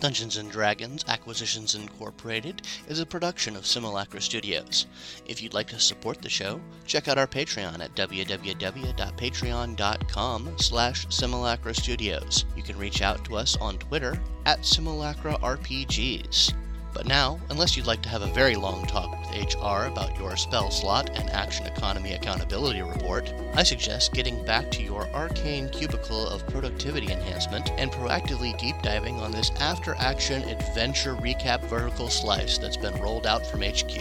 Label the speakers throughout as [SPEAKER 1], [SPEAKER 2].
[SPEAKER 1] Dungeons & Dragons Acquisitions Incorporated is a production of Simulacra Studios. If you'd like to support the show, check out our Patreon at www.patreon.com slash Simulacra Studios. You can reach out to us on Twitter at Simulacra RPGs. But now, unless you'd like to have a very long talk with HR about your spell slot and action economy accountability report, I suggest getting back to your arcane cubicle of productivity enhancement and proactively deep diving on this after action adventure recap vertical slice that's been rolled out from HQ.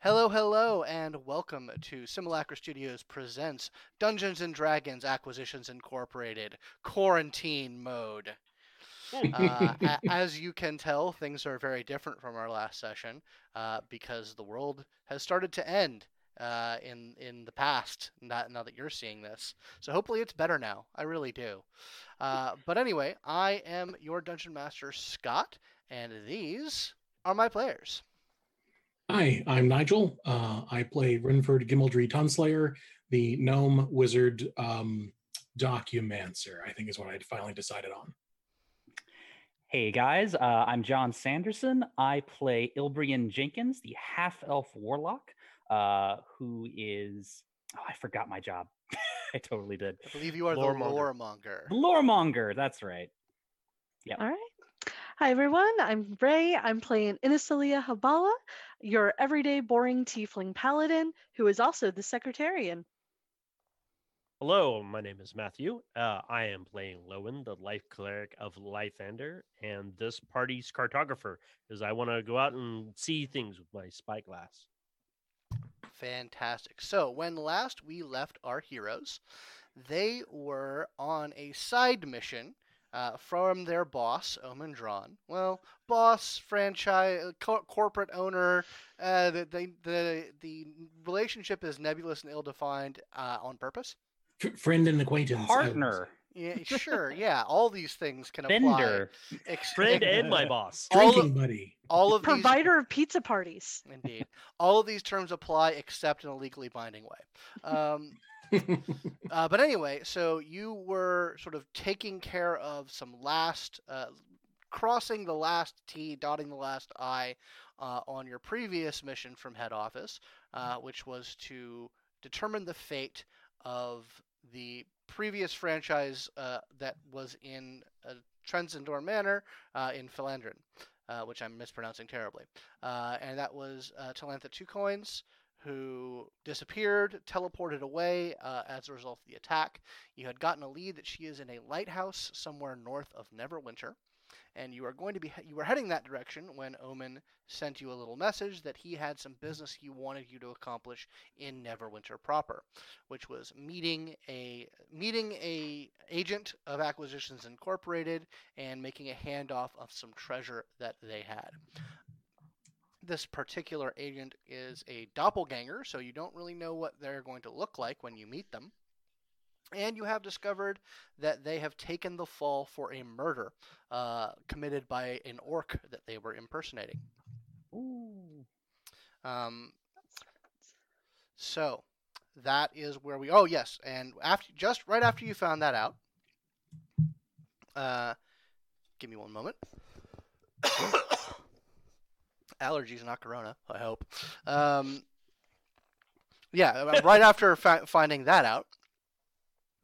[SPEAKER 1] Hello, hello, and welcome to Simulacra Studios presents Dungeons and Dragons Acquisitions Incorporated Quarantine Mode. Uh, a- as you can tell, things are very different from our last session uh, because the world has started to end uh, in in the past. Not now that you're seeing this, so hopefully it's better now. I really do. Uh, but anyway, I am your dungeon master Scott, and these are my players.
[SPEAKER 2] Hi, I'm Nigel. Uh, I play Renford Gimmeldry Tonslayer, the gnome wizard um, documancer, I think is what I finally decided on.
[SPEAKER 3] Hey guys, uh, I'm John Sanderson. I play Ilbrian Jenkins, the half elf warlock, uh, who is. Oh, I forgot my job. I totally did.
[SPEAKER 1] I believe you are the loremonger.
[SPEAKER 3] Loremonger. Loremonger, that's right.
[SPEAKER 4] All right. Hi, everyone. I'm Ray. I'm playing Inasilia Habala, your everyday boring tiefling paladin, who is also the secretarian.
[SPEAKER 5] Hello, my name is Matthew. Uh, I am playing Lowen, the life cleric of Lythander, and this party's cartographer, because I want to go out and see things with my spyglass.
[SPEAKER 1] Fantastic. So, when last we left our heroes, they were on a side mission uh, from their boss, Omen Drawn. Well, boss, franchise, co- corporate owner. Uh, the, the, the, the relationship is nebulous and ill defined uh, on purpose.
[SPEAKER 2] F- friend and acquaintance. I would
[SPEAKER 3] Partner,
[SPEAKER 1] Yeah, sure. Yeah, all these things can apply.
[SPEAKER 3] vendor,
[SPEAKER 1] Ex-
[SPEAKER 5] Friend and my boss.
[SPEAKER 2] say.
[SPEAKER 1] All
[SPEAKER 2] Drinking buddy.
[SPEAKER 1] all of these
[SPEAKER 4] Provider of pizza parties.
[SPEAKER 1] Indeed, all of these terms apply except in a legally binding way. Um, uh, but anyway, so you were sort of taking care of some last, uh, crossing the last T, dotting the last I uh, on your previous mission from head office, uh, which was to determine the fate of the previous franchise uh, that was in uh, Trenzendor Manor uh, in Philandrin, uh, which I'm mispronouncing terribly. Uh, and that was uh, Talantha Two Coins who disappeared, teleported away uh, as a result of the attack. You had gotten a lead that she is in a lighthouse somewhere north of Neverwinter, and you are going to be he- you were heading that direction when Omen sent you a little message that he had some business he wanted you to accomplish in Neverwinter proper, which was meeting a meeting a agent of Acquisitions Incorporated and making a handoff of some treasure that they had this particular agent is a doppelganger, so you don't really know what they're going to look like when you meet them. And you have discovered that they have taken the fall for a murder uh, committed by an orc that they were impersonating. Um, so that is where we. Oh yes, and after just right after you found that out, uh, give me one moment. Allergies, not corona. I hope. Um, yeah, uh, right after fi- finding that out,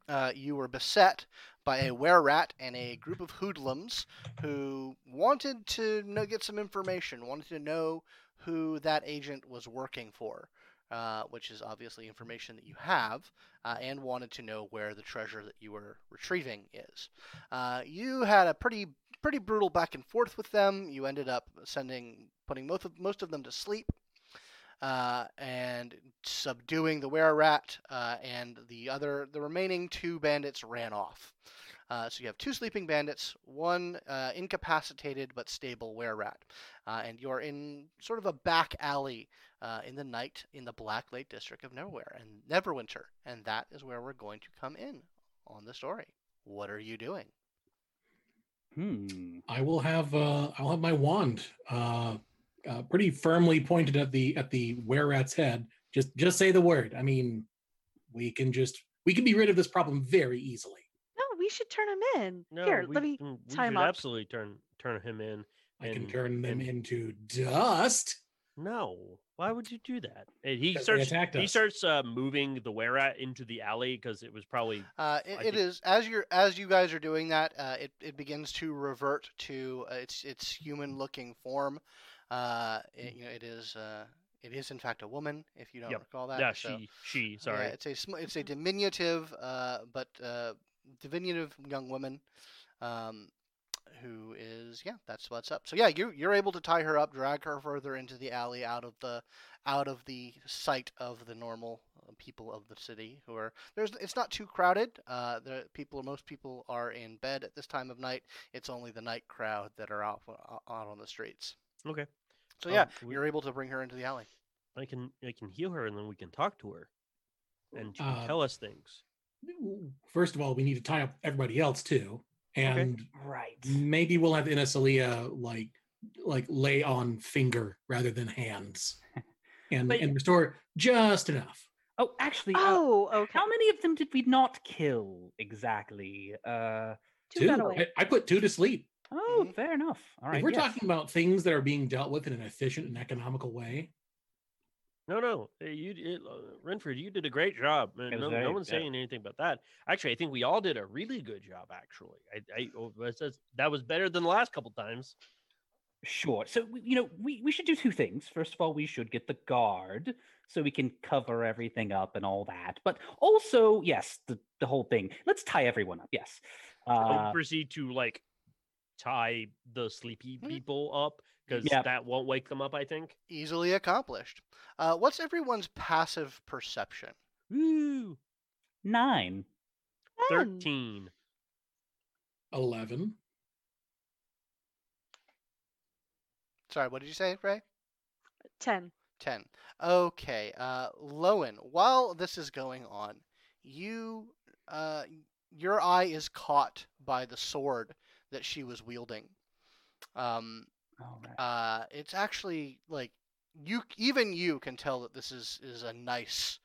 [SPEAKER 1] uh, you were beset by a were rat and a group of hoodlums who wanted to know, get some information, wanted to know who that agent was working for, uh, which is obviously information that you have, uh, and wanted to know where the treasure that you were retrieving is. Uh, you had a pretty pretty brutal back and forth with them. You ended up sending putting most of most of them to sleep. Uh, and subduing the were rat, uh, and the other, the remaining two bandits ran off. Uh, so you have two sleeping bandits, one uh, incapacitated but stable were rat, uh, and you're in sort of a back alley uh, in the night in the Black Lake district of Nowhere and Neverwinter, and that is where we're going to come in on the story. What are you doing?
[SPEAKER 3] Hmm.
[SPEAKER 2] I will have uh, I'll have my wand uh, uh, pretty firmly pointed at the at the were rat's head. Just just say the word. I mean, we can just we can be rid of this problem very easily.
[SPEAKER 4] No, we should turn him in.
[SPEAKER 5] No,
[SPEAKER 4] Here,
[SPEAKER 5] we,
[SPEAKER 4] let me.
[SPEAKER 5] mm, we
[SPEAKER 4] tie him
[SPEAKER 5] should
[SPEAKER 4] up.
[SPEAKER 5] absolutely turn turn him in.
[SPEAKER 2] I can
[SPEAKER 5] And-
[SPEAKER 2] turn them
[SPEAKER 5] and-
[SPEAKER 2] into dust.
[SPEAKER 5] No, why would you do that? And he
[SPEAKER 2] 'cause they
[SPEAKER 5] starts
[SPEAKER 2] attacked
[SPEAKER 5] he
[SPEAKER 2] us.
[SPEAKER 5] starts uh, moving the were rat into the alley because it was probably
[SPEAKER 1] Uh,
[SPEAKER 5] I
[SPEAKER 1] it, it
[SPEAKER 5] think-
[SPEAKER 1] is as you're as you guys are doing that, uh, it, it begins to revert to uh, its its human looking form. Uh, it, you know, it is uh, it is in fact a woman. If you don't
[SPEAKER 5] Mm-hmm. Yep.
[SPEAKER 1] recall that,
[SPEAKER 5] yeah
[SPEAKER 1] so,
[SPEAKER 5] she she
[SPEAKER 1] yeah,
[SPEAKER 5] sorry
[SPEAKER 1] it's a sm- it's a diminutive, uh, but uh, diminutive young woman, um, who is yeah, that's what's up. So yeah, you you're able to tie her up, drag her further into the alley, out of the out of the sight of the normal uh, people of the city who are there's it's not too crowded. Uh, the people most people are in bed at this time of night. It's only the night crowd that are out out on the streets.
[SPEAKER 5] okay.
[SPEAKER 1] So
[SPEAKER 5] Um,
[SPEAKER 1] yeah,
[SPEAKER 5] should we-
[SPEAKER 1] you're able to bring her into the alley.
[SPEAKER 5] I can I can heal her and then we can talk to her, and she
[SPEAKER 2] Uh,
[SPEAKER 5] can tell us things.
[SPEAKER 2] First of all, we need to tie up everybody else too, and
[SPEAKER 3] Right.
[SPEAKER 4] Mm.
[SPEAKER 2] maybe we'll have Inesalia like like lay on finger rather than hands, and
[SPEAKER 3] But-
[SPEAKER 2] and restore just enough.
[SPEAKER 3] Oh, actually, uh,
[SPEAKER 4] Oh, okay.
[SPEAKER 3] how many of them did we not kill exactly? Uh,
[SPEAKER 4] Two got
[SPEAKER 2] Two.
[SPEAKER 4] away.
[SPEAKER 2] I, I put two to sleep.
[SPEAKER 3] oh,
[SPEAKER 1] Mhm.
[SPEAKER 3] fair enough. All right.
[SPEAKER 2] if we're
[SPEAKER 3] yes.
[SPEAKER 2] talking about things that are being dealt with in an efficient and economical way,
[SPEAKER 5] No, no, uh, you d- uh, Renford, you did a great job. and
[SPEAKER 3] was
[SPEAKER 5] No,
[SPEAKER 3] very
[SPEAKER 5] no one's
[SPEAKER 3] good.
[SPEAKER 5] saying anything about that. Actually, I think we all did a really good job. Actually, I, I oh, that's- that's- that was better than the last couple times.
[SPEAKER 3] Sure. So, we- you know, we, we should do two things. First of all, we should get the guard so we can cover everything up and all that. But also, yes, the, the whole thing. Let's tie everyone up. Yes.
[SPEAKER 5] Don't
[SPEAKER 3] Uh,
[SPEAKER 5] proceed to like tie the sleepy
[SPEAKER 1] Mm.
[SPEAKER 5] people up because
[SPEAKER 3] Yep.
[SPEAKER 5] that won't wake them up. I think.
[SPEAKER 1] Easily accomplished. Uh, what's everyone's passive perception?
[SPEAKER 5] Ooh,
[SPEAKER 3] nine.
[SPEAKER 4] Ten.
[SPEAKER 5] thirteen.
[SPEAKER 2] 11.
[SPEAKER 1] Sorry, what did you say, Ray?
[SPEAKER 4] Ten.
[SPEAKER 1] 10. Okay, uh, Lowen, while this is going on, you, uh, your eye is caught by the sword that she was wielding. Um,
[SPEAKER 3] All right.
[SPEAKER 1] uh, it's actually like you, even you can tell that this is is a nice,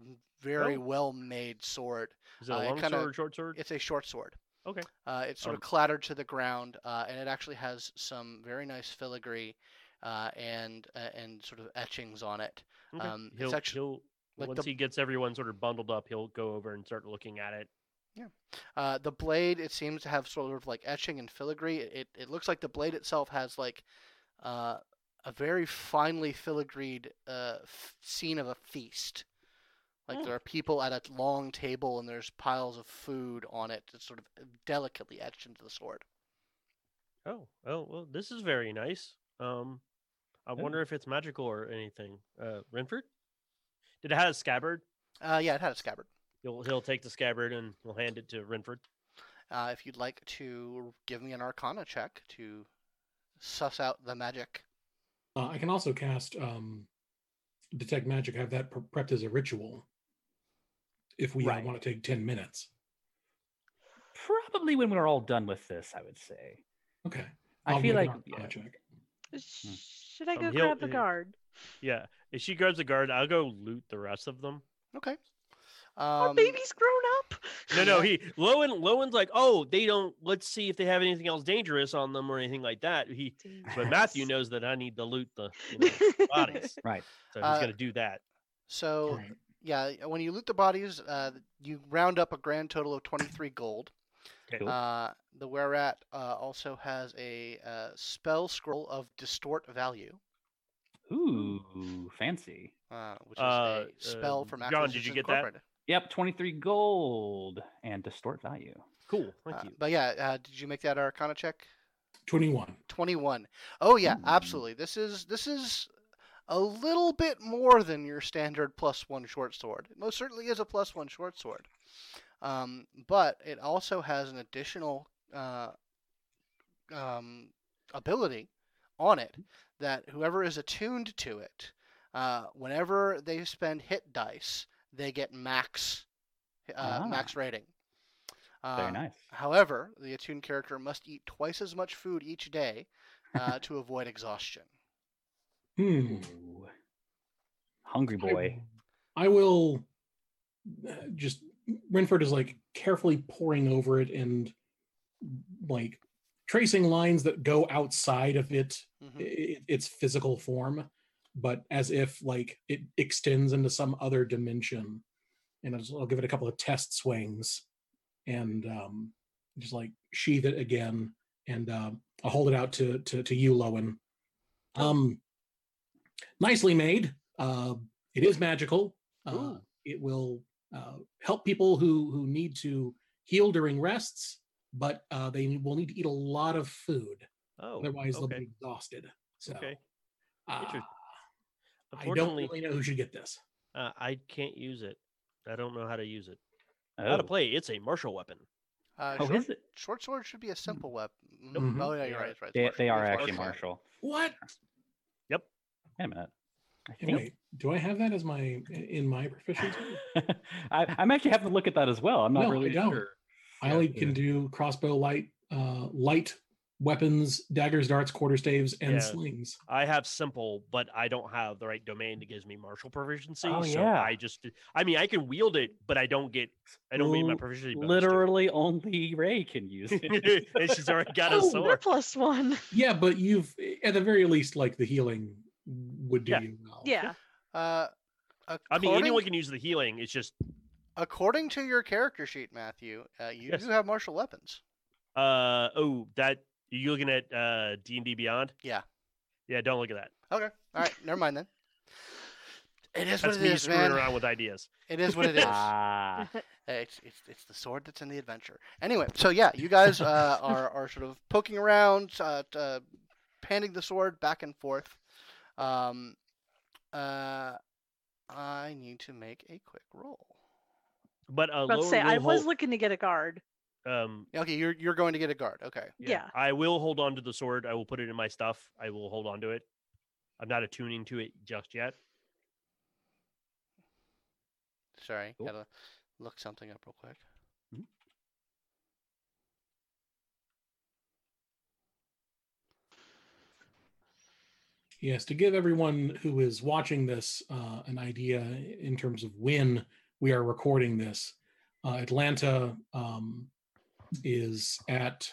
[SPEAKER 1] m- very
[SPEAKER 5] Oh.
[SPEAKER 1] well made sword.
[SPEAKER 5] Is it a
[SPEAKER 1] Uh, it
[SPEAKER 5] long
[SPEAKER 1] kinda-
[SPEAKER 5] sword or short sword?
[SPEAKER 1] It's a short sword.
[SPEAKER 5] Okay.
[SPEAKER 1] Uh, it's sort of
[SPEAKER 5] Um,
[SPEAKER 1] clattered to the ground, uh, and it actually has some very nice filigree, uh, and uh, and sort of etchings on it.
[SPEAKER 5] Okay.
[SPEAKER 1] um, it's
[SPEAKER 5] he'll,
[SPEAKER 1] actu-
[SPEAKER 5] he'll
[SPEAKER 1] like
[SPEAKER 5] once
[SPEAKER 1] the-
[SPEAKER 5] he gets everyone sort of bundled up, he'll go over and start looking at it.
[SPEAKER 1] Uh, the blade, it seems to have sort of like etching and filigree. It, it, it looks like the blade itself has like uh, a very finely filigreed uh, f- scene of a feast. Like
[SPEAKER 5] Mm.
[SPEAKER 1] there are people at a long table and there's piles of food on it. It's sort of delicately etched into the sword.
[SPEAKER 5] Oh, oh, well, this is very nice. Um, I wonder if it's magical or anything. Uh, Renford, did it have a scabbard?
[SPEAKER 1] Uh, yeah, it had a scabbard.
[SPEAKER 5] He'll he'll take the scabbard and he'll hand it to Renford.
[SPEAKER 1] Uh, if you'd like to give me an Arcana check to suss out the magic.
[SPEAKER 2] Uh, I can also cast um, Detect Magic. I have that pre- prepped as a ritual if we
[SPEAKER 3] Right.
[SPEAKER 2] want to take 10 minutes.
[SPEAKER 3] Probably when we're all done with this, I would say.
[SPEAKER 2] Okay.
[SPEAKER 3] I
[SPEAKER 2] I'll
[SPEAKER 3] feel
[SPEAKER 2] make
[SPEAKER 3] like
[SPEAKER 2] an Arcana
[SPEAKER 3] yeah.
[SPEAKER 2] check.
[SPEAKER 4] Should I
[SPEAKER 5] Um,
[SPEAKER 4] go
[SPEAKER 5] Hmm. he'll-
[SPEAKER 4] grab the
[SPEAKER 5] uh,
[SPEAKER 4] guard?
[SPEAKER 5] Yeah, if she grabs the guard, I'll go loot the rest of them.
[SPEAKER 1] Okay.
[SPEAKER 4] Our
[SPEAKER 1] Um,
[SPEAKER 4] baby's grown up.
[SPEAKER 5] No, no,
[SPEAKER 1] Yeah.
[SPEAKER 5] he Lowen Lowen's like, oh, they don't. Let's see if they have anything else dangerous on them or anything like that. He, but Matthew
[SPEAKER 4] Dangerous.
[SPEAKER 5] knows that I need to loot the you know, bodies,
[SPEAKER 3] Right.
[SPEAKER 5] so he's
[SPEAKER 1] Uh,
[SPEAKER 5] gonna do that.
[SPEAKER 1] So
[SPEAKER 2] All right.
[SPEAKER 1] Yeah, when you loot the bodies, uh, you round up a grand total of 23 gold.
[SPEAKER 5] Okay.
[SPEAKER 3] Cool.
[SPEAKER 1] Uh, the Were Rat uh, also has a uh, spell scroll of Distort Value,
[SPEAKER 3] Ooh, fancy.
[SPEAKER 1] uh, which is
[SPEAKER 5] Uh,
[SPEAKER 1] a spell
[SPEAKER 5] um,
[SPEAKER 1] from
[SPEAKER 5] John, did you
[SPEAKER 1] Acquisitions
[SPEAKER 5] get that?
[SPEAKER 1] Incorporated.
[SPEAKER 3] Yep, 23 gold and distort value.
[SPEAKER 5] Cool, thank
[SPEAKER 1] Uh,
[SPEAKER 5] you.
[SPEAKER 1] but yeah, uh, did you make that Arcana check?
[SPEAKER 2] 21.
[SPEAKER 1] 21. Oh yeah,
[SPEAKER 3] Ooh.
[SPEAKER 1] absolutely. This is this is a little bit more than your standard plus one short sword. It most certainly is a plus one short sword, um, but it also has an additional uh, um, ability on it that whoever is attuned to it, uh, whenever they spend hit dice, they get max uh,
[SPEAKER 3] Ah.
[SPEAKER 1] max rating.
[SPEAKER 3] Very
[SPEAKER 1] Um,
[SPEAKER 3] nice.
[SPEAKER 1] However, the attuned character must eat twice as much food each day uh, to avoid exhaustion.
[SPEAKER 2] Hmm.
[SPEAKER 3] Ooh. Hungry
[SPEAKER 2] I-
[SPEAKER 3] boy.
[SPEAKER 2] I, will uh, just Renford is like carefully pouring over it and like tracing lines that go outside of it, i-
[SPEAKER 1] Mhm.
[SPEAKER 2] i- its physical form, but as if like it extends into some other dimension. And I'll, just- I'll give it a couple of test swings and um, just like sheathe it again. And um I'll hold it out to to, to you, Lowen. Um, nicely made. Uh, it is magical. Uh,
[SPEAKER 1] Ooh.
[SPEAKER 2] it will uh, help people who who need to heal during rests, but uh, they will need to eat a lot of food.
[SPEAKER 5] Oh,
[SPEAKER 2] Otherwise, they'll
[SPEAKER 5] okay.
[SPEAKER 2] be exhausted. So,
[SPEAKER 5] Okay.
[SPEAKER 2] uh,
[SPEAKER 5] Interesting.
[SPEAKER 2] I don't
[SPEAKER 5] Unfortunately,
[SPEAKER 2] really know who should get this.
[SPEAKER 5] uh, I can't use it. I don't know how to use it. How
[SPEAKER 3] Oh.
[SPEAKER 5] to play? It's a martial weapon.
[SPEAKER 1] Uh,
[SPEAKER 3] Oh,
[SPEAKER 1] short,
[SPEAKER 3] is it?
[SPEAKER 1] short sword should be a
[SPEAKER 5] Mm-hmm.
[SPEAKER 1] simple weapon.
[SPEAKER 2] Nope. Mhm.
[SPEAKER 1] Oh, yeah,
[SPEAKER 5] They
[SPEAKER 1] you're
[SPEAKER 5] are-
[SPEAKER 1] right. it's right, it's
[SPEAKER 3] They,
[SPEAKER 1] martial-
[SPEAKER 3] they are
[SPEAKER 1] it's
[SPEAKER 3] actually
[SPEAKER 1] martial.
[SPEAKER 3] martial.
[SPEAKER 2] What?
[SPEAKER 3] Wait a minute. I
[SPEAKER 2] Hey,
[SPEAKER 3] think
[SPEAKER 2] Wait, do I have that as my in my proficiency?
[SPEAKER 3] I, I'm actually having to look at that as well. I'm not
[SPEAKER 2] No, I
[SPEAKER 3] really
[SPEAKER 2] don't.
[SPEAKER 3] sure.
[SPEAKER 2] I
[SPEAKER 3] Yeah,
[SPEAKER 2] only
[SPEAKER 3] yeah.
[SPEAKER 2] can do crossbow, light, uh, light weapons, daggers, darts, quarterstaves, and
[SPEAKER 5] Yeah.
[SPEAKER 2] slings.
[SPEAKER 5] I have simple, but I don't have the right domain that gives me martial proficiency.
[SPEAKER 3] Oh,
[SPEAKER 5] so
[SPEAKER 3] yeah.
[SPEAKER 5] I just, I mean, I can wield it, but I don't get, I don't mean my
[SPEAKER 3] L-
[SPEAKER 5] proficiency. bonus to it.
[SPEAKER 3] Literally, only Ray can use it.
[SPEAKER 5] and she's already got a
[SPEAKER 4] Oh, we're
[SPEAKER 5] sword.
[SPEAKER 4] plus one.
[SPEAKER 2] Yeah, but you've at the very least, like the healing would do
[SPEAKER 5] Yeah.
[SPEAKER 2] you well.
[SPEAKER 4] Yeah.
[SPEAKER 1] Uh,
[SPEAKER 5] I mean,
[SPEAKER 1] according-
[SPEAKER 5] anyone can use the healing. It's just,
[SPEAKER 1] According to your character sheet, Matthew, uh, you
[SPEAKER 5] Yes.
[SPEAKER 1] do have martial weapons.
[SPEAKER 5] uh, oh, that you looking at uh D and D Beyond?
[SPEAKER 1] Yeah.
[SPEAKER 5] yeah. Don't look at that.
[SPEAKER 1] Okay. All right. Never mind then. It is
[SPEAKER 5] That's
[SPEAKER 1] what it
[SPEAKER 5] me
[SPEAKER 1] is,
[SPEAKER 5] screwing
[SPEAKER 1] man.
[SPEAKER 5] around with ideas.
[SPEAKER 1] It is what it is.
[SPEAKER 3] ah,
[SPEAKER 1] Hey, It's, it's, it's the sword that's in the adventure. Anyway, so yeah, you guys uh, are, are sort of poking around, uh, t- uh, panning the sword back and forth. Um, uh, I need to make a quick roll.
[SPEAKER 5] But
[SPEAKER 4] I'm
[SPEAKER 5] uh,
[SPEAKER 4] about to
[SPEAKER 5] Lauren
[SPEAKER 4] say,
[SPEAKER 5] will
[SPEAKER 4] I was
[SPEAKER 5] hold-
[SPEAKER 4] looking to get a guard.
[SPEAKER 5] um,
[SPEAKER 1] Okay, you're, you're going to get a guard. Okay.
[SPEAKER 4] Yeah.
[SPEAKER 5] I will hold on to the sword. I will put it in my stuff. I will hold on to it. I'm not attuning to it just yet.
[SPEAKER 1] Sorry,
[SPEAKER 3] Cool.
[SPEAKER 1] gotta look something up real quick.
[SPEAKER 3] Mhm.
[SPEAKER 2] Yes, to give everyone who is watching this uh, an idea in terms of when we are recording this, uh, Atlanta um, is at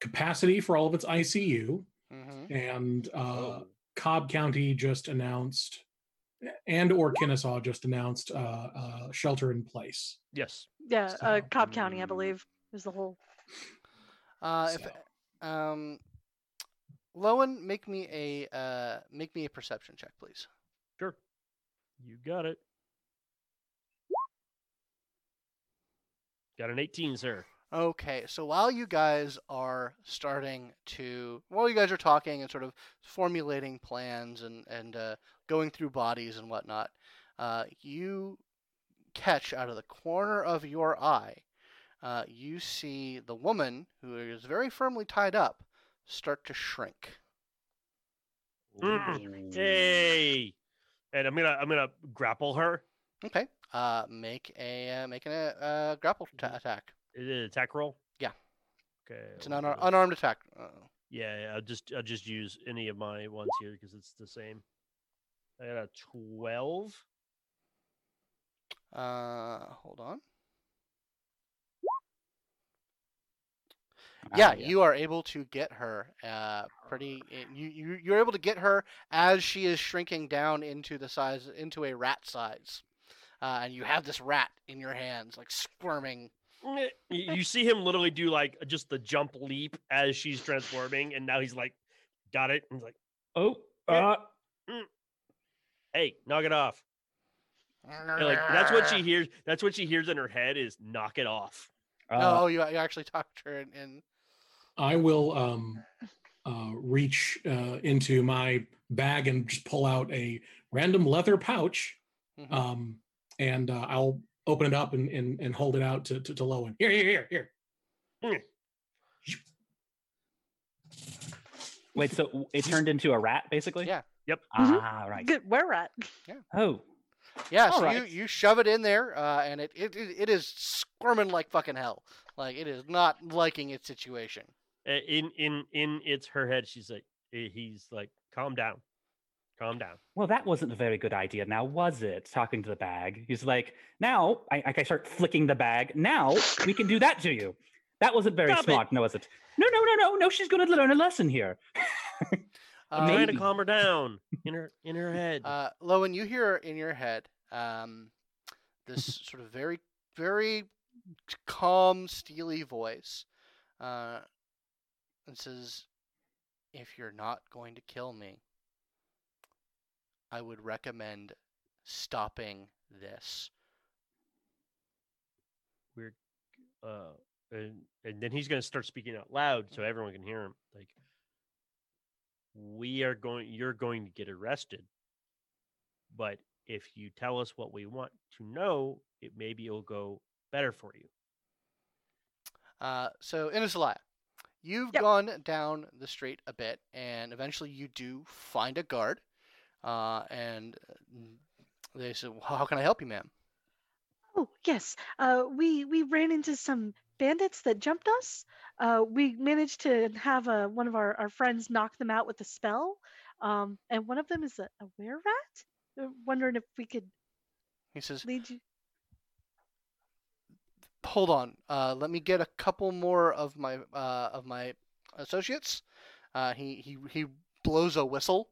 [SPEAKER 2] capacity for all of its ICU,
[SPEAKER 1] Mm-hmm.
[SPEAKER 2] and uh, Cobb County just announced, and or Kennesaw just announced uh, uh, shelter in place.
[SPEAKER 5] Yes.
[SPEAKER 4] Yeah, uh,
[SPEAKER 2] So,
[SPEAKER 4] Cobb County, I
[SPEAKER 5] mm,
[SPEAKER 4] believe, is the whole.
[SPEAKER 1] Uh,
[SPEAKER 2] So-
[SPEAKER 1] if, um, Lowen, make me a uh, make me a perception check, please.
[SPEAKER 5] Sure. You got it. Got an 18, sir.
[SPEAKER 1] Okay, so while you guys are starting to, while you guys are talking and sort of formulating plans and and uh, going through bodies and whatnot, uh, you catch out of the corner of your eye, uh, you see the woman who is very firmly tied up start to shrink.
[SPEAKER 5] Mm.
[SPEAKER 3] Ah,
[SPEAKER 5] Hey. And I'm gonna I'm gonna grapple her.
[SPEAKER 1] Okay, uh, make a uh, make an, uh, uh, grapple ta attack.
[SPEAKER 5] Is it an attack roll?
[SPEAKER 1] Yeah.
[SPEAKER 5] Okay.
[SPEAKER 1] It's an
[SPEAKER 5] I'll do
[SPEAKER 1] unar-
[SPEAKER 5] this.
[SPEAKER 1] unarmed attack. Uh-oh.
[SPEAKER 5] Yeah, yeah, I'll just I'll just use any of my ones here because it's the same. I got a twelve.
[SPEAKER 1] Uh, hold on. Yeah,
[SPEAKER 3] Ah,
[SPEAKER 1] you are able to get her. Uh, pretty. eh, You you you're able to get her as she is shrinking down into the size into a rat size, uh, and you have this rat in your hands, like squirming.
[SPEAKER 5] Y- You see him literally do like just the jump leap as she's transforming, and now he's like, got it. And he's like,
[SPEAKER 3] Oh,
[SPEAKER 5] Yeah.
[SPEAKER 3] uh,
[SPEAKER 5] hey, knock it off. And, like that's what she hears. That's what she hears in her head is knock it off.
[SPEAKER 1] no,
[SPEAKER 3] uh,
[SPEAKER 1] oh, you, you actually talked to her in. in
[SPEAKER 2] I will um, uh, reach uh, into my bag and just pull out a random leather pouch,
[SPEAKER 1] Mhm.
[SPEAKER 2] um, and uh, I'll open it up and, and, and hold it out to, to, to Lowen. Here, here, here, here.
[SPEAKER 3] wait. So w- it turned into a rat, basically.
[SPEAKER 1] Yeah.
[SPEAKER 5] Yep.
[SPEAKER 4] Mhm.
[SPEAKER 3] Ah, right.
[SPEAKER 4] Good, where at?
[SPEAKER 3] Oh,
[SPEAKER 1] Yeah,
[SPEAKER 3] All
[SPEAKER 1] so
[SPEAKER 3] right.
[SPEAKER 1] you, you shove it in there, uh, and it, it, it, it is squirming like fucking hell. Like, it is not liking its situation.
[SPEAKER 5] Uh, In in in it's her head. She's like eh, he's like calm down, calm down.
[SPEAKER 3] Well, that wasn't a very good idea now, was it? Talking to the bag. He's like, now I, I- I start flicking the bag. Now we can do that to you. That wasn't very
[SPEAKER 5] Stop it.
[SPEAKER 3] smart, no, was it? No, no, no, no, no. She's going to learn a lesson here.
[SPEAKER 5] I'm
[SPEAKER 1] Um,
[SPEAKER 5] trying to
[SPEAKER 3] Maybe.
[SPEAKER 5] calm her down in her in her head.
[SPEAKER 1] Uh, Lowen, you hear in your head um, this sort of very, very calm, steely voice uh, and says, If you're not going to kill me, I would recommend stopping this.
[SPEAKER 5] uh, and, and then he's going to start speaking out loud so everyone can hear him. Like, we are going, you're going to get arrested. But if you tell us what we want to know, it maybe it'll go better for you.
[SPEAKER 1] Uh, so, Inesalaya, you've
[SPEAKER 4] Yep.
[SPEAKER 1] gone down the street a bit, and eventually you do find a guard. Uh, and uh, n- they said, "Well, How can I help you, ma'am?
[SPEAKER 4] Oh yes, uh, we we ran into some bandits that jumped us. Uh, we managed to have uh, one of our, our friends knock them out with a spell, um, and one of them is a, a were rat. Uh, Wondering if we could
[SPEAKER 1] He says,
[SPEAKER 4] lead you.
[SPEAKER 1] hold on. Uh, let me get a couple more of my uh, of my associates. Uh, he he he blows a whistle,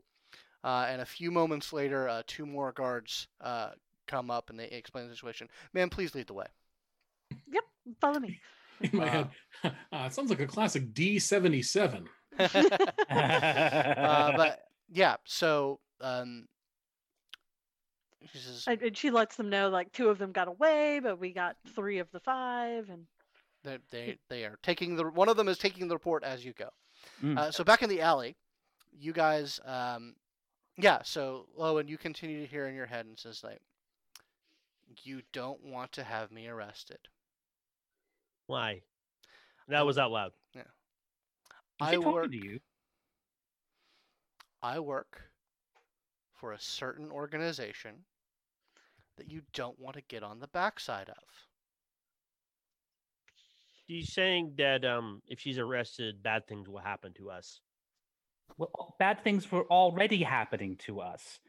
[SPEAKER 1] uh, and a few moments later, uh, two more guards uh, come up and they explain the situation. Ma'am, please lead the way.
[SPEAKER 4] Follow me.
[SPEAKER 2] in my
[SPEAKER 1] Wow.
[SPEAKER 2] head. Uh, it sounds like a classic D77.
[SPEAKER 1] uh, but yeah, so um, she says
[SPEAKER 4] And, and she lets them know like two of them got away, but we got three of the five. And
[SPEAKER 1] that they they are taking the one of them is taking the report as you go.
[SPEAKER 3] Mm.
[SPEAKER 1] Uh, so back in the alley, you guys, um, yeah. So Lowen, you continue to hear in your head and says like, "You don't want to have me arrested.
[SPEAKER 5] Why? That was out loud.
[SPEAKER 3] Is
[SPEAKER 1] I
[SPEAKER 3] he talking
[SPEAKER 1] work.
[SPEAKER 3] to you?
[SPEAKER 1] I work for a certain organization that you don't want to get on the backside of.
[SPEAKER 5] She's saying that um, if she's arrested, bad things will happen to us.
[SPEAKER 3] Well, all- bad things were already happening to us.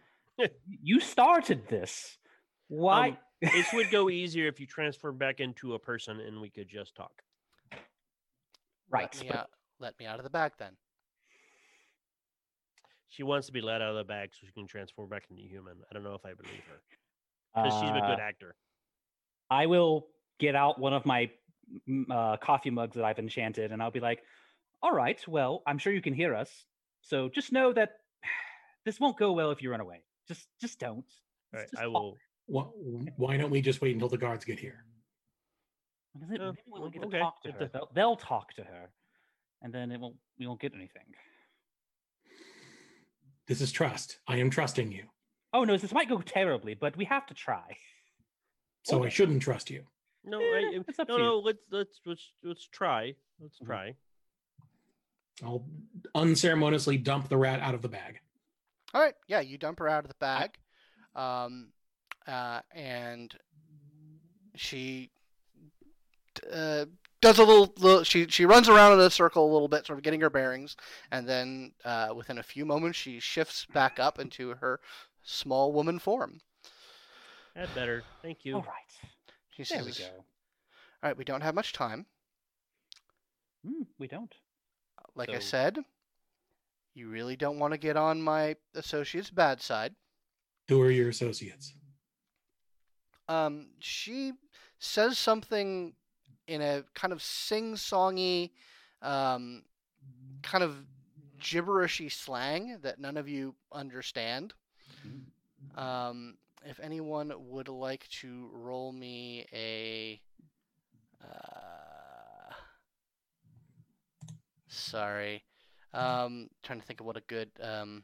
[SPEAKER 3] you started this. Why?
[SPEAKER 5] Um, This would go easier if you transform back into a person and we could just talk.
[SPEAKER 3] right.
[SPEAKER 1] Let me,
[SPEAKER 3] but-
[SPEAKER 1] out, let me out of the bag then.
[SPEAKER 5] She wants to be let out of the bag so she can transform back into human. I don't know if I believe her because Um, she's a
[SPEAKER 3] uh,
[SPEAKER 5] good actor.
[SPEAKER 3] I will get out one of my m- uh, coffee mugs that I've enchanted, and I'll be like, "All right, well, I'm sure you can hear us, so just know that this won't go well if you run away. Just, just don't.
[SPEAKER 5] All right,
[SPEAKER 3] It's just
[SPEAKER 5] I
[SPEAKER 3] aw-
[SPEAKER 5] will.
[SPEAKER 2] Why, why don't we just wait until the guards get here?
[SPEAKER 3] Because then
[SPEAKER 5] Uh,
[SPEAKER 3] maybe we won't
[SPEAKER 5] o-
[SPEAKER 3] get to
[SPEAKER 5] okay,
[SPEAKER 3] talk to
[SPEAKER 5] if
[SPEAKER 3] her.
[SPEAKER 5] the-
[SPEAKER 3] They'll, they'll talk to her, and then it won't. We won't get anything.
[SPEAKER 2] This is trust. I am trusting you.
[SPEAKER 3] Oh no, this might go terribly, but we have to try.
[SPEAKER 2] So I
[SPEAKER 3] Okay.
[SPEAKER 2] shouldn't trust you.
[SPEAKER 5] No,
[SPEAKER 3] Eh,
[SPEAKER 5] I,
[SPEAKER 3] it's up
[SPEAKER 5] no,
[SPEAKER 3] to you.
[SPEAKER 5] no. Let's let's let's let's try. Let's
[SPEAKER 3] Mhm.
[SPEAKER 5] try.
[SPEAKER 2] I'll unceremoniously dump the rat out of the bag.
[SPEAKER 1] All right, yeah, you dump her out of the bag, um, uh, and she d- uh, does a little, little. She she runs around in a circle a little bit, sort of getting her bearings, and then uh, within a few moments, she shifts back up into her small woman form.
[SPEAKER 5] That better. Thank you.
[SPEAKER 1] Oh,
[SPEAKER 3] All right,
[SPEAKER 1] She
[SPEAKER 3] there we
[SPEAKER 1] says,
[SPEAKER 3] go.
[SPEAKER 1] "All right, we don't have much time.
[SPEAKER 3] Mm, we don't.
[SPEAKER 1] Like I
[SPEAKER 5] So-
[SPEAKER 1] said, you really don't want to get on my associate's bad side."
[SPEAKER 2] Who are your associates?
[SPEAKER 1] um, she says something in a kind of sing-songy, um, kind of gibberishy slang that none of you understand. Um, if anyone would like to roll me a, uh, sorry, um, trying to think of what a good, um,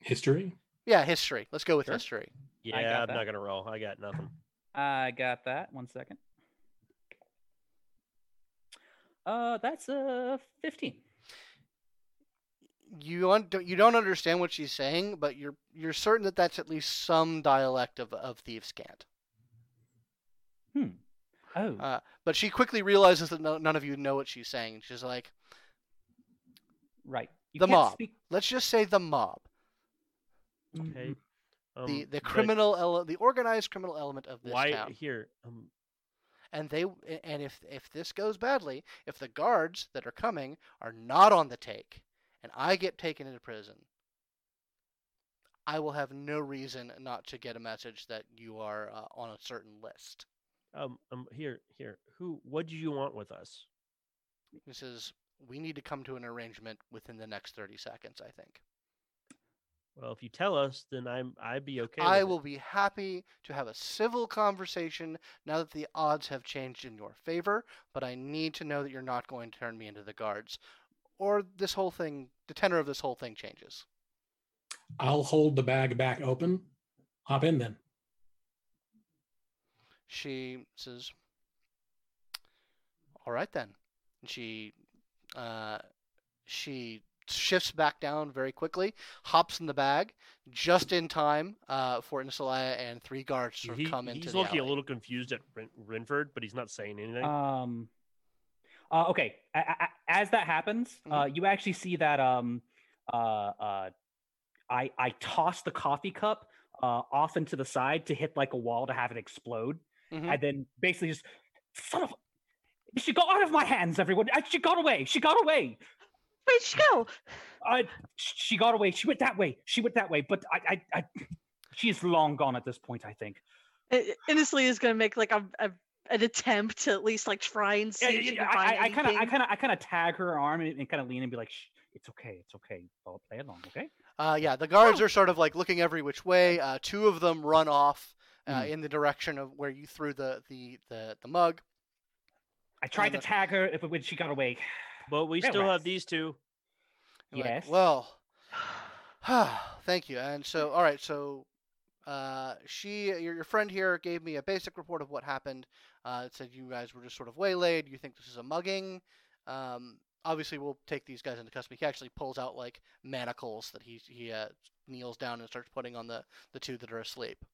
[SPEAKER 2] History?
[SPEAKER 1] yeah, history. Let's go with
[SPEAKER 5] Sure.
[SPEAKER 1] history.
[SPEAKER 5] Yeah,
[SPEAKER 3] got
[SPEAKER 5] I'm
[SPEAKER 3] that.
[SPEAKER 5] not gonna roll. I got nothing.
[SPEAKER 3] I got that. One second. Uh, that's uh, fifteen.
[SPEAKER 1] you un- don't- you don't understand what she's saying, but you're you're certain that that's at least some dialect of of Thieves' Cant.
[SPEAKER 3] Oh,
[SPEAKER 1] Uh, but she quickly realizes that no, none of you know what she's saying. She's like,
[SPEAKER 3] right. You
[SPEAKER 1] the
[SPEAKER 3] can't
[SPEAKER 1] mob.
[SPEAKER 3] speak- Mm-hmm.
[SPEAKER 1] "Let's just say the mob,
[SPEAKER 5] Okay. Um,
[SPEAKER 1] Mm-hmm. the the
[SPEAKER 5] but
[SPEAKER 1] criminal, ele- the organized criminal element of this
[SPEAKER 5] Why
[SPEAKER 1] town."
[SPEAKER 5] here? Um,
[SPEAKER 1] and they a- and if if this goes badly, if the guards that are coming are not on the take, and I get taken into prison, I will have no reason not to get a message that you are uh, on a certain list.
[SPEAKER 5] um, um, here, here. Who? What do you want with us?
[SPEAKER 1] He says, "We need to come to an arrangement within the next thirty seconds." I think
[SPEAKER 5] Well, if you tell us, then I'm. I'd be okay.
[SPEAKER 1] I
[SPEAKER 5] with it.
[SPEAKER 1] will be happy to have a civil conversation now that the odds have changed in your favor. But I need to know that you're not going to turn me into the guards, or this whole thing, the tenor of this whole thing changes.
[SPEAKER 2] I'll hold the bag back open. Hop in then.
[SPEAKER 1] she says, "All right then." And she uh, she shifts back down very quickly, hops in the bag just in time uh, for Insolaya and three guards to sort of
[SPEAKER 5] He-
[SPEAKER 1] come into
[SPEAKER 5] he's
[SPEAKER 1] the
[SPEAKER 5] looking a
[SPEAKER 1] alley.
[SPEAKER 5] little confused at Ren- Renford, but he's not saying anything.
[SPEAKER 3] Um, uh, okay. A- a- a- as that happens, uh, you actually see that um, uh, uh, I I toss the coffee cup uh, off into the side to hit like a wall to have it explode,
[SPEAKER 1] Mhm.
[SPEAKER 3] and then basically just son of. a- She got out of my hands, everyone. Uh, She got away. She got away.
[SPEAKER 4] Where'd she go?
[SPEAKER 3] I, sh- she got away. She went that way. She went that way. But I, I, I she is long gone at this point. I think.
[SPEAKER 4] I- Innisly is gonna make like a, a an attempt to at least like try and see.
[SPEAKER 3] Yeah,
[SPEAKER 4] if she
[SPEAKER 3] yeah,
[SPEAKER 4] can find
[SPEAKER 3] I kind of, I
[SPEAKER 4] anything.
[SPEAKER 3] kind of, I kind of tag her arm and, and kind of lean and be like, "Shh, "It's okay, it's okay. I'll play along, okay?"
[SPEAKER 1] Uh, yeah, the guards are sort of like looking every which way. Uh, two of them run off uh,
[SPEAKER 5] Hmm.
[SPEAKER 3] Mhm.
[SPEAKER 1] in the direction of where you threw the the the, the mug.
[SPEAKER 4] Oh,
[SPEAKER 3] I tried
[SPEAKER 1] the-
[SPEAKER 3] to tag her, but when she got away,
[SPEAKER 5] but we
[SPEAKER 3] Yeah,
[SPEAKER 5] still have
[SPEAKER 3] rats.
[SPEAKER 5] these two.
[SPEAKER 1] You're
[SPEAKER 3] Yes.
[SPEAKER 1] well, thank you. And so, all right. So, uh, she, your, your friend here, gave me a basic report of what happened. Uh, it said you guys were just sort of waylaid. You think this is a mugging. Um, obviously, we'll take these guys into custody. He actually pulls out like manacles that he he uh, kneels down and starts putting on the the two that are asleep.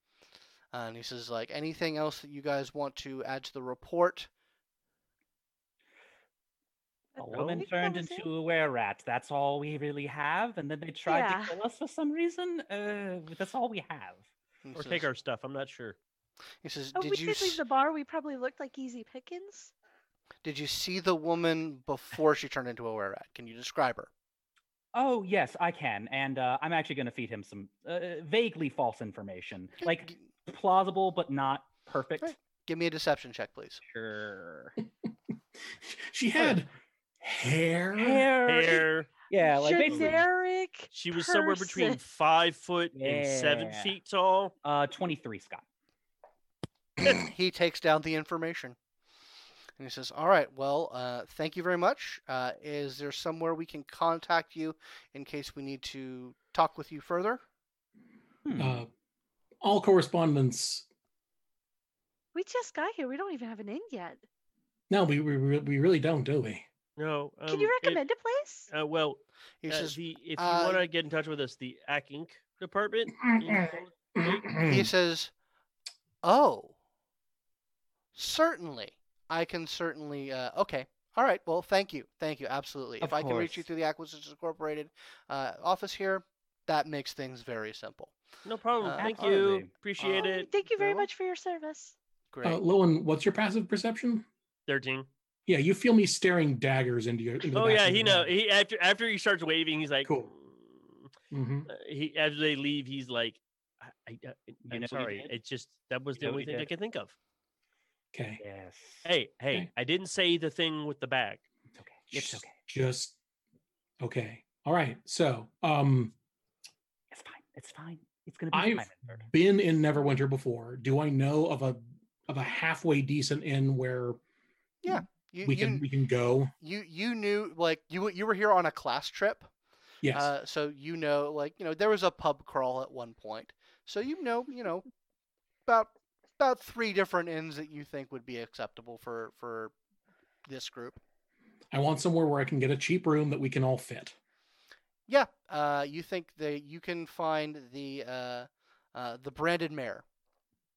[SPEAKER 1] Uh, and he says, like, anything else that you guys want to add to the report?
[SPEAKER 3] a
[SPEAKER 4] I
[SPEAKER 3] woman
[SPEAKER 4] think that
[SPEAKER 3] turned
[SPEAKER 4] was it.
[SPEAKER 3] into a were rat. That's all we really have. And then they tried
[SPEAKER 4] Yeah.
[SPEAKER 3] to kill us for some reason. Uh, but that's all we have.
[SPEAKER 1] And he
[SPEAKER 5] Or take
[SPEAKER 1] says-
[SPEAKER 5] our stuff. I'm not sure.
[SPEAKER 1] He says,
[SPEAKER 4] Oh,
[SPEAKER 1] did
[SPEAKER 4] we
[SPEAKER 1] you
[SPEAKER 4] did leave
[SPEAKER 1] s-
[SPEAKER 4] the bar. We probably looked like easy pickings.
[SPEAKER 1] did you see the woman before she turned into a were rat? Can you describe her?
[SPEAKER 3] Oh yes, I can, and uh, I'm actually going to feed him some uh, vaguely false information,
[SPEAKER 1] G-
[SPEAKER 3] like
[SPEAKER 1] g-
[SPEAKER 3] plausible but not perfect.
[SPEAKER 1] Right. give me a deception check, please.
[SPEAKER 3] Sure.
[SPEAKER 2] She had hair.
[SPEAKER 3] Hair.
[SPEAKER 5] Hair.
[SPEAKER 3] Yeah, like basically
[SPEAKER 4] generic.
[SPEAKER 5] She was somewhere between
[SPEAKER 4] person.
[SPEAKER 5] five foot and seven
[SPEAKER 3] Yeah.
[SPEAKER 5] feet tall.
[SPEAKER 3] uh, 23, Scott.
[SPEAKER 1] he takes down the information. And he says, All right, well, uh, thank you very much. Uh, is there somewhere we can contact you in case we need to talk with you further?
[SPEAKER 3] Hmm.
[SPEAKER 2] Uh, all correspondence.
[SPEAKER 4] We just got here. We don't even have an inn yet.
[SPEAKER 2] No, we, we re- we really don't, do we?
[SPEAKER 5] No. Um,
[SPEAKER 4] Can you
[SPEAKER 5] it-
[SPEAKER 4] recommend a place?
[SPEAKER 5] uh, well,
[SPEAKER 1] He
[SPEAKER 5] uh,
[SPEAKER 1] says,
[SPEAKER 5] the, if you
[SPEAKER 1] uh,
[SPEAKER 5] want to get in touch with us, the ACK Inc. department.
[SPEAKER 2] Hmm.
[SPEAKER 1] He says, Oh, certainly. I can certainly. Uh, okay. All right. Well, thank you. Thank you. Absolutely.
[SPEAKER 3] Of
[SPEAKER 1] if I can reach you
[SPEAKER 3] course.
[SPEAKER 1] through the Acquisitions Incorporated uh, office here, that makes things very simple.
[SPEAKER 5] No problem.
[SPEAKER 1] Uh,
[SPEAKER 5] Thank you.
[SPEAKER 3] absolutely.
[SPEAKER 5] Appreciate
[SPEAKER 1] Uh,
[SPEAKER 5] it.
[SPEAKER 4] Thank you
[SPEAKER 1] very
[SPEAKER 4] very
[SPEAKER 1] well.
[SPEAKER 4] much for your service.
[SPEAKER 1] Great.
[SPEAKER 2] uh, Lowen, what's your passive perception?
[SPEAKER 5] Thirteen.
[SPEAKER 2] Yeah, you feel me staring daggers into your. Into the
[SPEAKER 5] Oh
[SPEAKER 2] backs
[SPEAKER 5] yeah,
[SPEAKER 2] of
[SPEAKER 5] he
[SPEAKER 2] your
[SPEAKER 5] know.
[SPEAKER 2] head.
[SPEAKER 5] He after after he starts waving, he's like,
[SPEAKER 2] Cool.
[SPEAKER 5] "Mm."
[SPEAKER 2] Mhm.
[SPEAKER 5] Uh, He after they leave, he's like, I, I, I,
[SPEAKER 3] know
[SPEAKER 5] I'm
[SPEAKER 3] you
[SPEAKER 5] sorry.
[SPEAKER 3] did.
[SPEAKER 5] It's just that was
[SPEAKER 3] You
[SPEAKER 5] the
[SPEAKER 3] know
[SPEAKER 5] only
[SPEAKER 3] you
[SPEAKER 5] thing I
[SPEAKER 3] did.
[SPEAKER 5] could think of.
[SPEAKER 2] Okay.
[SPEAKER 3] Yes.
[SPEAKER 5] Hey, hey,
[SPEAKER 2] Okay.
[SPEAKER 5] I didn't say the thing with the bag.
[SPEAKER 3] It's okay. It's
[SPEAKER 2] Just-
[SPEAKER 3] okay.
[SPEAKER 2] Just okay. All right. So, um,
[SPEAKER 3] It's fine. It's fine. It's going to be
[SPEAKER 2] I've
[SPEAKER 3] fine. Edward.
[SPEAKER 2] been in Neverwinter before. Do I know of a of a halfway decent inn where
[SPEAKER 1] You,
[SPEAKER 2] we
[SPEAKER 1] you,
[SPEAKER 2] can we can go?
[SPEAKER 1] you you knew like you w- you were here on a class trip
[SPEAKER 2] Yes.
[SPEAKER 1] uh, so you know like you know there was a pub crawl at one point so you know you know about about three different inns that you think would be acceptable for for this group
[SPEAKER 2] I want somewhere where I can get a cheap room that we can all fit.
[SPEAKER 1] Yeah, uh, you think that you can find the uh, uh, the branded mare.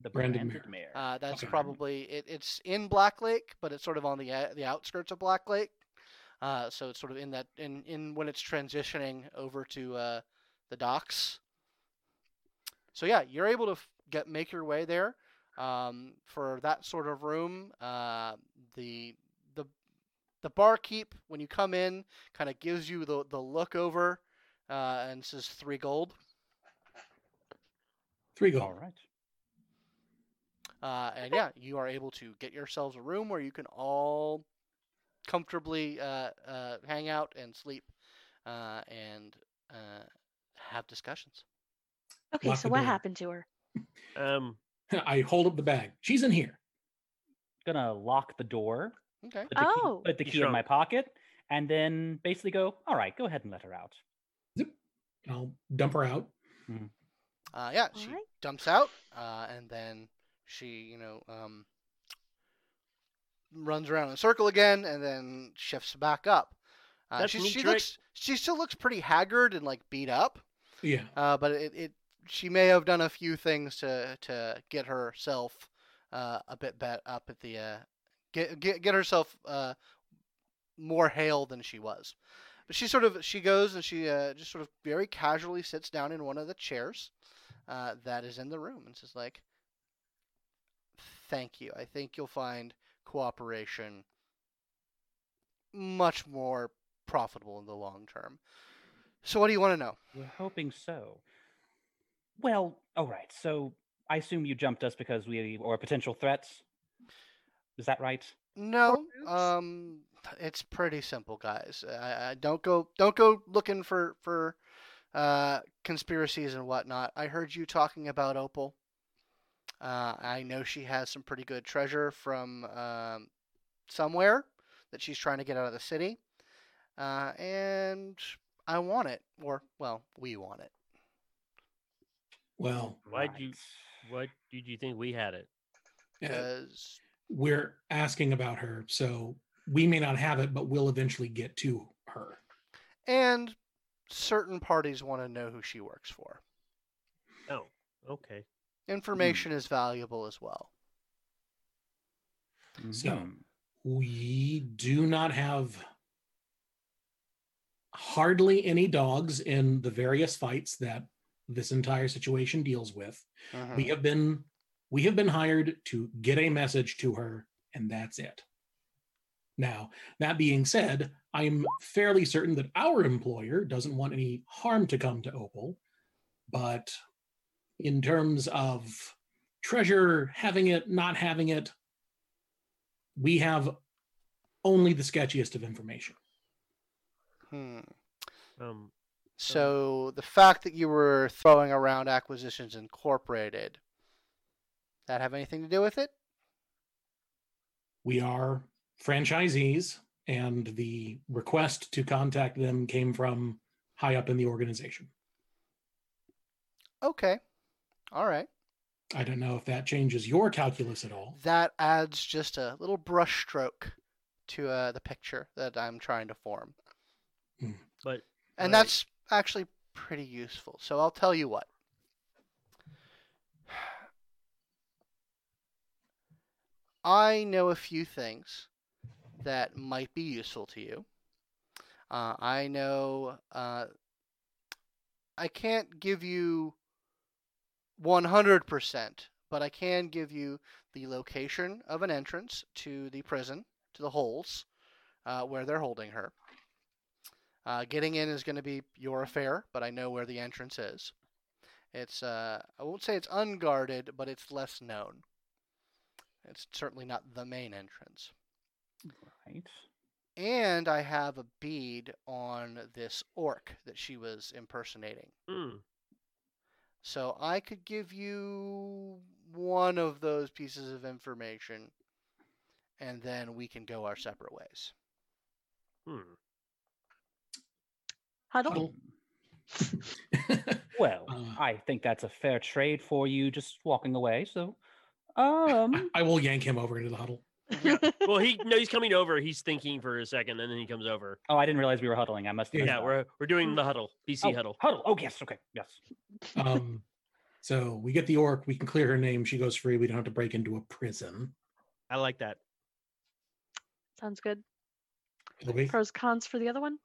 [SPEAKER 3] The
[SPEAKER 2] Brandon
[SPEAKER 3] branded,
[SPEAKER 2] Mare.
[SPEAKER 3] mare.
[SPEAKER 1] Uh, that's
[SPEAKER 2] Okay.
[SPEAKER 1] probably it, it's in Black Lake, but it's sort of on the uh, the outskirts of Black Lake. Uh, so it's sort of in that in, in when it's transitioning over to uh, the docks. So yeah, you're able to f- get make your way there. Um, for that sort of room, uh, the the the barkeep when you come in kind of gives you the the look over uh, and says three gold.
[SPEAKER 2] Three gold.
[SPEAKER 3] All right.
[SPEAKER 1] Uh, and yeah, you are able to get yourselves a room where you can all comfortably uh, uh, hang out and sleep uh, and uh, have discussions.
[SPEAKER 4] Okay,
[SPEAKER 2] Lock
[SPEAKER 4] so
[SPEAKER 2] the
[SPEAKER 4] what
[SPEAKER 2] door.
[SPEAKER 4] happened to her?
[SPEAKER 5] Um,
[SPEAKER 2] I hold up the bag. She's in here.
[SPEAKER 3] Gonna lock the door.
[SPEAKER 1] Okay.
[SPEAKER 3] Put the key,
[SPEAKER 4] Oh.
[SPEAKER 3] put the
[SPEAKER 5] You
[SPEAKER 3] key in my pocket, and then basically go. All right, go ahead and let her out.
[SPEAKER 2] I'll dump her out.
[SPEAKER 1] Uh, yeah,
[SPEAKER 4] All
[SPEAKER 1] she
[SPEAKER 4] right.
[SPEAKER 1] dumps out uh, and then she, you know, um, runs around in a circle again and then shifts back up. Uh,
[SPEAKER 5] That's
[SPEAKER 1] she,
[SPEAKER 5] neat
[SPEAKER 1] she
[SPEAKER 5] trick.
[SPEAKER 1] looks she still looks pretty haggard and like beat up.
[SPEAKER 2] Yeah.
[SPEAKER 1] uh, but it, it she may have done a few things to to get herself uh, a bit bet up at the uh, get get get herself uh, more hale than she was. But she sort of she goes and she uh, just sort of very casually sits down in one of the chairs uh, that is in the room and says like, "Thank you. I think you'll find cooperation much more profitable in the long term." So what do you want to know?
[SPEAKER 3] We're hoping so. Well, all right. So I assume you jumped us because we were potential threats. Is that right?
[SPEAKER 1] No,
[SPEAKER 4] groups?
[SPEAKER 1] um, it's pretty simple, guys. I, I don't go don't go looking for for uh, conspiracies and whatnot. I heard you talking about Opal. Uh, I know she has some pretty good treasure from um, somewhere that she's trying to get out of the city, uh, and I want it, or well, we want it.
[SPEAKER 2] Well,
[SPEAKER 5] Why'd you-
[SPEAKER 3] Right.
[SPEAKER 5] what did you think we had it?
[SPEAKER 2] uh,
[SPEAKER 1] Because
[SPEAKER 2] we're asking about her, so we may not have it, but we'll eventually get to her.
[SPEAKER 1] and certain parties want to know who she works for.
[SPEAKER 5] Oh, okay.
[SPEAKER 1] Information is valuable as well.
[SPEAKER 2] So-
[SPEAKER 3] Mhm.
[SPEAKER 2] We do not have hardly any dogs in the various fights that this entire situation deals with.
[SPEAKER 1] Mm-hmm.
[SPEAKER 2] We have been we have been hired to get a message to her, and that's it. Now, that being said, I am fairly certain that our employer doesn't want any harm to come to Opal, but in terms of treasure, having it, not having it, we have only the sketchiest of information.
[SPEAKER 1] Hmm.
[SPEAKER 5] Um,
[SPEAKER 1] So the fact that you were throwing around acquisitions incorporated, that have anything to do with it?
[SPEAKER 2] We are franchisees, and the request to contact them came from high up in the organization.
[SPEAKER 1] Okay. All right.
[SPEAKER 2] I don't know if that changes your calculus at all.
[SPEAKER 1] That adds just a little brush stroke to uh, the picture that I'm trying to form.
[SPEAKER 5] but
[SPEAKER 1] And
[SPEAKER 5] Right.
[SPEAKER 1] that's actually pretty useful. So I'll tell you what. I know a few things that might be useful to you. Uh, I know uh, I can't give you 100%, but I can give you the location of an entrance to the prison, to the holes uh, where they're holding her. Uh, getting in is going to be your affair, but I know where the entrance is. It's uh, I won't say it's unguarded, but it's less known. It's certainly not the main entrance.
[SPEAKER 3] Right.
[SPEAKER 1] And I have a bead on this orc that she was impersonating.
[SPEAKER 5] mm,
[SPEAKER 1] So I could give you one of those pieces of information, and then we can go our separate ways.
[SPEAKER 5] hmm.
[SPEAKER 4] Huddle.
[SPEAKER 2] Huddle.
[SPEAKER 3] Well,
[SPEAKER 2] Uh.
[SPEAKER 3] I think that's a fair trade for you just walking away. So, um,
[SPEAKER 2] I will yank him over into the huddle.
[SPEAKER 5] Yeah. well, he no, he's coming over. He's thinking for a second, and then he comes over.
[SPEAKER 3] Oh, I didn't realize we were huddling. I must. have
[SPEAKER 5] Yeah,
[SPEAKER 3] missed that.
[SPEAKER 5] we're we're doing the huddle, PC
[SPEAKER 3] oh,
[SPEAKER 5] huddle.
[SPEAKER 3] Huddle. Oh yes. Okay. Yes.
[SPEAKER 2] Um, so we get the orc. We can clear her name. She goes free. We don't have to break into a prison.
[SPEAKER 5] I like that.
[SPEAKER 4] Sounds good.
[SPEAKER 2] It'll be
[SPEAKER 4] Pros cons for the other one.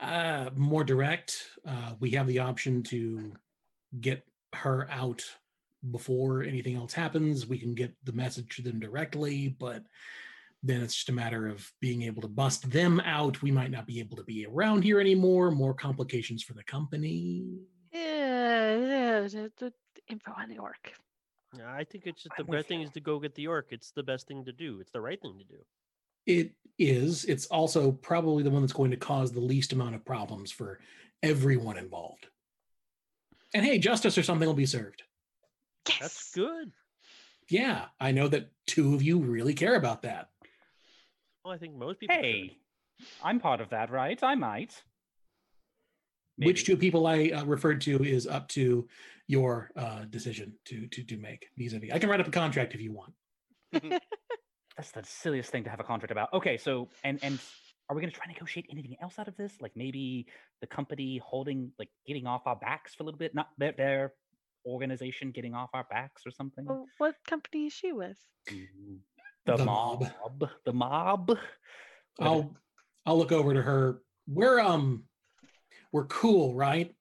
[SPEAKER 2] uh, more direct. Uh, we have the option to get her out before anything else happens. We can get the message to them directly, but then it's just a matter of being able to bust them out. We might not be able to be around here anymore. More complications for the company.
[SPEAKER 4] Yeah, yeah, the- the info on the orc.
[SPEAKER 5] Yeah, I think it's just the
[SPEAKER 3] I'm with
[SPEAKER 5] best thing
[SPEAKER 3] you.
[SPEAKER 5] is to go get the orc. It's the best thing to do. It's the right thing to do.
[SPEAKER 2] It is. It's also probably the one that's going to cause the least amount of problems for everyone involved. And hey, justice or something will be served.
[SPEAKER 4] Yes.
[SPEAKER 5] That's good.
[SPEAKER 2] Yeah, I know that two of you really care about that.
[SPEAKER 5] Well, I think most people. should.
[SPEAKER 3] Hey, I'm part of that, right? I might.
[SPEAKER 2] Which two people I uh, referred to is up to your uh, decision to to to make vis-a-vis. I can write up a contract if you want.
[SPEAKER 3] That's the silliest thing to have a contract about. Okay, so and and are we going to try and negotiate anything else out of this? Like maybe the company holding, like getting off our backs for a little bit, not their, their organization getting off our backs or something.
[SPEAKER 4] Well, what company is she with?
[SPEAKER 3] Mm, The,
[SPEAKER 2] The
[SPEAKER 3] mob.
[SPEAKER 2] mob.
[SPEAKER 3] the mob. Oh, Whether-
[SPEAKER 2] I'll I'll look over to her. We're um we're cool, right?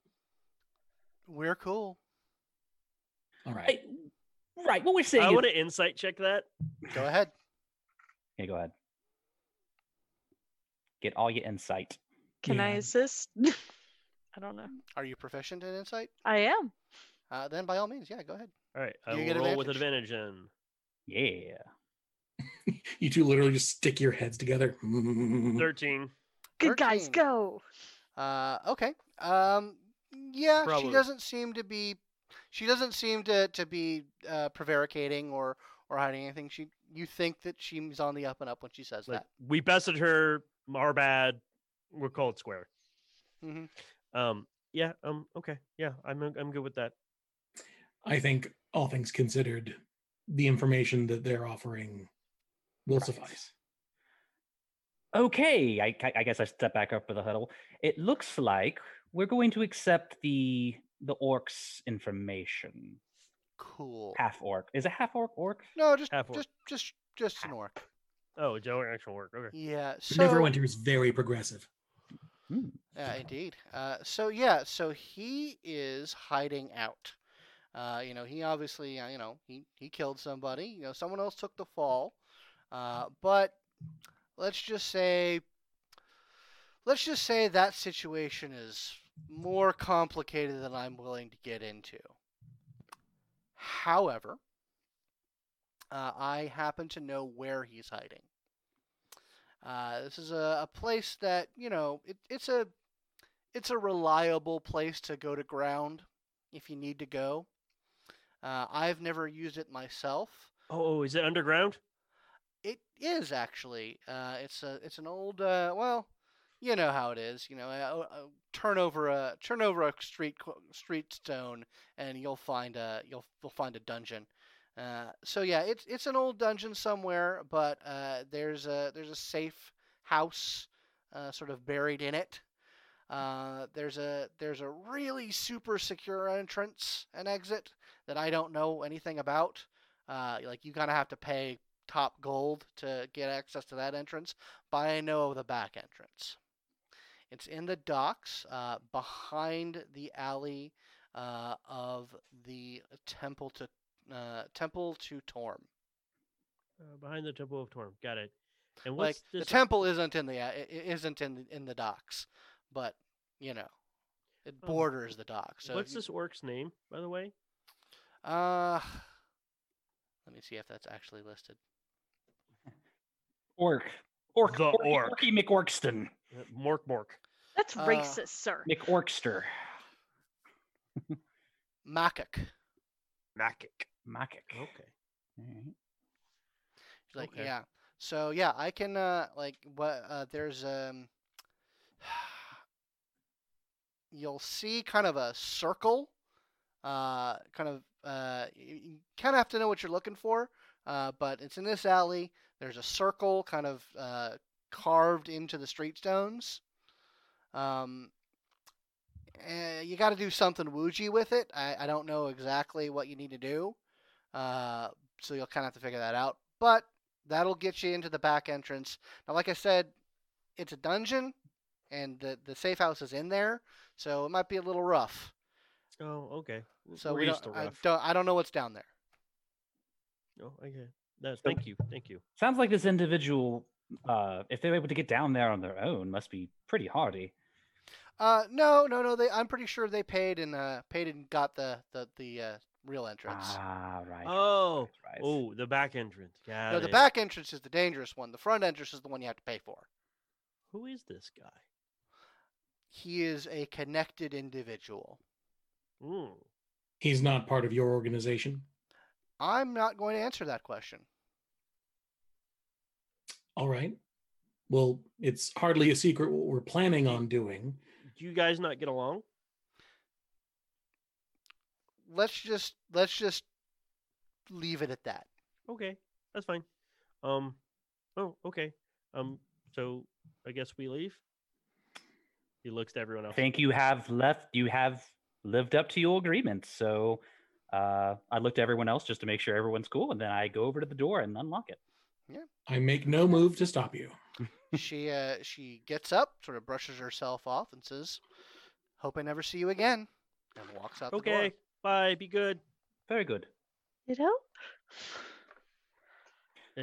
[SPEAKER 1] We're cool.
[SPEAKER 2] All right.
[SPEAKER 3] Hey, right. What we're saying.
[SPEAKER 5] I
[SPEAKER 3] is-
[SPEAKER 5] want to insight check that.
[SPEAKER 1] Go ahead.
[SPEAKER 3] Okay, go ahead. Get all your insight.
[SPEAKER 4] Can I
[SPEAKER 2] Yeah.
[SPEAKER 4] assist? I don't know.
[SPEAKER 1] Are you proficient in insight?
[SPEAKER 4] I am.
[SPEAKER 1] Uh, then by all means, yeah, go ahead.
[SPEAKER 5] All right, I
[SPEAKER 1] You
[SPEAKER 5] will
[SPEAKER 1] get
[SPEAKER 5] roll with advantage then.
[SPEAKER 3] Yeah.
[SPEAKER 2] You two literally just stick your heads together.
[SPEAKER 1] Mm.
[SPEAKER 5] Thirteen.
[SPEAKER 4] Good guys,
[SPEAKER 1] 13.
[SPEAKER 4] go.
[SPEAKER 1] Uh, okay. Um, yeah,
[SPEAKER 5] Probably.
[SPEAKER 1] she doesn't seem to be. She doesn't seem to to be uh, prevaricating or or hiding anything. She you think that she's on the up and up when she says
[SPEAKER 5] Like
[SPEAKER 1] that.
[SPEAKER 5] we bested her. Our bad. We're cold square.
[SPEAKER 1] Mhm.
[SPEAKER 5] Um. Yeah. Um. Okay. Yeah. I'm. I'm good with that.
[SPEAKER 2] I think all things considered, the information that they're offering will
[SPEAKER 3] Right.
[SPEAKER 2] suffice.
[SPEAKER 3] Okay, I, I- I guess I step back up for the huddle. It looks like we're going to accept the the orc's information.
[SPEAKER 1] Cool.
[SPEAKER 3] Half orc is a half orc orc.
[SPEAKER 1] No, just
[SPEAKER 5] Half orc.
[SPEAKER 1] just just just an orc.
[SPEAKER 5] Oh, it's our actual work. Okay.
[SPEAKER 1] Yeah.
[SPEAKER 2] So,
[SPEAKER 1] So
[SPEAKER 2] Neverwinter is very progressive.
[SPEAKER 3] Hmm.
[SPEAKER 1] Yeah, indeed. Uh, so yeah, so he is hiding out. Uh, you know, he obviously, uh, you know, he he killed somebody. You know, someone else took the fall. Uh, but let's just say, let's just say that situation is more complicated than I'm willing to get into. However, uh, I happen to know where he's hiding. Uh, this is a, a place that you know it, it's a it's a reliable place to go to ground if you need to go. Uh, I've never used it myself.
[SPEAKER 5] Oh, is it underground?
[SPEAKER 1] It is actually. Uh, it's a it's an old uh, well, you know how it is. You know, uh, uh, turn over a turn over a street co- street stone, and you'll find a you'll you'll find a dungeon. Uh, so yeah, it's it's an old dungeon somewhere, but uh, there's a there's a safe house uh, sort of buried in it. Uh, there's a there's a really super secure entrance and exit that I don't know anything about. Uh, like you kind of have to pay top gold to get access to that entrance, but I know the back entrance. It's in the docks, uh, behind the alley uh, of the temple to uh, temple to Torm.
[SPEAKER 5] Uh, behind the temple of Torm. Got it. And
[SPEAKER 1] Like
[SPEAKER 5] what's
[SPEAKER 1] the
[SPEAKER 5] this?
[SPEAKER 1] temple isn't in the a- i- i- isn't in the, in the docks, but you know, it
[SPEAKER 5] Um,
[SPEAKER 1] borders the docks. So if
[SPEAKER 5] what's
[SPEAKER 1] you-
[SPEAKER 5] this orc's name, by the way?
[SPEAKER 1] Uh, let me see if that's actually listed.
[SPEAKER 3] Orc. Orc.
[SPEAKER 5] The
[SPEAKER 3] orc.
[SPEAKER 5] orc.
[SPEAKER 3] Orky McOrkston.
[SPEAKER 5] Uh, Mork Mork.
[SPEAKER 4] That's
[SPEAKER 1] Uh,
[SPEAKER 4] racist, sir.
[SPEAKER 3] McOrkster.
[SPEAKER 1] Makak.
[SPEAKER 5] Makic.
[SPEAKER 3] Makic.
[SPEAKER 5] Okay.
[SPEAKER 3] Alright.
[SPEAKER 1] like
[SPEAKER 5] Okay.
[SPEAKER 1] yeah so yeah i can uh like what uh there's um you'll see kind of a circle uh kind of uh you kind of have to know what you're looking for Uh, but it's in this alley. There's a circle kind of uh, carved into the street stones. Um, eh, you got to do something woogey with it. I, I don't know exactly what you need to do. Uh, so you'll kind of have to figure that out. But that'll get you into the back entrance. Now, like I said, it's a dungeon, and the, the safe house is in there, so it might be a little rough.
[SPEAKER 5] Oh, okay.
[SPEAKER 1] So
[SPEAKER 5] We're
[SPEAKER 1] we
[SPEAKER 5] used
[SPEAKER 1] don't,
[SPEAKER 5] to
[SPEAKER 1] I,
[SPEAKER 5] rough.
[SPEAKER 1] don't, I don't know what's down there.
[SPEAKER 5] Oh, okay. That's, thank you. Thank you.
[SPEAKER 3] Sounds like this individual, uh, if they were able to get down there on their own, must be pretty hardy.
[SPEAKER 1] Uh, no, no, no. They, I'm pretty sure they paid and uh, paid and got the the the uh, real entrance.
[SPEAKER 3] Ah, right.
[SPEAKER 5] Oh,
[SPEAKER 3] right, right.
[SPEAKER 5] oh, the back entrance. Yeah.
[SPEAKER 1] no, the back entrance is the dangerous one. The front entrance is the one you have to pay for.
[SPEAKER 5] Who is this guy?
[SPEAKER 1] He is a connected individual.
[SPEAKER 5] Mm.
[SPEAKER 2] He's not part of your organization.
[SPEAKER 1] I'm not going to answer that question.
[SPEAKER 2] All right. Well, it's hardly a secret what we're planning on doing.
[SPEAKER 5] Do you guys not get along?
[SPEAKER 1] Let's just let's just leave it at that.
[SPEAKER 5] Okay, that's fine. Um, oh, okay. Um, so I guess we leave. He looks to everyone
[SPEAKER 3] I
[SPEAKER 5] else.
[SPEAKER 3] think you have left. You have lived up to your agreement. So uh, I look to everyone else just to make sure everyone's cool, and then I go over to the door and unlock it.
[SPEAKER 2] I make no move to stop you.
[SPEAKER 1] she uh, she gets up, sort of brushes herself off, and says, "Hope I never see you again," and walks out the door.
[SPEAKER 5] okay, bye. Be good.
[SPEAKER 3] Very good.
[SPEAKER 4] You know?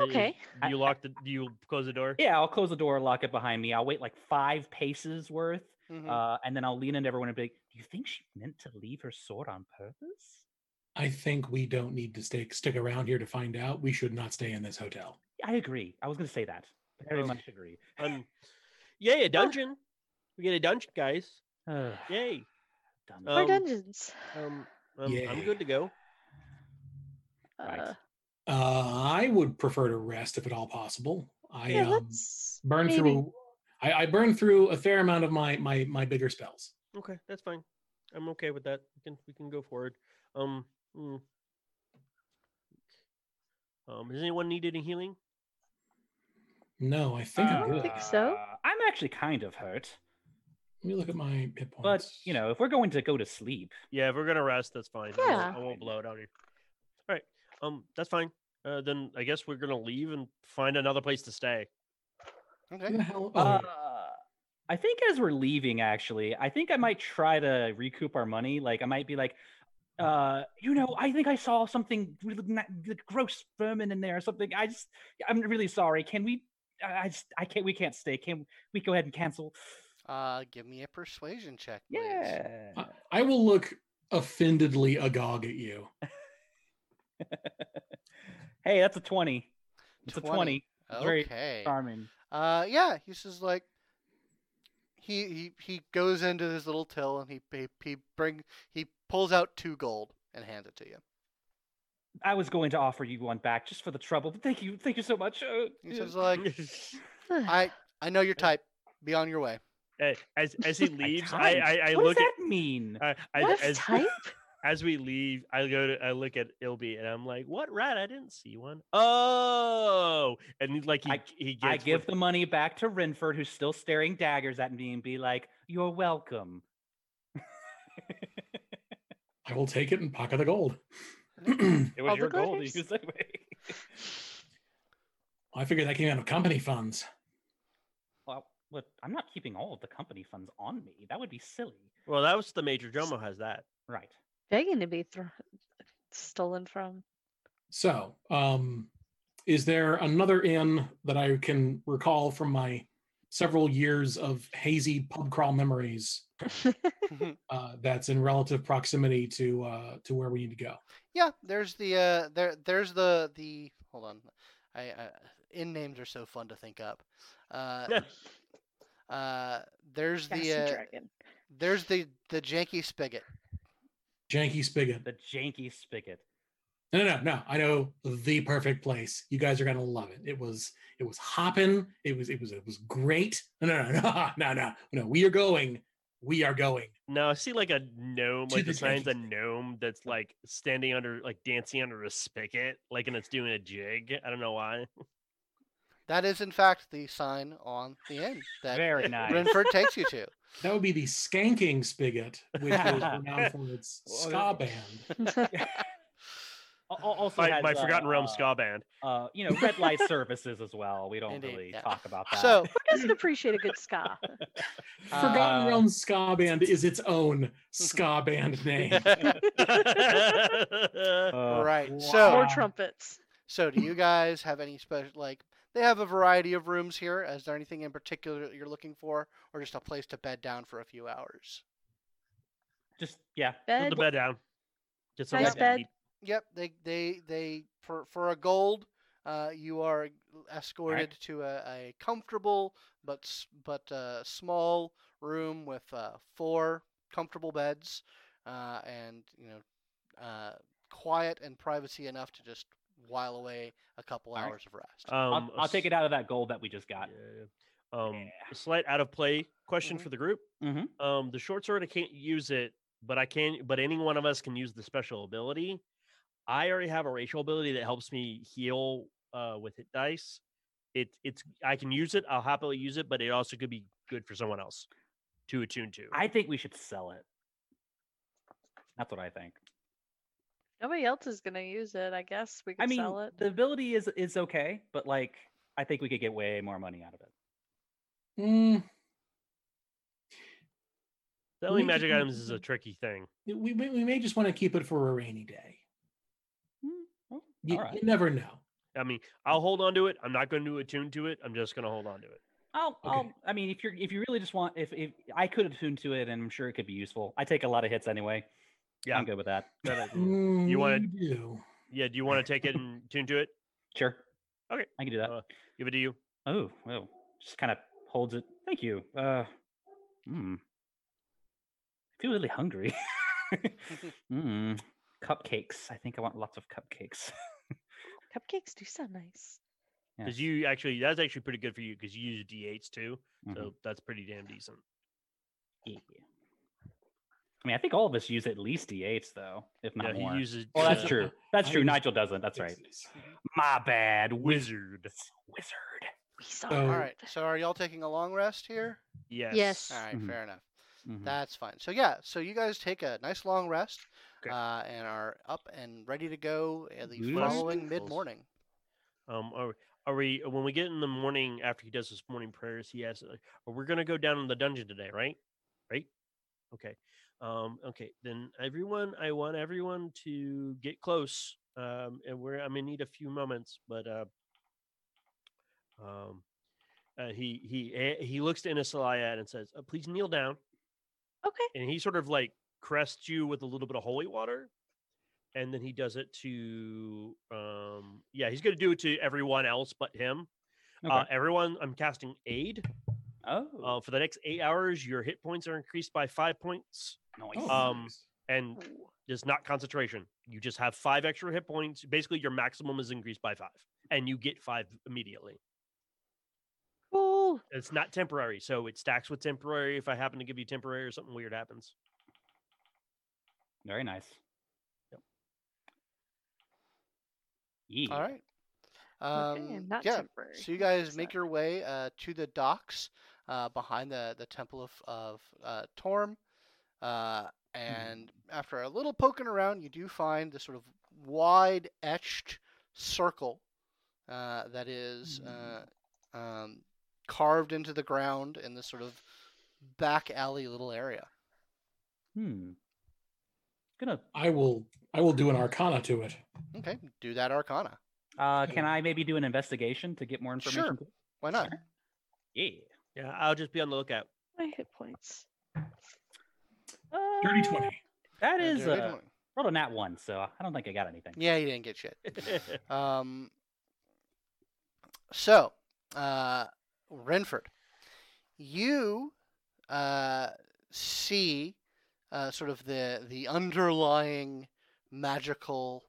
[SPEAKER 5] Uh, is-
[SPEAKER 4] Okay.
[SPEAKER 5] Do you lock the? Do you close the door?
[SPEAKER 3] Yeah, I'll close the door, lock it behind me. I'll wait like five paces worth,
[SPEAKER 1] Mhm.
[SPEAKER 3] uh, and then I'll lean into everyone and be like, "Do you think she meant to leave her sword on purpose?"
[SPEAKER 2] I think we don't need to stick stick around here to find out. We should not stay in this hotel.
[SPEAKER 3] I agree. I was going to say that. Very
[SPEAKER 5] Um,
[SPEAKER 3] much agree.
[SPEAKER 5] Um, yay, a dungeon. We get a dungeon, guys.
[SPEAKER 3] Ugh,
[SPEAKER 5] Yay.
[SPEAKER 3] done.
[SPEAKER 4] More
[SPEAKER 5] Um,
[SPEAKER 4] dungeons.
[SPEAKER 5] Um, um I'm
[SPEAKER 2] Yay.
[SPEAKER 5] good to go.
[SPEAKER 3] right.
[SPEAKER 4] Uh,
[SPEAKER 2] Uh, I would prefer to rest if at all possible. I
[SPEAKER 4] yeah,
[SPEAKER 2] um,
[SPEAKER 4] let's
[SPEAKER 2] burn
[SPEAKER 4] maybe-
[SPEAKER 2] through. I, I burn through a fair amount of my my my bigger spells.
[SPEAKER 5] Okay, that's fine. I'm okay with that. We can we can go forward. Um, mm. um, does anyone need any healing?
[SPEAKER 2] No, I think
[SPEAKER 4] I
[SPEAKER 2] I'm
[SPEAKER 4] don't
[SPEAKER 2] good.
[SPEAKER 4] think so.
[SPEAKER 3] Uh, I'm actually kind of hurt,
[SPEAKER 2] Let me look at my hit points.
[SPEAKER 3] but you know, if we're going to go to sleep,
[SPEAKER 5] Yeah, if we're gonna rest, that's fine. I won't-
[SPEAKER 4] Yeah.
[SPEAKER 5] I won't blow it on you. All right. Um, that's fine. Uh, then I guess we're gonna leave and find another place to stay.
[SPEAKER 1] Okay.
[SPEAKER 2] Who the hell? oh,
[SPEAKER 3] Uh,
[SPEAKER 2] wait.
[SPEAKER 3] I think as we're leaving, actually, I think I might try to recoup our money. Like, I might be like, uh, you know, I think I saw something really na- like gross vermin in there or something. I just, I'm really sorry. Can we? I I just, I can't. We can't stay. Can we go ahead and cancel?
[SPEAKER 1] Uh, give me a persuasion check, please.
[SPEAKER 3] Yeah.
[SPEAKER 2] I, I will look offendedly agog at you.
[SPEAKER 3] hey, that's a twenty. It's a
[SPEAKER 1] 20.
[SPEAKER 3] twenty. It's very
[SPEAKER 1] Okay.
[SPEAKER 3] Charming.
[SPEAKER 1] Uh, yeah, he's just like he he he goes into his little till and he he, he bring he pulls out two gold and hands it to you.
[SPEAKER 3] I was going to offer you one back just for the trouble, but thank you, thank you so much. Uh,
[SPEAKER 1] He
[SPEAKER 3] yeah.
[SPEAKER 1] says like,
[SPEAKER 4] Ugh.
[SPEAKER 1] I I know your type. Be on your way.
[SPEAKER 5] Eh, as as he
[SPEAKER 3] My
[SPEAKER 5] leaves, I
[SPEAKER 3] time.
[SPEAKER 5] I, I
[SPEAKER 3] what
[SPEAKER 5] look
[SPEAKER 3] does
[SPEAKER 5] at
[SPEAKER 3] that mean?
[SPEAKER 5] I, I,
[SPEAKER 4] What's
[SPEAKER 5] as
[SPEAKER 4] type?
[SPEAKER 5] as we leave, I go to I look at Ilby and I'm like, "What rat? I didn't see one." Oh, and he- like he
[SPEAKER 3] I-
[SPEAKER 5] he gets
[SPEAKER 3] I
[SPEAKER 5] what-
[SPEAKER 3] give the money back to Renford, who's still staring daggers at me, and be like, "You're welcome."
[SPEAKER 2] I will take it and pocket the gold.
[SPEAKER 3] It
[SPEAKER 4] was All the your gold to glitters. use
[SPEAKER 3] anyway.
[SPEAKER 2] I figured that came out of company funds.
[SPEAKER 3] well, what? I'm not keeping all of the company funds on me. That would be silly.
[SPEAKER 5] Well, that was the major drama has that.
[SPEAKER 3] Right.
[SPEAKER 4] Begging to be thro- stolen from.
[SPEAKER 2] So, um, is there another inn that I can recall from my several years of hazy pub crawl memories uh, that's in relative proximity to uh, to where we need to go?
[SPEAKER 1] yeah, there's the uh there there's the the hold on, I, I in names are so fun to think up. Uh, uh, there's
[SPEAKER 4] Gas
[SPEAKER 1] the
[SPEAKER 4] and
[SPEAKER 1] uh,
[SPEAKER 4] dragon.
[SPEAKER 1] there's the the janky spigot.
[SPEAKER 2] Janky Spigot.
[SPEAKER 3] The janky spigot.
[SPEAKER 2] No, no, no, no. I know the perfect place. You guys are gonna love it. It was it was hopping. It was it was it was great. No, no, no, no, no, no. no. We are going we are going.
[SPEAKER 5] No, I see like a gnome,
[SPEAKER 2] To
[SPEAKER 5] like
[SPEAKER 2] the
[SPEAKER 5] the sign's a
[SPEAKER 2] Jenkins.
[SPEAKER 5] gnome that's like standing under, like dancing under a spigot, like and it's doing a jig. I don't know why.
[SPEAKER 1] That is, in fact, the sign on the inn that
[SPEAKER 3] Very nice.
[SPEAKER 1] Renford takes you to.
[SPEAKER 2] That would be the Skanking Spigot, which is renowned for its
[SPEAKER 3] Well,
[SPEAKER 2] ska
[SPEAKER 3] that-
[SPEAKER 2] band.
[SPEAKER 3] Al- al- also
[SPEAKER 5] My,
[SPEAKER 3] has,
[SPEAKER 5] my
[SPEAKER 3] uh,
[SPEAKER 5] Forgotten Realm
[SPEAKER 3] uh,
[SPEAKER 5] ska band.
[SPEAKER 3] Uh, you know, red light services as well. We don't
[SPEAKER 1] Indeed,
[SPEAKER 3] really
[SPEAKER 1] yeah.
[SPEAKER 3] talk about that.
[SPEAKER 1] So,
[SPEAKER 4] Who doesn't appreciate a good ska?
[SPEAKER 2] Forgotten
[SPEAKER 3] Uh,
[SPEAKER 2] Realms ska band is its own ska band name.
[SPEAKER 3] Uh,
[SPEAKER 1] Right, so-
[SPEAKER 4] More
[SPEAKER 1] Uh,
[SPEAKER 4] trumpets.
[SPEAKER 1] so do you guys have any special like? They have a variety of rooms here. Is there anything in particular that you're looking for, or just a place to bed down for a few hours?
[SPEAKER 3] just yeah.
[SPEAKER 5] Put
[SPEAKER 4] Bed.
[SPEAKER 5] the bed down. Get some
[SPEAKER 4] Nice
[SPEAKER 5] light to
[SPEAKER 4] bed.
[SPEAKER 5] eat.
[SPEAKER 1] Yep, they they they for for a gold, uh, you are escorted to a, a comfortable but s- but uh, small room with uh, four comfortable beds, uh, and you know, uh, quiet and privacy enough to just while away a couple
[SPEAKER 3] Alright.
[SPEAKER 1] hours of rest.
[SPEAKER 5] Um,
[SPEAKER 3] I'll, I'll take it out of that gold that we just got.
[SPEAKER 5] Um,
[SPEAKER 3] Yeah.
[SPEAKER 5] a slight out of play question
[SPEAKER 4] Mm-hmm.
[SPEAKER 1] Mhm.
[SPEAKER 5] for the group.
[SPEAKER 3] Mhm.
[SPEAKER 5] Um, the short sword I can't use it, but I can. But any one of us can use the special ability. I already have a racial ability that helps me heal uh, with hit dice. It, it's I can use it. I'll happily use it, but it also could be good for someone else to attune to.
[SPEAKER 3] I think we should sell it. That's what I think.
[SPEAKER 4] Nobody else is gonna use it. I guess we could
[SPEAKER 3] I mean,
[SPEAKER 4] sell it.
[SPEAKER 3] the ability is is okay, but like I think we could get way more money out of it.
[SPEAKER 2] Hmm,
[SPEAKER 5] Selling
[SPEAKER 2] we just
[SPEAKER 5] magic
[SPEAKER 2] need
[SPEAKER 5] items
[SPEAKER 2] to
[SPEAKER 5] is a
[SPEAKER 2] do-
[SPEAKER 5] tricky thing.
[SPEAKER 2] we, we we may just want to keep it for a rainy day.
[SPEAKER 3] well,
[SPEAKER 2] You,
[SPEAKER 3] all right.
[SPEAKER 2] you never know.
[SPEAKER 5] I mean, I'll hold on to it. I'm not going to attune to it. I'm just going to hold on to it.
[SPEAKER 3] I'll,
[SPEAKER 2] Okay.
[SPEAKER 3] I'll, I mean, if you're, if you really just want, if, if I could attune to it, and I'm sure it could be useful. I take a lot of hits anyway.
[SPEAKER 5] Yeah.
[SPEAKER 3] I'm good with that.
[SPEAKER 5] That I-
[SPEAKER 2] Mm,
[SPEAKER 5] You wanna-
[SPEAKER 2] do.
[SPEAKER 5] yeah. Do you want to take it and attune to it?
[SPEAKER 3] Sure.
[SPEAKER 5] Okay.
[SPEAKER 3] I can do that.
[SPEAKER 5] Uh, Give it to you.
[SPEAKER 3] oh, well, just kind of holds it. Thank you. Uh, hmm. I feel really hungry. Hmm. Cupcakes. I think I want lots of cupcakes.
[SPEAKER 4] Cupcakes do sound nice.
[SPEAKER 5] Because
[SPEAKER 3] Yes.
[SPEAKER 5] you actually, that's actually pretty good for you because you use D8s too.
[SPEAKER 3] Mhm.
[SPEAKER 5] So that's pretty damn decent.
[SPEAKER 3] Yeah. E. I mean, I think all of us use at least d8s though, if not
[SPEAKER 5] Yeah,
[SPEAKER 3] more.
[SPEAKER 5] he uses.
[SPEAKER 3] well, Oh, that's
[SPEAKER 5] uh,
[SPEAKER 3] true. That's
[SPEAKER 2] I
[SPEAKER 3] true.
[SPEAKER 2] use
[SPEAKER 3] Nigel doesn't. That's right. My bad. Wizard.
[SPEAKER 5] Wizard.
[SPEAKER 3] Wizard.
[SPEAKER 4] We saw.
[SPEAKER 2] Oh.
[SPEAKER 1] All right, so are y'all taking a long rest here?
[SPEAKER 5] Yes.
[SPEAKER 4] Yes.
[SPEAKER 1] All right,
[SPEAKER 3] Mhm.
[SPEAKER 1] fair enough.
[SPEAKER 3] Mhm.
[SPEAKER 1] That's fine. So yeah, so you guys take a nice long rest,
[SPEAKER 5] Okay.
[SPEAKER 1] uh, and are up and ready to go uh, the
[SPEAKER 3] Beautiful.
[SPEAKER 1] following mid morning.
[SPEAKER 5] Um. Are, are we? When we get in the morning after he does his morning prayers, he asks, like, "Are we gonna go down in the dungeon today? Right? Right? Okay. Um. Okay. Then everyone, I want everyone to get close. Um. And we're. I'm gonna need a few moments, but uh. Um. Uh, he he eh, he looks to Inesalaya and says, uh, "Please kneel down."
[SPEAKER 4] Okay.
[SPEAKER 5] and he sort of like crests you with a little bit of holy water and then he does it to um yeah he's gonna do it to everyone else but him uh,
[SPEAKER 3] Okay.
[SPEAKER 5] everyone i'm casting aid
[SPEAKER 3] oh,
[SPEAKER 5] uh, for the next eight hours your hit points are increased by five points
[SPEAKER 3] nice.
[SPEAKER 5] um,
[SPEAKER 2] Oh, nice.
[SPEAKER 5] and it's not concentration you just have five extra hit points basically your maximum is increased by five and you get five immediately
[SPEAKER 4] Cool.
[SPEAKER 5] it's not temporary so it stacks with temporary if i happen to give you temporary or something weird happens
[SPEAKER 3] Very nice.
[SPEAKER 5] Yep.
[SPEAKER 3] Yeah.
[SPEAKER 1] All right.
[SPEAKER 4] Okay,
[SPEAKER 1] Um,
[SPEAKER 4] and not
[SPEAKER 1] yeah.
[SPEAKER 4] temporary.
[SPEAKER 1] So you
[SPEAKER 4] That
[SPEAKER 1] guys
[SPEAKER 4] makes
[SPEAKER 1] make
[SPEAKER 4] sense.
[SPEAKER 1] your way uh, to the docks uh, behind the the temple of of uh, Torm, uh,
[SPEAKER 3] Mm-hmm.
[SPEAKER 1] and after a little poking around, you do find this sort of wide etched circle uh, that is
[SPEAKER 3] Mm-hmm.
[SPEAKER 1] uh, um, carved into the ground in this sort of back alley little area.
[SPEAKER 3] Hmm. Gonna.
[SPEAKER 2] I will. I will do an Arcana to it.
[SPEAKER 1] Okay, do that Arcana.
[SPEAKER 3] Uh,
[SPEAKER 2] Okay.
[SPEAKER 3] can I maybe do an investigation to get more information?
[SPEAKER 1] Sure.
[SPEAKER 3] please?
[SPEAKER 1] Why not?
[SPEAKER 3] Sure. Yeah.
[SPEAKER 5] yeah i'll just be on the lookout
[SPEAKER 4] My hit points.
[SPEAKER 2] Dirty
[SPEAKER 3] Uh,
[SPEAKER 2] twenty.
[SPEAKER 3] That
[SPEAKER 1] Uh,
[SPEAKER 3] is
[SPEAKER 1] do it.
[SPEAKER 3] uh, rolled a nat one, so I don't think I got anything. Oh,
[SPEAKER 1] Yeah, you didn't get shit. Um, so, uh, Renford, you uh, see uh, sort of the the underlying magical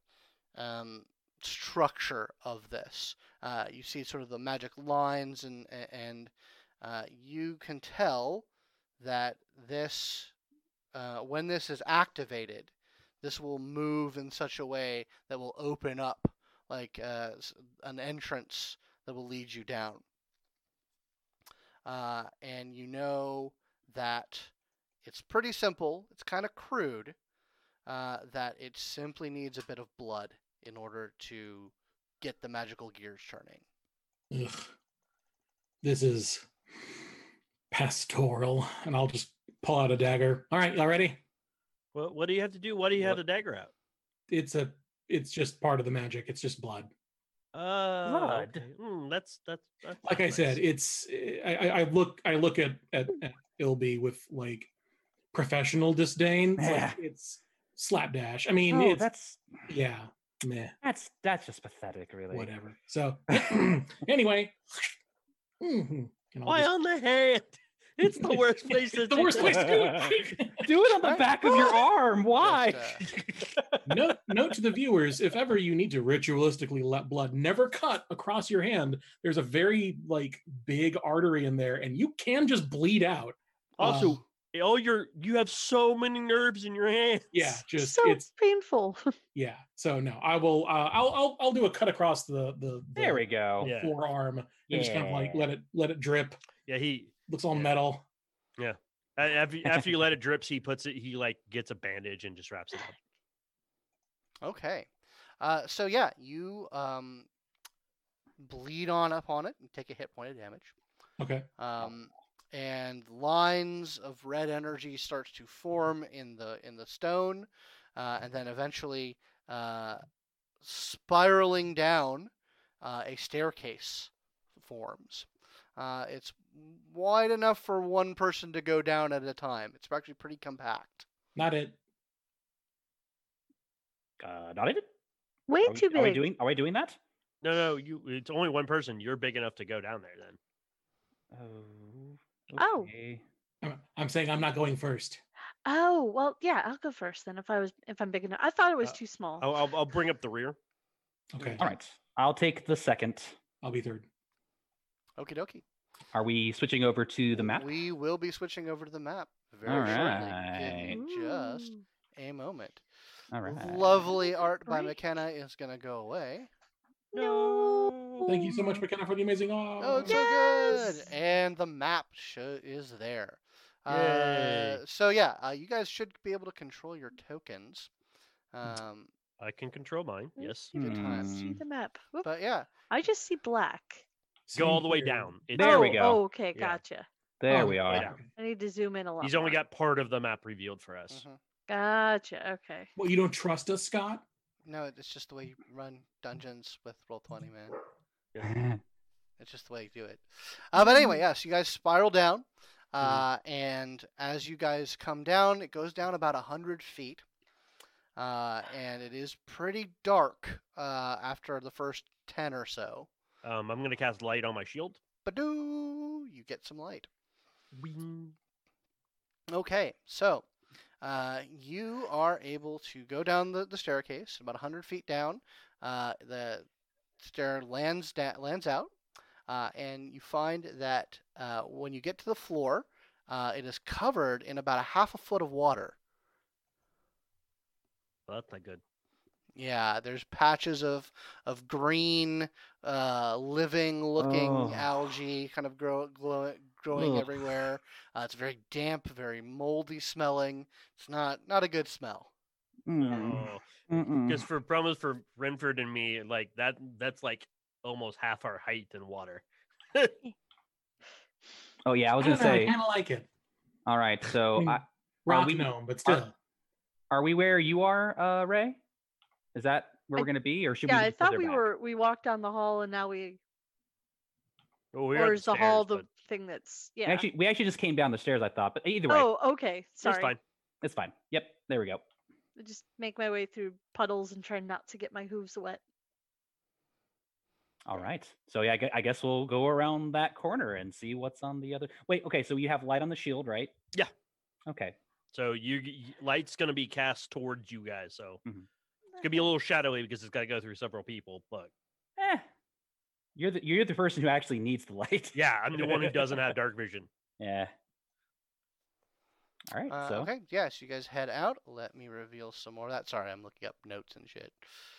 [SPEAKER 1] um, structure of this. Uh, you see sort of the magic lines, and a- and uh, you can tell that this, uh, when this is activated, this will move in such a way that will open up like uh, s- an entrance that will lead you down. Uh, and you know that it's pretty simple, it's kind of crude, uh, that it simply needs a bit of blood in order to get the magical gears churning.
[SPEAKER 2] Ugh. This is pastoral, and I'll just pull out a dagger. All right, y'all ready?
[SPEAKER 5] What, what do you have to do? What do you have
[SPEAKER 3] What-
[SPEAKER 5] the dagger out?
[SPEAKER 2] It's a. It's just part of the magic. It's just blood.
[SPEAKER 5] Uh,
[SPEAKER 3] Blood.
[SPEAKER 5] okay. Mm, that's that's, that's
[SPEAKER 2] Like
[SPEAKER 5] not
[SPEAKER 2] I said,
[SPEAKER 5] nice.
[SPEAKER 2] it's. eh, I, I I look. I look at at, at Ilby with like professional disdain. It's, like,
[SPEAKER 3] Yeah.
[SPEAKER 2] it's slapdash. I mean,
[SPEAKER 3] oh,
[SPEAKER 2] it's
[SPEAKER 3] that's
[SPEAKER 2] yeah, meh,
[SPEAKER 3] that's that's just pathetic, really.
[SPEAKER 2] whatever. So anyway, mhm, and I'll
[SPEAKER 5] why
[SPEAKER 2] just-
[SPEAKER 5] on the hand? It's the worst place.
[SPEAKER 2] It's
[SPEAKER 5] that
[SPEAKER 2] the
[SPEAKER 5] you
[SPEAKER 2] worst
[SPEAKER 5] can-
[SPEAKER 2] place to do it.
[SPEAKER 3] Do it on the
[SPEAKER 1] Right.
[SPEAKER 3] back of your arm. Why?
[SPEAKER 1] Just,
[SPEAKER 2] note, note to the viewers if ever you need to ritualistically let blood never cut across your hand there's a very like big artery in there and you can just bleed out
[SPEAKER 5] Also,
[SPEAKER 2] Um,
[SPEAKER 5] all your you have so many nerves in your hands.
[SPEAKER 2] yeah just
[SPEAKER 4] so
[SPEAKER 2] it's
[SPEAKER 4] painful.
[SPEAKER 2] yeah so no i will uh, I'll, I'll i'll do a cut across the the, the
[SPEAKER 3] There we go.
[SPEAKER 2] the
[SPEAKER 5] Yeah.
[SPEAKER 2] forearm and just kind of like
[SPEAKER 3] Yeah.
[SPEAKER 2] let it let it drip
[SPEAKER 5] Yeah, he
[SPEAKER 2] looks all
[SPEAKER 5] Yeah.
[SPEAKER 2] metal
[SPEAKER 5] a- after, after you let it drips, he puts it. He like gets a bandage and just wraps it up.
[SPEAKER 1] okay. Uh, so yeah, you um, bleed on up on it and take a hit point of damage.
[SPEAKER 2] okay
[SPEAKER 1] um, and lines of red energy starts to form in the in the stone, uh, and then eventually uh, spiraling down, uh, a staircase forms. Uh, it's wide enough for one person to go down at a time. It's actually pretty compact.
[SPEAKER 2] not it
[SPEAKER 3] Uh, not even.
[SPEAKER 4] Way
[SPEAKER 3] Are we,
[SPEAKER 4] too
[SPEAKER 3] are we
[SPEAKER 4] big.
[SPEAKER 3] doing? Are we doing that?
[SPEAKER 5] No, no, you. It's only one person. You're big enough to go down there. Then
[SPEAKER 3] Oh.
[SPEAKER 4] Oh.
[SPEAKER 3] okay.
[SPEAKER 2] I'm, I'm saying i'm not going first
[SPEAKER 4] Oh well, yeah. I'll go first then. If I was, if I'm big enough, I thought it was
[SPEAKER 5] Uh,
[SPEAKER 4] too small.
[SPEAKER 3] oh,
[SPEAKER 5] I'll, I'll, I'll bring up the rear.
[SPEAKER 2] okay
[SPEAKER 3] All right. I'll take the second.
[SPEAKER 2] i'll be third
[SPEAKER 1] Okie dokie.
[SPEAKER 3] Are we switching over to the map?
[SPEAKER 1] We will be switching over to the map very
[SPEAKER 3] All
[SPEAKER 1] shortly.
[SPEAKER 3] right.
[SPEAKER 1] in Just
[SPEAKER 4] Ooh.
[SPEAKER 1] a moment.
[SPEAKER 3] All right.
[SPEAKER 1] Lovely art by
[SPEAKER 4] Great.
[SPEAKER 1] McKenna is going to go away.
[SPEAKER 4] No.
[SPEAKER 2] thank you so much mckenna for the amazing
[SPEAKER 1] Oh,
[SPEAKER 2] oh
[SPEAKER 1] it's so
[SPEAKER 4] Yes!
[SPEAKER 1] good. And the map show is there.
[SPEAKER 5] Yay.
[SPEAKER 1] Uh, so yeah, uh, you guys should be able to control your tokens. Um,
[SPEAKER 5] I can control mine.
[SPEAKER 4] Mm.
[SPEAKER 5] Yes.
[SPEAKER 1] Good
[SPEAKER 4] I
[SPEAKER 1] times.
[SPEAKER 4] See
[SPEAKER 3] Hmm.
[SPEAKER 4] the map. Whoop,
[SPEAKER 1] but yeah,
[SPEAKER 4] I just see black.
[SPEAKER 5] Go all the way down. It's
[SPEAKER 3] There
[SPEAKER 4] oh,
[SPEAKER 3] we go.
[SPEAKER 4] Oh, okay,
[SPEAKER 5] Yeah.
[SPEAKER 4] gotcha.
[SPEAKER 2] Oh,
[SPEAKER 3] There we
[SPEAKER 5] yeah.
[SPEAKER 3] are.
[SPEAKER 5] down.
[SPEAKER 4] I need to zoom in a lot.
[SPEAKER 5] He's only
[SPEAKER 4] more.
[SPEAKER 5] got part of the map revealed for us.
[SPEAKER 1] mhm.
[SPEAKER 4] Gotcha. Okay.
[SPEAKER 2] well you don't trust us scott
[SPEAKER 1] no, it's just the way you run dungeons with roll twenty, man.
[SPEAKER 3] Mm,
[SPEAKER 1] It's just the way you do it. Uh, but anyway, yes, you guys spiral down, uh, and as you guys come down, it goes down about a hundred feet, uh, and it is pretty dark uh, after the first ten or so.
[SPEAKER 3] Mm-hmm.
[SPEAKER 5] Um, I'm gonna cast light on my shield.
[SPEAKER 1] But do you get some light?
[SPEAKER 5] Wing.
[SPEAKER 1] Okay, so uh, you are able to go down the, the staircase about 100 feet down. Uh, the stair lands, da- lands out, uh, and you find that uh, when you get to the floor, uh, it is covered in about a half a foot of water.
[SPEAKER 5] Well, that's not good.
[SPEAKER 1] Yeah, there's patches of of green, uh, living-looking
[SPEAKER 3] Oh.
[SPEAKER 1] algae kind of grow, glow, growing
[SPEAKER 3] Ugh.
[SPEAKER 1] everywhere. Uh, it's very damp, very moldy smelling. It's not not a good smell.
[SPEAKER 3] Mm,
[SPEAKER 5] Oh.
[SPEAKER 3] mm-mm.
[SPEAKER 5] Because for promos for Renford and me, like that that's like almost half our height in water.
[SPEAKER 3] Oh yeah, I was gonna say.
[SPEAKER 2] kind of like it
[SPEAKER 3] All right, so
[SPEAKER 2] mean,
[SPEAKER 3] I,
[SPEAKER 2] rock
[SPEAKER 3] we-
[SPEAKER 2] gnome but still
[SPEAKER 3] are we where you are, uh, Ray? Is that where
[SPEAKER 4] I-
[SPEAKER 3] we're gonna be, or should
[SPEAKER 4] Yeah,
[SPEAKER 3] we?
[SPEAKER 4] I
[SPEAKER 3] be further
[SPEAKER 4] thought we
[SPEAKER 3] back?
[SPEAKER 4] were. We walked down the hall, and now we.
[SPEAKER 5] Well, we were at
[SPEAKER 4] or is the hall the
[SPEAKER 5] stairs,
[SPEAKER 4] thing that's?
[SPEAKER 3] We
[SPEAKER 4] Yeah.
[SPEAKER 3] Actually, we actually just came down the stairs. I thought, but either way,
[SPEAKER 4] oh, okay.
[SPEAKER 5] but
[SPEAKER 4] Sorry.
[SPEAKER 5] It's fine.
[SPEAKER 3] it's fine. Yep, there we go.
[SPEAKER 4] I just make my way through puddles and try not to get my hooves wet.
[SPEAKER 3] All right. So yeah, I gue- I guess we'll go around that corner and see what's on the other. Wait. Okay. So you have light on the shield, right?
[SPEAKER 5] Yeah.
[SPEAKER 3] Okay.
[SPEAKER 5] So you y- light's gonna be cast towards you guys, so
[SPEAKER 3] Mhm.
[SPEAKER 5] it's gonna be a little shadowy because it's gotta go through several people, but
[SPEAKER 3] Eh. You're the you're the person who actually needs the light.
[SPEAKER 5] yeah, I'm the one who doesn't have dark vision.
[SPEAKER 3] Yeah. All right.
[SPEAKER 1] Uh,
[SPEAKER 3] so
[SPEAKER 1] Okay, yes, you guys head out. Let me reveal some more of that. Sorry, I'm looking up notes and shit.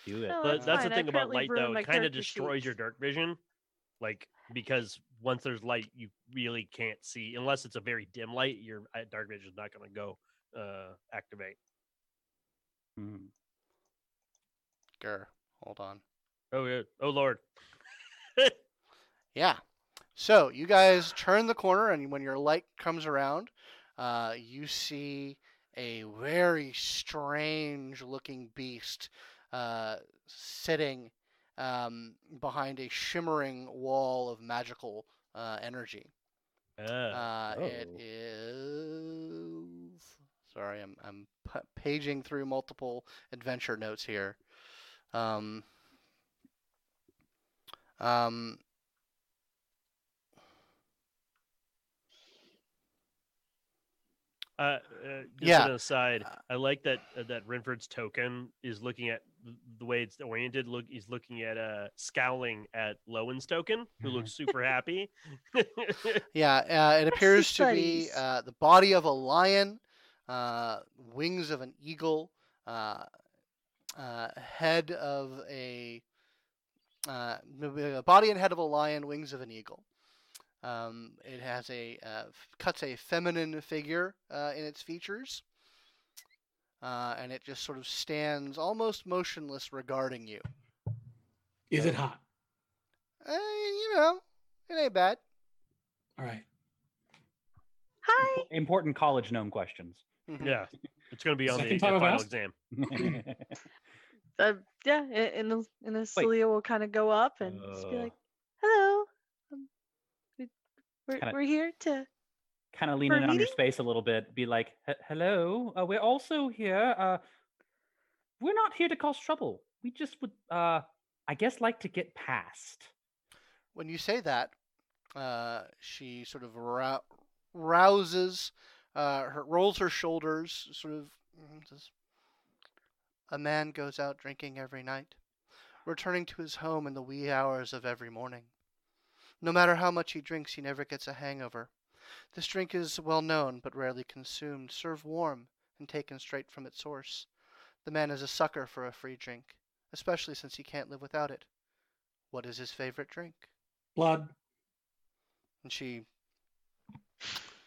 [SPEAKER 3] do it.
[SPEAKER 4] No,
[SPEAKER 5] but
[SPEAKER 4] Oh, it's
[SPEAKER 5] that's
[SPEAKER 4] fine.
[SPEAKER 5] the
[SPEAKER 4] I
[SPEAKER 5] thing about
[SPEAKER 4] currently
[SPEAKER 5] light,
[SPEAKER 4] ruined
[SPEAKER 5] though.
[SPEAKER 4] my
[SPEAKER 5] It kind of
[SPEAKER 4] character
[SPEAKER 5] destroys your
[SPEAKER 4] sheet.
[SPEAKER 5] dark vision, like because once there's light, you really can't see unless it's a very dim light. Your uh, dark vision is not going to go uh, activate.
[SPEAKER 3] Mm.
[SPEAKER 1] Grr. Hold on.
[SPEAKER 5] Oh, yeah. oh Lord.
[SPEAKER 1] Yeah. So you guys turn the corner, and when your light comes around, uh, you see a very strange looking beast uh, sitting um, behind a shimmering wall of magical uh, energy.
[SPEAKER 5] Uh,
[SPEAKER 1] Uh, It
[SPEAKER 3] oh.
[SPEAKER 1] is. Sorry, I'm I'm p- paging through multiple adventure notes here. Um. Um.
[SPEAKER 5] uh, uh, just
[SPEAKER 1] yeah.
[SPEAKER 5] an aside.
[SPEAKER 1] Uh,
[SPEAKER 5] I like that uh, that Renford's token is looking at the way it's oriented. Look, he's looking at uh, scowling at Lowen's token, who
[SPEAKER 3] Mhm.
[SPEAKER 5] looks super happy.
[SPEAKER 1] Yeah. Uh, it appears to be
[SPEAKER 4] studies.
[SPEAKER 1] uh, the body of a lion, uh, wings of an eagle, uh, uh, head of a uh, no, the body and head of a lion, wings of an eagle. Um, it has a uh, f- cuts a feminine figure uh, in its features, uh, and it just sort of stands almost motionless, regarding you.
[SPEAKER 2] Is it hot?
[SPEAKER 1] Eh, you know, it ain't bad.
[SPEAKER 2] All right.
[SPEAKER 4] Hi.
[SPEAKER 3] Important college gnome questions.
[SPEAKER 1] Mhm.
[SPEAKER 5] yeah, it's going to be on the
[SPEAKER 2] Second
[SPEAKER 5] the
[SPEAKER 2] time I've
[SPEAKER 5] final
[SPEAKER 2] asked.
[SPEAKER 5] exam.
[SPEAKER 4] Uh, yeah, a- and the- and the Celia will kind of go up and just be
[SPEAKER 3] Uh.
[SPEAKER 4] like, "Hello, um, we, we're
[SPEAKER 3] kinda-
[SPEAKER 4] we're here to."
[SPEAKER 3] kind of lean in on your
[SPEAKER 4] meeting?
[SPEAKER 3] space a little bit. Be like, "H- "Hello, uh, we're also here. Uh, we're not here to cause trouble. We just would, uh, I guess, like to get past."
[SPEAKER 1] When you say that, uh, she sort of rou- rouses, uh, her, rolls her shoulders, sort of. mm, Says, a man goes out drinking every night, returning to his home in the wee hours of every morning. No matter how much he drinks, he never gets a hangover. This drink is well known, but rarely consumed, served warm, and taken straight from its source. The man is a sucker for a free drink, especially since he can't live without it. What is his favorite drink?
[SPEAKER 2] Blood.
[SPEAKER 1] and she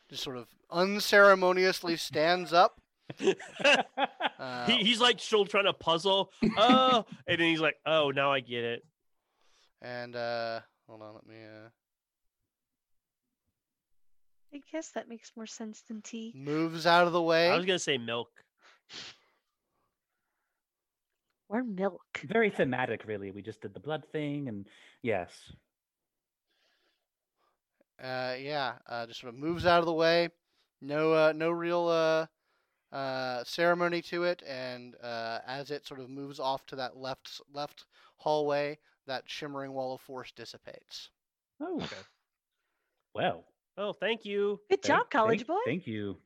[SPEAKER 1] just sort of unceremoniously stands up. Uh,
[SPEAKER 5] he, he's like still trying to puzzle. Oh, and then he's like, oh, now I get it.
[SPEAKER 1] and uh, hold on, let me uh,
[SPEAKER 4] I guess that makes more sense than tea.
[SPEAKER 3] Mm.
[SPEAKER 1] moves out of the way.
[SPEAKER 5] I was gonna say milk.
[SPEAKER 4] Or milk.
[SPEAKER 3] Very thematic, really. We just did the blood thing, and yes,
[SPEAKER 1] uh, yeah, uh, just sort of moves out of the way. No, uh, no real uh, uh, ceremony to it. And uh, as it sort of moves off to that left s- left hallway, that shimmering wall of force dissipates.
[SPEAKER 3] oh,
[SPEAKER 5] Okay.
[SPEAKER 3] well.
[SPEAKER 5] Oh, thank you.
[SPEAKER 4] Good
[SPEAKER 3] thank-
[SPEAKER 4] job, college
[SPEAKER 3] thank-
[SPEAKER 4] boy.
[SPEAKER 3] Thank you.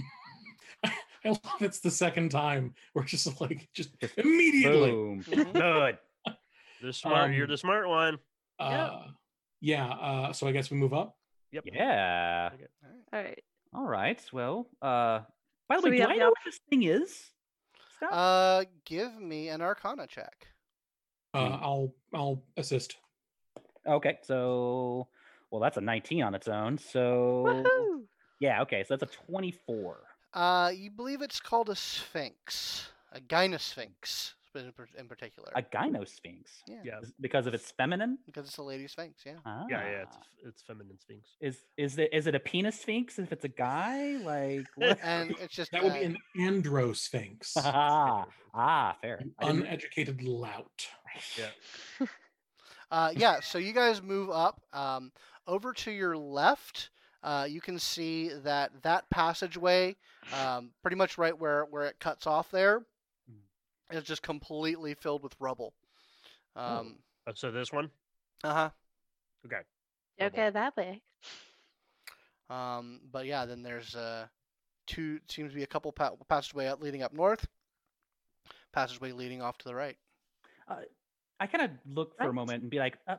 [SPEAKER 2] I love it's the second time we're just like just immediately.
[SPEAKER 3] Boom.
[SPEAKER 1] Mhm.
[SPEAKER 5] Mm-hmm.
[SPEAKER 3] Good.
[SPEAKER 5] The smart. you're
[SPEAKER 2] Um,
[SPEAKER 5] the smart one.
[SPEAKER 2] Uh, yeah. Uh, so I guess we move up.
[SPEAKER 5] Yep.
[SPEAKER 3] Yeah.
[SPEAKER 4] All right.
[SPEAKER 3] All right. Well, uh, by the
[SPEAKER 4] So
[SPEAKER 3] way,
[SPEAKER 4] we
[SPEAKER 3] do
[SPEAKER 4] have
[SPEAKER 3] I
[SPEAKER 4] the
[SPEAKER 3] know what this thing is? Scott?
[SPEAKER 1] Uh, give me an Arcana check.
[SPEAKER 2] Uh, I'll I'll assist.
[SPEAKER 3] okay. So, well, that's a 19 on its own. So,
[SPEAKER 4] Woohoo!
[SPEAKER 3] yeah. Okay. So that's a 24.
[SPEAKER 1] Uh, you believe it's called a sphinx, a gynosphinx in, par- in particular,
[SPEAKER 3] A gynosphinx.
[SPEAKER 1] Yeah.
[SPEAKER 5] Yeah.
[SPEAKER 3] Is- Because of its feminine?
[SPEAKER 1] because it's a lady sphinx. Yeah.
[SPEAKER 3] Ah.
[SPEAKER 5] Yeah, yeah. It's, it's feminine sphinx.
[SPEAKER 3] Is is it is it a penis sphinx if it's a guy? Like what?
[SPEAKER 1] And it's just
[SPEAKER 2] That would be
[SPEAKER 1] uh,
[SPEAKER 2] an androsphinx.
[SPEAKER 3] ah, ah, fair.
[SPEAKER 2] an
[SPEAKER 3] I
[SPEAKER 5] Um,
[SPEAKER 3] didn't-
[SPEAKER 2] uneducated lout.
[SPEAKER 5] Yeah.
[SPEAKER 1] Uh, yeah, so you guys move up. Um, over to your left, uh, you can see that that passageway, um, pretty much right where, where it cuts off there,
[SPEAKER 3] Mm.
[SPEAKER 1] is just completely filled with rubble. Um,
[SPEAKER 5] Oh, so this one. Oh,
[SPEAKER 1] Uh
[SPEAKER 5] Okay. Double.
[SPEAKER 4] Okay, that way.
[SPEAKER 1] huh. Um, but yeah, then there's uh, two, seems to be a couple pa- passageway out leading up north, passageway leading off to the right.
[SPEAKER 3] I kind of look for a
[SPEAKER 4] Right.
[SPEAKER 3] moment and be like, uh,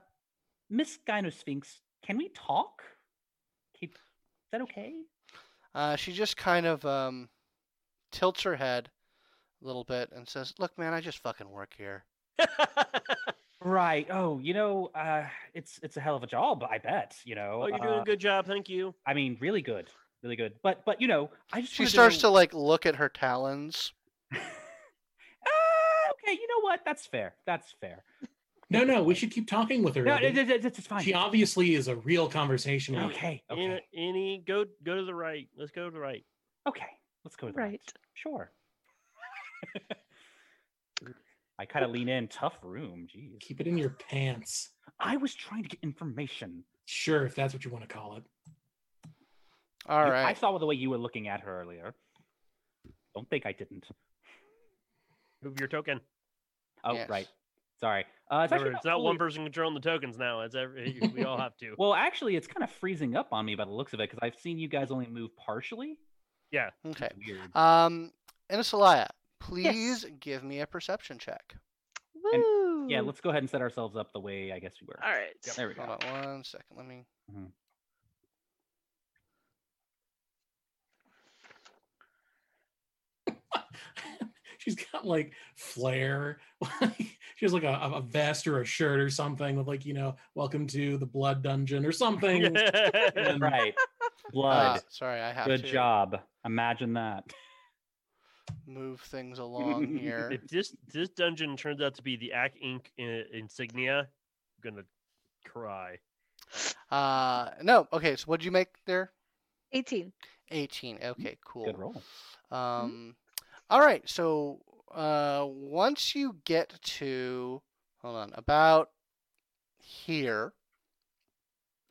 [SPEAKER 3] Miss Gynosphinx, can we talk? Keep, is that okay?
[SPEAKER 1] Uh, she just kind of um, tilts her head a little bit and says, "Look, man, I just fucking work here."
[SPEAKER 3] Right. Oh, you know, uh, it's it's a hell of a job. I bet. You know.
[SPEAKER 5] oh, you're doing
[SPEAKER 3] uh,
[SPEAKER 5] a good job. Thank you.
[SPEAKER 3] I mean, really good, really good. But but you know, I just
[SPEAKER 1] She
[SPEAKER 3] wanted
[SPEAKER 1] starts
[SPEAKER 3] know-
[SPEAKER 1] to like look at her talons.
[SPEAKER 3] Ah, okay, you know what? That's fair. That's fair.
[SPEAKER 2] No, no, we should keep talking with her.
[SPEAKER 3] No,
[SPEAKER 2] Eddie.
[SPEAKER 3] it, it, it's it's fine.
[SPEAKER 2] she obviously is a real conversation.
[SPEAKER 3] okay.
[SPEAKER 5] Any-
[SPEAKER 3] Okay.
[SPEAKER 5] Any go go to the right. Let's go to the right.
[SPEAKER 3] Okay. Let's go to the right.
[SPEAKER 4] Right.
[SPEAKER 3] Sure. I kind of lean in. Tough room. Jeez.
[SPEAKER 2] Keep it in your pants.
[SPEAKER 3] I was trying to get information.
[SPEAKER 2] Sure, if that's what you want to call it.
[SPEAKER 1] All
[SPEAKER 3] You-
[SPEAKER 1] right.
[SPEAKER 3] I saw the way you were looking at her earlier. Don't think I didn't.
[SPEAKER 5] Move your token.
[SPEAKER 3] Oh,
[SPEAKER 1] Yes.
[SPEAKER 3] right. Sorry. Uh, it's,
[SPEAKER 5] Remember,
[SPEAKER 3] actually
[SPEAKER 5] it's not one
[SPEAKER 3] fully-
[SPEAKER 5] person controlling the tokens now. It's every, we all have to.
[SPEAKER 3] Well, actually, it's kind of freezing up on me by the looks of it because I've seen you guys only move partially.
[SPEAKER 1] Okay.
[SPEAKER 3] Weird.
[SPEAKER 1] Um, Inisalaya, please give me a perception check.
[SPEAKER 4] Woo!
[SPEAKER 3] yeah, let's go ahead and set ourselves up the way I guess we were.
[SPEAKER 4] All right.
[SPEAKER 3] There we go.
[SPEAKER 1] Hold on one second. Let me.
[SPEAKER 3] Mhm.
[SPEAKER 2] She's got like flair. she has like a, a vest or a shirt or something with like, you know, welcome to the blood dungeon or something.
[SPEAKER 5] Yeah.
[SPEAKER 2] And-
[SPEAKER 3] Right.
[SPEAKER 1] Uh,
[SPEAKER 3] Blood.
[SPEAKER 1] sorry, I have
[SPEAKER 3] Good
[SPEAKER 1] to
[SPEAKER 3] job. Imagine that.
[SPEAKER 1] move things along here.
[SPEAKER 5] if this this dungeon turns out to be the Ack Inc. in- insignia, I'm gonna cry.
[SPEAKER 1] Uh, no. Okay. So what'd you make there?
[SPEAKER 4] 18.
[SPEAKER 1] 18. Okay. Cool.
[SPEAKER 3] Good roll. Mm-hmm.
[SPEAKER 1] Um, all right. So uh, once you get to, hold on, about here,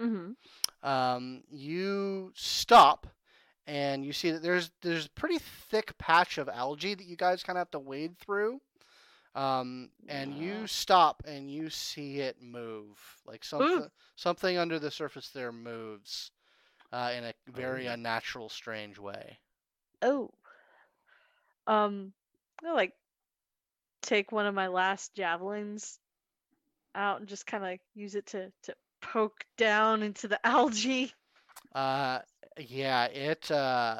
[SPEAKER 4] Mm-hmm.
[SPEAKER 1] um, you stop and you see that there's there's a pretty thick patch of algae that you guys kind of have to wade through. Um, and you stop and you see it move like something something under the surface there moves uh, in a
[SPEAKER 3] Oh,
[SPEAKER 1] very unnatural, strange way.
[SPEAKER 4] Oh. Um, I'll like take one of my last javelins out and just kind of use it to to poke down into the algae.
[SPEAKER 1] Uh, yeah, it uh,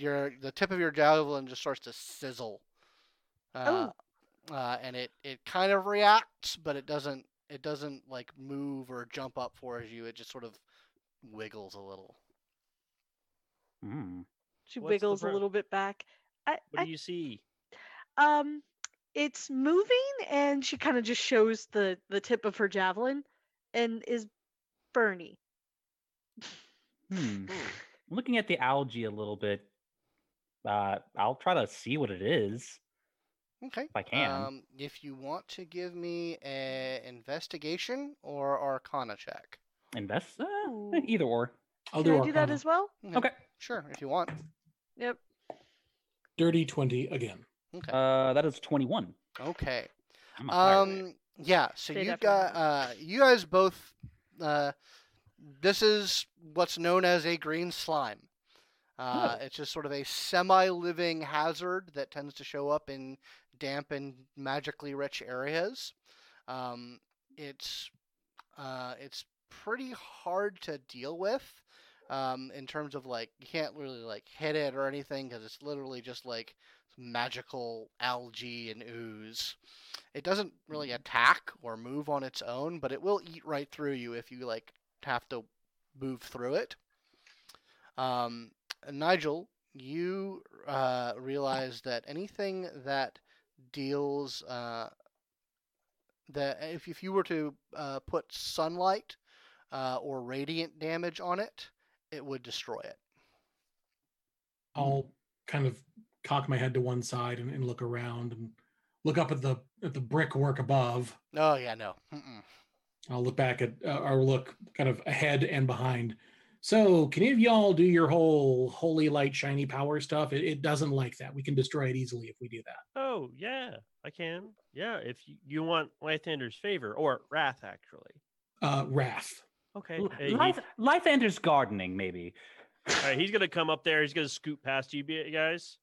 [SPEAKER 1] your the tip of your javelin just starts to sizzle. Uh, uh, and it it kind of reacts, but it doesn't it doesn't like move or jump up for you. It just sort of wiggles a little.
[SPEAKER 3] Mm.
[SPEAKER 4] She
[SPEAKER 5] What's the
[SPEAKER 4] wiggles a
[SPEAKER 5] pro-
[SPEAKER 4] little bit back. I,
[SPEAKER 5] What
[SPEAKER 4] I
[SPEAKER 5] do you see?
[SPEAKER 4] um it's moving and she kind of just shows the the tip of her javelin and is Bernie.
[SPEAKER 3] Hmm. Looking at the algae a little bit. Uh, I'll try to see what it is
[SPEAKER 1] Okay.
[SPEAKER 3] if I can.
[SPEAKER 1] Um, if you want to give me a investigation or Arcana check,
[SPEAKER 3] Invest uh, eh,
[SPEAKER 4] Ooh.
[SPEAKER 3] either or.
[SPEAKER 2] I'll
[SPEAKER 4] Can
[SPEAKER 2] do,
[SPEAKER 4] I do that
[SPEAKER 2] Arcana.
[SPEAKER 4] as well?
[SPEAKER 1] Yeah,
[SPEAKER 3] Okay.
[SPEAKER 1] sure, if you want.
[SPEAKER 4] Yep.
[SPEAKER 2] dirty 20 again.
[SPEAKER 1] Okay.
[SPEAKER 3] Uh, that is twenty-one.
[SPEAKER 1] okay.
[SPEAKER 3] I'm on fire today.
[SPEAKER 1] Um, yeah. So
[SPEAKER 4] Straight
[SPEAKER 1] you
[SPEAKER 4] up from
[SPEAKER 1] got
[SPEAKER 4] the-
[SPEAKER 1] uh, you guys both. Uh, this is what's known as a green slime. Uh, It's just sort of a semi-living hazard that tends to show up in damp and magically rich areas. Um, it's uh, it's pretty hard to deal with um, in terms of like you can't really like hit it or anything because it's literally just like magical algae and ooze. It doesn't really attack or move on its own, but it will eat right through you if you like have to move through it. Um, Nigel, you uh, realize that anything that deals uh, that if if you were to uh, put sunlight uh, or radiant damage on it, it would destroy it.
[SPEAKER 2] I'll kind of cock my head to one side and, and look around and look up at the at the brickwork above.
[SPEAKER 1] Oh yeah, no. Mm-mm.
[SPEAKER 2] I'll look back at uh, or look kind of ahead and behind. So, can any of y'all do your whole holy light shiny power stuff? It, it doesn't like that. We can destroy it easily if we do that.
[SPEAKER 5] Oh yeah, I can. Yeah, if you, you want Lythander's favor or wrath, actually.
[SPEAKER 2] Uh, Wrath.
[SPEAKER 5] Okay.
[SPEAKER 3] L-
[SPEAKER 5] uh, he-
[SPEAKER 3] Life, Lythander's gardening, maybe.
[SPEAKER 5] All right, he's gonna come up there. He's gonna scoot past you be- guys.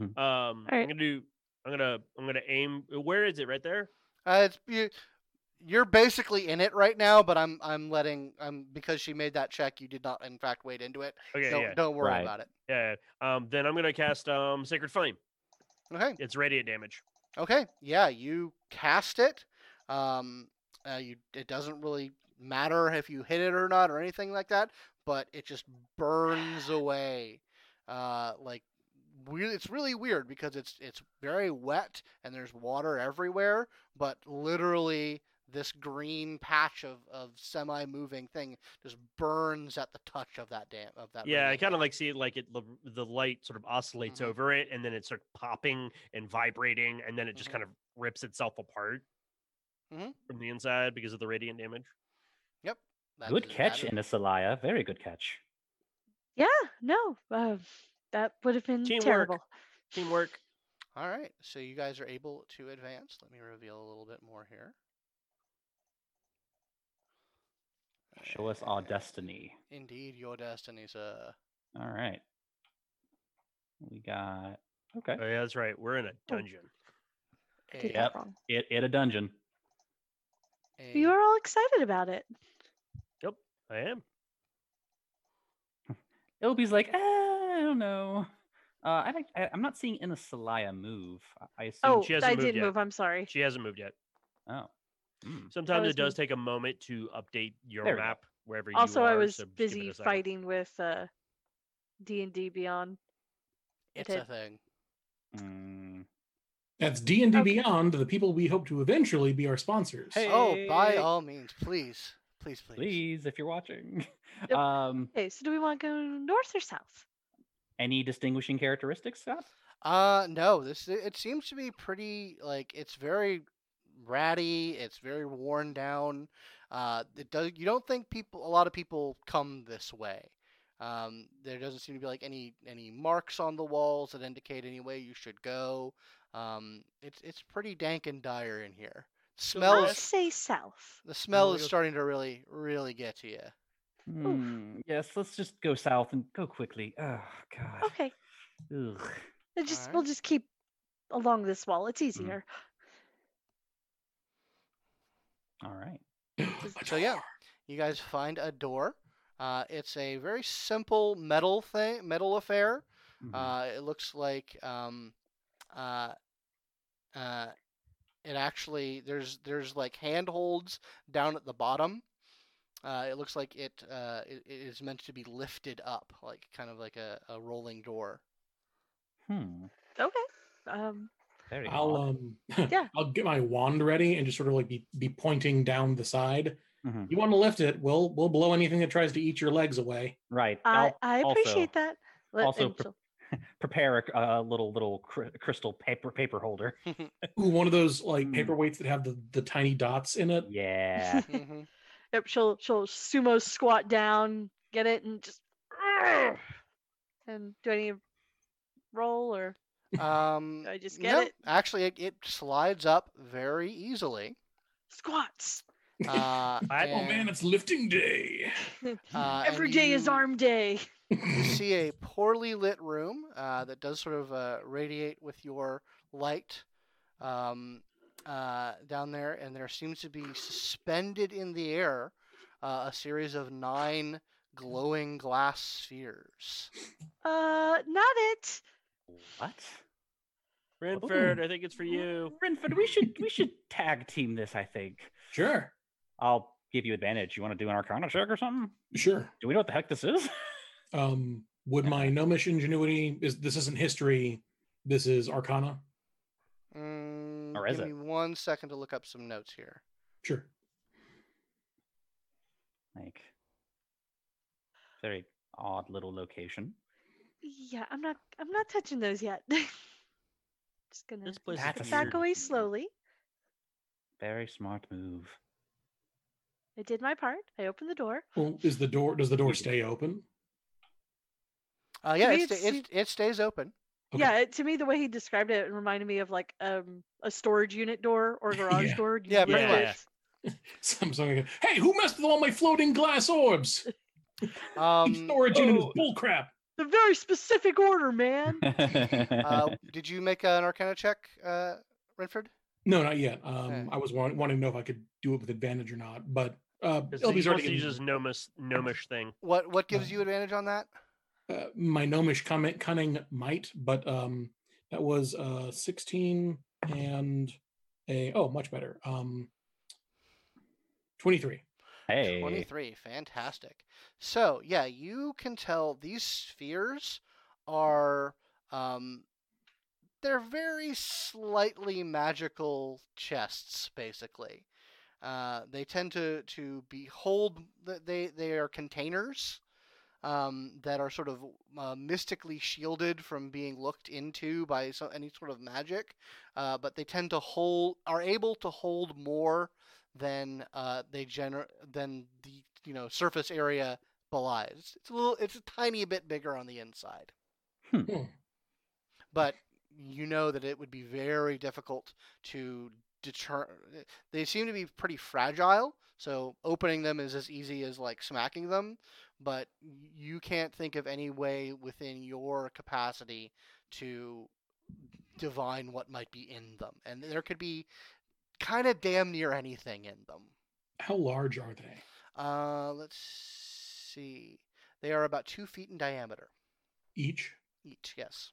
[SPEAKER 5] Um,
[SPEAKER 1] Hmm.
[SPEAKER 3] Mm.
[SPEAKER 5] I'm
[SPEAKER 4] right.
[SPEAKER 5] gonna do. I'm gonna. I'm gonna aim. Where is it? Right there.
[SPEAKER 1] Uh, it's you, you're basically in it right now, but I'm I'm letting I'm because she made that check. You did not in fact wade into it.
[SPEAKER 5] Okay,
[SPEAKER 1] don't
[SPEAKER 5] yeah,
[SPEAKER 1] don't worry
[SPEAKER 3] Right.
[SPEAKER 1] about it.
[SPEAKER 5] yeah. Um, then I'm gonna cast um Sacred Flame.
[SPEAKER 1] Okay.
[SPEAKER 5] It's radiant damage.
[SPEAKER 1] Okay. Yeah, you cast it. Um, uh, you it doesn't really matter if you hit it or not or anything like that, but it just burns away. Uh, like really, it's really weird because it's it's very wet and there's water everywhere, but literally this green patch of, of semi moving thing just burns at the touch of that dam of that.
[SPEAKER 5] Yeah, I
[SPEAKER 1] radiant
[SPEAKER 5] kind of
[SPEAKER 1] light.
[SPEAKER 5] like see it like it the- the light sort of oscillates
[SPEAKER 1] Mhm.
[SPEAKER 5] over it, and then it starts popping and vibrating, and then it just
[SPEAKER 1] Mhm.
[SPEAKER 5] kind of rips itself apart
[SPEAKER 1] Mhm.
[SPEAKER 5] from the inside because of the radiant damage.
[SPEAKER 1] That's
[SPEAKER 3] Good
[SPEAKER 1] as bad
[SPEAKER 3] catch,
[SPEAKER 1] as-
[SPEAKER 3] Inisalaya. Very good catch.
[SPEAKER 4] Yeah, no, uh, that would have been
[SPEAKER 5] Teamwork.
[SPEAKER 4] terrible.
[SPEAKER 5] Teamwork.
[SPEAKER 1] All right, so you guys are able to advance. Let me reveal a little bit more here.
[SPEAKER 3] Show us our
[SPEAKER 1] Uh,
[SPEAKER 3] destiny.
[SPEAKER 1] Indeed, your destiny's a.
[SPEAKER 3] All right. We got okay.
[SPEAKER 5] Oh, yeah, that's right. We're in a
[SPEAKER 4] Oh.
[SPEAKER 5] dungeon.
[SPEAKER 1] a
[SPEAKER 4] Did
[SPEAKER 3] Yep.
[SPEAKER 4] that wrong.
[SPEAKER 3] It it a dungeon.
[SPEAKER 1] a-
[SPEAKER 4] You are all excited about it.
[SPEAKER 5] I am.
[SPEAKER 3] Ilby's like, eh, I don't know. Uh, I, don't- I I'm not seeing Inisalaya move. I- I assume.
[SPEAKER 4] Oh,
[SPEAKER 5] she hasn't
[SPEAKER 4] I
[SPEAKER 5] moved
[SPEAKER 4] did
[SPEAKER 5] yet.
[SPEAKER 4] move. I'm sorry.
[SPEAKER 5] She hasn't moved yet.
[SPEAKER 3] oh. Hmm.
[SPEAKER 5] Sometimes
[SPEAKER 4] was
[SPEAKER 5] it does
[SPEAKER 4] moved.
[SPEAKER 5] take a moment to update your
[SPEAKER 3] There we go.
[SPEAKER 5] map wherever
[SPEAKER 4] Also,
[SPEAKER 5] you are.
[SPEAKER 4] I was
[SPEAKER 5] so just give it
[SPEAKER 4] busy
[SPEAKER 5] a second.
[SPEAKER 4] fighting with uh, D and D Beyond.
[SPEAKER 1] It's
[SPEAKER 4] did.
[SPEAKER 1] a thing.
[SPEAKER 3] Mm.
[SPEAKER 2] That's D and D
[SPEAKER 4] Okay.
[SPEAKER 2] Beyond, the people we hope to eventually be our sponsors.
[SPEAKER 3] Hey.
[SPEAKER 1] Oh, by
[SPEAKER 3] Hey.
[SPEAKER 1] all means, please, please, please.
[SPEAKER 3] Please, if you're watching.
[SPEAKER 4] Yep.
[SPEAKER 3] um,
[SPEAKER 4] Okay, so do we want to go north or south?
[SPEAKER 3] any distinguishing characteristics, Scott?
[SPEAKER 1] Uh, no, this it seems to be pretty like it's very ratty. It's very worn down. Uh, it does. You don't think people? A lot of people come this way. Um, there doesn't seem to be like any any marks on the walls that indicate any way you should go. Um, it's it's pretty dank and dire in here. Smell
[SPEAKER 4] I
[SPEAKER 1] is
[SPEAKER 4] say south.
[SPEAKER 1] The smell
[SPEAKER 5] we
[SPEAKER 1] is
[SPEAKER 5] go-
[SPEAKER 1] starting to really, really get to you.
[SPEAKER 3] Hmm, Yes, let's just go south and go quickly. Oh God.
[SPEAKER 4] Okay,
[SPEAKER 3] Ugh.
[SPEAKER 4] it just we'll
[SPEAKER 1] Alright.
[SPEAKER 4] just keep along this wall. It's easier.
[SPEAKER 3] All right.
[SPEAKER 2] A
[SPEAKER 1] So yeah,
[SPEAKER 2] door.
[SPEAKER 1] you guys find a door. Uh, it's a very simple metal thing, metal affair.
[SPEAKER 3] Mhm.
[SPEAKER 1] Uh, it looks like um, uh, uh, it actually there's there's like handholds down at the bottom. Uh, it looks like it, uh, it it is meant to be lifted up, like kind of like a, a rolling door.
[SPEAKER 3] hmm.
[SPEAKER 4] Okay. Um,
[SPEAKER 3] Very
[SPEAKER 2] I'll
[SPEAKER 3] odd.
[SPEAKER 2] um
[SPEAKER 4] Yeah.
[SPEAKER 2] I'll get my wand ready and just sort of like be, be pointing down the side.
[SPEAKER 3] Mhm.
[SPEAKER 2] You want to lift it? We'll we'll blow anything that tries to eat your legs away.
[SPEAKER 3] Right.
[SPEAKER 4] I
[SPEAKER 3] I'll
[SPEAKER 4] I appreciate that. Let-
[SPEAKER 3] also
[SPEAKER 4] and
[SPEAKER 3] pre-
[SPEAKER 4] she'll-
[SPEAKER 3] prepare a c- a little little cr- crystal paper paper holder.
[SPEAKER 2] Ooh, one of those like
[SPEAKER 3] Mm.
[SPEAKER 2] paperweights that have the, the tiny dots in it.
[SPEAKER 3] Yeah.
[SPEAKER 1] Mhm.
[SPEAKER 4] Yep, she'll she'll sumo squat down, get it, and just. Ah! And do I need to roll or
[SPEAKER 1] um,
[SPEAKER 4] I just get
[SPEAKER 1] no,
[SPEAKER 4] it?
[SPEAKER 1] Actually, it, it slides up very easily.
[SPEAKER 4] squats?
[SPEAKER 1] Uh,
[SPEAKER 5] I-
[SPEAKER 2] Oh man, it's lifting day.
[SPEAKER 1] uh,
[SPEAKER 4] Every
[SPEAKER 1] and
[SPEAKER 4] day is
[SPEAKER 1] you-
[SPEAKER 4] arm day.
[SPEAKER 1] You see a poorly lit room uh, that does sort of uh, radiate with your light um, uh, down there, and there seems to be suspended in the air uh, a series of nine glowing glass spheres.
[SPEAKER 4] Uh, not it.
[SPEAKER 3] what?
[SPEAKER 5] Renford, I think it's for you.
[SPEAKER 3] Renford, we should we should tag team this. I think.
[SPEAKER 2] Sure,
[SPEAKER 3] I'll give you advantage. You want to do an Arcana check or something?
[SPEAKER 2] sure.
[SPEAKER 3] Do we know what the heck this is?
[SPEAKER 2] Um, would my gnomish ingenuity is this isn't history? This is Arcana.
[SPEAKER 1] Mm,
[SPEAKER 3] Or is
[SPEAKER 1] give
[SPEAKER 3] it?
[SPEAKER 1] me one second to look up some notes here.
[SPEAKER 2] Sure.
[SPEAKER 3] like, very odd little location.
[SPEAKER 4] Yeah, I'm not. I'm not touching those yet. just gonna
[SPEAKER 5] This place
[SPEAKER 3] That's
[SPEAKER 5] is
[SPEAKER 3] a
[SPEAKER 4] back
[SPEAKER 5] weird.
[SPEAKER 4] away slowly.
[SPEAKER 3] Very smart move.
[SPEAKER 4] I did my part. I opened the door.
[SPEAKER 2] Well, is the door does the door stay open?
[SPEAKER 1] Uh, yeah,
[SPEAKER 4] we
[SPEAKER 1] it, sta-
[SPEAKER 4] have
[SPEAKER 1] it, it stays open.
[SPEAKER 2] Okay.
[SPEAKER 4] Yeah, it, to me, the way he described it, it reminded me of like um a storage unit door or garage
[SPEAKER 2] Yeah.
[SPEAKER 4] door.
[SPEAKER 1] Yeah,
[SPEAKER 4] usually
[SPEAKER 5] pretty much.
[SPEAKER 4] with-
[SPEAKER 2] Samsung. again, Hey, who messed with all my floating glass orbs? Keep
[SPEAKER 1] Um,
[SPEAKER 2] storage unit is
[SPEAKER 3] oh.
[SPEAKER 2] bullcrap.
[SPEAKER 4] The very specific order, man.
[SPEAKER 1] uh, did you make an Arcana check, uh, Renford?
[SPEAKER 2] No, not yet. Um,
[SPEAKER 1] Okay.
[SPEAKER 2] I was want, wanting to know if I could do it with advantage or not, but uh,
[SPEAKER 5] It's
[SPEAKER 2] LB's
[SPEAKER 5] the
[SPEAKER 2] already
[SPEAKER 5] to use
[SPEAKER 2] given-
[SPEAKER 5] his gnomish, gnomish thing.
[SPEAKER 1] What what gives
[SPEAKER 2] Um,
[SPEAKER 1] you advantage on that?
[SPEAKER 2] uh, my gnomish comment cunning might, but um, that was uh, sixteen and a oh much better um, twenty three.
[SPEAKER 3] Hey.
[SPEAKER 1] 23 fantastic so yeah you can tell these spheres are um they're very slightly magical chests basically uh, they tend to to behold they they are containers um, that are sort of uh, mystically shielded from being looked into by so, any sort of magic, uh, but they tend to hold are able to hold more than uh, they gener- than the you know surface area belies. It's- It's a little it's a tiny bit bigger on the inside,
[SPEAKER 3] Hmm.
[SPEAKER 2] Hmm.
[SPEAKER 1] but you know that it would be very difficult to deter. They seem to be pretty fragile, so opening them is as easy as like smacking them but you can't think of any way within your capacity to divine what might be in them. And there could be kind of damn near anything in them.
[SPEAKER 2] How large are they?
[SPEAKER 1] Uh, let's see. They are about two feet in diameter
[SPEAKER 2] Each.
[SPEAKER 1] each, yes.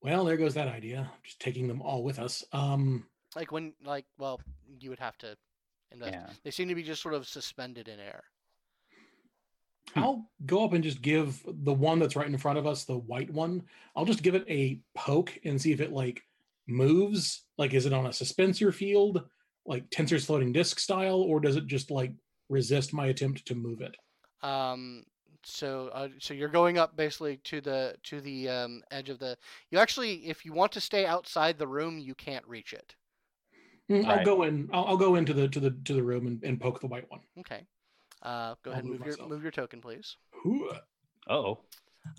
[SPEAKER 2] Well, there goes that idea. Just taking them all with us. Um,
[SPEAKER 1] Like when, like, well, you would have to invest.
[SPEAKER 3] Yeah.
[SPEAKER 1] They seem to be just sort of suspended in air.
[SPEAKER 3] Hmm.
[SPEAKER 2] I'll go up and just give the one that's right in front of us, the white one. I'll just give it a poke and see if it like moves. Like, is it on a suspensor field, like tensors floating disk style, or does it just like resist my attempt to move it?
[SPEAKER 1] um so uh, so you're going up basically to the to the um, edge of the you actually if you want to stay outside the room you can't reach it
[SPEAKER 2] Mm, I'll
[SPEAKER 3] Right.
[SPEAKER 2] go in. I'll, I'll go into the to the to the room and, and poke the white one.
[SPEAKER 1] okay uh, go
[SPEAKER 2] I'll
[SPEAKER 1] ahead and
[SPEAKER 2] move
[SPEAKER 1] move your
[SPEAKER 2] myself.
[SPEAKER 1] move your token please
[SPEAKER 2] Whew.
[SPEAKER 3] Oh.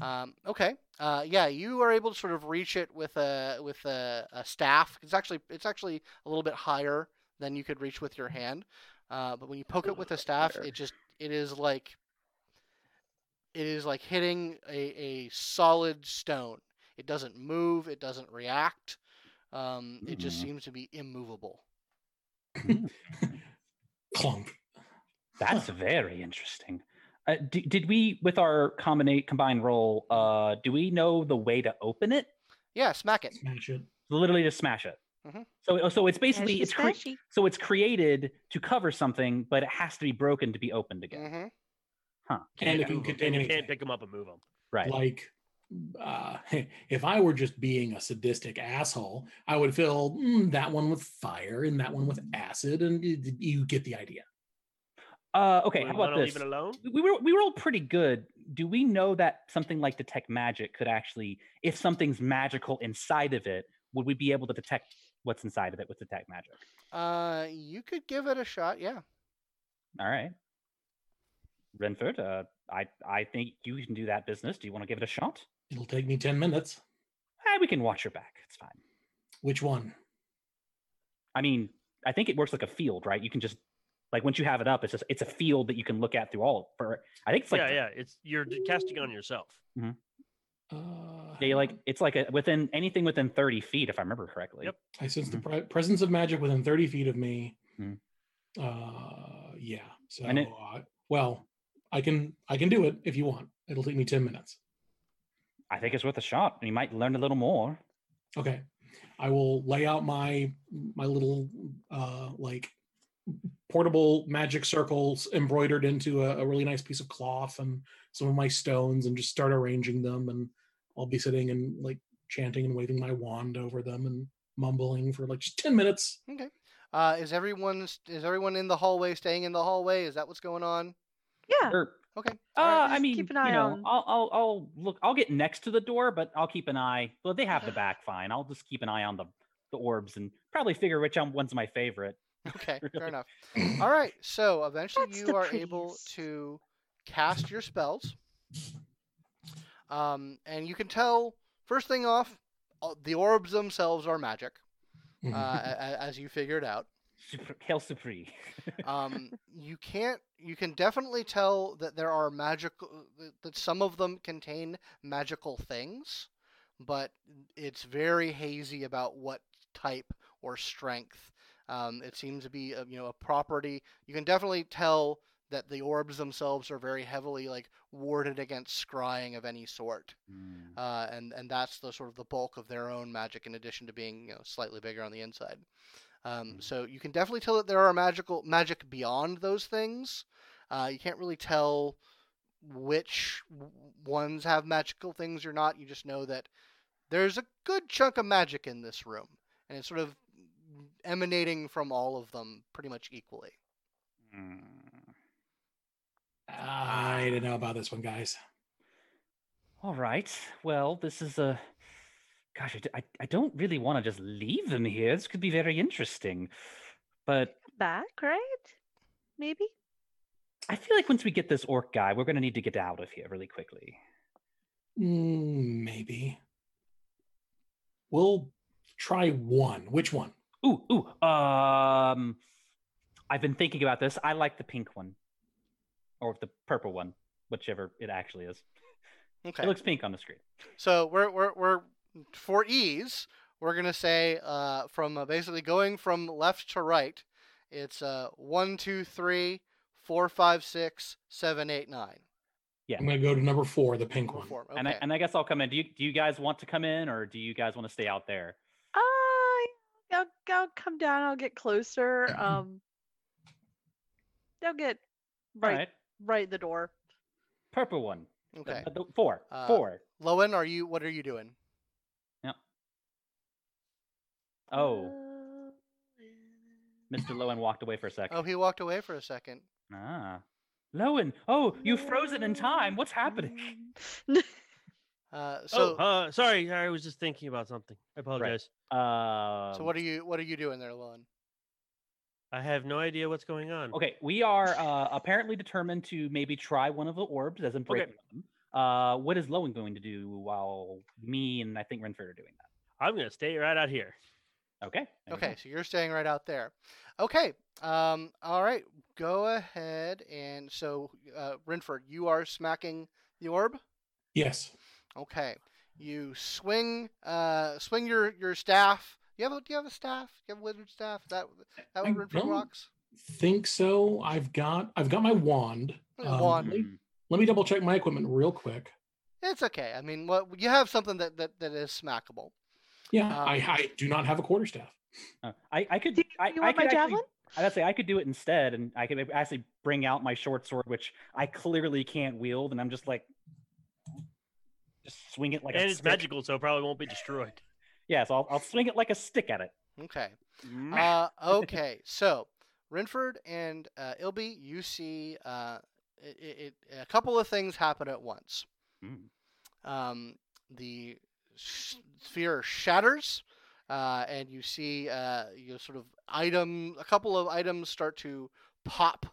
[SPEAKER 1] um, okay uh, yeah you are able to sort of reach it with a with a, a staff it's actually it's actually a little bit higher than you could reach with your hand uh, but when you poke it with a staff
[SPEAKER 3] Fair.
[SPEAKER 1] it just it is like it is like hitting a, a solid stone. It doesn't move. It doesn't react. Um, It just
[SPEAKER 3] Mhm.
[SPEAKER 1] seems to be immovable.
[SPEAKER 2] Clunk.
[SPEAKER 3] That's very interesting. Uh, d- did we, with our combinate combined roll, uh, do we know the way to open it?
[SPEAKER 1] Yeah, smack it.
[SPEAKER 2] Smash it.
[SPEAKER 3] Literally to smash it.
[SPEAKER 1] Mhm.
[SPEAKER 3] So, so it's basically
[SPEAKER 4] Smashy,
[SPEAKER 3] it's cre-
[SPEAKER 4] smashy.
[SPEAKER 3] so it's created to cover something, but it has to be broken to be opened again.
[SPEAKER 1] hmm
[SPEAKER 2] And
[SPEAKER 5] you
[SPEAKER 2] it can
[SPEAKER 5] move 'em,
[SPEAKER 2] contain
[SPEAKER 5] and you can't
[SPEAKER 2] anything.
[SPEAKER 5] pick them up and move them.
[SPEAKER 3] Right.
[SPEAKER 2] Like, uh, if I were just being a sadistic asshole, I would fill mm, that one with fire and that one with acid, and y- y- you get the idea.
[SPEAKER 3] Uh, okay.
[SPEAKER 5] We
[SPEAKER 3] How
[SPEAKER 5] wanna
[SPEAKER 3] about this?
[SPEAKER 5] leave it alone?
[SPEAKER 3] we were we were all pretty good. Do we know that something like detect magic could actually, if something's magical inside of it, would we be able to detect what's inside of it with detect magic?
[SPEAKER 1] Uh, you could give it a shot. Yeah.
[SPEAKER 3] All right, Renford, uh, I I think you can do that business. Do you want to give it a shot?
[SPEAKER 2] It'll take me 10 minutes.
[SPEAKER 3] Eh, we can watch your back. It's fine.
[SPEAKER 2] Which one?
[SPEAKER 3] I mean, I think it works like a field, right? You can just like once you have it up, it's just it's a field that you can look at through all. For I think it's like
[SPEAKER 5] yeah, yeah. It's you're d- casting it on yourself.
[SPEAKER 2] Uh,
[SPEAKER 3] they like it's like a, within anything within thirty feet, if I remember correctly.
[SPEAKER 5] Yep.
[SPEAKER 2] I sense the
[SPEAKER 3] Mm-hmm.
[SPEAKER 2] pre- presence of magic within 30 feet of me.
[SPEAKER 3] Mhm.
[SPEAKER 2] Uh, yeah. So,
[SPEAKER 3] And it-
[SPEAKER 2] I- well, I can I can do it if you want. It'll take me 10 minutes.
[SPEAKER 3] I think it's worth a shot, and you might learn a little more.
[SPEAKER 2] Okay. I will lay out my my little uh like portable magic circles embroidered into a, a really nice piece of cloth and some of my stones and just start arranging them and I'll be sitting and like chanting and waving my wand over them and mumbling for like just 10 minutes.
[SPEAKER 1] Uh, is everyone s- is everyone in the hallway staying in the hallway? Is that what's going on?
[SPEAKER 4] Yeah.
[SPEAKER 3] Or
[SPEAKER 1] Okay.
[SPEAKER 3] Uh,
[SPEAKER 1] all right.
[SPEAKER 3] I
[SPEAKER 4] Just
[SPEAKER 3] mean,
[SPEAKER 4] keep an eye
[SPEAKER 3] you know,
[SPEAKER 4] on-
[SPEAKER 3] I'll, I'll, I'll look. I'll get next to the door, but I'll keep an eye. Well, they have the back fine. I'll just keep an eye on the the orbs and probably figure which um, one's my favorite.
[SPEAKER 1] okay. Fair
[SPEAKER 3] really.
[SPEAKER 1] enough. All right. So eventually
[SPEAKER 4] That's
[SPEAKER 1] you
[SPEAKER 4] the
[SPEAKER 1] are able
[SPEAKER 4] prettiest.
[SPEAKER 1] to cast your spells. Um, and you can tell first thing off, uh, the orbs themselves are magic,
[SPEAKER 2] Mm-hmm.
[SPEAKER 1] uh, a- a- as you figured out.
[SPEAKER 3] Super, Hail Supri.
[SPEAKER 1] um, you can't you can definitely tell that there are magical that some of them contain magical things but it's very hazy about what type or strength. Um, it seems to be a, you know a property. You can definitely tell that the orbs themselves are very heavily like warded against scrying of any sort,
[SPEAKER 3] Mm.
[SPEAKER 4] Hmm.
[SPEAKER 1] uh, and and that's the sort of the bulk of their own magic in addition to being you know slightly bigger on the inside. Um,
[SPEAKER 3] Mhm.
[SPEAKER 1] So you can definitely tell that there are magical magic beyond those things. Uh, you can't really tell which w- ones have magical things or not. You just know that there's a good chunk of magic in this room, and it's sort of emanating from all of them pretty much equally.
[SPEAKER 3] Mm.
[SPEAKER 2] I don't know about this one, guys.
[SPEAKER 3] All right. Well, this is a. Gosh, I d- I, I don't really want to just leave them here. This could be very interesting. But
[SPEAKER 4] Back, right? Maybe.
[SPEAKER 3] I feel like once we get this orc guy, we're going to need to get out of here really quickly.
[SPEAKER 2] Mm, maybe. We'll try one. Which one?
[SPEAKER 3] Ooh, ooh. Um, I've been thinking about this. I like the pink one, or the purple one, whichever it actually is.
[SPEAKER 1] Okay.
[SPEAKER 3] It looks pink on the screen.
[SPEAKER 1] So we're we're, we're for ease, we're gonna say uh, from uh, basically going from left to right, it's uh, one, two, three, four, five, six, seven, eight, nine.
[SPEAKER 2] I'm going to go to number four, the pink
[SPEAKER 1] Number
[SPEAKER 2] one.
[SPEAKER 1] four.
[SPEAKER 3] And I
[SPEAKER 1] Okay.
[SPEAKER 3] and I guess I'll come in. Do you do you guys want to come in, or do you guys want to stay out there?
[SPEAKER 4] I I'll, I'll come down. I'll get closer. Um, I'll get
[SPEAKER 3] All
[SPEAKER 4] right,
[SPEAKER 3] right.
[SPEAKER 4] right at the door.
[SPEAKER 3] Purple one. The-
[SPEAKER 1] Okay.
[SPEAKER 3] the- the- four.
[SPEAKER 1] Uh,
[SPEAKER 3] four.
[SPEAKER 1] Lowen, are you? What are you doing?
[SPEAKER 3] Oh,
[SPEAKER 4] Uh,
[SPEAKER 3] Mr. Lowen walked away for a second.
[SPEAKER 1] Oh, he walked away for a second.
[SPEAKER 3] Ah. Lowen. Oh, you've frozen in time. What's happening?
[SPEAKER 4] mm.
[SPEAKER 1] Uh, so
[SPEAKER 5] oh, uh, sorry, I was just thinking about something. I apologize.
[SPEAKER 3] Um,
[SPEAKER 1] so what are you what are you doing there, Lowen?
[SPEAKER 5] I have no idea what's going on.
[SPEAKER 3] Okay, we are uh, apparently determined to maybe try one of the orbs as I'm
[SPEAKER 5] Okay.
[SPEAKER 3] breaking them. Uh, what is Lowen going to do while me and I think Renford are doing
[SPEAKER 5] I'm gonna stay right out here.
[SPEAKER 3] that? Okay. there we go.
[SPEAKER 1] Okay, so you're staying right out there. Okay. Um. All right. Go ahead and so uh, Renford, you are smacking the orb.
[SPEAKER 2] Yes.
[SPEAKER 1] Okay. You swing uh swing your your staff. You have a do you have a staff? You have a wizard staff? Is that that
[SPEAKER 2] I
[SPEAKER 1] what Renfrew
[SPEAKER 2] don't.
[SPEAKER 1] rocks?
[SPEAKER 2] Think so. I've got I've got my wand. um,
[SPEAKER 1] Oh, wand.
[SPEAKER 2] Let me,
[SPEAKER 4] Mm-hmm.
[SPEAKER 3] Mm,
[SPEAKER 2] let me double check my equipment real quick.
[SPEAKER 1] It's okay. I mean what you have something that, that, that is smackable.
[SPEAKER 2] Yeah,
[SPEAKER 1] Um,
[SPEAKER 2] I, I do not have a quarterstaff.
[SPEAKER 3] uh, I, I could.
[SPEAKER 4] Do
[SPEAKER 3] I,
[SPEAKER 4] you
[SPEAKER 3] I
[SPEAKER 4] want
[SPEAKER 3] could
[SPEAKER 4] my
[SPEAKER 3] actually-
[SPEAKER 4] javelin?
[SPEAKER 3] I would say I could do it instead, and I could actually bring out my short sword, which I clearly can't wield, and I'm just like, just swing it like a
[SPEAKER 5] and it's
[SPEAKER 3] stick.
[SPEAKER 5] magical, so it probably won't be destroyed.
[SPEAKER 3] Yeah, so I'll, I'll swing it like a stick at it. Mm.
[SPEAKER 1] Okay.
[SPEAKER 3] Mwah.
[SPEAKER 1] Uh okay. So Renford and uh, Ilby, you see uh it, it, a couple of things happen at once.
[SPEAKER 3] Mm.
[SPEAKER 1] um, the sh- sphere shatters, uh, and you see uh, you know, sort of item, a couple of items start to pop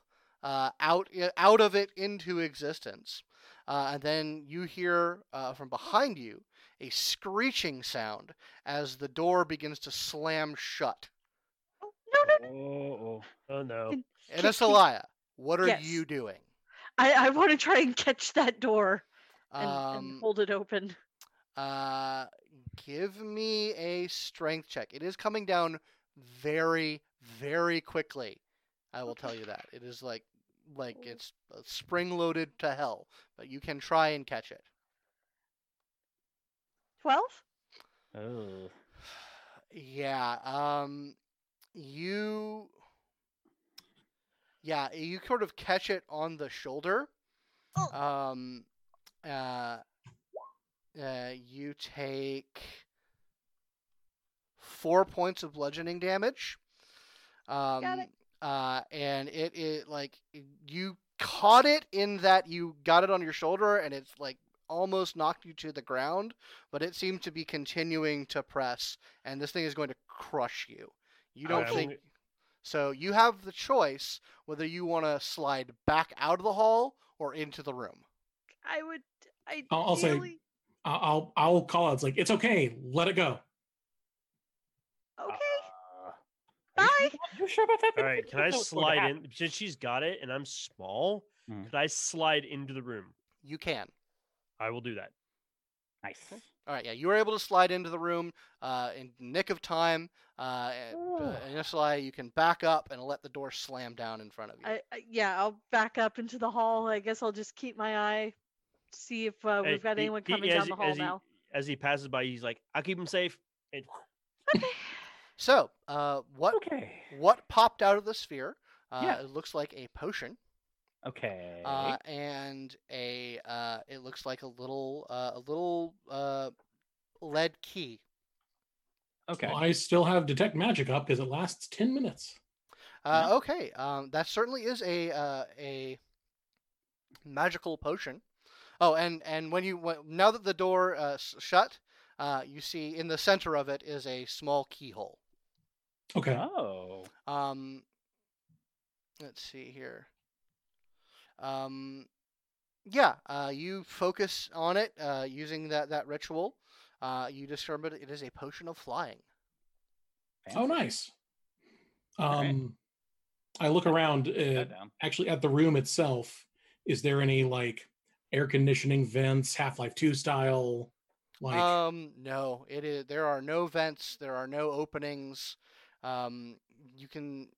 [SPEAKER 1] uh, out i- out of it into existence, uh, and then you hear uh, from behind you a screeching sound as the door begins to slam shut.
[SPEAKER 4] Oh, No, no, no.
[SPEAKER 3] Oh, oh.
[SPEAKER 5] Oh no.
[SPEAKER 4] Can- can- can-
[SPEAKER 1] Anasalaya, what are
[SPEAKER 4] Yes.
[SPEAKER 1] you doing?
[SPEAKER 4] I, I want to try and catch that door and, and
[SPEAKER 1] Um,
[SPEAKER 4] hold it open.
[SPEAKER 1] Uh, give me a strength check. It is coming down very, very quickly. I will tell you that it is like, like
[SPEAKER 4] Oh.
[SPEAKER 1] it's uh, spring loaded to hell. But you can try and catch it.
[SPEAKER 4] Twelve.
[SPEAKER 3] Oh.
[SPEAKER 1] Yeah. Um, you. Yeah, you sort of catch it on the shoulder.
[SPEAKER 4] Oh.
[SPEAKER 1] Um, uh, uh, you take four points of bludgeoning damage. Um,
[SPEAKER 4] it.
[SPEAKER 1] Uh, and it, it like y- you caught it in that you got it on your shoulder, and it's like almost knocked you to the ground. But it seemed to be continuing to press, and this thing is going to crush you. You don't
[SPEAKER 5] Alright, I'm
[SPEAKER 1] think
[SPEAKER 5] gonna-
[SPEAKER 1] so? You have the choice whether you want to slide back out of the hall or into the room.
[SPEAKER 4] I would. I
[SPEAKER 2] I'll- I'll say-
[SPEAKER 4] really.
[SPEAKER 2] I- I'll I'll call out. It's like it's okay. Let it go.
[SPEAKER 4] Okay.
[SPEAKER 3] Uh,
[SPEAKER 4] Bye.
[SPEAKER 3] You sure about that?
[SPEAKER 5] All right, can I slide in? Since she's got it and I'm small,
[SPEAKER 3] Mm.
[SPEAKER 5] could I slide into the room?
[SPEAKER 1] You can.
[SPEAKER 5] I will do that.
[SPEAKER 3] Nice.
[SPEAKER 1] All right, yeah, you were able to slide into the room uh, in nick of time. Uh, and, uh,
[SPEAKER 3] Oh.
[SPEAKER 1] Initially, you can back up and let the door slam down in front of you.
[SPEAKER 4] I, I, yeah, I'll back up into the hall. I guess I'll just keep my eye, see if uh,
[SPEAKER 5] Hey,
[SPEAKER 4] we've got
[SPEAKER 5] he-
[SPEAKER 4] anyone
[SPEAKER 5] he-
[SPEAKER 4] coming
[SPEAKER 5] as-
[SPEAKER 4] down the hall
[SPEAKER 5] as he-
[SPEAKER 4] now.
[SPEAKER 5] As he passes by, he's like, "I'll keep him safe." And
[SPEAKER 4] Okay.
[SPEAKER 1] So, uh, what
[SPEAKER 3] Okay.
[SPEAKER 1] what popped out of the sphere? Uh,
[SPEAKER 3] Yeah.
[SPEAKER 1] It looks like a potion,
[SPEAKER 3] Okay.
[SPEAKER 1] uh, and a uh, it looks like a little uh, a little uh, lead key.
[SPEAKER 3] okay.
[SPEAKER 2] Well, I still have detect magic up because it lasts 10 minutes.
[SPEAKER 1] Uh, Okay, um, that certainly is a uh, a magical potion. Oh, and and when you when, now that the door uh, s- shut, uh, you see in the center of it is a small keyhole.
[SPEAKER 2] Okay.
[SPEAKER 3] Oh.
[SPEAKER 1] Um, let's see here. Um, yeah, uh, you focus on it uh, using that that ritual. Uh, you discover it is a potion of flying.
[SPEAKER 2] Oh,
[SPEAKER 3] fancy.
[SPEAKER 2] nice.
[SPEAKER 3] right.
[SPEAKER 2] Um, I look around
[SPEAKER 3] Go
[SPEAKER 2] uh,
[SPEAKER 3] down.
[SPEAKER 2] actually at the room itself. Is there any like air conditioning vents, Half Life 2 style? Like,
[SPEAKER 1] um, no, it is. There are no vents. There are no openings. Um, you can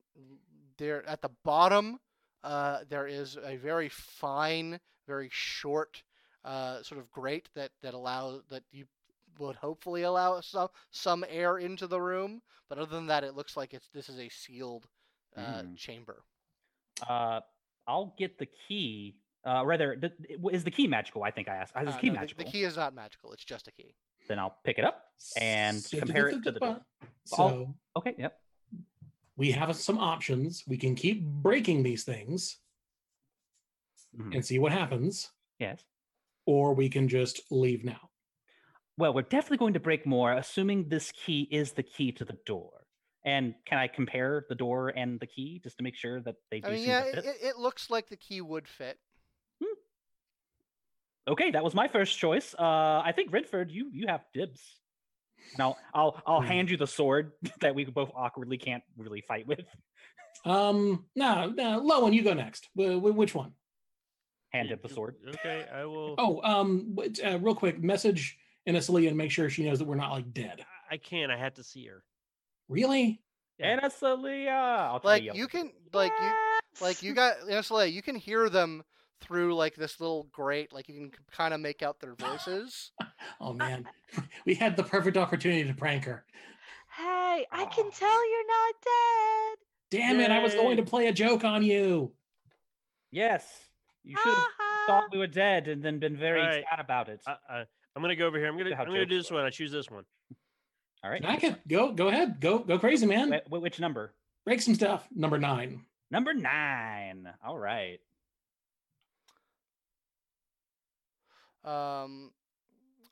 [SPEAKER 1] there at the bottom. Uh, there is a very fine, very short, uh, sort of grate that that allows that you would hopefully allow some some air into the room. But other than that, it looks like it's this is a sealed uh,
[SPEAKER 3] Mhm.
[SPEAKER 1] chamber.
[SPEAKER 3] Uh, I'll get the key. Uh, rather, th- th- w- is the key magical? I think I asked. Is
[SPEAKER 1] Uh,
[SPEAKER 3] the key
[SPEAKER 1] no, the-
[SPEAKER 3] magical?
[SPEAKER 1] the key is not magical. It's just a key.
[SPEAKER 3] Then I'll pick it up. and compare it to the door.
[SPEAKER 2] So
[SPEAKER 3] Okay. Yep.
[SPEAKER 2] we have some options. We can keep breaking these things
[SPEAKER 3] Mhm.
[SPEAKER 2] and see what happens,
[SPEAKER 3] Yes.
[SPEAKER 2] or we can just leave now.
[SPEAKER 3] Well, we're definitely going to break more, assuming this key is the key to the door. And can I compare the door and the key just to make sure that they do
[SPEAKER 1] I mean,
[SPEAKER 3] seem
[SPEAKER 1] yeah,
[SPEAKER 3] to
[SPEAKER 1] it,
[SPEAKER 3] fit?
[SPEAKER 1] it, it looks like the key would fit.
[SPEAKER 3] Okay, that was my first choice. Uh, I think Redford, you you have dibs. Now I'll I'll
[SPEAKER 2] Hmm.
[SPEAKER 3] hand you the sword that we both awkwardly can't really fight with.
[SPEAKER 2] Um, no, no, Lowen, you go next. Wh- wh- which one?
[SPEAKER 3] Hand
[SPEAKER 5] "Y-
[SPEAKER 3] him the
[SPEAKER 5] y-
[SPEAKER 3] sword.
[SPEAKER 5] Okay, I will.
[SPEAKER 2] Oh, um, wait, uh, real quick, message Inesili and make sure she knows that we're not like dead.
[SPEAKER 5] I- I can't. I had to see her.
[SPEAKER 2] Really?
[SPEAKER 5] Yeah.
[SPEAKER 3] And that's Aaliyah. I'll try to
[SPEAKER 1] Like
[SPEAKER 3] yell
[SPEAKER 1] you
[SPEAKER 3] at her.
[SPEAKER 1] can, like you, like
[SPEAKER 4] Yes!
[SPEAKER 1] you got SLA, you can hear them through like this little grate, like you can kind of make out their voices.
[SPEAKER 2] Oh man, we had the perfect opportunity to prank her.
[SPEAKER 4] Hey, I
[SPEAKER 3] Ah.
[SPEAKER 4] can tell you're not dead.
[SPEAKER 2] Damn it, I was going to
[SPEAKER 5] Yay.
[SPEAKER 2] play a joke on you.
[SPEAKER 3] Yes, you should
[SPEAKER 1] Ah.
[SPEAKER 3] have thought we were dead and then been very
[SPEAKER 5] Alright, Uh,
[SPEAKER 3] sad about it.
[SPEAKER 5] I, I, I'm gonna go over here. I'm gonna.
[SPEAKER 3] how
[SPEAKER 5] I'm gonna
[SPEAKER 3] jokes
[SPEAKER 5] do this
[SPEAKER 3] work.
[SPEAKER 5] one. I choose this one.
[SPEAKER 3] All right,
[SPEAKER 2] I could go go ahead. Go go crazy, man.
[SPEAKER 3] Wh- wh- which number?
[SPEAKER 2] Break some stuff. Number nine.
[SPEAKER 3] Number nine. All right.
[SPEAKER 1] Um,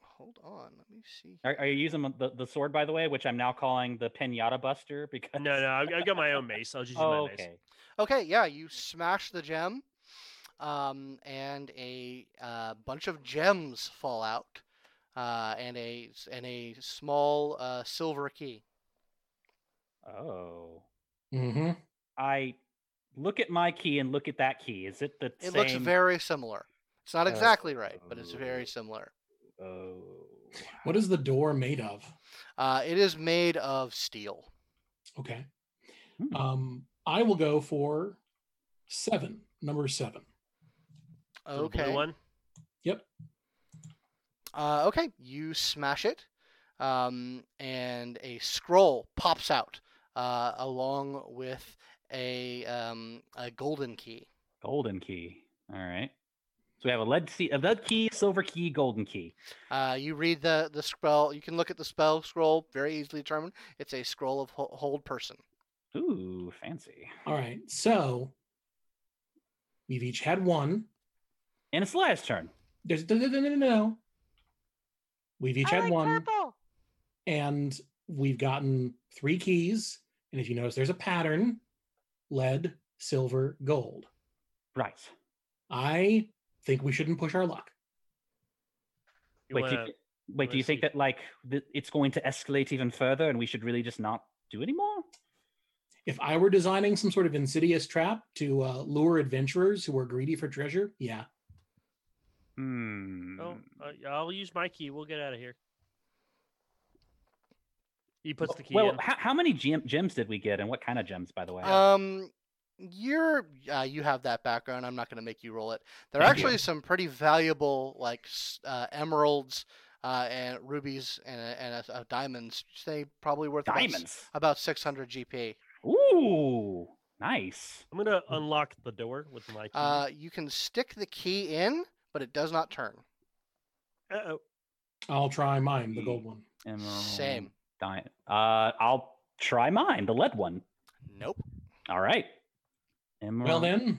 [SPEAKER 1] hold on, let me see.
[SPEAKER 3] Are, are you using the, the sword by the way, which I'm now calling the pinata buster because
[SPEAKER 5] No, no, I've, I've got my own mace. I'll just use
[SPEAKER 3] Oh,
[SPEAKER 5] my mace.
[SPEAKER 3] okay.
[SPEAKER 1] Okay, yeah, you smash the gem, um, and a uh, bunch of gems fall out, uh, and a s- and a small uh, silver key.
[SPEAKER 3] Oh.
[SPEAKER 2] Mm-hmm.
[SPEAKER 3] I look at my key and look at that key. Is it the
[SPEAKER 1] It
[SPEAKER 3] same?
[SPEAKER 1] looks very similar. It's not
[SPEAKER 3] Uh,
[SPEAKER 1] exactly right, but it's
[SPEAKER 3] oh.
[SPEAKER 1] very similar.
[SPEAKER 3] Oh.
[SPEAKER 2] What is the door made of?
[SPEAKER 1] Uh, it is made of steel.
[SPEAKER 2] Okay.
[SPEAKER 3] Hmm.
[SPEAKER 2] Um, I will go for seven. Number seven.
[SPEAKER 5] So the blue
[SPEAKER 1] Okay.
[SPEAKER 5] one.
[SPEAKER 1] Uh, okay, you smash it, um, and a scroll pops out uh, along with a um, a golden key.
[SPEAKER 3] Golden key. All right. So we have a lead, key, a lead key, silver key, golden key.
[SPEAKER 1] Uh, you read the the spell. You can look at the spell scroll very easily determined. It's a scroll of ho- hold person.
[SPEAKER 3] Ooh, fancy.
[SPEAKER 2] All right. So we've each had one.
[SPEAKER 3] And it's Elias' turn.
[SPEAKER 2] There's no no no no no, no. We've each
[SPEAKER 4] I
[SPEAKER 2] had
[SPEAKER 4] like
[SPEAKER 2] one.
[SPEAKER 4] purple.
[SPEAKER 2] and we've gotten three keys. And if you notice, there's a pattern lead, silver, gold.
[SPEAKER 3] Right.
[SPEAKER 2] I think we shouldn't push our luck.
[SPEAKER 5] You
[SPEAKER 3] wait, do
[SPEAKER 5] wanna-
[SPEAKER 3] you, thi- wait, do
[SPEAKER 5] wanna
[SPEAKER 3] you think
[SPEAKER 5] see-
[SPEAKER 3] that like th- it's going to escalate even further, and we should really just not do anymore?
[SPEAKER 2] If I were designing some sort of insidious trap to uh, lure adventurers who are greedy for treasure, yeah.
[SPEAKER 3] Hmm.
[SPEAKER 5] uh, Oh, uh, I'll use my key. We'll get out of here. He puts the key
[SPEAKER 3] Oh, well,
[SPEAKER 5] in.
[SPEAKER 3] how, how many gem- gems did we get, and what kind of gems, by the way?
[SPEAKER 1] Um, you're uh, you have that background. I'm not going to make you roll it. There are
[SPEAKER 2] Thank you.
[SPEAKER 1] actually some pretty valuable like s- uh, emeralds uh, and rubies and a- and a, a diamonds. They probably worth about s-
[SPEAKER 3] Diamonds.
[SPEAKER 1] about 600 GP.
[SPEAKER 3] Ooh, nice.
[SPEAKER 5] I'm gonna unlock the door with my key.
[SPEAKER 1] Uh, you can stick the key in, but it does not turn.
[SPEAKER 5] Uh-oh.
[SPEAKER 2] I'll try mine, the gold one.
[SPEAKER 3] Emerald
[SPEAKER 1] Same.
[SPEAKER 3] Di- uh, I'll try mine, the lead one.
[SPEAKER 1] Nope.
[SPEAKER 3] All right. Emerald.
[SPEAKER 2] Well then,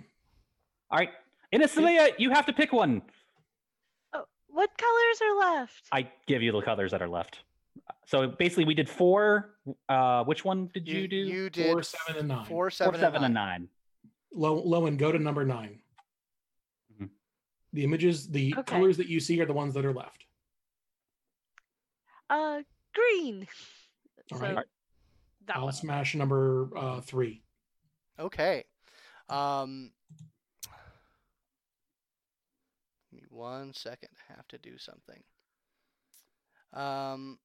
[SPEAKER 3] All right. Inasilia, you have to pick one.
[SPEAKER 4] Oh, what colors are left?
[SPEAKER 3] I give you the colors that are left. So basically, we did four. Uh, which one did you, do?
[SPEAKER 1] You did
[SPEAKER 2] four, seven, and nine.
[SPEAKER 1] four,
[SPEAKER 3] four,
[SPEAKER 1] seven,
[SPEAKER 3] seven,
[SPEAKER 1] and
[SPEAKER 3] and
[SPEAKER 1] nine.
[SPEAKER 3] nine.
[SPEAKER 2] Low, low, and go to number 9
[SPEAKER 3] Mhm.
[SPEAKER 2] The images, the
[SPEAKER 4] Okay.
[SPEAKER 2] colors that you see are the ones that are left.
[SPEAKER 4] Uh, green.
[SPEAKER 2] All
[SPEAKER 4] So,
[SPEAKER 2] right.
[SPEAKER 4] that
[SPEAKER 2] I'll
[SPEAKER 4] one.
[SPEAKER 2] smash number uh, three.
[SPEAKER 1] Okay. Um, give me one second. I have to do something. Um,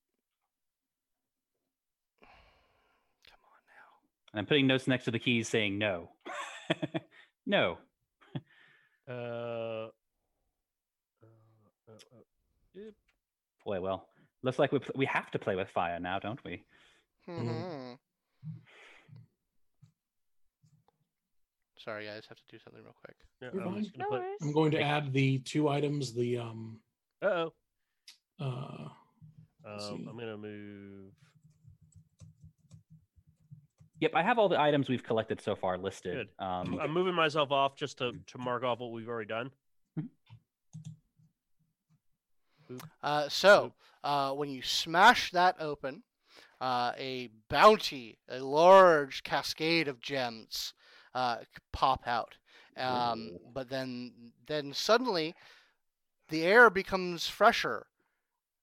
[SPEAKER 1] come on now.
[SPEAKER 3] And I'm putting notes next to the keys saying no. no.
[SPEAKER 5] Uh, uh, uh, uh, yep.
[SPEAKER 3] Boy, well, looks like we, pl- we have to play with fire now, don't we?
[SPEAKER 1] Mhm. Sorry, I just have to do something real quick.
[SPEAKER 5] No,
[SPEAKER 2] You're
[SPEAKER 5] I'm just
[SPEAKER 2] fine.
[SPEAKER 5] gonna
[SPEAKER 4] No
[SPEAKER 5] put.
[SPEAKER 4] worries.
[SPEAKER 2] I'm going to add the two items, the um
[SPEAKER 5] Uh-oh.
[SPEAKER 2] uh Let's
[SPEAKER 5] Um,
[SPEAKER 2] see.
[SPEAKER 5] I'm gonna move.
[SPEAKER 3] Yep, I have all the items we've collected so far listed. Um,
[SPEAKER 5] I'm moving myself off just to to mark off what we've already done.
[SPEAKER 1] Uh, so, uh, when you smash that open, uh, a bounty, a large cascade of gems uh, c- pop out. Um,
[SPEAKER 3] Ooh.
[SPEAKER 1] but then, then suddenly, the air becomes fresher,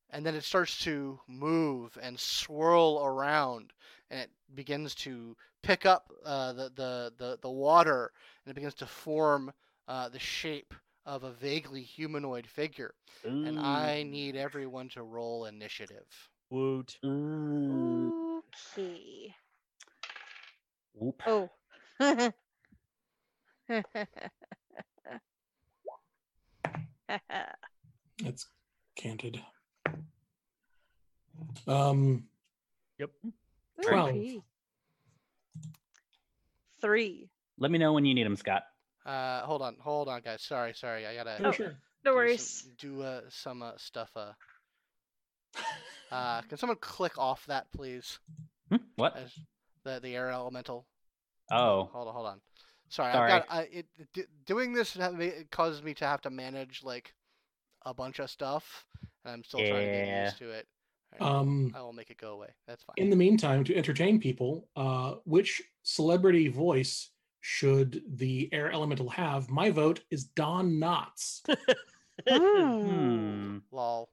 [SPEAKER 1] and then it starts to move and swirl around, and it begins to pick up uh, the, the, the, the water, and it begins to form uh, the shape of a vaguely humanoid figure and
[SPEAKER 3] Mm.
[SPEAKER 1] I need everyone to roll initiative.
[SPEAKER 5] Woot.
[SPEAKER 3] Ooh.
[SPEAKER 4] Okay.
[SPEAKER 3] Oop.
[SPEAKER 4] Oh. Oh.
[SPEAKER 2] that's canted. Um Twelve.
[SPEAKER 4] Okay. Three.
[SPEAKER 3] Let me know when you need them, Scott.
[SPEAKER 1] Uh, hold on, hold on, guys. Sorry, sorry. I gotta
[SPEAKER 2] for
[SPEAKER 4] Oh,
[SPEAKER 2] sure.
[SPEAKER 4] No
[SPEAKER 1] do
[SPEAKER 4] worries.
[SPEAKER 1] some, do, uh, some uh, stuff. Uh, uh, can someone click off that, please?
[SPEAKER 3] Hmm? What?
[SPEAKER 1] As the the air elemental.
[SPEAKER 3] Oh,
[SPEAKER 1] Hold on, hold on. Sorry,
[SPEAKER 3] Sorry.
[SPEAKER 1] I've got I, it, it d- doing this ha- ma- it causes me to have to manage like a bunch of stuff, and I'm still trying to get
[SPEAKER 3] Yeah.
[SPEAKER 1] used to it. Alright,
[SPEAKER 2] Um
[SPEAKER 1] I will make it go away. That's fine.
[SPEAKER 2] in the meantime, to entertain people, uh which celebrity voice should the air elemental have? My vote is Don Knotts.
[SPEAKER 4] Ooh.
[SPEAKER 3] Hmm.
[SPEAKER 1] Lol.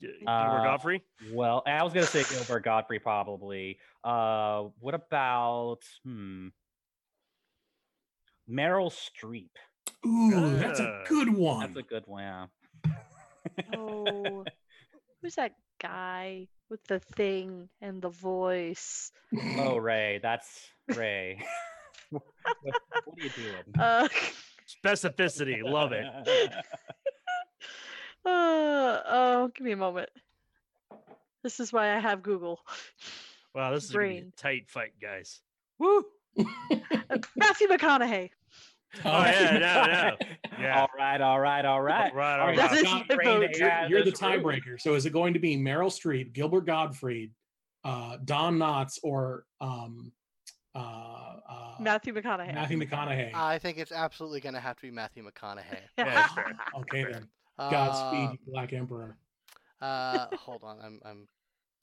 [SPEAKER 5] Y- Gilbert
[SPEAKER 3] Uh,
[SPEAKER 5] Godfrey.
[SPEAKER 3] Well, I was gonna say Gilbert Godfrey probably. Uh, what about hmm? Meryl Streep.
[SPEAKER 2] Ooh, that's a
[SPEAKER 5] Ah,
[SPEAKER 2] good one.
[SPEAKER 3] That's a good one. yeah.
[SPEAKER 4] Oh, who's that guy with the thing and the voice?
[SPEAKER 3] Oh, Ray, that's Ray. what, what are you doing?
[SPEAKER 4] Uh,
[SPEAKER 5] Specificity. Love it.
[SPEAKER 4] uh, oh, give me a moment. This is why I have Google.
[SPEAKER 5] Wow, this is gonna be a
[SPEAKER 4] Brain.
[SPEAKER 5] tight fight, guys.
[SPEAKER 3] Woo!
[SPEAKER 4] Uh, Matthew McConaughey.
[SPEAKER 5] Oh, yeah, no, Yeah.
[SPEAKER 3] All right, all right, all right.
[SPEAKER 5] All
[SPEAKER 3] All
[SPEAKER 5] right,
[SPEAKER 3] right,
[SPEAKER 5] all right.
[SPEAKER 4] That is
[SPEAKER 2] Scott,
[SPEAKER 4] my
[SPEAKER 3] Rain
[SPEAKER 4] vote.
[SPEAKER 3] AI.
[SPEAKER 2] you're,
[SPEAKER 3] Yeah,
[SPEAKER 2] you're the
[SPEAKER 3] there's room.
[SPEAKER 2] tiebreaker. So is it going to be Meryl Streep, Gilbert Gottfried, uh, Don Knotts, or um, uh, uh,
[SPEAKER 4] Matthew McConaughey.
[SPEAKER 2] Matthew McConaughey?
[SPEAKER 1] I think it's absolutely gonna have to be Matthew McConaughey.
[SPEAKER 5] Yeah, it's fair.
[SPEAKER 2] okay then.
[SPEAKER 1] Uh,
[SPEAKER 2] Godspeed, you Black Emperor.
[SPEAKER 1] Uh, hold on. I'm, I'm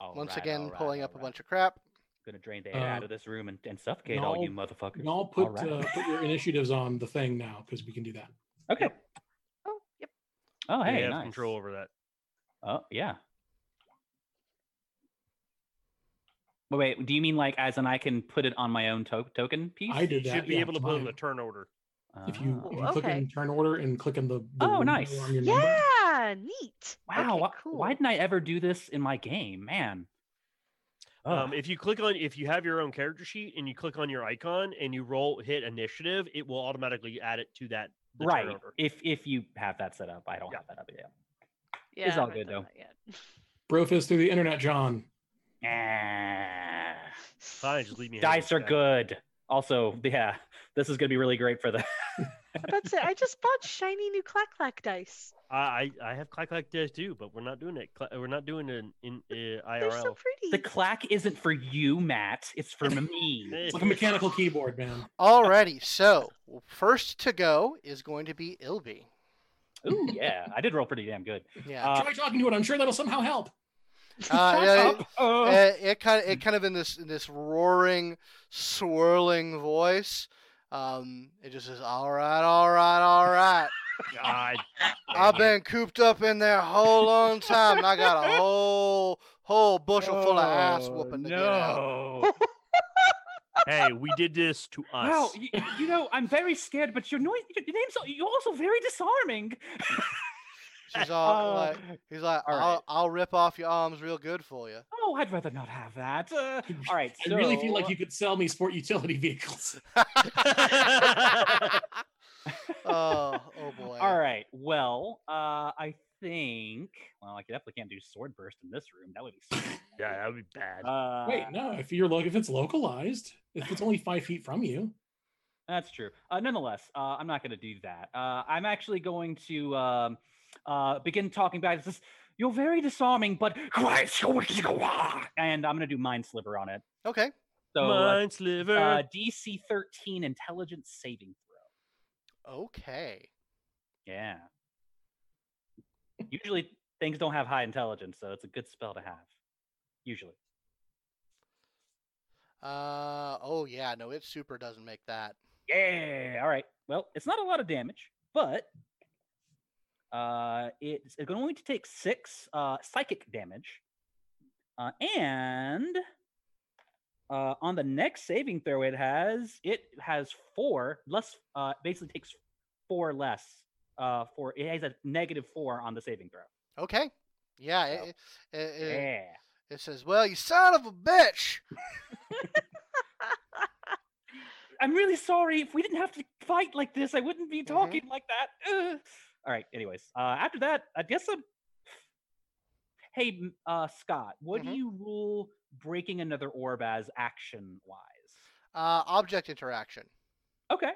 [SPEAKER 3] All
[SPEAKER 1] once
[SPEAKER 3] right,
[SPEAKER 1] again
[SPEAKER 3] all right,
[SPEAKER 1] pulling
[SPEAKER 3] all
[SPEAKER 1] up a
[SPEAKER 3] right.
[SPEAKER 1] bunch of crap.
[SPEAKER 3] Gonna drain the air out
[SPEAKER 2] Uh,
[SPEAKER 3] of this room and, and suffocate all you motherfuckers.
[SPEAKER 2] Y'all
[SPEAKER 3] All
[SPEAKER 2] put
[SPEAKER 3] right.
[SPEAKER 2] uh, put your initiatives on the thing now because we can do that.
[SPEAKER 3] okay.
[SPEAKER 4] Oh, yep.
[SPEAKER 3] Oh,
[SPEAKER 5] They
[SPEAKER 3] hey,
[SPEAKER 5] have
[SPEAKER 3] nice.
[SPEAKER 5] control over that.
[SPEAKER 3] Oh yeah. Wait, wait, do you mean like as in I can put it on my own to- token piece?
[SPEAKER 2] I did
[SPEAKER 5] You
[SPEAKER 2] that.
[SPEAKER 5] should be
[SPEAKER 2] yeah,
[SPEAKER 5] able to put in the
[SPEAKER 2] mine.
[SPEAKER 5] turn order.
[SPEAKER 2] If you,
[SPEAKER 3] Ah.
[SPEAKER 2] if you
[SPEAKER 4] Oh,
[SPEAKER 2] click
[SPEAKER 4] okay.
[SPEAKER 2] in turn order and click in the, the
[SPEAKER 3] Oh,
[SPEAKER 2] window
[SPEAKER 3] nice.
[SPEAKER 2] on your number,
[SPEAKER 4] Yeah, neat.
[SPEAKER 3] wow,
[SPEAKER 4] Okay,
[SPEAKER 3] why-
[SPEAKER 4] cool.
[SPEAKER 3] why didn't I ever do this in my game, man?
[SPEAKER 5] Um, if you click on, if you have your own character sheet and you click on your icon and you roll hit initiative, it will automatically add it to that. the
[SPEAKER 3] right.
[SPEAKER 5] turnover.
[SPEAKER 3] If if you have that set up, I don't
[SPEAKER 5] Yeah.
[SPEAKER 3] have that up yet.
[SPEAKER 6] Yeah,
[SPEAKER 3] It's
[SPEAKER 6] I
[SPEAKER 3] all
[SPEAKER 6] haven't
[SPEAKER 3] good,
[SPEAKER 6] done
[SPEAKER 3] though.
[SPEAKER 6] that yet.
[SPEAKER 2] Brofist through the internet, John.
[SPEAKER 3] Ah.
[SPEAKER 5] Fine, just leave me. hanging
[SPEAKER 3] Dice are
[SPEAKER 5] back.
[SPEAKER 3] good. Also, yeah, this is gonna be really great for the.
[SPEAKER 4] That's it. I just bought shiny new clack clack dice.
[SPEAKER 5] I I, I have clack clack dice too, but we're not doing it. Cla- We're not doing it in, in uh,
[SPEAKER 4] They're so
[SPEAKER 5] IRL.
[SPEAKER 4] pretty.
[SPEAKER 3] The clack isn't for you, Matt. It's for me.
[SPEAKER 2] It's like a mechanical keyboard, man.
[SPEAKER 1] Alrighty, so first to go is going to be Ilby.
[SPEAKER 3] Ooh, yeah, I did roll pretty damn good.
[SPEAKER 1] Yeah.
[SPEAKER 3] Uh,
[SPEAKER 2] Try talking to it. I'm sure that'll somehow help.
[SPEAKER 1] Uh, yeah,
[SPEAKER 3] up. Oh.
[SPEAKER 1] Uh, it kind of it kind of in this in this roaring, swirling voice. Um, it just says, "All right, all right, all right.
[SPEAKER 5] God
[SPEAKER 1] I've
[SPEAKER 5] dang it.
[SPEAKER 1] been cooped up in there a whole long time, and I got a whole whole bushel full of ass
[SPEAKER 3] Oh,
[SPEAKER 1] whooping to get out."
[SPEAKER 3] no.
[SPEAKER 5] Hey, we did this to us.
[SPEAKER 3] Wow, you, you know, I'm very scared, but your noise, your name's, al- you're also very disarming.
[SPEAKER 1] She's all
[SPEAKER 3] Uh,
[SPEAKER 1] like, "He's like,
[SPEAKER 3] all right.
[SPEAKER 1] I'll, I'll rip off your arms real good for you."
[SPEAKER 3] oh, I'd rather not have that. Uh, all right,
[SPEAKER 2] I really feel
[SPEAKER 3] so-
[SPEAKER 2] like you could sell me sport utility vehicles.
[SPEAKER 1] Oh, oh boy.
[SPEAKER 3] All right. Well, uh, I think. Well, I definitely can't do sword burst in this room. That would be. stupid.
[SPEAKER 5] yeah, that would be bad.
[SPEAKER 3] Uh,
[SPEAKER 2] Wait, no. If you're lo- if it's localized, if it's only five feet from you,
[SPEAKER 3] That's true. Uh, nonetheless, uh, I'm not going to do that. Uh, I'm actually going to um, uh, begin talking back. This you're very disarming, but and I'm going to do mind sliver on it.
[SPEAKER 1] Okay.
[SPEAKER 3] So uh,
[SPEAKER 5] Mind sliver.
[SPEAKER 3] uh, DC 13 intelligence saving throw.
[SPEAKER 1] Okay.
[SPEAKER 3] Yeah. Usually things don't have high intelligence, so it's a good spell to have. Usually.
[SPEAKER 1] Uh. Oh yeah. No, it super doesn't make that.
[SPEAKER 3] Yeah. All right. Well, it's not a lot of damage, but uh, it's going to take six uh, psychic damage. Uh, and uh, on the next saving throw, it has it has four less. Uh, basically, takes four less. Uh, for it has a negative four on the saving throw.
[SPEAKER 1] Okay. Yeah. It,
[SPEAKER 3] So,
[SPEAKER 1] it- it- it-
[SPEAKER 3] Yeah.
[SPEAKER 1] It says, "Well, you son of a bitch."
[SPEAKER 3] I'm really sorry. If we didn't have to fight like this, I wouldn't be
[SPEAKER 1] Mhm.
[SPEAKER 3] talking like that. Ugh. All right. Anyways, uh, after that, I guess I'm. Hey, m- uh, Scott, what
[SPEAKER 1] Mhm.
[SPEAKER 3] do you rule breaking another orb as action wise?
[SPEAKER 1] Uh, object interaction.
[SPEAKER 3] Okay.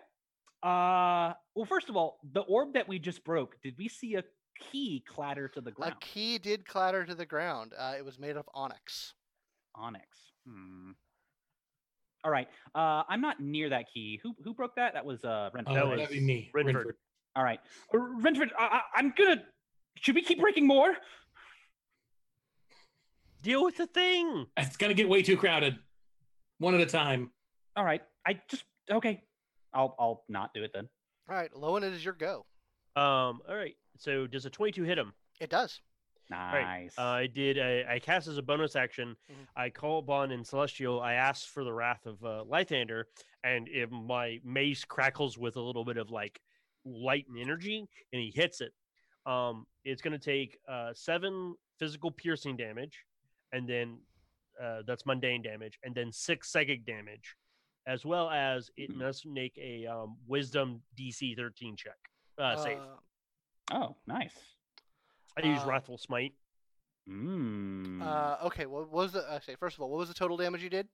[SPEAKER 3] Uh, well, first of all, the orb that we just broke, did we see a key clatter to the ground?
[SPEAKER 1] A key did clatter to the ground. Uh, it was made of onyx.
[SPEAKER 3] Onyx. Hmm. All right. Uh, I'm not near that key. Who who broke that? That was uh, Ren.
[SPEAKER 2] uh,
[SPEAKER 5] That
[SPEAKER 2] that'd
[SPEAKER 5] was
[SPEAKER 2] be me.
[SPEAKER 5] Renford.
[SPEAKER 2] Renford.
[SPEAKER 3] All right, Uh, Renford, I, I, I'm gonna. Should we keep breaking more?
[SPEAKER 5] Deal with the thing.
[SPEAKER 2] It's gonna get way too crowded. One at a time.
[SPEAKER 3] All right, I just okay. I'll I'll not do it then.
[SPEAKER 1] All right, Lowen, it is your go.
[SPEAKER 5] Um. All right. So does a twenty-two hit him?
[SPEAKER 1] It does.
[SPEAKER 5] Right,
[SPEAKER 3] Nice.
[SPEAKER 5] Uh, I did. I, I cast as a bonus action.
[SPEAKER 1] Mhm.
[SPEAKER 5] I call upon in Celestial. I ask for the wrath of uh, Lythander, and if my mace crackles with a little bit of like light and energy, and he hits it, um, it's going to take uh, seven physical piercing damage, and then uh, that's mundane damage, and then six psychic damage, as well as it
[SPEAKER 1] Hmm.
[SPEAKER 3] Mhm.
[SPEAKER 5] must make a um, Wisdom DC 13 check. Uh, save.
[SPEAKER 1] Uh,
[SPEAKER 3] oh, nice.
[SPEAKER 5] I use
[SPEAKER 1] uh,
[SPEAKER 5] Wrathful Smite.
[SPEAKER 3] Mm.
[SPEAKER 1] uh, okay, what was the? Okay, first of all, what was the total damage you did?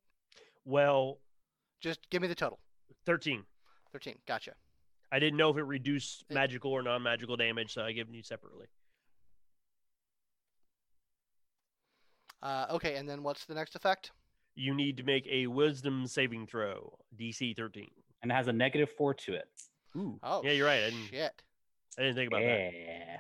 [SPEAKER 5] Well,
[SPEAKER 1] Just give me the total.
[SPEAKER 5] 13.
[SPEAKER 1] Thirteen. Gotcha.
[SPEAKER 5] I didn't know if it reduced
[SPEAKER 1] It-
[SPEAKER 5] magical or non-magical damage, so I give them you separately.
[SPEAKER 1] Uh, okay, and then what's the next effect?
[SPEAKER 5] You need to make a Wisdom saving throw, DC 13.
[SPEAKER 3] and it has a negative four to it.
[SPEAKER 5] Ooh.
[SPEAKER 1] Oh,
[SPEAKER 5] yeah, you're right. I didn't,
[SPEAKER 1] Shit.
[SPEAKER 5] I didn't think about that.
[SPEAKER 3] Yeah.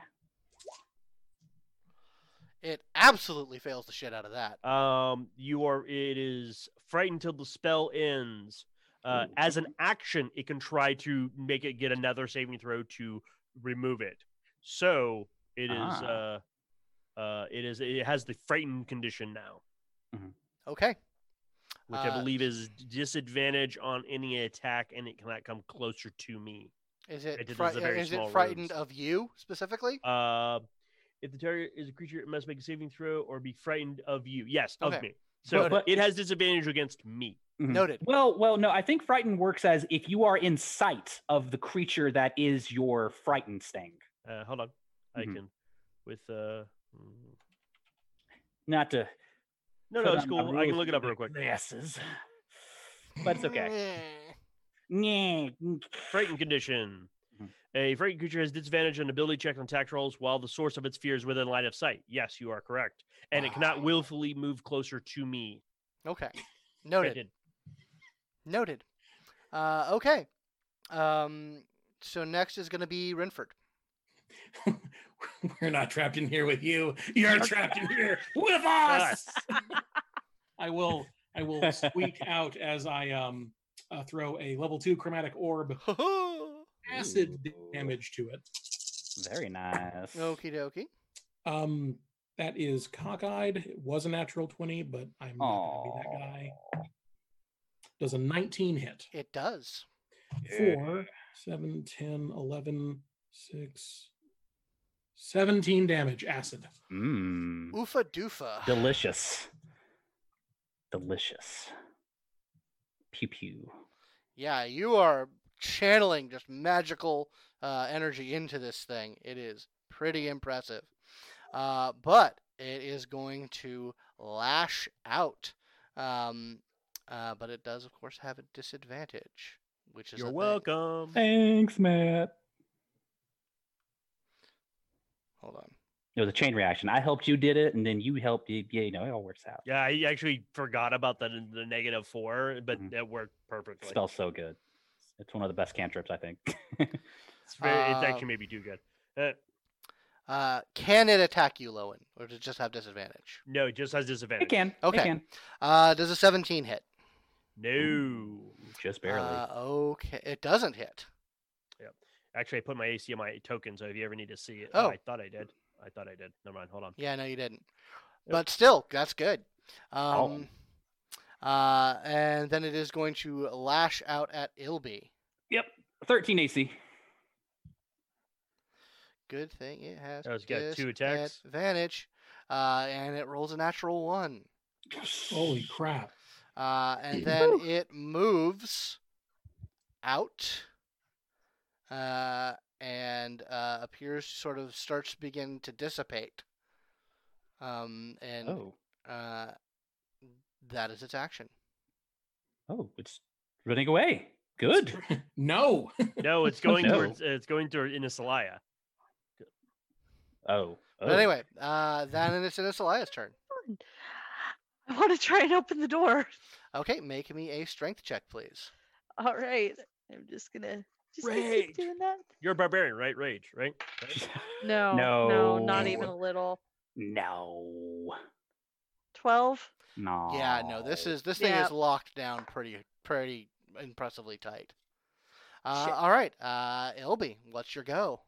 [SPEAKER 1] It absolutely fails the shit out of that.
[SPEAKER 5] Um, you are. It is frightened till the spell ends. Uh,
[SPEAKER 3] Ooh.
[SPEAKER 5] as an action, it can try to make it get another saving throw to remove it. So it is.
[SPEAKER 3] Ah.
[SPEAKER 5] Uh, uh, it is. It has the frightened condition now,
[SPEAKER 1] Okay.
[SPEAKER 5] which I
[SPEAKER 1] Uh,
[SPEAKER 5] believe is disadvantage on any attack, and it cannot come closer to me.
[SPEAKER 1] Is
[SPEAKER 5] It
[SPEAKER 1] it?
[SPEAKER 5] is
[SPEAKER 1] fri-
[SPEAKER 5] a very
[SPEAKER 1] is
[SPEAKER 5] small
[SPEAKER 1] it
[SPEAKER 5] room,
[SPEAKER 1] frightened
[SPEAKER 5] so-
[SPEAKER 1] of you specifically?
[SPEAKER 5] Uh, if the target is a creature, it must make a saving throw or be frightened of you. Yes, of
[SPEAKER 1] Okay.
[SPEAKER 5] me. So
[SPEAKER 3] But- but-
[SPEAKER 5] it has disadvantage against me.
[SPEAKER 3] Mhm.
[SPEAKER 1] Noted.
[SPEAKER 3] Well, well, no, I think frighten works as if you are in sight of the creature that is your frightened thing.
[SPEAKER 5] Uh, hold on, I
[SPEAKER 1] Mm-hmm.
[SPEAKER 3] Mhm.
[SPEAKER 5] can with uh. mm,
[SPEAKER 3] Not to
[SPEAKER 5] No,
[SPEAKER 3] put
[SPEAKER 5] no,
[SPEAKER 3] on
[SPEAKER 5] it's
[SPEAKER 3] a
[SPEAKER 5] cool. I
[SPEAKER 3] rule
[SPEAKER 5] can look it
[SPEAKER 3] through
[SPEAKER 5] up
[SPEAKER 3] the
[SPEAKER 5] real quick.
[SPEAKER 3] Glasses. But it's okay. Nyeh.
[SPEAKER 5] Frightened condition.
[SPEAKER 1] Mm-hmm.
[SPEAKER 3] Mhm.
[SPEAKER 5] A frightened creature has disadvantage on ability check on attack rolls while the source of its fear is within line of sight. Yes, you are correct. And it cannot
[SPEAKER 1] Wow.
[SPEAKER 5] willfully move closer to me.
[SPEAKER 1] Okay.
[SPEAKER 5] I
[SPEAKER 1] Noted.
[SPEAKER 5] did.
[SPEAKER 1] Noted. Uh, okay. Um, so next is going to be Renford.
[SPEAKER 2] We're not trapped in here with you. You're trapped in here with us.
[SPEAKER 5] Ah,
[SPEAKER 2] I will. I will squeak out as I um uh, throw a level two chromatic orb
[SPEAKER 1] Okie
[SPEAKER 2] acid
[SPEAKER 3] Ooh.
[SPEAKER 2] damage to it.
[SPEAKER 3] Very nice.
[SPEAKER 1] dokie.
[SPEAKER 2] Um, that is cockeyed. It was a natural twenty, but I'm not going to be that guy.
[SPEAKER 3] Aw.
[SPEAKER 2] Does a 19 hit?
[SPEAKER 1] It does.
[SPEAKER 2] Four, seven, 10, 11, six, 17 damage acid.
[SPEAKER 3] Mm.
[SPEAKER 1] Oofa doofa.
[SPEAKER 3] Delicious. Delicious. Pew pew.
[SPEAKER 1] yeah, you are channeling just magical uh, energy into this thing. It is pretty impressive. Uh, but it is going to lash out. Um, uh, but it does, of course, have a disadvantage, which is
[SPEAKER 5] You're
[SPEAKER 1] a thing.
[SPEAKER 5] welcome.
[SPEAKER 3] Thanks, Matt.
[SPEAKER 1] Hold on.
[SPEAKER 3] It was a chain reaction. I helped you did it, and then you helped you. Yeah, you know, it all works out.
[SPEAKER 5] Yeah, I actually forgot about the the negative four, but
[SPEAKER 3] Mhm.
[SPEAKER 5] it worked perfectly.
[SPEAKER 3] Spell's so good. It's one of the best cantrips, I think.
[SPEAKER 5] It's, very, it's
[SPEAKER 1] Uh,
[SPEAKER 5] actually maybe too good. Uh,
[SPEAKER 1] Uh, can it attack you, Lowen, or does it just have disadvantage?
[SPEAKER 5] no, it just has disadvantage.
[SPEAKER 3] it can.
[SPEAKER 1] Okay.
[SPEAKER 3] It can.
[SPEAKER 1] Uh, does a 17 hit?
[SPEAKER 5] No.
[SPEAKER 3] Just barely.
[SPEAKER 1] Uh, okay, it doesn't hit.
[SPEAKER 5] Actually, I put my AC on my token, so if you ever need to see it, oh,
[SPEAKER 1] Oh.
[SPEAKER 5] I thought I did. I thought I did. Never mind. Hold on.
[SPEAKER 1] Yeah, no, you didn't.
[SPEAKER 5] Yep. Oh.
[SPEAKER 1] But still, that's good. Um, uh, and then it is going to lash out at Ilby.
[SPEAKER 3] yep. 13 AC.
[SPEAKER 1] Good thing it has
[SPEAKER 5] Oh, it's got two attacks.
[SPEAKER 1] advantage, uh, and it rolls a natural one.
[SPEAKER 2] Holy crap.
[SPEAKER 1] Uh, and then it moves out uh, and uh, appears to sort of starts to begin to dissipate. Um, and
[SPEAKER 3] Oh.
[SPEAKER 1] uh, that is its action.
[SPEAKER 3] Oh, it's running away. Good.
[SPEAKER 2] No.
[SPEAKER 5] Oh, No, it's going
[SPEAKER 3] no.
[SPEAKER 5] towards. It's going toward Inesalaya.
[SPEAKER 3] Oh.
[SPEAKER 1] But
[SPEAKER 3] oh.
[SPEAKER 1] anyway, uh, then it's in Elias' turn.
[SPEAKER 4] I want to try and open the door.
[SPEAKER 1] Okay, make me a strength check, please.
[SPEAKER 4] All right. I'm just gonna just gonna keep
[SPEAKER 5] Rage.
[SPEAKER 4] doing that.
[SPEAKER 5] You're a barbarian, right? Rage, right?
[SPEAKER 4] No, no, not even a
[SPEAKER 3] No.
[SPEAKER 4] little.
[SPEAKER 3] No.
[SPEAKER 4] Twelve.
[SPEAKER 3] No.
[SPEAKER 1] Yeah, no, this is this thing
[SPEAKER 4] Yep.
[SPEAKER 1] is locked down pretty pretty impressively tight. Uh,
[SPEAKER 4] Shit.
[SPEAKER 1] all right, uh, Ilby, what's your go?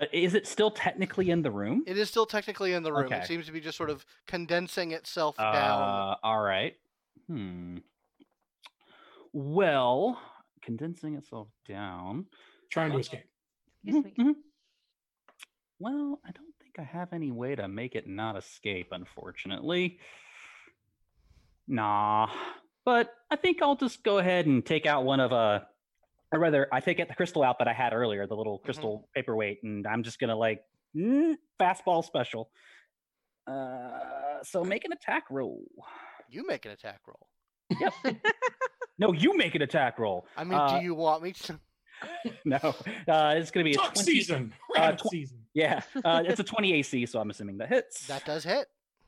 [SPEAKER 3] Uh, Is it still technically in the room?
[SPEAKER 1] It is still technically in the room.
[SPEAKER 3] Okay.
[SPEAKER 1] It seems to be just sort of condensing itself down.
[SPEAKER 3] Uh, all right. Hmm. Well, condensing itself down.
[SPEAKER 2] Trying to escape.
[SPEAKER 4] Excuse
[SPEAKER 3] Mhm,
[SPEAKER 4] me.
[SPEAKER 3] mhm. Well, I don't think I have any way to make it not escape, unfortunately. Nah. But I think I'll just go ahead and take out one of uh or rather I take out the crystal out that I had earlier, the
[SPEAKER 4] Mm-hmm.
[SPEAKER 3] little crystal paperweight, and I'm just gonna like mm, fastball special. Uh so make an attack roll.
[SPEAKER 1] You make an attack roll.
[SPEAKER 3] No, you make an attack roll.
[SPEAKER 1] I mean,
[SPEAKER 3] Uh,
[SPEAKER 1] do you want me to?
[SPEAKER 3] No. Uh it's gonna be a
[SPEAKER 2] Duck
[SPEAKER 3] 20
[SPEAKER 2] season.
[SPEAKER 3] uh,
[SPEAKER 2] Rabbit
[SPEAKER 3] twen-
[SPEAKER 2] season.
[SPEAKER 3] Yeah. Uh, it's a 20 AC, so I'm assuming that hits.
[SPEAKER 1] That does hit.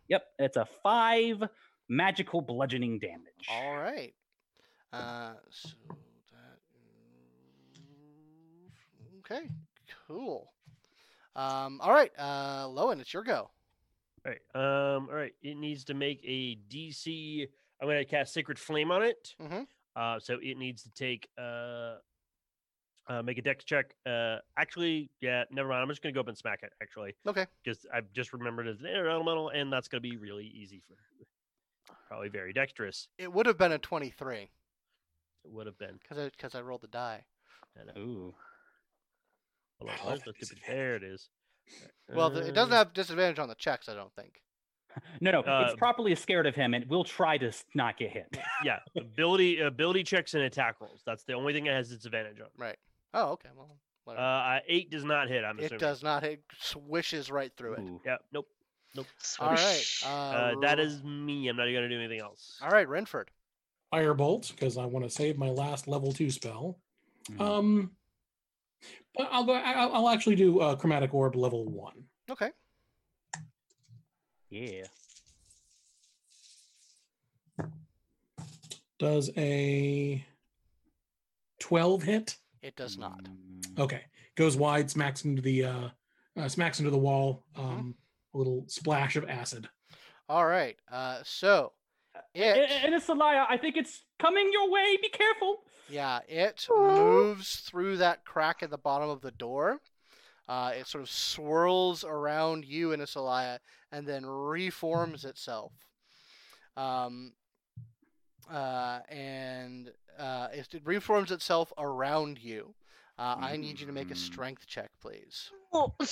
[SPEAKER 3] Yep, it's a five magical bludgeoning damage.
[SPEAKER 1] All right. Uh, so that. Okay. Cool. Um, all right, uh, Lowen, it's your go.
[SPEAKER 5] All right. Um. All right. It needs to make a DC. I'm going to cast Sacred Flame on it.
[SPEAKER 1] Mhm.
[SPEAKER 5] Uh. So it needs to take. Uh. Uh, make a dex check. Uh, actually, yeah, never mind. I'm just gonna go up and smack it. Actually,
[SPEAKER 1] Okay.
[SPEAKER 5] because I've just remembered it's an air elemental, and that's gonna be really easy for. Probably very dexterous.
[SPEAKER 1] It would have been a 23
[SPEAKER 5] It would have been.
[SPEAKER 1] because I, 'cause I rolled the die.
[SPEAKER 5] I know.
[SPEAKER 3] Ooh.
[SPEAKER 2] I
[SPEAKER 5] Hold on, where's
[SPEAKER 2] love
[SPEAKER 5] the
[SPEAKER 2] this
[SPEAKER 5] stupid- There it is.
[SPEAKER 1] Well, the, it doesn't
[SPEAKER 5] Uh,
[SPEAKER 1] have disadvantage on the checks, I don't think.
[SPEAKER 3] no, no,
[SPEAKER 5] Uh,
[SPEAKER 3] it's properly scared of him, and we'll try to s- not get hit.
[SPEAKER 5] yeah, ability ability checks and attack rolls. That's the only thing it has its advantage on.
[SPEAKER 1] Right. Oh, okay. Well,
[SPEAKER 5] Uh,
[SPEAKER 1] whatever.
[SPEAKER 5] uh, eight does not hit. I'm assuming
[SPEAKER 1] it does not. It swishes right through it.
[SPEAKER 3] Ooh.
[SPEAKER 5] Yeah. Nope.
[SPEAKER 1] All right.
[SPEAKER 4] Swish.
[SPEAKER 1] Uh,
[SPEAKER 5] Uh, that
[SPEAKER 1] r-
[SPEAKER 5] is me. I'm not gonna do anything else.
[SPEAKER 1] All right, Renford.
[SPEAKER 2] Firebolt because I want to save my last level two spell.
[SPEAKER 3] Mm.
[SPEAKER 1] Uh,
[SPEAKER 2] Um, but I'll go. I- I'll, I'll actually do uh, chromatic orb level one.
[SPEAKER 1] Okay.
[SPEAKER 3] yeah.
[SPEAKER 2] Does a twelve hit?
[SPEAKER 1] It does not.
[SPEAKER 5] Hmm.
[SPEAKER 3] Mm.
[SPEAKER 2] Okay, goes wide, smacks into the uh, uh smacks into the wall. Um, a little splash of acid.
[SPEAKER 1] All right. Uh, so
[SPEAKER 3] A-
[SPEAKER 1] it
[SPEAKER 3] a- And it's Elia. I think it's coming your way. Be careful.
[SPEAKER 1] yeah it
[SPEAKER 4] Aw.
[SPEAKER 1] moves through that crack at the bottom of the door. Uh, it sort of swirls around you in a Celaya and then reforms itself. Um, uh, and uh, it, it reforms itself around you. Uh, I need you to make a
[SPEAKER 3] Mm.
[SPEAKER 1] strength check, please.
[SPEAKER 4] Oh.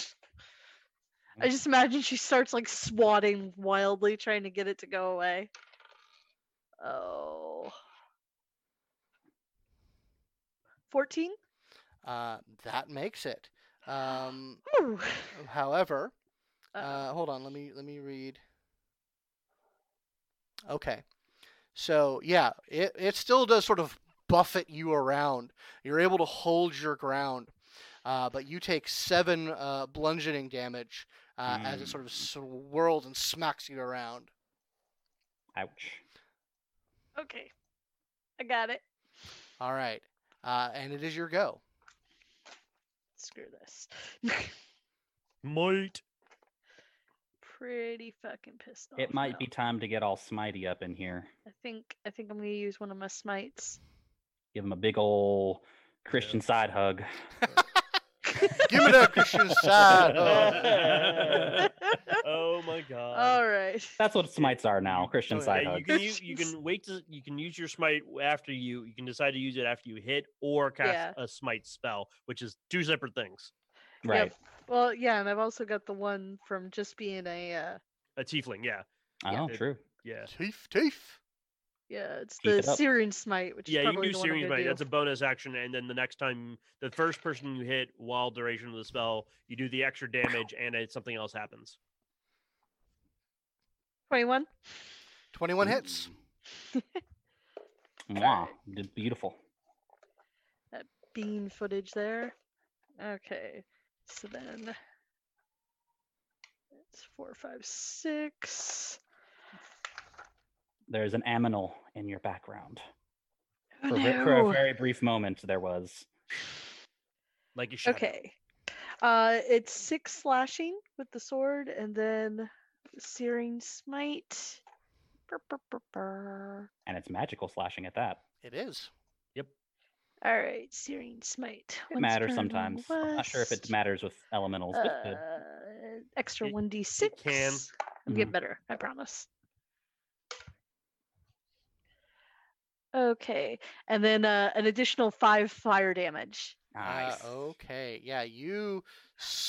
[SPEAKER 4] I just imagine she starts like swatting wildly, trying to get it to go away. Oh. 14?
[SPEAKER 1] Uh, that makes it. Um,
[SPEAKER 4] Ooh.
[SPEAKER 1] however,
[SPEAKER 4] Uh,
[SPEAKER 1] Uh, hold on, let me let me read. Okay, so yeah, it it still does sort of buffet you around. You're able to hold your ground, uh, but you take seven uh, bludgeoning damage uh, as it sort of swirls and smacks you around.
[SPEAKER 3] Ouch.
[SPEAKER 4] okay. I got it.
[SPEAKER 1] All right, uh, and it is your go.
[SPEAKER 4] Screw this.
[SPEAKER 5] Might.
[SPEAKER 4] Pretty fucking pissed off.
[SPEAKER 1] Oh,
[SPEAKER 3] It might
[SPEAKER 4] now.
[SPEAKER 3] be time to get all smitey up in here.
[SPEAKER 4] I think I think I'm gonna use one of my smites.
[SPEAKER 3] Give him a big old Christian side hug.
[SPEAKER 1] Give it up, Christian side. hug.
[SPEAKER 5] Oh my god.
[SPEAKER 4] All right.
[SPEAKER 3] That's what smites are now. Christian
[SPEAKER 1] Oh, yeah,
[SPEAKER 3] side
[SPEAKER 5] Yeah, you
[SPEAKER 3] hug.
[SPEAKER 5] can use, you
[SPEAKER 4] Jeez.
[SPEAKER 5] can wait to you can use your smite after you you can decide to use it after you hit or cast
[SPEAKER 4] Yeah.
[SPEAKER 5] a smite spell, which is two separate things.
[SPEAKER 4] Yep.
[SPEAKER 3] Right.
[SPEAKER 4] Well, yeah, and I've also got the one from just being a uh
[SPEAKER 5] A tiefling, yeah,
[SPEAKER 4] Yeah.
[SPEAKER 3] Oh,
[SPEAKER 5] It-
[SPEAKER 3] true.
[SPEAKER 5] yeah,
[SPEAKER 1] Teeth, teeth.
[SPEAKER 4] yeah, it's
[SPEAKER 3] Keep
[SPEAKER 4] the
[SPEAKER 3] it up.
[SPEAKER 4] Syrian smite, which
[SPEAKER 5] yeah.
[SPEAKER 4] is
[SPEAKER 5] You can
[SPEAKER 4] probably
[SPEAKER 5] do
[SPEAKER 4] the one I'm
[SPEAKER 5] series
[SPEAKER 4] gonna
[SPEAKER 5] smite. That's
[SPEAKER 4] do.
[SPEAKER 5] a bonus action, and then the next time the first person you hit while duration of the spell, you do the extra damage, and it, something else happens.
[SPEAKER 4] 21.
[SPEAKER 1] Twenty-one hits.
[SPEAKER 3] Wow. Beautiful.
[SPEAKER 4] bean footage there. Okay, so then it's four, five, six.
[SPEAKER 3] There's an aminal in your background.
[SPEAKER 4] Oh,
[SPEAKER 3] For, ve-
[SPEAKER 4] no.
[SPEAKER 3] for a very brief moment, there was.
[SPEAKER 5] Like you should.
[SPEAKER 4] okay, uh, it's six slashing with the sword, and then searing smite. Brr, brr, brr, brr.
[SPEAKER 3] And it's magical slashing at that.
[SPEAKER 1] It is.
[SPEAKER 4] All right, searing smite.
[SPEAKER 3] It
[SPEAKER 4] One
[SPEAKER 3] matters
[SPEAKER 4] star on
[SPEAKER 3] sometimes. I'm not sure if it
[SPEAKER 4] west.
[SPEAKER 3] matters with elementals, but it could.
[SPEAKER 4] Uh, extra
[SPEAKER 5] It-
[SPEAKER 4] one d six.
[SPEAKER 5] can.
[SPEAKER 4] I'm
[SPEAKER 3] Mm-hmm.
[SPEAKER 4] getting better. I promise. Okay, and then uh, an additional five fire damage.
[SPEAKER 3] Nice.
[SPEAKER 1] Uh, okay. Yeah, you.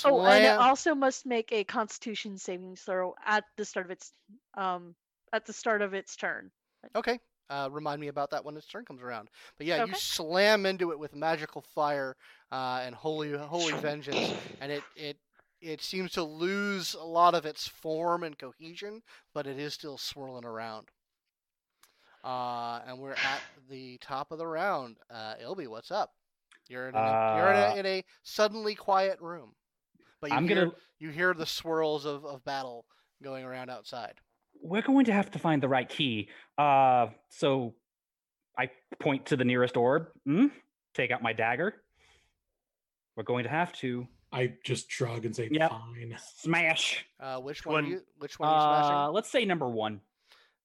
[SPEAKER 4] Oh, and it
[SPEAKER 1] slam-
[SPEAKER 4] also must make a Constitution saving throw at the start of its um at the start of its turn.
[SPEAKER 1] Okay. Uh, remind me about that when its turn comes around. But yeah,
[SPEAKER 4] Okay.
[SPEAKER 1] you slam into it with magical fire uh, and holy holy vengeance, and it it it seems to lose a lot of its form and cohesion, but it is still swirling around. Uh, and we're at the top of the round. Uh, Ilby, what's up? You're in, an, em- you're in
[SPEAKER 3] Uh,
[SPEAKER 1] a, in a suddenly quiet room, but you
[SPEAKER 3] I'm
[SPEAKER 1] hear
[SPEAKER 3] gonna.
[SPEAKER 1] you hear the swirls of, of battle going around outside.
[SPEAKER 3] We're going to have to find the right key. Uh, so, I point to the nearest orb. Hmm? Take out my dagger. We're going to have to
[SPEAKER 2] I just shrug and say,
[SPEAKER 3] Yep.
[SPEAKER 2] "Fine."
[SPEAKER 3] smash.
[SPEAKER 1] Uh, which
[SPEAKER 5] One-
[SPEAKER 1] one? Are you, which one are you smashing?
[SPEAKER 3] Uh, let's say number one.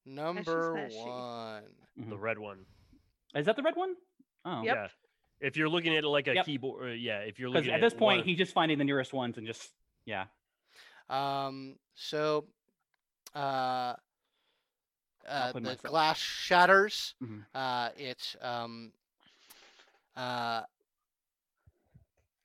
[SPEAKER 1] Number
[SPEAKER 4] smashy.
[SPEAKER 1] one.
[SPEAKER 5] The
[SPEAKER 3] Mhm.
[SPEAKER 5] red one.
[SPEAKER 3] Is that the red one? Oh,
[SPEAKER 4] Yep.
[SPEAKER 5] Yeah. If you're looking at it like a
[SPEAKER 3] Yep.
[SPEAKER 5] keyboard, uh, yeah. If you're
[SPEAKER 3] Because
[SPEAKER 5] looking
[SPEAKER 3] at this point,
[SPEAKER 5] one-
[SPEAKER 3] he's just finding the nearest ones and just yeah.
[SPEAKER 1] Um, so, uh, uh,
[SPEAKER 3] play
[SPEAKER 1] the
[SPEAKER 3] myself.
[SPEAKER 1] glass shatters.
[SPEAKER 3] Mhm.
[SPEAKER 1] Uh, it um, uh,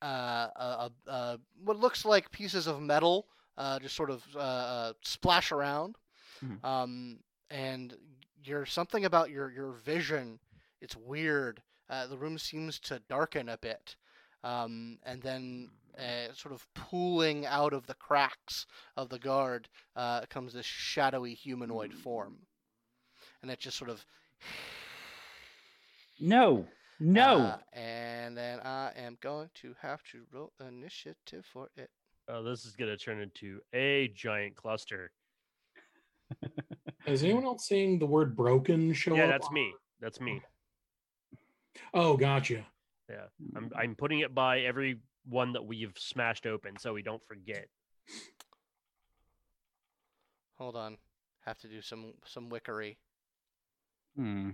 [SPEAKER 1] uh, uh, uh, uh, what looks like pieces of metal uh, just sort of uh, uh, splash around.
[SPEAKER 3] Mhm.
[SPEAKER 1] Um, and you're something about your your vision. It's weird. Uh, the room seems to darken a bit, um, and then uh, sort of pooling out of the cracks of the guard uh, comes this shadowy humanoid form, and it just sort of
[SPEAKER 3] No, no.
[SPEAKER 1] uh, and then I am going to have to roll initiative for it.
[SPEAKER 5] Oh, this is gonna turn into a giant cluster.
[SPEAKER 2] Is anyone else seeing the word broken show
[SPEAKER 5] yeah,
[SPEAKER 2] up?
[SPEAKER 5] that's me. That's me.
[SPEAKER 2] Oh, gotcha.
[SPEAKER 5] I'm I'm putting it by every one that we've smashed open, so we don't forget.
[SPEAKER 1] Hold on, have to do some some wickery.
[SPEAKER 3] Hmm.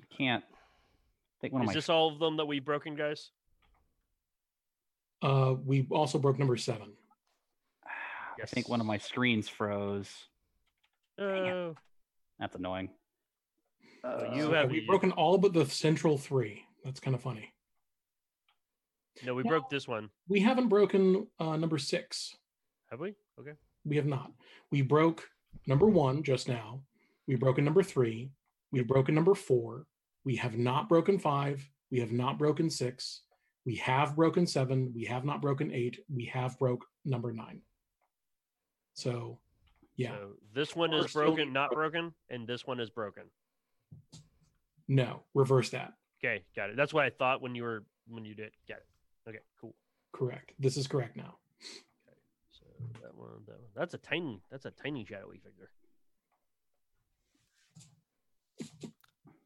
[SPEAKER 3] I can't. I think one of my.
[SPEAKER 5] Is this all of them that we've broken, guys?
[SPEAKER 2] Uh, we also broke number seven.
[SPEAKER 3] I think one of my screens froze. Dang it.
[SPEAKER 5] Oh,
[SPEAKER 3] That's annoying.
[SPEAKER 5] Uh, you
[SPEAKER 2] So,
[SPEAKER 3] Uh,
[SPEAKER 2] yeah,
[SPEAKER 5] have-
[SPEAKER 2] we've broken all but the central three. That's kind of funny.
[SPEAKER 5] no, we
[SPEAKER 2] No.
[SPEAKER 5] broke this one,
[SPEAKER 2] We haven't broken uh, number six.
[SPEAKER 5] have we? Okay.
[SPEAKER 2] We have not. We broke number one just now. We've broken number three. We've broken number four. We have not broken five. We have not broken six. We have broken seven. We have not broken eight. We have broke number nine. So, yeah,
[SPEAKER 5] So this one
[SPEAKER 2] We're
[SPEAKER 5] is
[SPEAKER 2] still-
[SPEAKER 5] broken, not broken, and this one is broken.
[SPEAKER 2] no, reverse that.
[SPEAKER 5] Okay, got it. That's what I thought when you were when you did. Got it. Okay, cool.
[SPEAKER 2] Correct. This is correct now.
[SPEAKER 5] So that one, that one. That's a tiny. That's a tiny shadowy figure.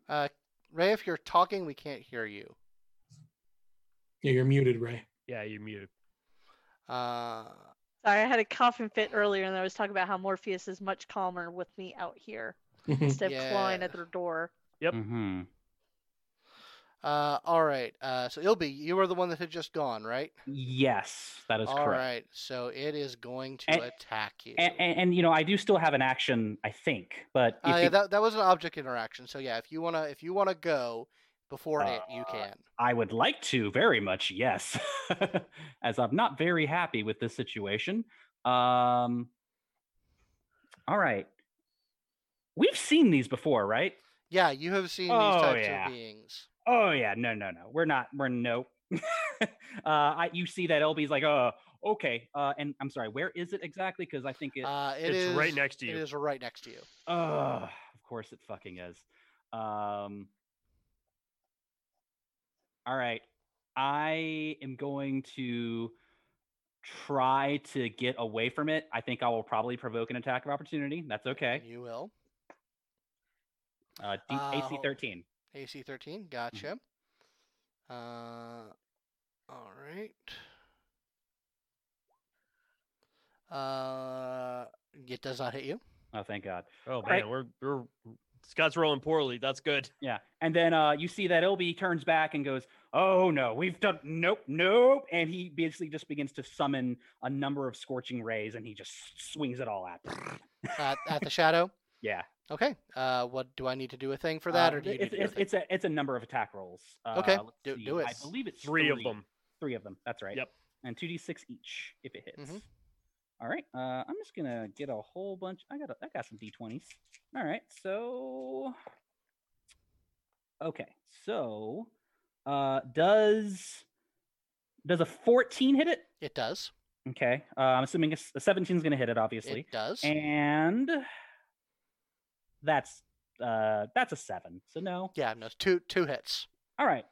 [SPEAKER 1] Uh, Ray, if you're talking, we can't hear you.
[SPEAKER 2] Yeah, you're muted, Ray.
[SPEAKER 5] Yeah, you're muted.
[SPEAKER 1] Uh,
[SPEAKER 4] Sorry, I had a coughing fit earlier, and I was talking about how Morpheus is much calmer with me out here instead of clawing
[SPEAKER 1] Hmm. Yeah.
[SPEAKER 4] at their door.
[SPEAKER 5] Yep.
[SPEAKER 3] hmm
[SPEAKER 1] uh, all right. Uh, so Ilby, you were the one that had just gone, right?
[SPEAKER 3] Yes, that is
[SPEAKER 1] All right.
[SPEAKER 3] correct.
[SPEAKER 1] So it is going to
[SPEAKER 3] And-
[SPEAKER 1] attack you.
[SPEAKER 3] And, and, and, you know, I do still have an action, I think, but if
[SPEAKER 1] uh, yeah,
[SPEAKER 3] it-
[SPEAKER 1] that, that was an object interaction. So yeah, if you wanna if you wanna go before it, you
[SPEAKER 3] Uh,
[SPEAKER 1] can.
[SPEAKER 3] I would like to very much, yes, as I'm not very happy with this situation. Um, all right, we've seen these before, right?
[SPEAKER 1] Yeah, you have seen
[SPEAKER 3] Oh,
[SPEAKER 1] these types
[SPEAKER 3] yeah.
[SPEAKER 1] of beings.
[SPEAKER 3] Oh yeah, no, no, no. We're not. We're no. uh, I, you see that LB's like, oh, okay. Uh, and I'm sorry, where is it exactly? Because I think it.
[SPEAKER 1] Uh, it
[SPEAKER 5] it's right
[SPEAKER 1] is-
[SPEAKER 5] next to
[SPEAKER 1] It
[SPEAKER 5] you.
[SPEAKER 1] is right next to you.
[SPEAKER 3] Uh, of course it fucking is. Um, all right. I am going to try to get away from it. I think I will probably provoke an attack of opportunity. That's okay.
[SPEAKER 1] You will.
[SPEAKER 3] Uh, D- AC
[SPEAKER 1] Uh,
[SPEAKER 3] 13.
[SPEAKER 1] AC
[SPEAKER 3] Mm.
[SPEAKER 1] thirteen. Gotcha. Uh, all right. Uh, it does not hit you.
[SPEAKER 3] Oh, thank God.
[SPEAKER 5] Oh
[SPEAKER 3] right.
[SPEAKER 5] man, we're we're Scott's rolling poorly. That's good.
[SPEAKER 3] Yeah. And then uh, you see that LB turns back and goes, Oh no, we've done nope, nope. And he basically just begins to summon a number of scorching rays and he just swings it all at. them.
[SPEAKER 1] At, at the shadow.
[SPEAKER 3] yeah.
[SPEAKER 1] Okay. Uh, what do I need to do a thing for that,
[SPEAKER 3] Uh,
[SPEAKER 1] or do you
[SPEAKER 3] it's,
[SPEAKER 1] need to do a
[SPEAKER 3] it's,
[SPEAKER 1] thing?
[SPEAKER 3] it's a it's a number of attack rolls. Uh,
[SPEAKER 1] Okay,
[SPEAKER 3] let's
[SPEAKER 1] do-
[SPEAKER 3] see,
[SPEAKER 1] do
[SPEAKER 3] I
[SPEAKER 1] it.
[SPEAKER 3] believe it's
[SPEAKER 5] Three of them.
[SPEAKER 3] Three of them. That's right.
[SPEAKER 5] Yep.
[SPEAKER 3] And two d six each if it hits.
[SPEAKER 1] Mhm.
[SPEAKER 3] All right. Uh, I'm just gonna get a whole bunch. I got a, I got some d twenties. All right. So. Okay. So, uh, does does a fourteen hit it?
[SPEAKER 1] It does.
[SPEAKER 3] Okay. Uh, I'm assuming a s- a seventeen is gonna hit it, obviously.
[SPEAKER 1] It does.
[SPEAKER 3] And that's uh that's a seven. So no.
[SPEAKER 1] Yeah. No. Two two hits.
[SPEAKER 3] All right.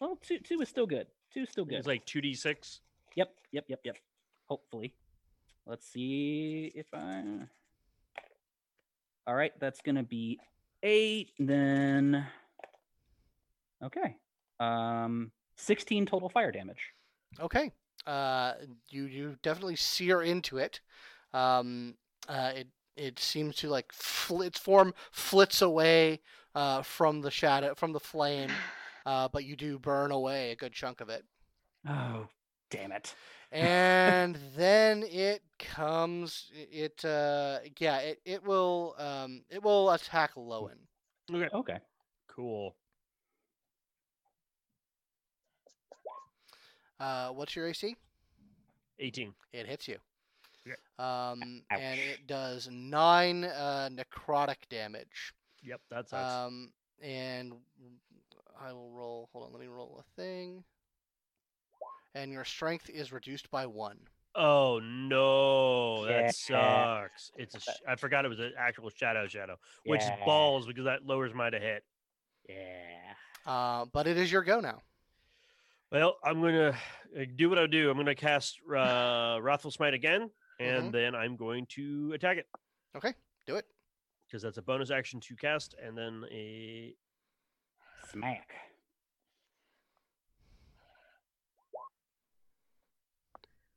[SPEAKER 3] Well, two two is still good. Two is still good.
[SPEAKER 5] It's like two d six.
[SPEAKER 3] yep, yep, yep, yep. Hopefully. Let's see if I. All right, that's gonna be eight. Then. Okay. Um, sixteen total fire damage.
[SPEAKER 1] Okay. Uh, you you definitely sear into it. Um, uh, it it seems to like fl- its form flits away uh, from the shadow from the flame, uh, but you do burn away a good chunk of it.
[SPEAKER 3] Oh, damn it!
[SPEAKER 1] and then it comes i- it uh yeah it, it will um it will attack Lowen.
[SPEAKER 5] Okay.
[SPEAKER 3] Okay.
[SPEAKER 5] Cool.
[SPEAKER 1] Uh what's your AC? Uh,
[SPEAKER 5] Eighteen.
[SPEAKER 1] It hits you.
[SPEAKER 5] Okay.
[SPEAKER 1] Um, and
[SPEAKER 3] Ouch.
[SPEAKER 1] it does nine uh, necrotic damage.
[SPEAKER 5] Yep, that sucks.
[SPEAKER 3] Uh,
[SPEAKER 1] Um, and I will roll. Hold on, let me roll a thing. And your strength is reduced by one.
[SPEAKER 5] oh no,
[SPEAKER 3] Yeah.
[SPEAKER 5] that sucks. It's a sh- I forgot it was an actual shadow shadow, which is
[SPEAKER 3] Yeah,
[SPEAKER 5] balls because that lowers my to hit.
[SPEAKER 3] Yeah.
[SPEAKER 1] Uh, but it is your go now.
[SPEAKER 5] Well, I'm gonna uh, do what I do. I'm gonna cast uh, Wrathful Smite again, and
[SPEAKER 3] Mm-hmm.
[SPEAKER 5] then I'm going to attack it
[SPEAKER 1] Do it.
[SPEAKER 5] because that's a bonus action to cast, and then a
[SPEAKER 3] Smack.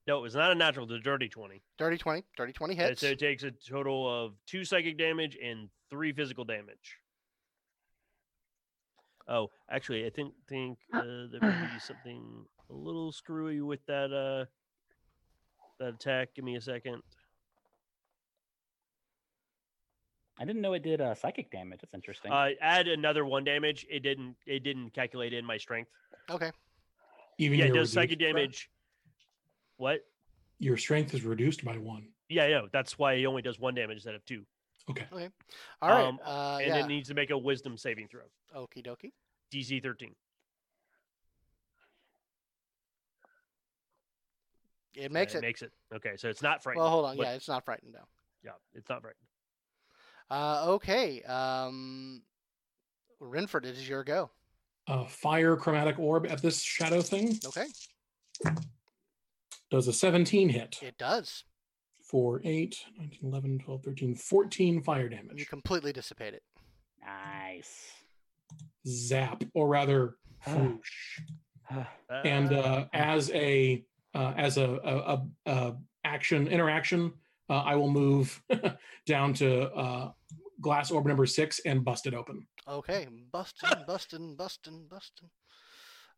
[SPEAKER 5] no, it's not a natural, the dirty twenty.
[SPEAKER 1] Dirty 20. Dirty 20
[SPEAKER 5] Uh,
[SPEAKER 1] hits.
[SPEAKER 5] So it takes a total of two psychic damage and three physical damage. Oh, actually, I think think uh, there may be something a little screwy with that uh that attack. Give me a second.
[SPEAKER 3] I didn't know it did uh, psychic damage. That's interesting.
[SPEAKER 5] Uh, add another one damage. It didn't. It didn't calculate in my strength.
[SPEAKER 1] Okay.
[SPEAKER 2] Even
[SPEAKER 5] yeah, it
[SPEAKER 2] your
[SPEAKER 5] does psychic
[SPEAKER 2] reduced-
[SPEAKER 5] damage. What?
[SPEAKER 2] Your strength is reduced by one.
[SPEAKER 5] Yeah, no, that's why it only does one damage instead of two,
[SPEAKER 2] Okay.
[SPEAKER 1] All right.
[SPEAKER 5] um,
[SPEAKER 1] uh,
[SPEAKER 5] and
[SPEAKER 1] yeah.
[SPEAKER 5] it needs to make a Wisdom saving throw,
[SPEAKER 1] Okie dokie.
[SPEAKER 5] DC thirteen.
[SPEAKER 1] It makes
[SPEAKER 5] Uh,
[SPEAKER 1] it.
[SPEAKER 5] Makes it. Okay, so it's not frightened.
[SPEAKER 1] well, hold on.
[SPEAKER 5] but-
[SPEAKER 1] Yeah, it's not frightened now.
[SPEAKER 5] yeah, it's not frightened.
[SPEAKER 1] Uh, okay. Um, Renford, it is your go.
[SPEAKER 2] Uh, fire chromatic orb at this shadow thing
[SPEAKER 1] Okay.
[SPEAKER 2] does a 17 hit
[SPEAKER 1] It does.
[SPEAKER 2] for 8, 9, 11, 12, 13, 14 fire damage.
[SPEAKER 1] You completely dissipate it.
[SPEAKER 3] nice.
[SPEAKER 2] Zap, or rather,
[SPEAKER 3] Ah.
[SPEAKER 2] whoosh. and
[SPEAKER 1] Ah.
[SPEAKER 5] Uh,
[SPEAKER 2] uh, as a uh, as a, a, a, a action interaction, uh, I will move down to uh, glass orb number six and bust it open.
[SPEAKER 1] Okay. Bustin, bustin, bustin, bustin.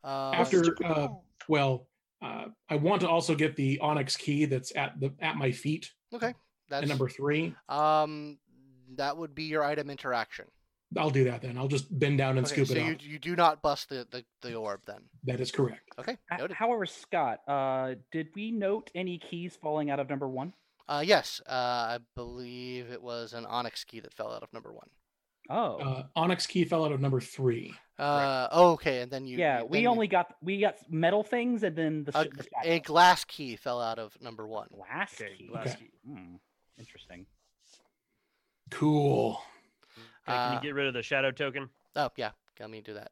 [SPEAKER 1] Uh,
[SPEAKER 2] After uh, well, uh, I want to also get the onyx key that's at the at my feet
[SPEAKER 1] that's,
[SPEAKER 2] at number three.
[SPEAKER 1] um, that would be your item interaction.
[SPEAKER 2] I'll do that then. I'll just bend down and
[SPEAKER 1] Okay,
[SPEAKER 2] scoop
[SPEAKER 1] so
[SPEAKER 2] it up.
[SPEAKER 1] you, you do not bust the, the, the orb then.
[SPEAKER 2] That is correct.
[SPEAKER 1] Okay,
[SPEAKER 3] H-
[SPEAKER 1] noted.
[SPEAKER 3] However, Scott, uh, did we note any keys falling out of number one?
[SPEAKER 1] Uh, yes, uh, I believe it was an onyx key that fell out of number one.
[SPEAKER 3] Oh,
[SPEAKER 2] Uh, onyx key fell out of number three.
[SPEAKER 1] Uh, oh, okay, and then you.
[SPEAKER 3] yeah.
[SPEAKER 1] you-
[SPEAKER 3] We
[SPEAKER 1] then you-
[SPEAKER 3] only got we got metal things, and then the,
[SPEAKER 1] a,
[SPEAKER 3] s- the
[SPEAKER 1] g-
[SPEAKER 3] shadow.
[SPEAKER 1] a glass key fell out of number one.
[SPEAKER 3] glass
[SPEAKER 5] Okay,
[SPEAKER 3] key.
[SPEAKER 5] glass
[SPEAKER 2] Okay.
[SPEAKER 5] key.
[SPEAKER 3] Hmm, interesting.
[SPEAKER 2] Cool.
[SPEAKER 5] Okay, can
[SPEAKER 1] Uh,
[SPEAKER 5] you get rid of the shadow token?
[SPEAKER 1] Oh yeah, let me do that.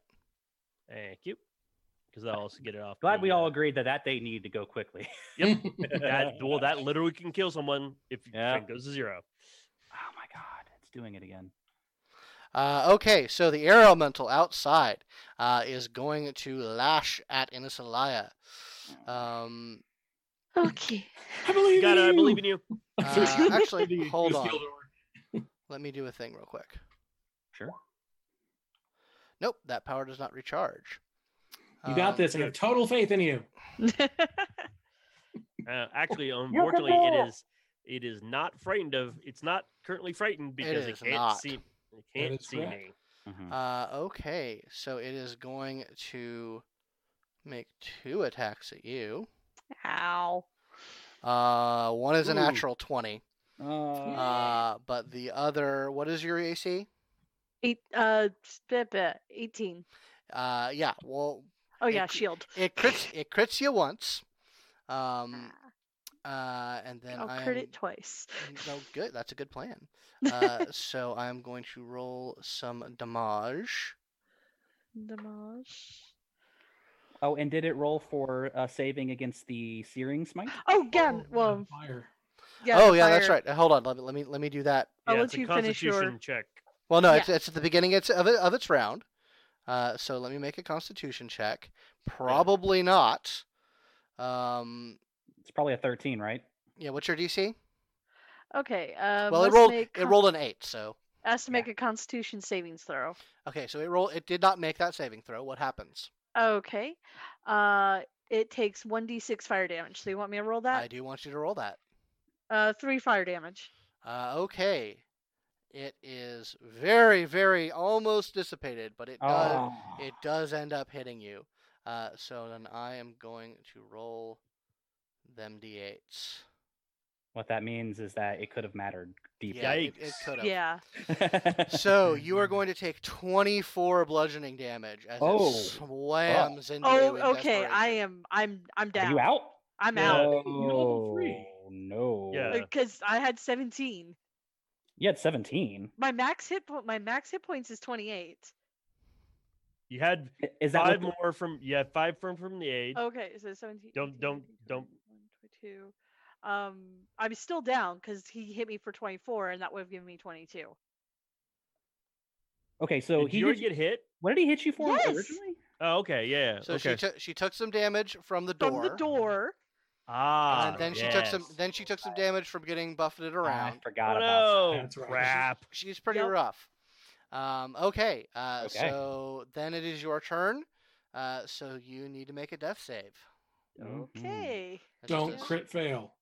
[SPEAKER 5] Thank you. Because I'll also get it off.
[SPEAKER 3] Glad we
[SPEAKER 5] the,
[SPEAKER 3] all
[SPEAKER 5] uh,
[SPEAKER 3] agreed that that day needed to go quickly.
[SPEAKER 5] Yep. that, well, that literally can kill someone if your
[SPEAKER 3] Yeah.
[SPEAKER 5] strength goes to zero.
[SPEAKER 3] oh my god, it's doing it again.
[SPEAKER 1] Uh, okay, so the air elemental outside uh, is going to lash at Inisalaya.
[SPEAKER 3] Hmm.
[SPEAKER 1] Um,
[SPEAKER 4] Okay.
[SPEAKER 2] I believe.
[SPEAKER 5] Got it. I
[SPEAKER 2] you!
[SPEAKER 5] believe in you.
[SPEAKER 1] Uh, actually,
[SPEAKER 2] The- the
[SPEAKER 1] hold on.
[SPEAKER 2] sealed orb.
[SPEAKER 1] let me do a thing real quick.
[SPEAKER 3] Sure.
[SPEAKER 1] Nope, that power does not recharge.
[SPEAKER 2] You got
[SPEAKER 1] Um,
[SPEAKER 2] this. I have total faith in you.
[SPEAKER 5] Uh, actually, unfortunately, it is. It is not frightened of. It's not currently frightened because it,
[SPEAKER 1] is
[SPEAKER 5] can't
[SPEAKER 1] not.
[SPEAKER 5] see. It can't
[SPEAKER 2] is
[SPEAKER 5] see
[SPEAKER 2] correct.
[SPEAKER 5] me.
[SPEAKER 3] Mhm.
[SPEAKER 1] Uh, okay, so it is going to make two attacks at you.
[SPEAKER 4] Ow.
[SPEAKER 1] Uh, one is a
[SPEAKER 5] Ooh.
[SPEAKER 1] natural 20,
[SPEAKER 3] Uh,
[SPEAKER 1] uh, but the other, what is your AC?
[SPEAKER 4] Eight. Uh, bit, bit, eighteen.
[SPEAKER 1] Uh, yeah, well,
[SPEAKER 4] Oh yeah,
[SPEAKER 1] Eight-
[SPEAKER 4] shield.
[SPEAKER 1] it crits, it crits you once. Um,
[SPEAKER 4] Ah,
[SPEAKER 1] uh, and then
[SPEAKER 4] I'll
[SPEAKER 1] I
[SPEAKER 4] crit
[SPEAKER 1] am-
[SPEAKER 4] it twice.
[SPEAKER 1] No, good. That's a good plan. Uh, so I'm going to roll some damage.
[SPEAKER 4] Damage.
[SPEAKER 3] oh, and did it roll for uh, saving against the searing smite?
[SPEAKER 4] Oh yeah.
[SPEAKER 2] Orb on
[SPEAKER 4] Well,
[SPEAKER 2] fire.
[SPEAKER 4] yeah.
[SPEAKER 1] oh, yeah, that's
[SPEAKER 4] fire.
[SPEAKER 1] right. Uh, Hold on. Let me let me let me do that.
[SPEAKER 4] I'll
[SPEAKER 5] yeah,
[SPEAKER 4] let
[SPEAKER 5] it's a
[SPEAKER 4] you finish your-
[SPEAKER 5] Constitution check.
[SPEAKER 1] Well, no,
[SPEAKER 4] Yeah.
[SPEAKER 1] it's, it's at the beginning it's of it, of its round. Uh, so let me make a Constitution check.
[SPEAKER 4] Oh,
[SPEAKER 1] Probably not. Um,
[SPEAKER 3] It's probably a thirteen, right?
[SPEAKER 1] yeah. What's your DC?
[SPEAKER 4] Okay. Uh,
[SPEAKER 1] well, it
[SPEAKER 4] must
[SPEAKER 1] rolled
[SPEAKER 4] Make
[SPEAKER 1] it
[SPEAKER 4] con-
[SPEAKER 1] rolled an eight. So
[SPEAKER 4] Has to
[SPEAKER 3] yeah.
[SPEAKER 4] make a Constitution savings throw.
[SPEAKER 1] okay, so it rolled it did not make that saving throw. What happens?
[SPEAKER 4] Okay. Uh, it takes one d6 fire damage. So you want me to roll
[SPEAKER 1] I
[SPEAKER 4] that?
[SPEAKER 1] do want you to roll that.
[SPEAKER 4] Uh, three fire damage.
[SPEAKER 1] Uh, okay. It is very, very almost dissipated, but it does.
[SPEAKER 3] Oh.
[SPEAKER 1] Uh, it does end up hitting you. Uh, so then I am going to roll them d8s.
[SPEAKER 3] What that means is that it could have mattered deeply.
[SPEAKER 1] Yeah, it, it
[SPEAKER 5] Yikes.
[SPEAKER 1] could have.
[SPEAKER 4] Yeah.
[SPEAKER 1] So you are going to take 24 bludgeoning damage as
[SPEAKER 3] Oh,
[SPEAKER 1] it slams into you.
[SPEAKER 4] Oh,
[SPEAKER 1] in
[SPEAKER 4] okay.
[SPEAKER 1] desperation.
[SPEAKER 4] I am. I'm. I'm
[SPEAKER 3] Are
[SPEAKER 4] down.
[SPEAKER 3] you out?
[SPEAKER 4] I'm
[SPEAKER 5] Yeah.
[SPEAKER 4] out
[SPEAKER 2] You're level three.
[SPEAKER 3] Oh, no.
[SPEAKER 5] Yeah.
[SPEAKER 4] because I had 17.
[SPEAKER 3] You had 17.
[SPEAKER 4] My max hit. po- My max hit points is 28.
[SPEAKER 5] You had
[SPEAKER 3] I- Is that
[SPEAKER 5] five
[SPEAKER 3] what
[SPEAKER 5] more from you had five from from the aid.
[SPEAKER 4] Okay, so 17.
[SPEAKER 5] Don't-
[SPEAKER 4] 18,
[SPEAKER 5] don't-
[SPEAKER 4] 19,
[SPEAKER 5] don't-
[SPEAKER 4] 21, 22. Um, I'm still down because he hit me for 24, and that would have given me 22.
[SPEAKER 3] the- Okay, so
[SPEAKER 5] Did
[SPEAKER 3] he
[SPEAKER 5] you
[SPEAKER 3] hit,
[SPEAKER 5] get hit?
[SPEAKER 3] what did he hit you for
[SPEAKER 4] Yes!
[SPEAKER 3] originally?
[SPEAKER 5] Oh, okay, yeah.
[SPEAKER 1] So
[SPEAKER 5] okay.
[SPEAKER 1] she took she took some damage from the door.
[SPEAKER 4] From the door.
[SPEAKER 5] ah,
[SPEAKER 1] And then she took some.
[SPEAKER 5] yes.
[SPEAKER 1] Then she took some damage from getting buffeted
[SPEAKER 3] Ah, I
[SPEAKER 1] around.
[SPEAKER 5] Oh,
[SPEAKER 3] forgot about
[SPEAKER 5] no,
[SPEAKER 2] That's right.
[SPEAKER 5] crap.
[SPEAKER 1] She's pretty
[SPEAKER 4] Yep.
[SPEAKER 1] rough. Um, okay, uh,
[SPEAKER 3] Okay.
[SPEAKER 1] So then it is your turn. Uh, so you need to make a death save.
[SPEAKER 3] that.
[SPEAKER 5] Mm-hmm.
[SPEAKER 3] Mhm.
[SPEAKER 4] Okay.
[SPEAKER 1] It's just
[SPEAKER 2] Don't
[SPEAKER 1] a-
[SPEAKER 2] crit fail.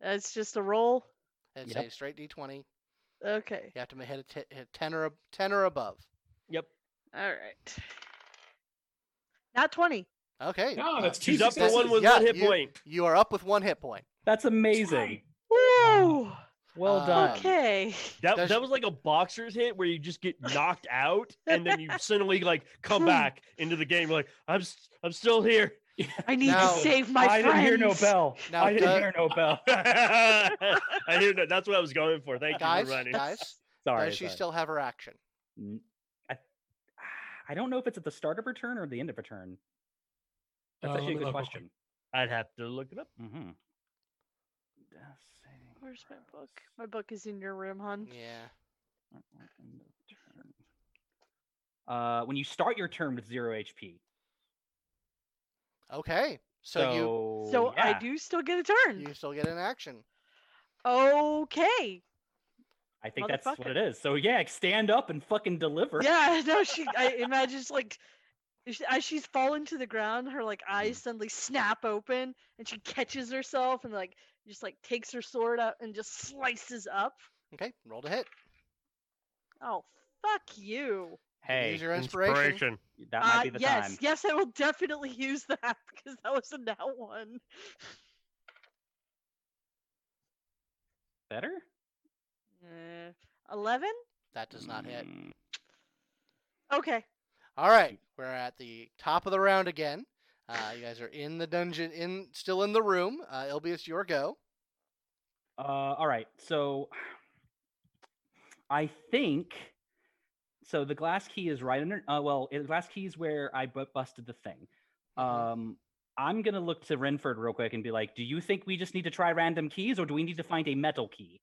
[SPEAKER 4] That's just a roll.
[SPEAKER 1] It's
[SPEAKER 3] Yep.
[SPEAKER 1] a straight d20.
[SPEAKER 4] Okay.
[SPEAKER 1] You have to ma- hit a t- hit 10 or, ab- 10 or above.
[SPEAKER 5] Yep.
[SPEAKER 4] All right. Not 20.
[SPEAKER 1] Okay.
[SPEAKER 2] No, that's
[SPEAKER 5] She's
[SPEAKER 2] two
[SPEAKER 5] up for
[SPEAKER 1] successes.
[SPEAKER 5] one
[SPEAKER 2] successes.
[SPEAKER 5] with
[SPEAKER 1] Yeah,
[SPEAKER 5] one hit
[SPEAKER 1] you-
[SPEAKER 5] point.
[SPEAKER 1] You are up with one hit point.
[SPEAKER 3] That's amazing.
[SPEAKER 2] Right.
[SPEAKER 4] Woo!
[SPEAKER 3] Well
[SPEAKER 1] Uh,
[SPEAKER 3] done.
[SPEAKER 4] Okay.
[SPEAKER 5] That,
[SPEAKER 1] does-
[SPEAKER 5] that was like a boxer's hit where you just get knocked out and then you suddenly like come
[SPEAKER 1] Hmm.
[SPEAKER 5] back into the game. You're like I'm s- I'm still here.
[SPEAKER 4] I need
[SPEAKER 1] Now-
[SPEAKER 4] to save my
[SPEAKER 3] I
[SPEAKER 4] friends.
[SPEAKER 3] didn't hear no bell.
[SPEAKER 1] Now
[SPEAKER 3] I didn't
[SPEAKER 1] the-
[SPEAKER 3] hear no bell.
[SPEAKER 5] I hear that. That's what I was going for. Thank you
[SPEAKER 1] Guys,
[SPEAKER 5] for running.
[SPEAKER 1] guys,
[SPEAKER 3] Sorry.
[SPEAKER 1] does she
[SPEAKER 3] sorry.
[SPEAKER 1] still have her action?
[SPEAKER 3] N- I, I don't know if it's at the start of her turn or the end of her turn. That's
[SPEAKER 2] Uh, let
[SPEAKER 3] actually a
[SPEAKER 2] me
[SPEAKER 3] good
[SPEAKER 2] look real quick.
[SPEAKER 3] question.
[SPEAKER 5] I'd have to look it up.
[SPEAKER 3] Mm-hmm. Death saving
[SPEAKER 4] Where's my book?
[SPEAKER 3] throws.
[SPEAKER 4] My book is in your room, hon.
[SPEAKER 1] Yeah.
[SPEAKER 3] Alright, well, end of turn. Uh, when you start your turn with zero HP,
[SPEAKER 1] Okay. So,
[SPEAKER 3] so, you,
[SPEAKER 4] So I
[SPEAKER 3] Oh, yeah,
[SPEAKER 4] do still get a turn.
[SPEAKER 1] you you still get an action.
[SPEAKER 4] Okay.
[SPEAKER 3] I think that's what
[SPEAKER 4] motherfucker.
[SPEAKER 3] it is. So yeah, stand up and fucking deliver.
[SPEAKER 4] Yeah, no, she. I imagine it's like sh- as she's fallen to the ground, her
[SPEAKER 3] Hmm.
[SPEAKER 4] like eyes suddenly snap open, and she catches herself and like just like takes her sword out and just slices up.
[SPEAKER 1] Okay. Roll to hit.
[SPEAKER 4] Oh, fuck you!
[SPEAKER 3] Hey,
[SPEAKER 1] Use your inspiration.
[SPEAKER 3] that might
[SPEAKER 4] Uh,
[SPEAKER 3] be the
[SPEAKER 4] yes,
[SPEAKER 3] time.
[SPEAKER 4] yes, I will definitely use that because that was a now one.
[SPEAKER 3] Better?
[SPEAKER 4] Uh, Eleven.
[SPEAKER 1] That does not hit.
[SPEAKER 3] Mm,
[SPEAKER 4] Okay.
[SPEAKER 1] All right. We're at the top of the round again. Uh, you guys are in the dungeon, in still in the room. Uh, Ilby, it's your go.
[SPEAKER 3] Uh, all right. So I think so. The glass key is right under. Uh, well, the glass key is where I bu- busted the thing.
[SPEAKER 1] Mhm.
[SPEAKER 3] Um, I'm gonna look to Renford real quick and be like, "Do you think we just need to try random keys, or do we need to find a metal key?"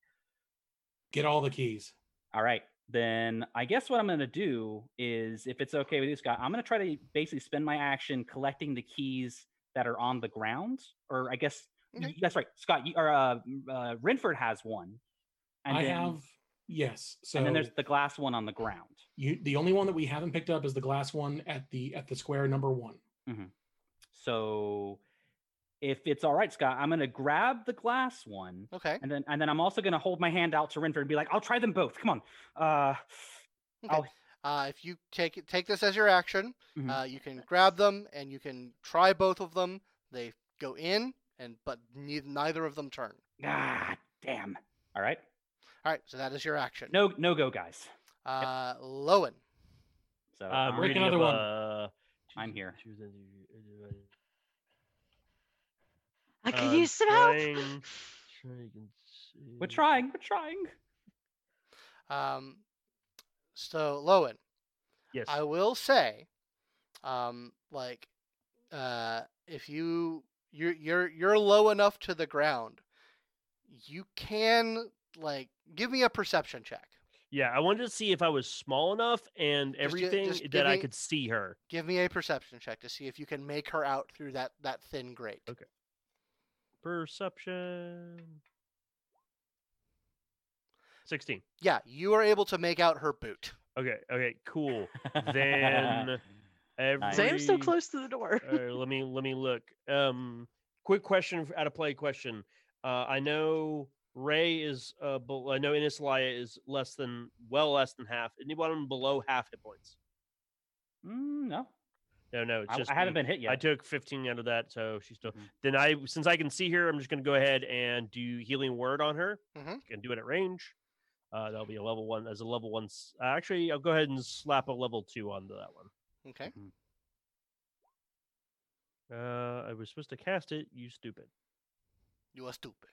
[SPEAKER 2] Get all the keys.
[SPEAKER 3] All right. Then I guess what I'm gonna do is, if it's okay with you, Scott, I'm gonna try to basically spend my action collecting the keys that are on the ground, or I guess
[SPEAKER 1] Okay.
[SPEAKER 3] y- that's right, Scott. You, or uh, m- uh, Renford has one.
[SPEAKER 2] I
[SPEAKER 3] then-
[SPEAKER 2] have yes. So
[SPEAKER 3] and then there's the glass one on the ground.
[SPEAKER 2] you the only one that we haven't picked up is the glass one at the at the square number one.
[SPEAKER 3] So if it's all right, Scott, I'm gonna grab the glass one,
[SPEAKER 1] Okay.
[SPEAKER 3] and then and then I'm also gonna hold my hand out to Renford and be like, "I'll try them both. Come on." Uh,
[SPEAKER 1] Uh, if you take it, take this as your action,
[SPEAKER 3] Mhm.
[SPEAKER 1] uh, you can grab them and you can try both of them. They go in, and but nei- neither of them turn.
[SPEAKER 3] ah, damn. All right.
[SPEAKER 1] All right. So that is your action.
[SPEAKER 3] No, no go, guys.
[SPEAKER 1] Uh, Lowen.
[SPEAKER 3] So
[SPEAKER 5] I'm
[SPEAKER 3] I'm-
[SPEAKER 2] Rick,
[SPEAKER 5] reading
[SPEAKER 2] another
[SPEAKER 5] up,
[SPEAKER 2] one.
[SPEAKER 5] uh,
[SPEAKER 3] I'm here.
[SPEAKER 4] I could
[SPEAKER 5] I'm
[SPEAKER 4] use some help.
[SPEAKER 5] trying- trying to
[SPEAKER 3] we're
[SPEAKER 5] see-
[SPEAKER 3] trying. We're trying.
[SPEAKER 1] Um, so Lowen,
[SPEAKER 5] Yes.
[SPEAKER 1] I will say, um, like, uh, if you you're you're you're low enough to the ground, you can like give me a perception check.
[SPEAKER 5] Yeah, I wanted to see if I was small enough and
[SPEAKER 1] Just gi-
[SPEAKER 5] everything
[SPEAKER 1] just give
[SPEAKER 5] that I
[SPEAKER 1] me-
[SPEAKER 5] could see her.
[SPEAKER 1] Give me a perception check to see if you can make her out through that that thin grate.
[SPEAKER 5] Okay. Perception. 16.
[SPEAKER 1] Yeah, you are able to make out her boot.
[SPEAKER 5] Okay, okay, cool. Then Every...
[SPEAKER 3] Nice.
[SPEAKER 4] So I am so close to the door.
[SPEAKER 5] All right, let me let me look. Um, quick question, f- out of play question. Uh, I know Ray is, uh, bel I know Ines Laya is less than, well, less than half. Anyone below half hit points?
[SPEAKER 3] Mm, no.
[SPEAKER 5] No, no, it's
[SPEAKER 3] I,
[SPEAKER 5] just
[SPEAKER 3] I haven't
[SPEAKER 5] me.
[SPEAKER 3] been hit yet.
[SPEAKER 5] I took 15 out of that, so she's still.
[SPEAKER 3] Mhm.
[SPEAKER 5] Then I, since I can see her, I'm just going to go ahead and do healing word on her.
[SPEAKER 1] Mhm.
[SPEAKER 5] Can do it at range. Uh, that'll be a level one as a level one. s- Uh, actually, I'll go ahead and slap a level two onto that one.
[SPEAKER 1] Okay.
[SPEAKER 3] Mm.
[SPEAKER 5] Uh, I was supposed to cast it. You stupid.
[SPEAKER 1] You are stupid.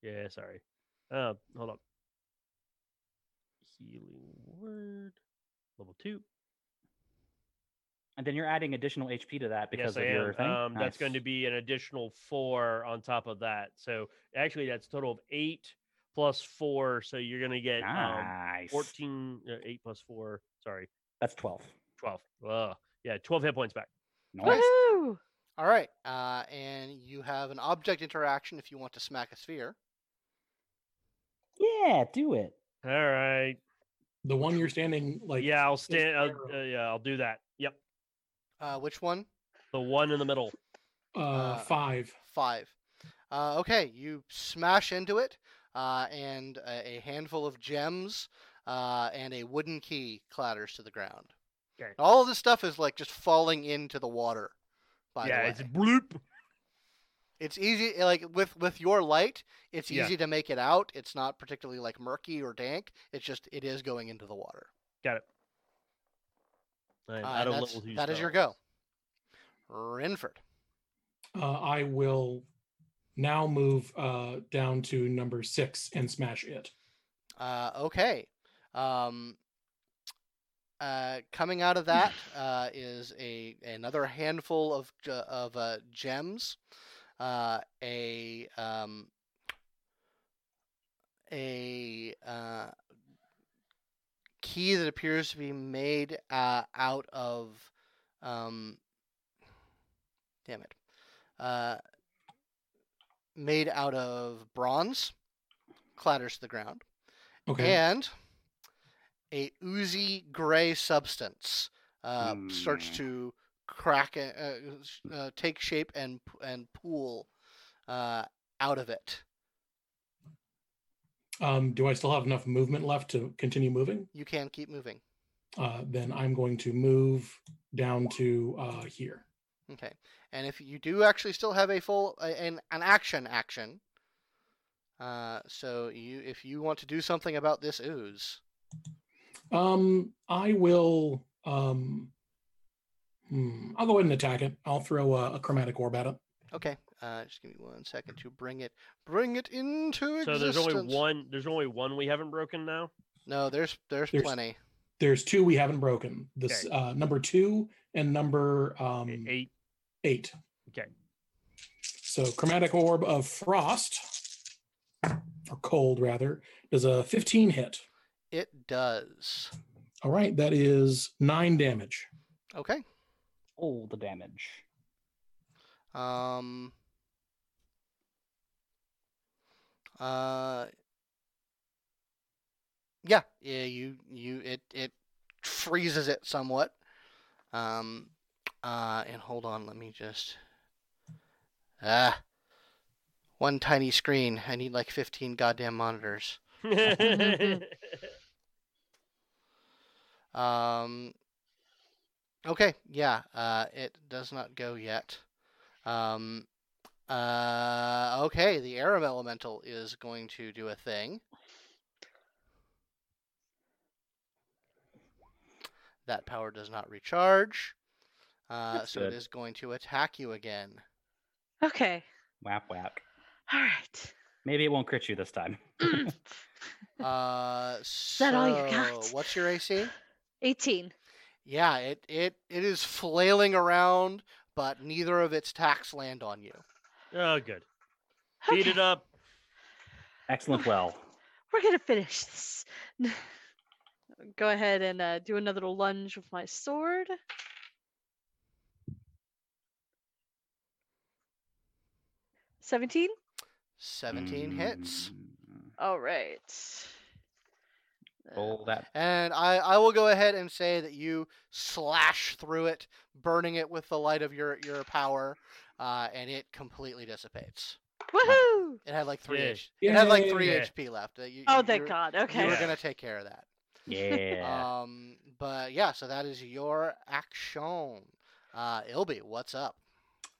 [SPEAKER 5] Yeah, sorry. Uh, hold up. Healing word, level two.
[SPEAKER 3] and then you're adding additional HP to that because
[SPEAKER 5] yes, I
[SPEAKER 3] of your
[SPEAKER 5] am.
[SPEAKER 3] thing.
[SPEAKER 5] Um, That's going to
[SPEAKER 3] Nice.
[SPEAKER 5] be an additional four on top of that. So actually, that's a total of eight plus four. So you're going to get um,
[SPEAKER 3] nice.
[SPEAKER 5] 14, uh, eight plus four. Sorry,
[SPEAKER 3] That's twelve.
[SPEAKER 5] 12. Ugh. Yeah, 12 hit points back.
[SPEAKER 3] Nice.
[SPEAKER 4] Woohoo!
[SPEAKER 1] All right. Uh, and you have an object interaction if you want to smack a sphere.
[SPEAKER 3] Yeah, do it.
[SPEAKER 5] All right.
[SPEAKER 2] The one you're standing like
[SPEAKER 5] yeah, I'll stand. I'll,
[SPEAKER 2] arrow.
[SPEAKER 5] uh, yeah, I'll do that. Yep.
[SPEAKER 1] Uh, which one?
[SPEAKER 5] The one in the middle.
[SPEAKER 2] uh,
[SPEAKER 1] uh,
[SPEAKER 2] five.
[SPEAKER 1] Five. Uh, okay. You smash into it, uh, and a, a handful of gems uh, and a wooden key clatters to the ground.
[SPEAKER 5] Okay.
[SPEAKER 1] All of this stuff is like just falling into the water. By
[SPEAKER 5] yeah,
[SPEAKER 1] the way.
[SPEAKER 5] it's bloop.
[SPEAKER 1] It's easy, eh, like with with your light, it's
[SPEAKER 5] Yeah.
[SPEAKER 1] easy to make it out. It's not particularly like murky or dank. It's just it is going into the water.
[SPEAKER 5] Got it. I'm
[SPEAKER 1] Uh,
[SPEAKER 5] out
[SPEAKER 1] and
[SPEAKER 5] of
[SPEAKER 1] that's-
[SPEAKER 5] level two
[SPEAKER 1] that is your
[SPEAKER 5] spells.
[SPEAKER 1] go, Renford.
[SPEAKER 2] Uh, I will now move uh, down to number six and smash it.
[SPEAKER 1] Uh, okay, um, uh, coming out of that uh, is a another handful of ge- of uh, gems, uh, a um, a uh, key that appears to be made uh, out of um, damn it uh, made out of bronze clatters to the ground
[SPEAKER 2] Okay.
[SPEAKER 1] and a oozy gray substance uh, starts
[SPEAKER 3] Hmm.
[SPEAKER 1] to crack a- uh, s- uh, take shape and p- and pool uh, out of it
[SPEAKER 2] Um, do I still have enough movement left to continue moving?
[SPEAKER 1] you can keep moving
[SPEAKER 2] Uh, then I'm going to move down to uh, here.
[SPEAKER 1] Okay, and if you do actually still have a full a- an an action action, uh, so you if you want to do something about this ooze,
[SPEAKER 2] Um, I will. Um, hmm, I'll go ahead and attack it. I'll throw a, a chromatic orb at it.
[SPEAKER 1] okay, uh, just give me one second to bring it bring it into
[SPEAKER 5] So
[SPEAKER 1] existence.
[SPEAKER 5] there's only one. There's only one we haven't broken now.
[SPEAKER 1] No, there's there's,
[SPEAKER 2] There's-
[SPEAKER 1] plenty.
[SPEAKER 2] There's two we haven't broken. This
[SPEAKER 5] Okay.
[SPEAKER 2] uh, number two and number um,
[SPEAKER 5] E- Eight.
[SPEAKER 2] eight.
[SPEAKER 5] Okay.
[SPEAKER 2] So chromatic orb of frost, or cold rather, is a 15 hit.
[SPEAKER 1] It does.
[SPEAKER 2] All right, that is nine damage.
[SPEAKER 1] Okay.
[SPEAKER 3] All the damage.
[SPEAKER 1] Um. Uh. Yeah. Yeah. You. You. It. It freezes it somewhat. Um. Uh. And hold on. Let me just. Ah. One tiny screen. I need like fifteen goddamn monitors. Um. Okay. Yeah. Uh. It does not go yet. Um. Uh. Okay. The Aram Elemental is going to do a thing. That power does not recharge. Uh,
[SPEAKER 3] That's
[SPEAKER 1] so
[SPEAKER 3] good.
[SPEAKER 1] it is going to attack you again.
[SPEAKER 4] Okay.
[SPEAKER 3] Whap whap.
[SPEAKER 4] All right.
[SPEAKER 3] Maybe it won't crit you this time.
[SPEAKER 1] Uh,
[SPEAKER 4] that all you got?
[SPEAKER 1] so What's your AC?
[SPEAKER 4] 18.
[SPEAKER 1] Yeah, it, it it is flailing around, but neither of its tacks land on you.
[SPEAKER 5] oh, good. Beat it
[SPEAKER 4] Okay,
[SPEAKER 5] up.
[SPEAKER 3] Excellent. Well,
[SPEAKER 4] We're going to finish this. Go ahead and uh, do another little lunge with my sword. Seventeen.
[SPEAKER 1] 17 hits.
[SPEAKER 3] Mm,
[SPEAKER 4] All right. Uh,
[SPEAKER 3] Roll that.
[SPEAKER 1] And I, I will go ahead and say that you slash through it, burning it with the light of your, your power, uh, and it completely dissipates.
[SPEAKER 4] Woohoo!
[SPEAKER 1] It had like three
[SPEAKER 5] Yeah.
[SPEAKER 1] H- It had like
[SPEAKER 2] Yay.
[SPEAKER 1] three
[SPEAKER 5] Yeah.
[SPEAKER 1] HP left. Uh, you-
[SPEAKER 4] Oh,
[SPEAKER 1] you-
[SPEAKER 4] thank
[SPEAKER 1] you're-
[SPEAKER 4] God.
[SPEAKER 1] You
[SPEAKER 4] Okay.
[SPEAKER 1] were
[SPEAKER 5] Yeah.
[SPEAKER 1] gonna take care of that.
[SPEAKER 3] Yeah.
[SPEAKER 1] Uh, Um, but yeah, so that is your action. Uh, Ilby, what's up?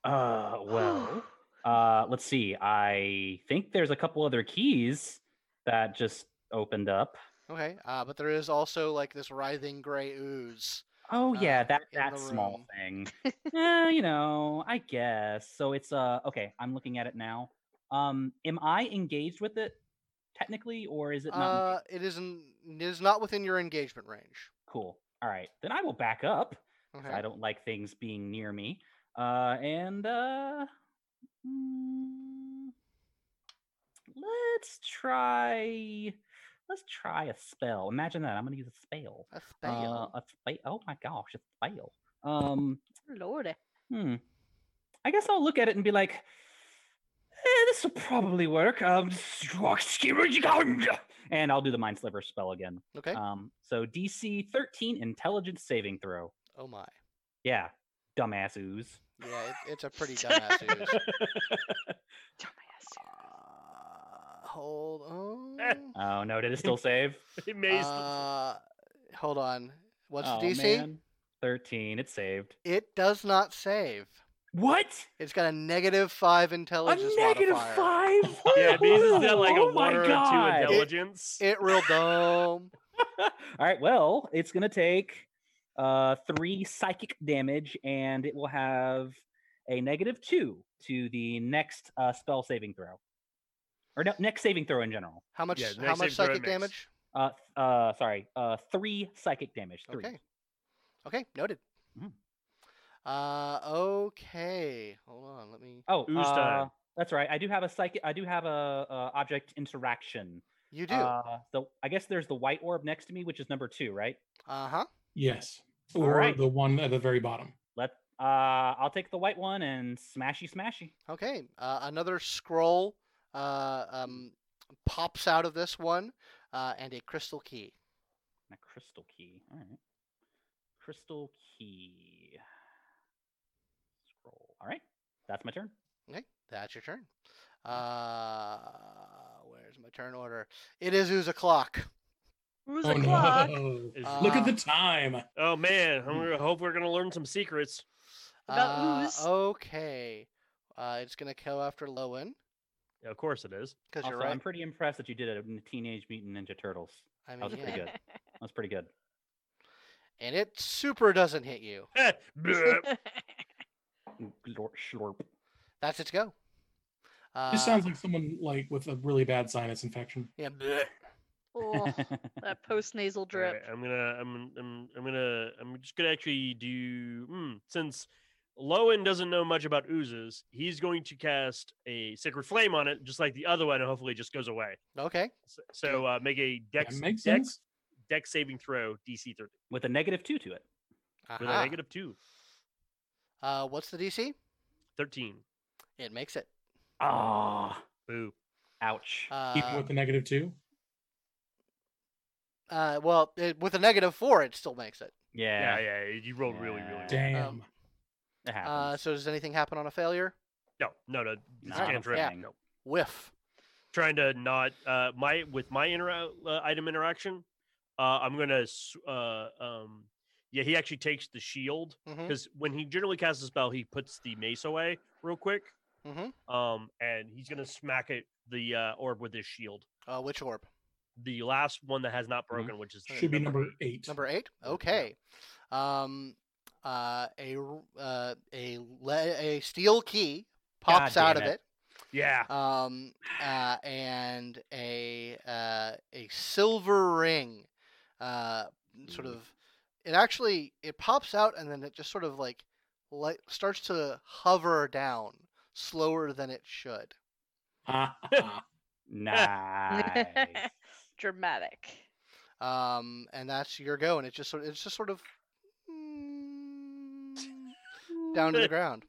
[SPEAKER 3] Uh, well, uh, let's see. I think there's a couple other keys that just opened up.
[SPEAKER 1] Okay, uh, but there is also like this writhing gray ooze.
[SPEAKER 3] Oh
[SPEAKER 1] Uh,
[SPEAKER 3] yeah, that
[SPEAKER 1] in
[SPEAKER 3] that
[SPEAKER 1] the
[SPEAKER 3] small
[SPEAKER 1] room.
[SPEAKER 3] thing. Eh, you know, I guess. So it's uh okay. I'm looking at it now. Um, am I engaged with it technically, or is it not? engaged?
[SPEAKER 1] Uh, it isn't. It is not within your engagement range.
[SPEAKER 3] cool. All right, then I will back up. 'cause
[SPEAKER 1] Okay.
[SPEAKER 3] I don't like things being near me. Uh, and uh, mm, let's try. Let's try a spell. Imagine that. I'm gonna use a spell.
[SPEAKER 1] A spell.
[SPEAKER 3] Uh, a spell. Oh my gosh, a spell. Um,
[SPEAKER 4] Lordy.
[SPEAKER 3] hmm. I guess I'll look at it and be like, eh, "This will probably work." Um, and I'll do the mind sliver spell again.
[SPEAKER 1] okay.
[SPEAKER 3] Um, so DC 13 intelligence saving throw.
[SPEAKER 1] oh my.
[SPEAKER 3] Yeah, dumbass ooze.
[SPEAKER 1] Yeah, it, it's a pretty dumbass ooze.
[SPEAKER 4] Dumbass.
[SPEAKER 1] Uh, hold on.
[SPEAKER 3] Oh no, did it still save?
[SPEAKER 5] It may still-
[SPEAKER 1] Uh, hold on. What's
[SPEAKER 3] oh,
[SPEAKER 1] the DC?
[SPEAKER 3] man. 13. It saved.
[SPEAKER 1] It does not save.
[SPEAKER 3] What?
[SPEAKER 1] It's got a negative five
[SPEAKER 3] A
[SPEAKER 1] intelligence
[SPEAKER 3] negative
[SPEAKER 1] modifier.
[SPEAKER 3] five?
[SPEAKER 5] yeah, it means it's
[SPEAKER 3] Oh,
[SPEAKER 5] not like a
[SPEAKER 3] oh
[SPEAKER 5] one
[SPEAKER 3] my
[SPEAKER 5] or a
[SPEAKER 3] God.
[SPEAKER 5] two intelligence.
[SPEAKER 1] It real dumb.
[SPEAKER 3] All right, well, it's gonna take uh three psychic damage, and it will have a negative two to the next uh, spell saving throw, or no, next saving throw in general.
[SPEAKER 1] How much?
[SPEAKER 5] Yeah,
[SPEAKER 1] how
[SPEAKER 5] next
[SPEAKER 1] much
[SPEAKER 5] saving throw
[SPEAKER 1] psychic
[SPEAKER 5] mix.
[SPEAKER 1] damage?
[SPEAKER 3] Uh, th- uh, sorry, uh, three psychic damage. Three.
[SPEAKER 1] Okay. Okay, noted.
[SPEAKER 3] Mm.
[SPEAKER 1] Uh, okay. Hold on. Let me.
[SPEAKER 3] Oh,
[SPEAKER 5] Ooze time.
[SPEAKER 3] uh, that's right. I do have a psychic. I do have a, uh object interaction.
[SPEAKER 1] You do. Uh
[SPEAKER 3] Uh, the I guess there's the white orb next to me, which is number two, right?
[SPEAKER 1] huh.
[SPEAKER 2] Yes.
[SPEAKER 3] All
[SPEAKER 2] Or
[SPEAKER 3] right.
[SPEAKER 2] the one at the very bottom.
[SPEAKER 3] Let uh, I'll take the white one and smashy smashy.
[SPEAKER 1] Okay. Uh, another scroll uh, um, pops out of this one, uh, and a crystal key.
[SPEAKER 3] And a crystal key. All right. Crystal key. Scroll. All right. That's my turn.
[SPEAKER 1] Okay, that's your turn. Uh, where's my turn order? It is Ooze o'clock.
[SPEAKER 4] Who's
[SPEAKER 2] Oh
[SPEAKER 4] a clock?
[SPEAKER 2] no.
[SPEAKER 5] Is-
[SPEAKER 1] Uh,
[SPEAKER 2] Look at the Mm. time.
[SPEAKER 5] oh man, I'm gonna hope we're gonna learn some secrets.
[SPEAKER 4] About
[SPEAKER 1] Uh,
[SPEAKER 4] ooze.
[SPEAKER 1] Okay. Uh, it's gonna go after Lowen
[SPEAKER 5] Yeah, of course it is.
[SPEAKER 1] because
[SPEAKER 3] Also,
[SPEAKER 1] you're right.
[SPEAKER 3] I'm pretty impressed that you did it in Teenage Mutant Ninja Turtles.
[SPEAKER 1] I
[SPEAKER 3] was
[SPEAKER 1] mean,
[SPEAKER 3] pretty
[SPEAKER 1] yeah.
[SPEAKER 3] good. That's pretty good.
[SPEAKER 1] And it super doesn't hit you.
[SPEAKER 5] Eh, bleh.
[SPEAKER 3] Ooh, glor- Schlorp.
[SPEAKER 1] That's its go. Uh,
[SPEAKER 2] This sounds like someone like with a really bad sinus infection.
[SPEAKER 1] yeah. bleh.
[SPEAKER 4] oh, that post nasal drip.
[SPEAKER 5] Alright, I'm gonna, I'm, I'm, I'm gonna, I'm just gonna actually do. Mm, since Lowen doesn't know much about oozes, he's going to cast a sacred flame on it, just like the other one, and hopefully it just goes away.
[SPEAKER 1] Okay.
[SPEAKER 5] S- So uh, make a dex,
[SPEAKER 2] that makes
[SPEAKER 5] dex,
[SPEAKER 2] sense.
[SPEAKER 5] dex saving throw DC 30
[SPEAKER 3] With a negative two to it.
[SPEAKER 5] with
[SPEAKER 1] Aha.
[SPEAKER 5] a negative two,
[SPEAKER 1] Uh, what's the DC?
[SPEAKER 5] 13.
[SPEAKER 1] It makes it.
[SPEAKER 3] Ah.
[SPEAKER 5] Boo.
[SPEAKER 3] Ouch.
[SPEAKER 2] Even
[SPEAKER 1] Uh,
[SPEAKER 2] with the negative two.
[SPEAKER 1] uh, well, it, with a negative four, it still makes it.
[SPEAKER 3] yeah.
[SPEAKER 5] Yeah, yeah, you rolled really, really.
[SPEAKER 3] Yeah.
[SPEAKER 5] well.
[SPEAKER 2] Damn.
[SPEAKER 1] um,
[SPEAKER 3] It
[SPEAKER 1] Uh,
[SPEAKER 3] happens.
[SPEAKER 1] so does anything happen on a failure?
[SPEAKER 5] No, no, no. This
[SPEAKER 3] Not a
[SPEAKER 5] cantrip.
[SPEAKER 1] thing.
[SPEAKER 5] No.
[SPEAKER 1] Whiff.
[SPEAKER 5] Trying to not uh my with my intera- uh, item interaction. Uh, I'm gonna s- uh um yeah. He actually takes the shield
[SPEAKER 1] hmm
[SPEAKER 5] because when he generally casts a spell, he puts the mace away real quick.
[SPEAKER 1] Mhm.
[SPEAKER 5] Um, and he's gonna smack it the uh, orb with his shield.
[SPEAKER 1] Uh, which orb?
[SPEAKER 5] The last one that has not
[SPEAKER 1] Mm-hmm.
[SPEAKER 5] broken, which is uh,
[SPEAKER 2] Should be number eight.
[SPEAKER 1] Number eight.
[SPEAKER 5] Yeah.
[SPEAKER 1] Okay. Um, uh, a r- uh, a le- a steel key pops
[SPEAKER 3] God
[SPEAKER 1] out of
[SPEAKER 3] damn
[SPEAKER 1] it.
[SPEAKER 5] Yeah,
[SPEAKER 1] Um, uh, and a uh, a silver ring. Uh, sort of. It actually it pops out and then it just sort of like like starts to hover down slower than it should.
[SPEAKER 2] Ha, ha, ha.
[SPEAKER 3] nice.
[SPEAKER 4] Dramatic.
[SPEAKER 1] Um, and that's your go. And it just sort it's just sort of. mm, down to the ground.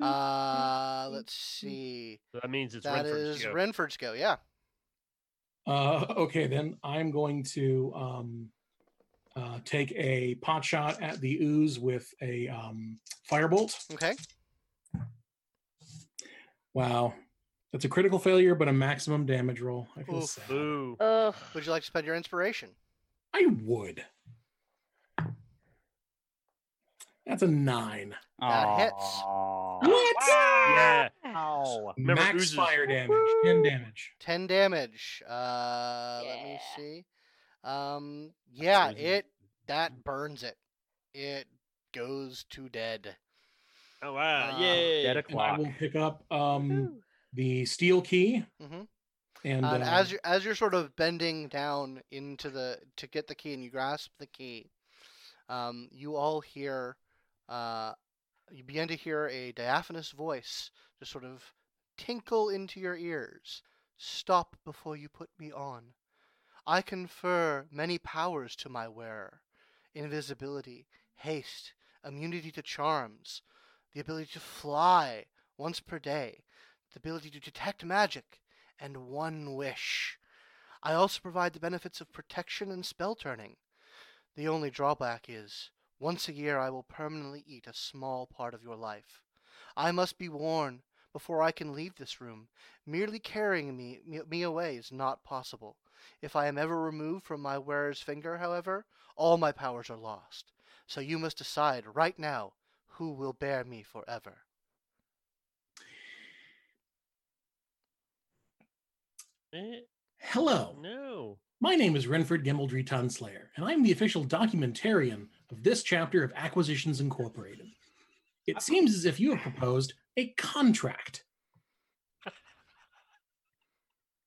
[SPEAKER 1] Uh, let's see.
[SPEAKER 5] so that means it's
[SPEAKER 1] That
[SPEAKER 5] Renfrew's
[SPEAKER 1] is
[SPEAKER 5] go.
[SPEAKER 1] Renford's go. Yeah.
[SPEAKER 2] Uh, okay, then I'm going to um, uh, take a pot shot at the ooze with a um, firebolt.
[SPEAKER 1] Okay.
[SPEAKER 2] Wow, that's a critical failure, but a maximum damage roll. I feel
[SPEAKER 1] Oof.
[SPEAKER 2] sad.
[SPEAKER 5] Boo.
[SPEAKER 4] Ugh.
[SPEAKER 1] Would you like to spend your inspiration?
[SPEAKER 2] I would. That's a nine.
[SPEAKER 1] That hits.
[SPEAKER 3] Aw.
[SPEAKER 2] What?
[SPEAKER 5] Yeah.
[SPEAKER 3] Ow.
[SPEAKER 5] Remember,
[SPEAKER 2] Max
[SPEAKER 5] oozes-
[SPEAKER 2] fire damage, ten damage.
[SPEAKER 1] 10 damage. Uh, Let me
[SPEAKER 6] Yeah.
[SPEAKER 1] see. Um, yeah,
[SPEAKER 3] Oozes.
[SPEAKER 1] it that burns it. It goes to dead.
[SPEAKER 5] Oh wow!
[SPEAKER 1] Uh,
[SPEAKER 5] Yay!
[SPEAKER 2] And
[SPEAKER 3] Dead
[SPEAKER 2] I
[SPEAKER 3] o'clock.
[SPEAKER 2] will pick up um, the steel key
[SPEAKER 1] hmm And,
[SPEAKER 2] and, uh,
[SPEAKER 1] as you're as you're sort of bending down into the to get the key and you grasp the key, um, you all hear, uh, you begin to hear a diaphanous voice just sort of tinkle into your ears. Stop before you put me on. I confer many powers to my wearer: invisibility, haste, immunity to charms, the ability to fly once per day, the ability to detect magic and one wish. I also provide the benefits of protection and spell turning. The only drawback is, once a year I will permanently eat a small part of your life. I must be warned before I can leave this room. Merely carrying me, me, me away is not possible. If I am ever removed from my wearer's finger, however, all my powers are lost. So you must decide right now who will bear me forever.
[SPEAKER 5] Eh,
[SPEAKER 2] hello.
[SPEAKER 5] No.
[SPEAKER 2] My name is Renford Gimmeldry Tunslayer, and I'm the official documentarian of this chapter of Acquisitions Incorporated. It seems as if you have proposed a contract.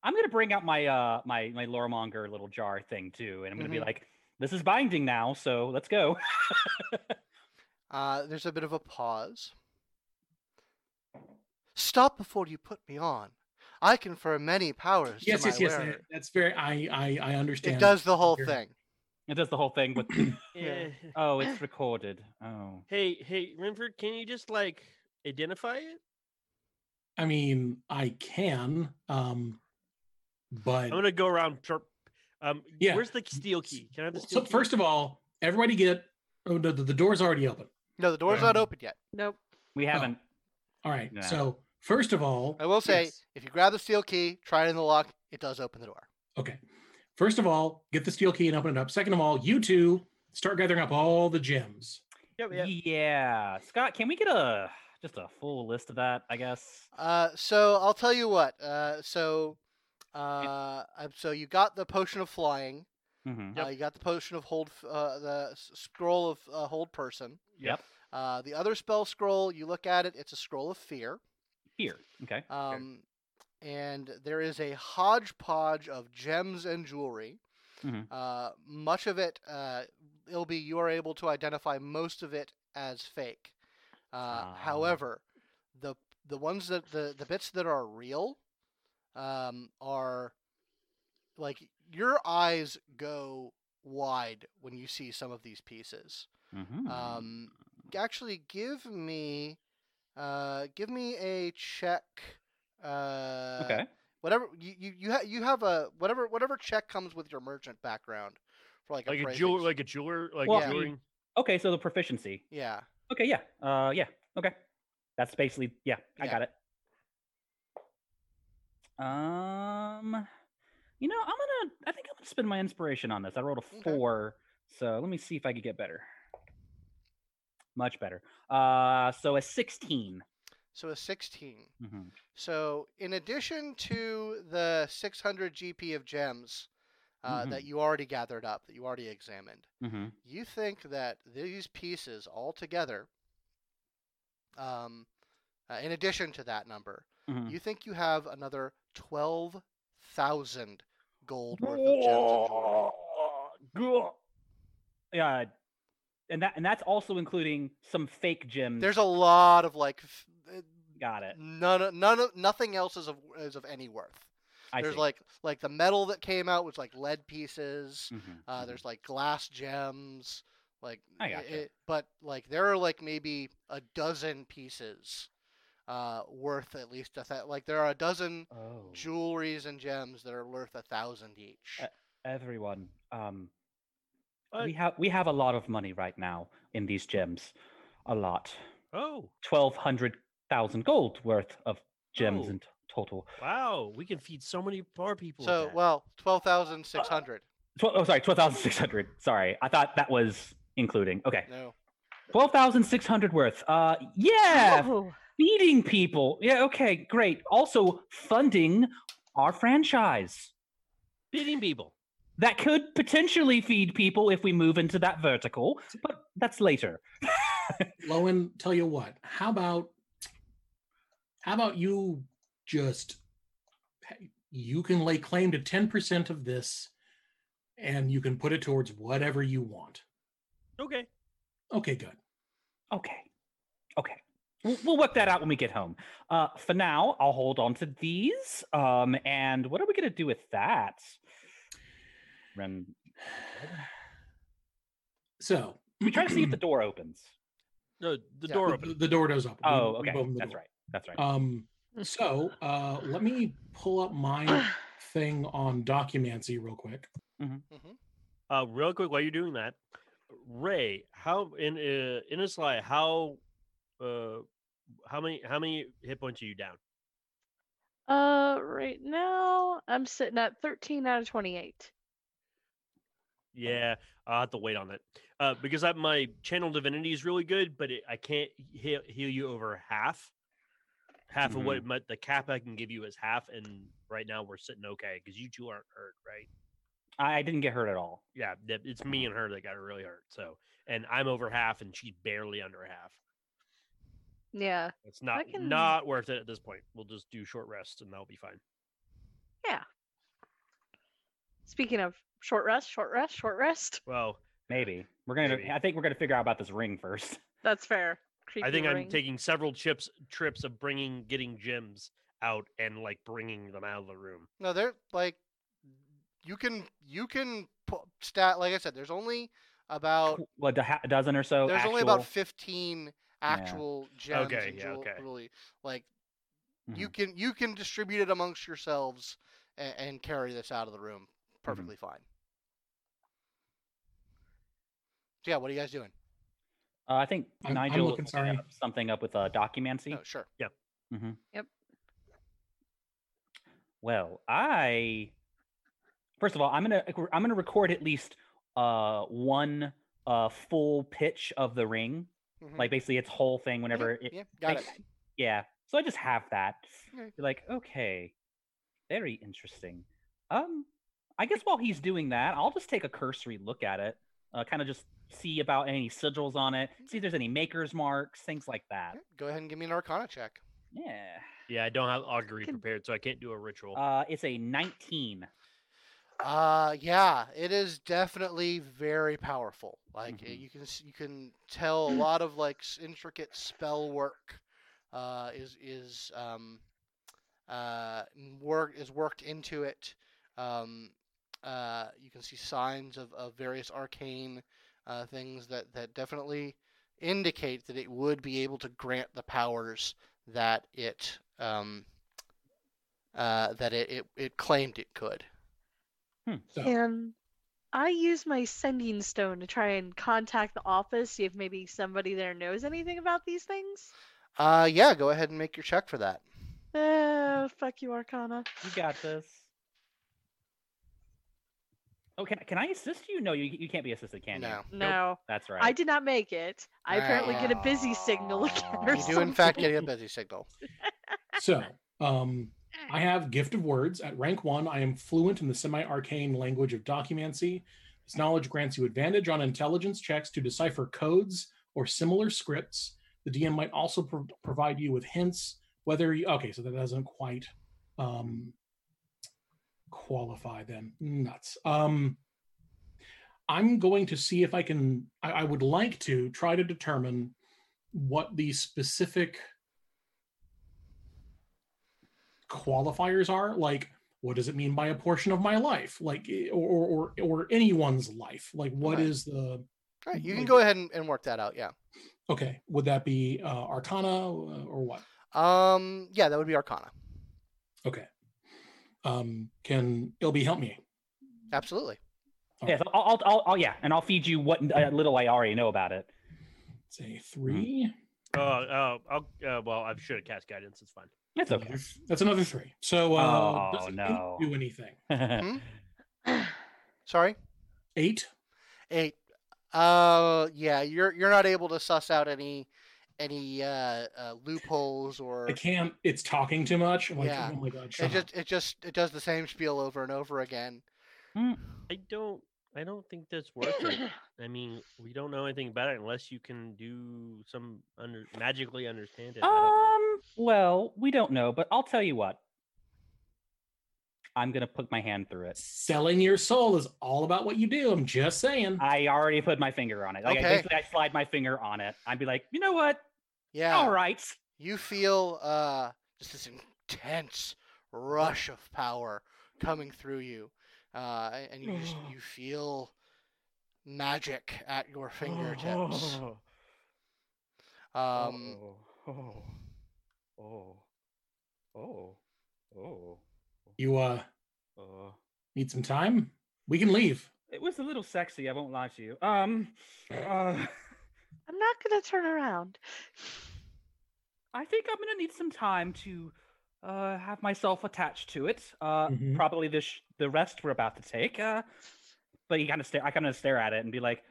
[SPEAKER 3] I'm gonna bring out my uh my my loremonger little jar thing too, and I'm gonna be
[SPEAKER 1] Mhm.
[SPEAKER 3] like, this is binding now, so let's go.
[SPEAKER 1] Uh, there's a bit of a pause. Stop before you put me on. I confer many powers
[SPEAKER 2] Yes,
[SPEAKER 1] to my
[SPEAKER 2] yes, yes.
[SPEAKER 1] wearer.
[SPEAKER 2] that- That's very. I, I, I understand.
[SPEAKER 1] It does the whole
[SPEAKER 2] Here.
[SPEAKER 1] thing.
[SPEAKER 3] it does the whole thing with
[SPEAKER 5] Eh.
[SPEAKER 3] oh, it's recorded. Oh.
[SPEAKER 5] Hey, hey, Renford, can you just like identify it?
[SPEAKER 2] I mean, I can, um, but
[SPEAKER 5] I'm gonna go around. sharp- Um,
[SPEAKER 2] Yeah.
[SPEAKER 5] Where's the steel key? Can I have the steel
[SPEAKER 2] so
[SPEAKER 5] key?
[SPEAKER 2] first of all, everybody get. Oh, no, the, the door's already open.
[SPEAKER 1] No, the door's not
[SPEAKER 2] Um,
[SPEAKER 1] open yet.
[SPEAKER 4] Nope.
[SPEAKER 3] We
[SPEAKER 1] Oh,
[SPEAKER 3] haven't
[SPEAKER 2] All right.
[SPEAKER 3] Yeah.
[SPEAKER 2] So first of all,
[SPEAKER 1] I will say,
[SPEAKER 2] yes.
[SPEAKER 1] if you grab the steel key, try it in the lock, it does open the door.
[SPEAKER 2] Okay. First of all, get the steel key and open it up. Second of all, you two start gathering up all the gems.
[SPEAKER 1] oh,
[SPEAKER 5] Yep, yep.
[SPEAKER 3] Yeah. Scott, can we get a just a full list of that, I guess?
[SPEAKER 1] Uh, so I'll tell you what. Uh, so, uh, um, so you got the potion of flying.
[SPEAKER 3] Mhm.
[SPEAKER 1] Uh, you got the potion of hold. f- Uh, the s- scroll of uh, hold person.
[SPEAKER 3] Yep.
[SPEAKER 1] Uh, the other spell scroll. You look at it. It's a scroll of fear.
[SPEAKER 3] Here. Okay.
[SPEAKER 1] Um, and there is a hodgepodge of gems and jewelry.
[SPEAKER 3] Mhm.
[SPEAKER 1] Uh, much of it, uh, Ilby, you are able to identify most of it as fake. Uh,
[SPEAKER 3] Ah.
[SPEAKER 1] However, the the ones that the, the bits that are real um, are like your eyes go wide when you see some of these pieces.
[SPEAKER 3] Mhm.
[SPEAKER 1] Um, actually, give me, uh, give me a check. Uh,
[SPEAKER 3] okay.
[SPEAKER 1] Whatever you you you, ha- you have a whatever whatever check comes with your merchant background for like
[SPEAKER 5] like a
[SPEAKER 1] appraisals.
[SPEAKER 5] jeweler, like a jeweler, like
[SPEAKER 3] Well,
[SPEAKER 5] a
[SPEAKER 3] I mean-
[SPEAKER 5] jewelry.
[SPEAKER 3] Okay, so the proficiency.
[SPEAKER 1] yeah.
[SPEAKER 3] Okay, yeah. Uh yeah. Okay. That's basically yeah, I
[SPEAKER 1] Yeah.
[SPEAKER 3] got it. Um you know, I'm gonna I think I'm gonna spend my inspiration on this. I rolled
[SPEAKER 1] Okay.
[SPEAKER 3] a four, so let me see if I could get better. Much better. Uh so a 16
[SPEAKER 1] So a sixteen.
[SPEAKER 3] Mm-hmm.
[SPEAKER 1] So in addition to the six hundred GP of gems uh, that you already gathered up, that you already examined,
[SPEAKER 3] Mm-hmm.
[SPEAKER 1] you think that these pieces all together, um, uh, in addition to that number,
[SPEAKER 3] Mhm.
[SPEAKER 1] you think you have another 12,000 gold worth of gems and jewelry.
[SPEAKER 3] Yeah, Uh, and that and that's also including some fake gems.
[SPEAKER 1] There's a lot of like f- uh,
[SPEAKER 3] got it.
[SPEAKER 1] none of, none of nothing else is of is of any worth.
[SPEAKER 3] I
[SPEAKER 1] there's
[SPEAKER 3] see.
[SPEAKER 1] like like the metal that came out was like lead pieces.
[SPEAKER 3] Mhm,
[SPEAKER 1] Uh,
[SPEAKER 3] mhm.
[SPEAKER 1] there's like glass gems like
[SPEAKER 3] I
[SPEAKER 1] i-
[SPEAKER 3] gotcha.
[SPEAKER 1] i- but like there are like maybe a dozen pieces uh worth at least a th- like there are a dozen
[SPEAKER 3] oh.
[SPEAKER 1] jewelries and gems that are worth a thousand each.
[SPEAKER 3] everyone. Um,
[SPEAKER 5] Uh,
[SPEAKER 3] we have we have a lot of money right now in these gems, a lot.
[SPEAKER 5] Oh,
[SPEAKER 3] Twelve hundred thousand gold worth of gems
[SPEAKER 5] Oh.
[SPEAKER 3] in t- total.
[SPEAKER 5] wow! We can feed so many poor people. with
[SPEAKER 1] So
[SPEAKER 5] that.
[SPEAKER 1] well, twelve thousand six hundred.
[SPEAKER 3] Twelve. Oh, sorry, twelve thousand six hundred. Sorry, I thought that was including. Okay.
[SPEAKER 1] No.
[SPEAKER 3] Twelve thousand six hundred worth. Uh, yeah,
[SPEAKER 4] Whoa.
[SPEAKER 3] feeding people. Yeah, okay, great. Also funding our franchise
[SPEAKER 5] Beating people.
[SPEAKER 3] that could potentially feed people if we move into that vertical, but that's later.
[SPEAKER 2] Lowen, tell you what. How about how about you just you can lay claim to 10% of this and you can put it towards whatever you want.
[SPEAKER 5] Okay.
[SPEAKER 2] Okay, good.
[SPEAKER 3] Okay, okay. We'll, we'll work that out when we get home. Uh, for now, I'll hold on to these. Um, and what are we gonna do with that? Ren,
[SPEAKER 2] So
[SPEAKER 3] we try to see if the door opens.
[SPEAKER 5] No, the
[SPEAKER 1] Yeah.
[SPEAKER 5] door
[SPEAKER 2] the,
[SPEAKER 5] open.
[SPEAKER 2] the door does open. We-
[SPEAKER 3] Oh,
[SPEAKER 2] we
[SPEAKER 3] okay,
[SPEAKER 2] opened the
[SPEAKER 3] that's
[SPEAKER 2] door.
[SPEAKER 3] right. That's right.
[SPEAKER 2] Um, so uh, let me pull up my thing on Documancy real quick.
[SPEAKER 5] Uh, real quick, while you're doing that, Ray, how in uh, in a slide, how uh, how many how many hit points are you down?
[SPEAKER 4] Uh, right now I'm sitting at 13 out of 28.
[SPEAKER 5] Yeah, I'll have to wait on that uh, because I, my channel divinity is really good, but it, I can't heal, heal you over half. Half of what it might, the cap I can give you is half, and right now we're sitting okay because you two aren't hurt, right?
[SPEAKER 3] I I didn't get hurt at all.
[SPEAKER 5] Yeah, that- it's me and her that got really hurt. So, and I'm over half, and she's barely under half.
[SPEAKER 4] Yeah.
[SPEAKER 5] It's not
[SPEAKER 4] can-
[SPEAKER 5] not worth it at this point. We'll just do short rest, and that'll be fine.
[SPEAKER 4] Speaking of short rest, short rest, short rest.
[SPEAKER 5] Well,
[SPEAKER 3] Maybe we're gonna.
[SPEAKER 5] Maybe.
[SPEAKER 3] I think we're gonna figure out about this ring first.
[SPEAKER 4] That's fair.
[SPEAKER 5] I
[SPEAKER 4] Creepy
[SPEAKER 5] think I'm
[SPEAKER 4] ring.
[SPEAKER 5] taking several chips trips of bringing getting gems out and like bringing them out of the room.
[SPEAKER 1] No, they're like you can you can pu- stat like I said. There's only about
[SPEAKER 3] Tw- Well, a ha- a dozen or so.
[SPEAKER 1] there's
[SPEAKER 3] oh, actual,
[SPEAKER 1] only about 15
[SPEAKER 3] Yeah.
[SPEAKER 1] actual gems.
[SPEAKER 5] Okay,
[SPEAKER 1] and
[SPEAKER 5] yeah,
[SPEAKER 1] jewel-
[SPEAKER 5] okay.
[SPEAKER 1] Really, like
[SPEAKER 3] Mm-hmm.
[SPEAKER 1] you can you can distribute it amongst yourselves and, and carry this out of the room
[SPEAKER 3] Mm-hmm.
[SPEAKER 1] perfectly fine. So yeah, what are you guys doing?
[SPEAKER 3] Uh, I think
[SPEAKER 2] I'm- I'm
[SPEAKER 3] Nigel
[SPEAKER 2] looking,
[SPEAKER 3] has got
[SPEAKER 2] sorry.
[SPEAKER 3] up- something up with uh, documancy.
[SPEAKER 1] No, Oh, sure.
[SPEAKER 3] Well, I first of all, I'm gonna I'm gonna record at least uh one uh full pitch of the ring,
[SPEAKER 1] Mhm.
[SPEAKER 3] like basically its whole thing.
[SPEAKER 1] Yeah,
[SPEAKER 3] Whenever it,
[SPEAKER 1] yeah, got
[SPEAKER 3] like,
[SPEAKER 1] it.
[SPEAKER 3] Yeah. So I just have that.
[SPEAKER 1] Okay.
[SPEAKER 3] Be like, okay, very interesting. Um, I guess while he's doing that, I'll just take a cursory look at it, uh, kind of just see about any sigils on it, see if there's any maker's marks, things like that.
[SPEAKER 1] Mm-hmm. Okay, Go ahead and give me an Arcana check.
[SPEAKER 3] Yeah.
[SPEAKER 5] Yeah, I don't have augury
[SPEAKER 4] Can-
[SPEAKER 5] prepared, so I can't do a ritual.
[SPEAKER 3] Uh, it's a 19.
[SPEAKER 1] Uh, yeah, it is definitely very powerful. Like uh,
[SPEAKER 3] Mhm.
[SPEAKER 1] you can s- you can tell a lot of like s- intricate spell work, uh, is is um, uh, n- work is worked into it. Um, uh, you can see signs of, of various arcane uh, things that that definitely indicate that it would be able to grant the powers that it um, uh, that it, it, it claimed it could.
[SPEAKER 2] So
[SPEAKER 4] And I use my sending stone to try and contact the office, see if maybe somebody there knows anything about these things.
[SPEAKER 1] Uh, yeah, go ahead and make your check for that.
[SPEAKER 4] Oh, fuck you, Arcana.
[SPEAKER 3] You got this. Oh, can, can I assist you? No, you, you can't be assisted, can you?
[SPEAKER 1] No.
[SPEAKER 4] No,
[SPEAKER 3] That's right.
[SPEAKER 4] I did not make it. I apparently get a busy signal. or
[SPEAKER 1] Ah, You do, in fact, get a
[SPEAKER 4] something.
[SPEAKER 1] busy signal.
[SPEAKER 2] So, um, I have Gift of Words. At rank one, I am fluent in the semi arcane language of Documancy. This knowledge grants you advantage on intelligence checks to decipher codes or similar scripts. The DM might also pro- provide you with hints whether you. Okay, so that doesn't quite um, qualify then. Nuts. Um, I'm going to see if I can. I, I would like to try to determine what the specific qualifiers are like what does it mean by a portion of my life like eh, or or or, or anyone's life like what
[SPEAKER 1] Okay.
[SPEAKER 2] is the
[SPEAKER 1] All right, you can
[SPEAKER 2] Like-
[SPEAKER 1] go ahead and, and work that out. Yeah.
[SPEAKER 2] okay would that be uh, arcana uh, or what
[SPEAKER 1] Um. Yeah, that would be Arcana.
[SPEAKER 2] okay um can ilby help me
[SPEAKER 1] Absolutely.
[SPEAKER 3] Yeah, so Oh. I'll, I'll, I'll, I'll, yeah, and I'll feed you what uh, little I already know about it.
[SPEAKER 2] say three
[SPEAKER 3] Mm-hmm.
[SPEAKER 5] Oh, oh, I'll, uh, well, I should have cast guidance. It's fine.
[SPEAKER 3] It's okay.
[SPEAKER 2] Another- that's another three so uh
[SPEAKER 3] Oh,
[SPEAKER 2] doesn't
[SPEAKER 3] no.
[SPEAKER 2] do
[SPEAKER 1] Hmm?
[SPEAKER 2] anything
[SPEAKER 1] Sorry.
[SPEAKER 2] eight
[SPEAKER 1] Eight. Uh, yeah, you're you're not able to suss out any any uh, uh loopholes or
[SPEAKER 2] I can't. It's talking too much. I'm like,
[SPEAKER 1] Yeah.
[SPEAKER 2] oh my god,
[SPEAKER 1] it
[SPEAKER 2] shut up.
[SPEAKER 1] just it just it does the same spiel over and over again.
[SPEAKER 5] I don't. I don't think that's worth it. I mean, we don't know anything about it unless you can do some under magically understand it. I don't
[SPEAKER 1] Ah,
[SPEAKER 5] know.
[SPEAKER 3] Um, well, we don't know, but I'll tell you what. I'm gonna put my hand through it.
[SPEAKER 2] Selling your soul is all about what you do. I'm just saying.
[SPEAKER 3] I already put my finger on it. Like I
[SPEAKER 1] Okay.
[SPEAKER 3] basically I slide my finger on it. I'd be like, you know what?
[SPEAKER 1] Yeah.
[SPEAKER 3] All right.
[SPEAKER 1] You feel uh, just this intense rush of power coming through you, uh, a- and you just you feel magic at your fingertips. Um,
[SPEAKER 3] oh, oh, oh, oh, oh,
[SPEAKER 2] You uh
[SPEAKER 3] oh.
[SPEAKER 2] need some time? We can leave.
[SPEAKER 3] It was a little sexy. I won't lie to you. Um, uh,
[SPEAKER 4] I'm not gonna turn around.
[SPEAKER 3] I think I'm gonna need some time to uh, have myself attached to it. Uh,
[SPEAKER 2] Mhm.
[SPEAKER 3] Probably the sh- the rest we're about to take. Uh, but you kind of stare. I kind of stare at it and be like,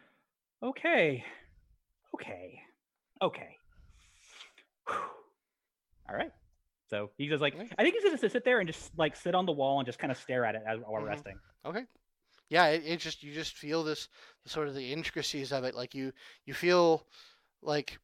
[SPEAKER 3] okay, okay, okay. All right. So he's just like,
[SPEAKER 1] Nice.
[SPEAKER 3] I think he's just gonna sit there and just like sit on the wall and just kind of stare at it as while we're
[SPEAKER 1] Mhm.
[SPEAKER 3] resting.
[SPEAKER 1] yeah it, it just you just feel this sort of the intricacies of it like you you feel like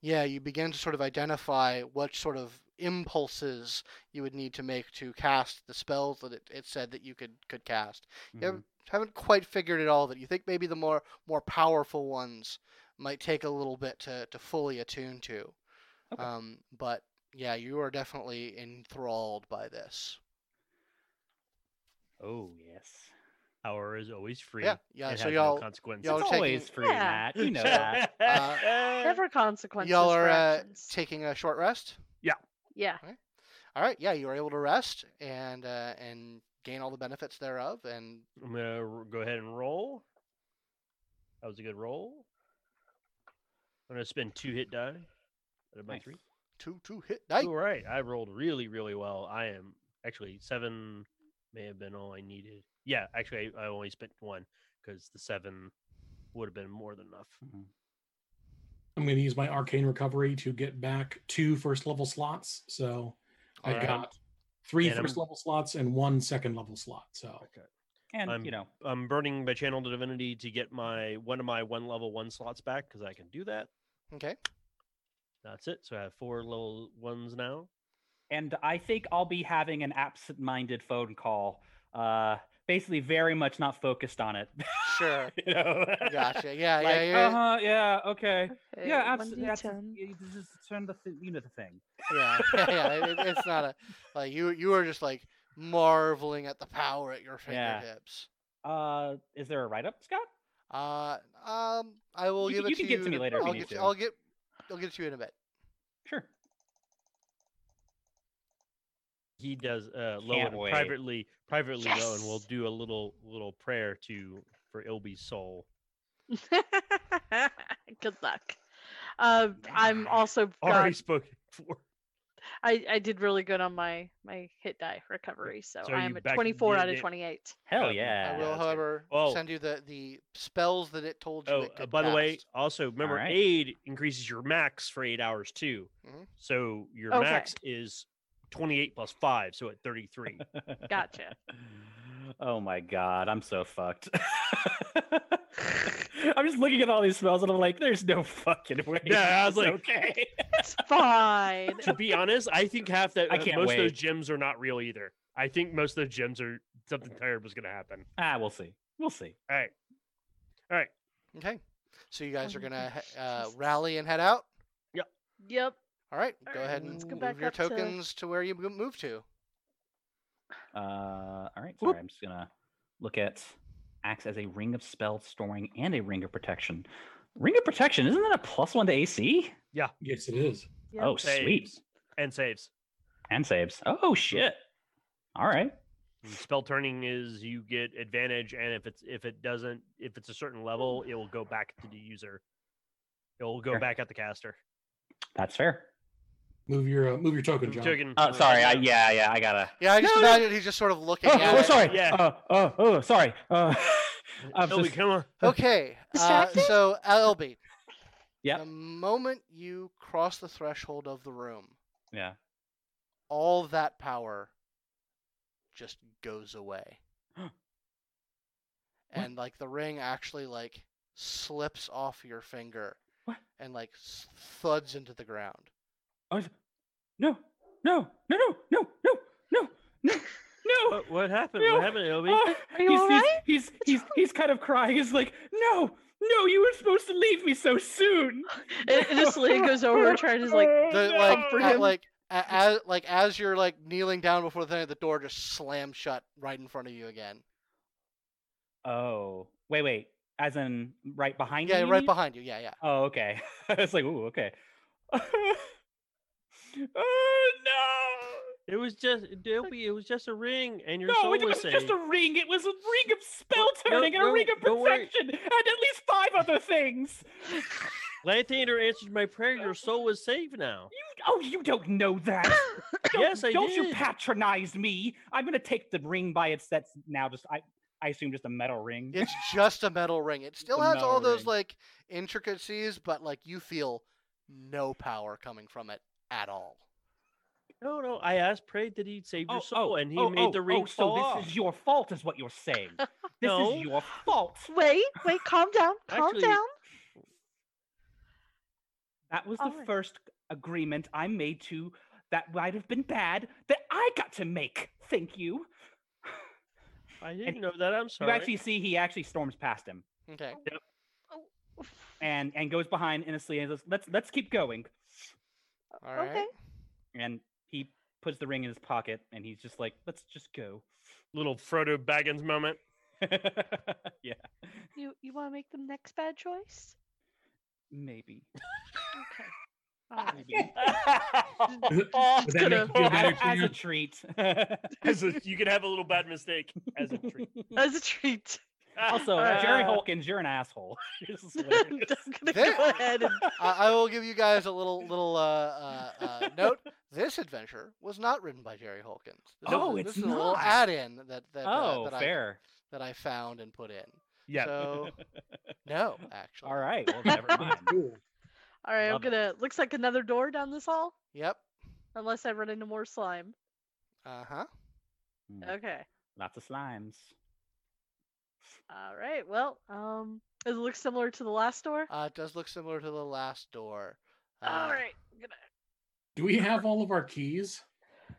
[SPEAKER 1] yeah you begin to sort of identify what sort of impulses you would need to make to cast the spells that it, it said that you could could cast
[SPEAKER 5] Mm-hmm.
[SPEAKER 1] you
[SPEAKER 3] Mhm.
[SPEAKER 1] haven't, haven't quite figured it all that you think maybe the more more powerful ones might take a little bit to, to fully attune to
[SPEAKER 3] Okay.
[SPEAKER 1] um, but yeah you are definitely enthralled by this
[SPEAKER 3] Oh yes.
[SPEAKER 5] Power is always free.
[SPEAKER 1] yeah yeah
[SPEAKER 5] It
[SPEAKER 1] so
[SPEAKER 5] has
[SPEAKER 1] y'all
[SPEAKER 5] no consequences.
[SPEAKER 1] y'all uh,
[SPEAKER 3] it's
[SPEAKER 1] taking-
[SPEAKER 3] always free,
[SPEAKER 4] Yeah.
[SPEAKER 3] Matt. You know that.
[SPEAKER 4] Never consequences.
[SPEAKER 1] Y'all
[SPEAKER 4] for
[SPEAKER 1] are uh,
[SPEAKER 4] actions.
[SPEAKER 1] taking a short rest.
[SPEAKER 4] yeah.
[SPEAKER 1] All right, yeah, you are able to rest and uh, and gain all the benefits thereof. And
[SPEAKER 5] I'm gonna r- go ahead and roll. That was a good roll. I'm gonna spend two hit die. Out of my
[SPEAKER 3] Nice.
[SPEAKER 5] three.
[SPEAKER 1] two two hit night.
[SPEAKER 5] All right, I rolled really, really well. I am actually seven may have been all I needed. Yeah, actually, I, I only spent one because the seven would have been more than enough.
[SPEAKER 3] Mhm.
[SPEAKER 2] I'm gonna use my arcane recovery to get back two first level slots. So I
[SPEAKER 5] Alright.
[SPEAKER 2] got three
[SPEAKER 5] And I'm-
[SPEAKER 2] first level slots and one second level slot. So
[SPEAKER 5] Okay.
[SPEAKER 3] And
[SPEAKER 5] I'm-
[SPEAKER 3] you know,
[SPEAKER 5] I'm burning my channel divinity to get my one of my one level one slots back because I can do that.
[SPEAKER 1] Okay,
[SPEAKER 5] That's it. So I have four level ones now.
[SPEAKER 3] and I think I'll be having an absent-minded phone call. Uh, basically, very much not focused on it.
[SPEAKER 1] sure,
[SPEAKER 3] you know,
[SPEAKER 1] gotcha. Yeah,
[SPEAKER 3] like,
[SPEAKER 1] yeah, yeah,
[SPEAKER 3] uh huh, yeah, okay, yeah,
[SPEAKER 4] Okay,
[SPEAKER 3] absolutely.
[SPEAKER 4] 1d10.
[SPEAKER 3] Just turn the thi- you know the thing.
[SPEAKER 1] yeah, yeah. yeah, it- it's not a like you you are just like marveling at the power at your
[SPEAKER 3] Yeah.
[SPEAKER 1] fingertips.
[SPEAKER 3] Uh, is there a write-up, Scott?
[SPEAKER 1] Uh, um, I will
[SPEAKER 3] You
[SPEAKER 1] give
[SPEAKER 3] can-
[SPEAKER 1] it
[SPEAKER 3] you
[SPEAKER 1] to
[SPEAKER 3] can get to
[SPEAKER 1] in
[SPEAKER 3] me
[SPEAKER 1] a-
[SPEAKER 3] later if you
[SPEAKER 1] I'll
[SPEAKER 3] need
[SPEAKER 1] get,
[SPEAKER 3] to.
[SPEAKER 1] I'll get I'll get it to you in a bit.
[SPEAKER 3] Sure.
[SPEAKER 5] He does uh,
[SPEAKER 3] Can't
[SPEAKER 5] Lowen
[SPEAKER 3] wait.
[SPEAKER 5] privately, privately Lowen will
[SPEAKER 4] Yes.
[SPEAKER 5] do a little little prayer to for Ilby's soul.
[SPEAKER 4] Good luck. Um, I'm also
[SPEAKER 5] Already
[SPEAKER 4] got,
[SPEAKER 5] spoken for.
[SPEAKER 4] I, I did really good on my my hit die recovery, so,
[SPEAKER 5] So are
[SPEAKER 4] I'm
[SPEAKER 5] you
[SPEAKER 4] at
[SPEAKER 5] back-
[SPEAKER 4] 24
[SPEAKER 5] yeah,
[SPEAKER 4] out of
[SPEAKER 5] yeah.
[SPEAKER 4] 28.
[SPEAKER 5] Uh,
[SPEAKER 3] Hell
[SPEAKER 5] I
[SPEAKER 1] I
[SPEAKER 3] yeah.
[SPEAKER 1] will,
[SPEAKER 5] that's good.
[SPEAKER 1] however,
[SPEAKER 5] Oh.
[SPEAKER 1] send you the the spells that it told you.
[SPEAKER 5] Oh,
[SPEAKER 1] it
[SPEAKER 5] uh,
[SPEAKER 1] could
[SPEAKER 5] by the way,
[SPEAKER 1] cast.
[SPEAKER 5] also remember
[SPEAKER 3] right.
[SPEAKER 5] aid increases your max for eight hours too.
[SPEAKER 1] Mhm.
[SPEAKER 5] So your
[SPEAKER 4] Okay.
[SPEAKER 5] max is twenty eight plus five, so at thirty three.
[SPEAKER 4] Gotcha.
[SPEAKER 3] Oh my god, I'm so fucked. I'm just looking at all these smells and I'm like, there's no fucking way.
[SPEAKER 5] Yeah, I was
[SPEAKER 3] this is
[SPEAKER 5] like-
[SPEAKER 3] okay.
[SPEAKER 4] It's fine.
[SPEAKER 5] to be honest, I think half that
[SPEAKER 3] I
[SPEAKER 5] uh,
[SPEAKER 3] can't
[SPEAKER 5] most of those
[SPEAKER 3] wait.
[SPEAKER 5] gems are not real either. I think most of those gems are something terrible is going to happen.
[SPEAKER 3] ah, we'll see. We'll see.
[SPEAKER 5] All right, all right.
[SPEAKER 1] Okay. So you guys are
[SPEAKER 4] Oh my
[SPEAKER 1] gonna
[SPEAKER 4] gosh,
[SPEAKER 1] he- uh,
[SPEAKER 4] Jesus.
[SPEAKER 1] rally and head out.
[SPEAKER 4] Yep.
[SPEAKER 1] All right,
[SPEAKER 4] All
[SPEAKER 1] go
[SPEAKER 4] right,
[SPEAKER 1] ahead and
[SPEAKER 4] let's go
[SPEAKER 1] move
[SPEAKER 4] back
[SPEAKER 1] your
[SPEAKER 4] up to-
[SPEAKER 1] tokens to... where you mo- move to.
[SPEAKER 3] Uh, all right. Sorry, I'm just gonna look at acts as a ring of spell storing and a ring of protection. Ring of protection isn't that a plus one to AC?
[SPEAKER 2] yes, it is.
[SPEAKER 4] Yep.
[SPEAKER 3] Oh, sweet.
[SPEAKER 5] Saves. And saves.
[SPEAKER 3] And saves. Oh shit. All right.
[SPEAKER 5] And spell turning is you get advantage, and if it's if it doesn't if it's a certain level, it will go back to the user. It will go
[SPEAKER 3] Sure.
[SPEAKER 5] back at the caster.
[SPEAKER 3] That's fair.
[SPEAKER 2] Move your uh, move your token, John.
[SPEAKER 5] Token-
[SPEAKER 3] Oh, sorry. I, yeah, yeah. I gotta.
[SPEAKER 1] Yeah, I just
[SPEAKER 3] No, no.
[SPEAKER 1] imagine he's just sort of looking
[SPEAKER 3] Oh,
[SPEAKER 1] at
[SPEAKER 3] oh,
[SPEAKER 1] it.
[SPEAKER 3] sorry.
[SPEAKER 5] Yeah.
[SPEAKER 3] Uh, oh, oh, sorry. Uh, I'm
[SPEAKER 5] Toby,
[SPEAKER 3] just-
[SPEAKER 5] come on.
[SPEAKER 1] Okay. Uh,
[SPEAKER 4] Distracted?
[SPEAKER 1] so, LB.
[SPEAKER 3] Yep.
[SPEAKER 1] The moment you cross the threshold of the room,
[SPEAKER 3] yeah.
[SPEAKER 1] all that power just goes away. and like the ring actually like slips off your finger
[SPEAKER 3] What?
[SPEAKER 1] and like s- thuds into the ground.
[SPEAKER 3] I was- no, no, no, no, no, no, no, no, no.
[SPEAKER 5] What, what happened?
[SPEAKER 3] Ew.
[SPEAKER 5] What happened, Obi?
[SPEAKER 3] Oh,
[SPEAKER 4] Are you
[SPEAKER 3] he's, he's-
[SPEAKER 4] alright?
[SPEAKER 3] He's he's, he's kind of crying. He's like, no, no, you were supposed to leave me so soon.
[SPEAKER 4] And, and just Leah goes over to her and is like,
[SPEAKER 3] Oh,
[SPEAKER 1] The,
[SPEAKER 3] no.
[SPEAKER 1] like,
[SPEAKER 4] Comfort
[SPEAKER 1] at,
[SPEAKER 4] him.
[SPEAKER 1] like a- as like as you're like kneeling down before the thing, the door just slams shut right in front of you again.
[SPEAKER 3] oh, wait, wait. As in right behind
[SPEAKER 1] Yeah,
[SPEAKER 3] me, you
[SPEAKER 1] right
[SPEAKER 3] mean?
[SPEAKER 1] behind you. Yeah, yeah.
[SPEAKER 3] Oh, okay. it's like, ooh, okay. oh no!
[SPEAKER 5] It was just Obi. It was just a ring, and your
[SPEAKER 3] No,
[SPEAKER 5] soul
[SPEAKER 3] it
[SPEAKER 5] was
[SPEAKER 3] was
[SPEAKER 5] saved.
[SPEAKER 3] just a ring. It was a ring of spell
[SPEAKER 5] no,
[SPEAKER 3] turning and a
[SPEAKER 5] no,
[SPEAKER 3] ring of
[SPEAKER 5] don't worry.
[SPEAKER 3] protection and at least five other things.
[SPEAKER 5] Lathander answered my prayer. Your soul is saved now.
[SPEAKER 3] Oh, you don't know that. Don't,
[SPEAKER 5] yes, I
[SPEAKER 3] don't
[SPEAKER 5] did.
[SPEAKER 3] you patronize me. I'm gonna take the ring by its that's now just I I assume just a metal ring.
[SPEAKER 1] It's just a metal ring. It still
[SPEAKER 5] a
[SPEAKER 1] has all
[SPEAKER 5] metal
[SPEAKER 1] those
[SPEAKER 5] ring.
[SPEAKER 1] like intricacies, but like you feel no power coming from it at all.
[SPEAKER 5] no, no. I asked, prayed that he'd save your soul, and he
[SPEAKER 3] oh,
[SPEAKER 5] made
[SPEAKER 3] oh,
[SPEAKER 5] the ring
[SPEAKER 3] oh, so
[SPEAKER 5] fall
[SPEAKER 3] this
[SPEAKER 5] off.
[SPEAKER 3] is your fault, is what you're saying. This
[SPEAKER 5] No.
[SPEAKER 3] is your fault.
[SPEAKER 4] wait, wait, calm down, calm
[SPEAKER 5] Actually,
[SPEAKER 4] down.
[SPEAKER 3] That was the
[SPEAKER 4] Alright.
[SPEAKER 3] first agreement I made to that might have been bad that I got to make. Thank you.
[SPEAKER 5] I didn't know that. I'm sorry.
[SPEAKER 3] You actually see he actually storms past him
[SPEAKER 1] Okay.
[SPEAKER 4] Oh,
[SPEAKER 3] and and goes behind innocently and says, "Let's let's keep going."
[SPEAKER 1] All right.
[SPEAKER 4] Okay.
[SPEAKER 3] And he puts the ring in his pocket and he's just like, "Let's just go."
[SPEAKER 5] Little Frodo Baggins moment.
[SPEAKER 3] yeah,
[SPEAKER 4] You you want to make the next bad choice?
[SPEAKER 3] maybe.
[SPEAKER 4] Okay. All right.
[SPEAKER 3] maybe.
[SPEAKER 2] Does that make you feel better,
[SPEAKER 3] as, as a
[SPEAKER 2] Tina?
[SPEAKER 3] treat.
[SPEAKER 5] As a- you can have a little bad mistake as a treat.
[SPEAKER 4] As a treat.
[SPEAKER 3] also,
[SPEAKER 5] Ah.
[SPEAKER 3] Jerry Holkins, you're an asshole. This is
[SPEAKER 4] I'm
[SPEAKER 3] hilarious.
[SPEAKER 4] gonna
[SPEAKER 1] There-
[SPEAKER 4] go ahead and
[SPEAKER 1] I, I will give you guys a little little uh, uh, uh, note. This adventure was not written by Jerry Holkins. This
[SPEAKER 3] Oh,
[SPEAKER 1] is,
[SPEAKER 3] it's
[SPEAKER 1] this is a little
[SPEAKER 3] not.
[SPEAKER 1] add-in that that, uh,
[SPEAKER 3] oh,
[SPEAKER 1] that I
[SPEAKER 3] fair.
[SPEAKER 1] that I found and put in.
[SPEAKER 5] Yeah.
[SPEAKER 1] So no, actually.
[SPEAKER 3] All right. Well, never mind.
[SPEAKER 2] Cool.
[SPEAKER 4] All right,
[SPEAKER 3] Love it.
[SPEAKER 4] I'm gonna. Looks like another door down this hall,
[SPEAKER 1] Yep.
[SPEAKER 4] unless I run into more slime.
[SPEAKER 1] Uh huh.
[SPEAKER 3] Mm,
[SPEAKER 4] Okay.
[SPEAKER 3] Lots of slimes.
[SPEAKER 4] All right. Well, um, does it look similar to the last door?
[SPEAKER 1] Uh, it does look similar to the last door.
[SPEAKER 4] All
[SPEAKER 1] Uh,
[SPEAKER 4] right. I'm gonna-
[SPEAKER 2] Do we have all of our keys?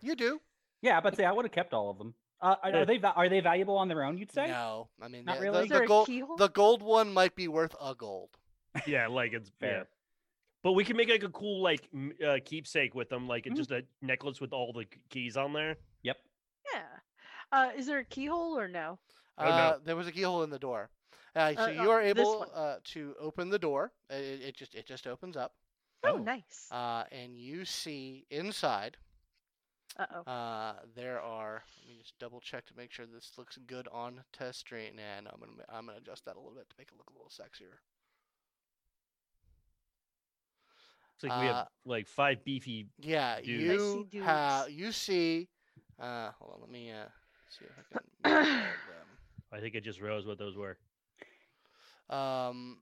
[SPEAKER 1] You do.
[SPEAKER 3] Yeah, but say I would have kept all of them. Uh, are,
[SPEAKER 5] Yeah.
[SPEAKER 3] are they va- are they valuable on their own? You'd say.
[SPEAKER 1] No, I mean
[SPEAKER 3] Not
[SPEAKER 1] the-
[SPEAKER 3] really?
[SPEAKER 1] the,
[SPEAKER 4] Is
[SPEAKER 1] the
[SPEAKER 4] there a
[SPEAKER 1] gold
[SPEAKER 4] keyhole?
[SPEAKER 1] the gold one might be worth a gold.
[SPEAKER 5] yeah, like it's
[SPEAKER 3] Fair.
[SPEAKER 5] Yeah. But we can make like a cool like m- uh, keepsake with them, like
[SPEAKER 3] Mm.
[SPEAKER 5] just a necklace with all the k- keys on there.
[SPEAKER 3] Yep.
[SPEAKER 4] Yeah. Uh, is there a keyhole or no?
[SPEAKER 5] Oh, no.
[SPEAKER 1] Uh, there was a keyhole in the door, uh, so
[SPEAKER 4] Uh,
[SPEAKER 1] you
[SPEAKER 4] oh,
[SPEAKER 1] are
[SPEAKER 4] this
[SPEAKER 1] able
[SPEAKER 4] one.
[SPEAKER 1] uh, to open the door. Uh, It, it just it just opens up,
[SPEAKER 4] Oh,
[SPEAKER 1] Oh.
[SPEAKER 4] nice.
[SPEAKER 1] uh, and you see inside.
[SPEAKER 4] Uh oh.
[SPEAKER 1] Uh, there are. Let me just double check to make sure this looks good on test stream. And I'm gonna ma- I'm gonna adjust that a little bit to make it look a little sexier.
[SPEAKER 5] It's like we
[SPEAKER 1] Uh,
[SPEAKER 5] have like five beefy.
[SPEAKER 1] Yeah,
[SPEAKER 5] Dudes.
[SPEAKER 4] I see
[SPEAKER 1] you
[SPEAKER 4] dudes.
[SPEAKER 1] ha- you see. Uh, hold on, let me uh, see if I can. make all of them.
[SPEAKER 5] I think I just realized what those were.
[SPEAKER 1] Um,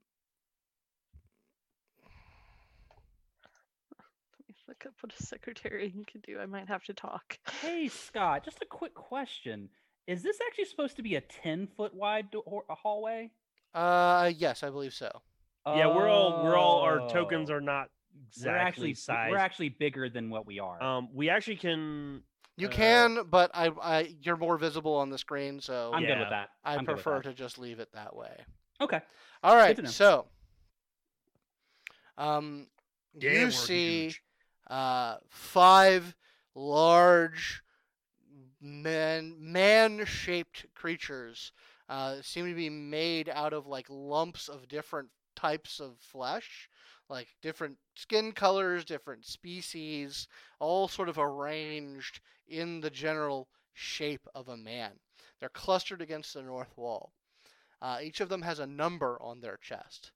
[SPEAKER 4] Look up what a secretary can do. I might have to talk.
[SPEAKER 3] Hey Scott, just a quick question: Is this actually supposed to be a ten foot wide door- a hallway?
[SPEAKER 1] uh, yes, I believe so.
[SPEAKER 5] Yeah, we're all we're all our tokens
[SPEAKER 3] Oh.
[SPEAKER 5] are not
[SPEAKER 3] We're
[SPEAKER 5] exactly
[SPEAKER 3] actually
[SPEAKER 5] sized.
[SPEAKER 3] we're actually bigger than what we are.
[SPEAKER 5] um, we actually can.
[SPEAKER 1] You
[SPEAKER 5] Uh,
[SPEAKER 1] can, but I, I you're more visible on the screen, so
[SPEAKER 3] I'm good
[SPEAKER 5] yeah,
[SPEAKER 3] with that.
[SPEAKER 1] I
[SPEAKER 3] I'm good with
[SPEAKER 1] prefer
[SPEAKER 3] that.
[SPEAKER 1] to just leave it that way.
[SPEAKER 3] Okay.
[SPEAKER 1] All right,
[SPEAKER 3] to know.
[SPEAKER 1] so um,
[SPEAKER 5] Damn,
[SPEAKER 1] you
[SPEAKER 5] we're
[SPEAKER 1] see
[SPEAKER 5] huge.
[SPEAKER 1] uh, five large man man-shaped creatures uh, seem to be made out of like lumps of different types of flesh like different skin colors different species all sort of arranged in the general shape of a man they're clustered against the north wall uh, each of them has a number on their chest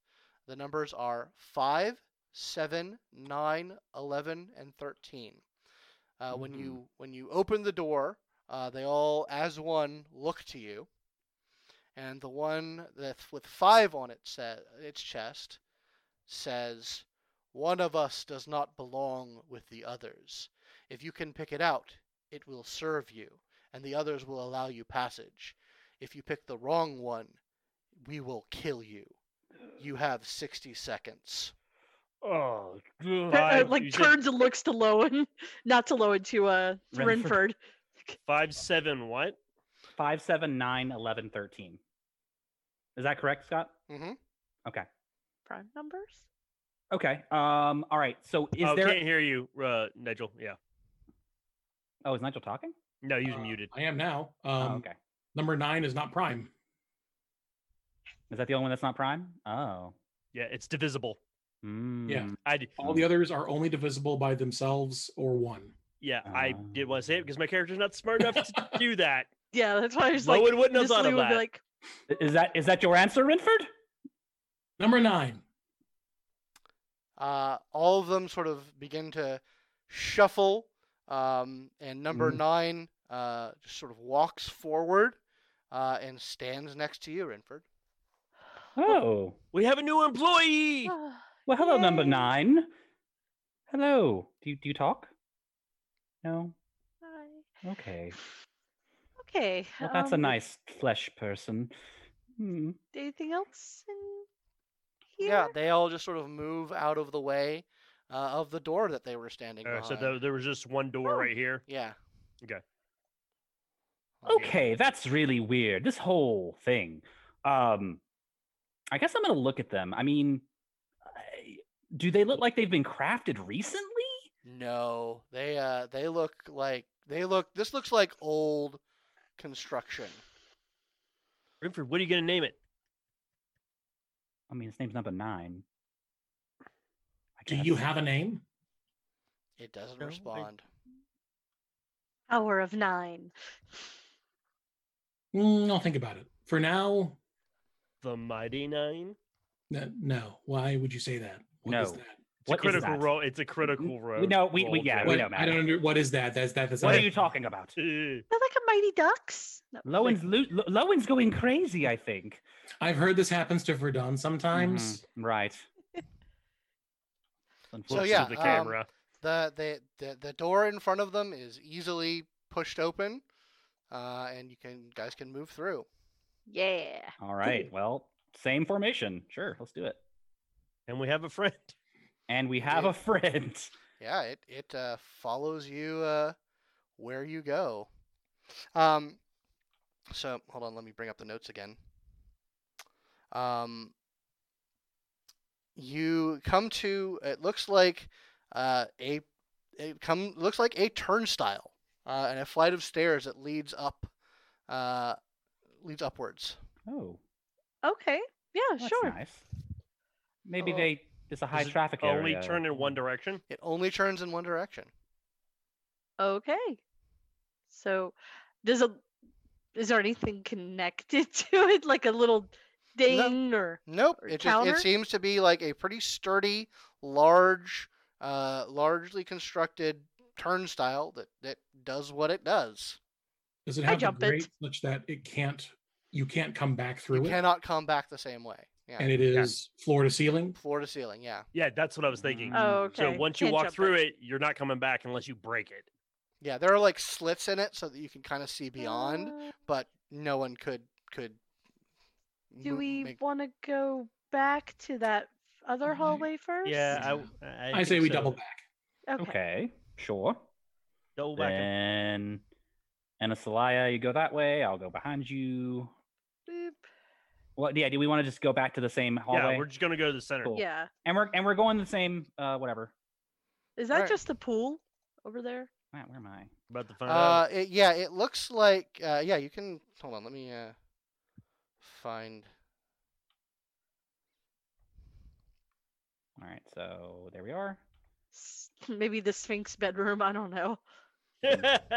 [SPEAKER 1] the numbers are 5 7 9 11 and 13 uh, when
[SPEAKER 3] Mhm.
[SPEAKER 1] you when you open the door uh, they all as one look to you and the one that's with five on it sa its chest says, "One of us does not belong with the others. If you can pick it out, it will serve you, and the others will allow you passage. If you pick the wrong one, we will kill you. You have sixty seconds."
[SPEAKER 5] Oh,
[SPEAKER 4] Uh,
[SPEAKER 5] five, you
[SPEAKER 4] like
[SPEAKER 5] said
[SPEAKER 4] turns and looks to Lowen, not to Lowen, to uh
[SPEAKER 3] Renford.
[SPEAKER 4] Renford.
[SPEAKER 5] five seven. What?
[SPEAKER 3] Five, seven, nine, eleven, thirteen. Is that correct, Scott?
[SPEAKER 1] Mm-hmm.
[SPEAKER 4] Prime numbers.
[SPEAKER 3] Okay. Um. All right. So is
[SPEAKER 5] oh,
[SPEAKER 3] there?
[SPEAKER 5] can't hear you, uh, Nigel. Yeah.
[SPEAKER 3] Oh, is Nigel talking?
[SPEAKER 5] No, he's
[SPEAKER 2] Uh,
[SPEAKER 5] muted.
[SPEAKER 2] I am now. Um,
[SPEAKER 3] Oh, okay.
[SPEAKER 2] Number nine is not prime.
[SPEAKER 3] Is that the only one that's not prime? Oh.
[SPEAKER 5] Yeah, it's divisible.
[SPEAKER 3] Mm.
[SPEAKER 5] I d-
[SPEAKER 2] All the others are only divisible by themselves or one.
[SPEAKER 5] yeah, I did want to say it because my character's not smart enough to do that.
[SPEAKER 4] Yeah, that's why I was like,
[SPEAKER 5] Lowen wouldn't have
[SPEAKER 4] just
[SPEAKER 5] thought of
[SPEAKER 4] Lou would
[SPEAKER 5] that.
[SPEAKER 4] be like,
[SPEAKER 3] Is that is that your answer, Renford?
[SPEAKER 2] Number nine.
[SPEAKER 1] Uh, all of them sort of begin to shuffle, um, and number
[SPEAKER 5] Mm-hmm.
[SPEAKER 2] Mm.
[SPEAKER 1] nine uh, just sort of walks forward uh, and stands next to you, Renford.
[SPEAKER 3] Oh.
[SPEAKER 5] We have a new employee.
[SPEAKER 4] "Ah,
[SPEAKER 3] Well, hello, number
[SPEAKER 4] Yay.
[SPEAKER 3] nine. Hello. Do you do you talk? No.
[SPEAKER 4] hi."
[SPEAKER 3] Okay.
[SPEAKER 4] Okay.
[SPEAKER 3] Well, that's a
[SPEAKER 4] um,
[SPEAKER 3] nice flesh person. Hmm.
[SPEAKER 4] Anything else in here?
[SPEAKER 1] Yeah, they all just sort of move out of the way uh, of the door that they were standing
[SPEAKER 5] Uh,
[SPEAKER 1] behind.
[SPEAKER 5] so there, there was just one door
[SPEAKER 4] Oh.
[SPEAKER 5] right here.
[SPEAKER 1] Yeah.
[SPEAKER 5] Okay.
[SPEAKER 1] Like,
[SPEAKER 3] Okay, that's really weird. This whole thing. Um, I guess I'm gonna look at them. I mean, I, do they look like they've been crafted recently?
[SPEAKER 1] No, they uh, they look like they look. This looks like old construction.
[SPEAKER 5] Renford, what are you gonna name it?
[SPEAKER 3] I mean, his name's number nine. I
[SPEAKER 2] Do you
[SPEAKER 3] guess.
[SPEAKER 2] have a name?
[SPEAKER 1] It doesn't
[SPEAKER 5] No, I-
[SPEAKER 1] respond.
[SPEAKER 4] Hour of nine.
[SPEAKER 2] Mm, I'll think about it. For now,
[SPEAKER 5] The Mighty Nine.
[SPEAKER 2] n- no. Why would you say that? What is
[SPEAKER 3] No.
[SPEAKER 2] that?
[SPEAKER 5] It's a
[SPEAKER 3] What is
[SPEAKER 5] critical
[SPEAKER 3] that?
[SPEAKER 5] role. It's a critical
[SPEAKER 3] we
[SPEAKER 5] role.
[SPEAKER 3] know- we- we- yeah, we
[SPEAKER 2] What-
[SPEAKER 3] know,
[SPEAKER 2] I
[SPEAKER 3] Matt.
[SPEAKER 2] don't under, what is that? That's that. That's
[SPEAKER 3] What
[SPEAKER 2] not-
[SPEAKER 3] are you talking about?
[SPEAKER 5] know.
[SPEAKER 4] They're like a mighty ducks. No,
[SPEAKER 3] Lowen's lo- Lo- Lowen's going crazy. I think.
[SPEAKER 2] I've heard this happens to Verdun sometimes.
[SPEAKER 3] Mhm, right.
[SPEAKER 1] So
[SPEAKER 3] Unfortunately.
[SPEAKER 5] Looks
[SPEAKER 1] yeah,
[SPEAKER 5] to the
[SPEAKER 1] um,
[SPEAKER 5] camera.
[SPEAKER 1] the the the, the door in front of them is easily pushed open, uh, and you can guys can move through.
[SPEAKER 4] Yeah.
[SPEAKER 5] um,
[SPEAKER 3] All right. Well, same formation. Sure, let's do it.
[SPEAKER 5] and we have a friend.
[SPEAKER 3] And we have
[SPEAKER 1] Yeah.
[SPEAKER 3] a friend.
[SPEAKER 1] Yeah, it it uh, follows you uh, where you go. Um, so hold on, let me bring up the notes again. Um, you come to it looks like uh, a it come looks like a turnstile uh, and a flight of stairs that leads up uh, leads upwards.
[SPEAKER 3] Oh.
[SPEAKER 4] Okay. Yeah,
[SPEAKER 3] Well,
[SPEAKER 4] Uh, sure.
[SPEAKER 3] That's nice. Maybe
[SPEAKER 1] Oh.
[SPEAKER 3] they it's a high
[SPEAKER 5] it
[SPEAKER 3] traffic area.
[SPEAKER 5] Only turn in one
[SPEAKER 3] direction.
[SPEAKER 5] direction.
[SPEAKER 1] It only turns in one direction.
[SPEAKER 4] Okay. So does a is there anything connected to it? Like a little ding or
[SPEAKER 1] Nope.
[SPEAKER 4] Or
[SPEAKER 1] It just, it
[SPEAKER 4] counter?
[SPEAKER 1] seems to be like a pretty sturdy, large, uh, largely constructed turnstile that that does what it does.
[SPEAKER 2] Does it
[SPEAKER 4] I
[SPEAKER 2] have a
[SPEAKER 4] jump it.
[SPEAKER 2] grate such that it can't? You can't come back through
[SPEAKER 1] You
[SPEAKER 2] it,
[SPEAKER 1] cannot come back the same way. Yeah.
[SPEAKER 2] and it is floor to ceiling.
[SPEAKER 1] Floor to ceiling. Yeah.
[SPEAKER 5] Yeah, that's what I was thinking.
[SPEAKER 3] Mm.
[SPEAKER 4] oh
[SPEAKER 5] So
[SPEAKER 4] okay.
[SPEAKER 5] once you
[SPEAKER 4] can't
[SPEAKER 5] walk
[SPEAKER 4] jump
[SPEAKER 5] through it, you're not coming back unless you break it.
[SPEAKER 1] Yeah. There are like slits in it so that you can kind of see beyond,
[SPEAKER 4] Uh,
[SPEAKER 1] but no one could could.
[SPEAKER 4] do
[SPEAKER 1] mo-
[SPEAKER 4] we
[SPEAKER 1] make- Mm-hmm.
[SPEAKER 4] want to go back to that other
[SPEAKER 2] Right.
[SPEAKER 4] hallway first?
[SPEAKER 3] Mm-hmm.
[SPEAKER 5] Yeah,
[SPEAKER 2] Mhm.
[SPEAKER 5] I,
[SPEAKER 2] I, say
[SPEAKER 5] think
[SPEAKER 2] we
[SPEAKER 5] so.
[SPEAKER 2] double back.
[SPEAKER 4] Okay.
[SPEAKER 3] Okay, sure.
[SPEAKER 5] Double back. and-
[SPEAKER 3] Then and a Celaya, you go that way, I'll go behind you.
[SPEAKER 4] Boop.
[SPEAKER 3] What yeah, do we want to just go back to the same hallway?
[SPEAKER 5] Yeah, we're just gonna go to the center.
[SPEAKER 3] Cool.
[SPEAKER 4] Yeah.
[SPEAKER 3] And we're and we're going the same uh whatever.
[SPEAKER 4] Is that
[SPEAKER 1] Alright.
[SPEAKER 4] just the pool over there?
[SPEAKER 3] Matt, Ah, where am I?
[SPEAKER 5] About to find
[SPEAKER 1] Uh,
[SPEAKER 5] out.
[SPEAKER 1] it, yeah. It looks like uh, yeah. You can hold on. Let me uh, find.
[SPEAKER 3] All right, so there we are.
[SPEAKER 4] S- Maybe the Sphinx bedroom. I don't know.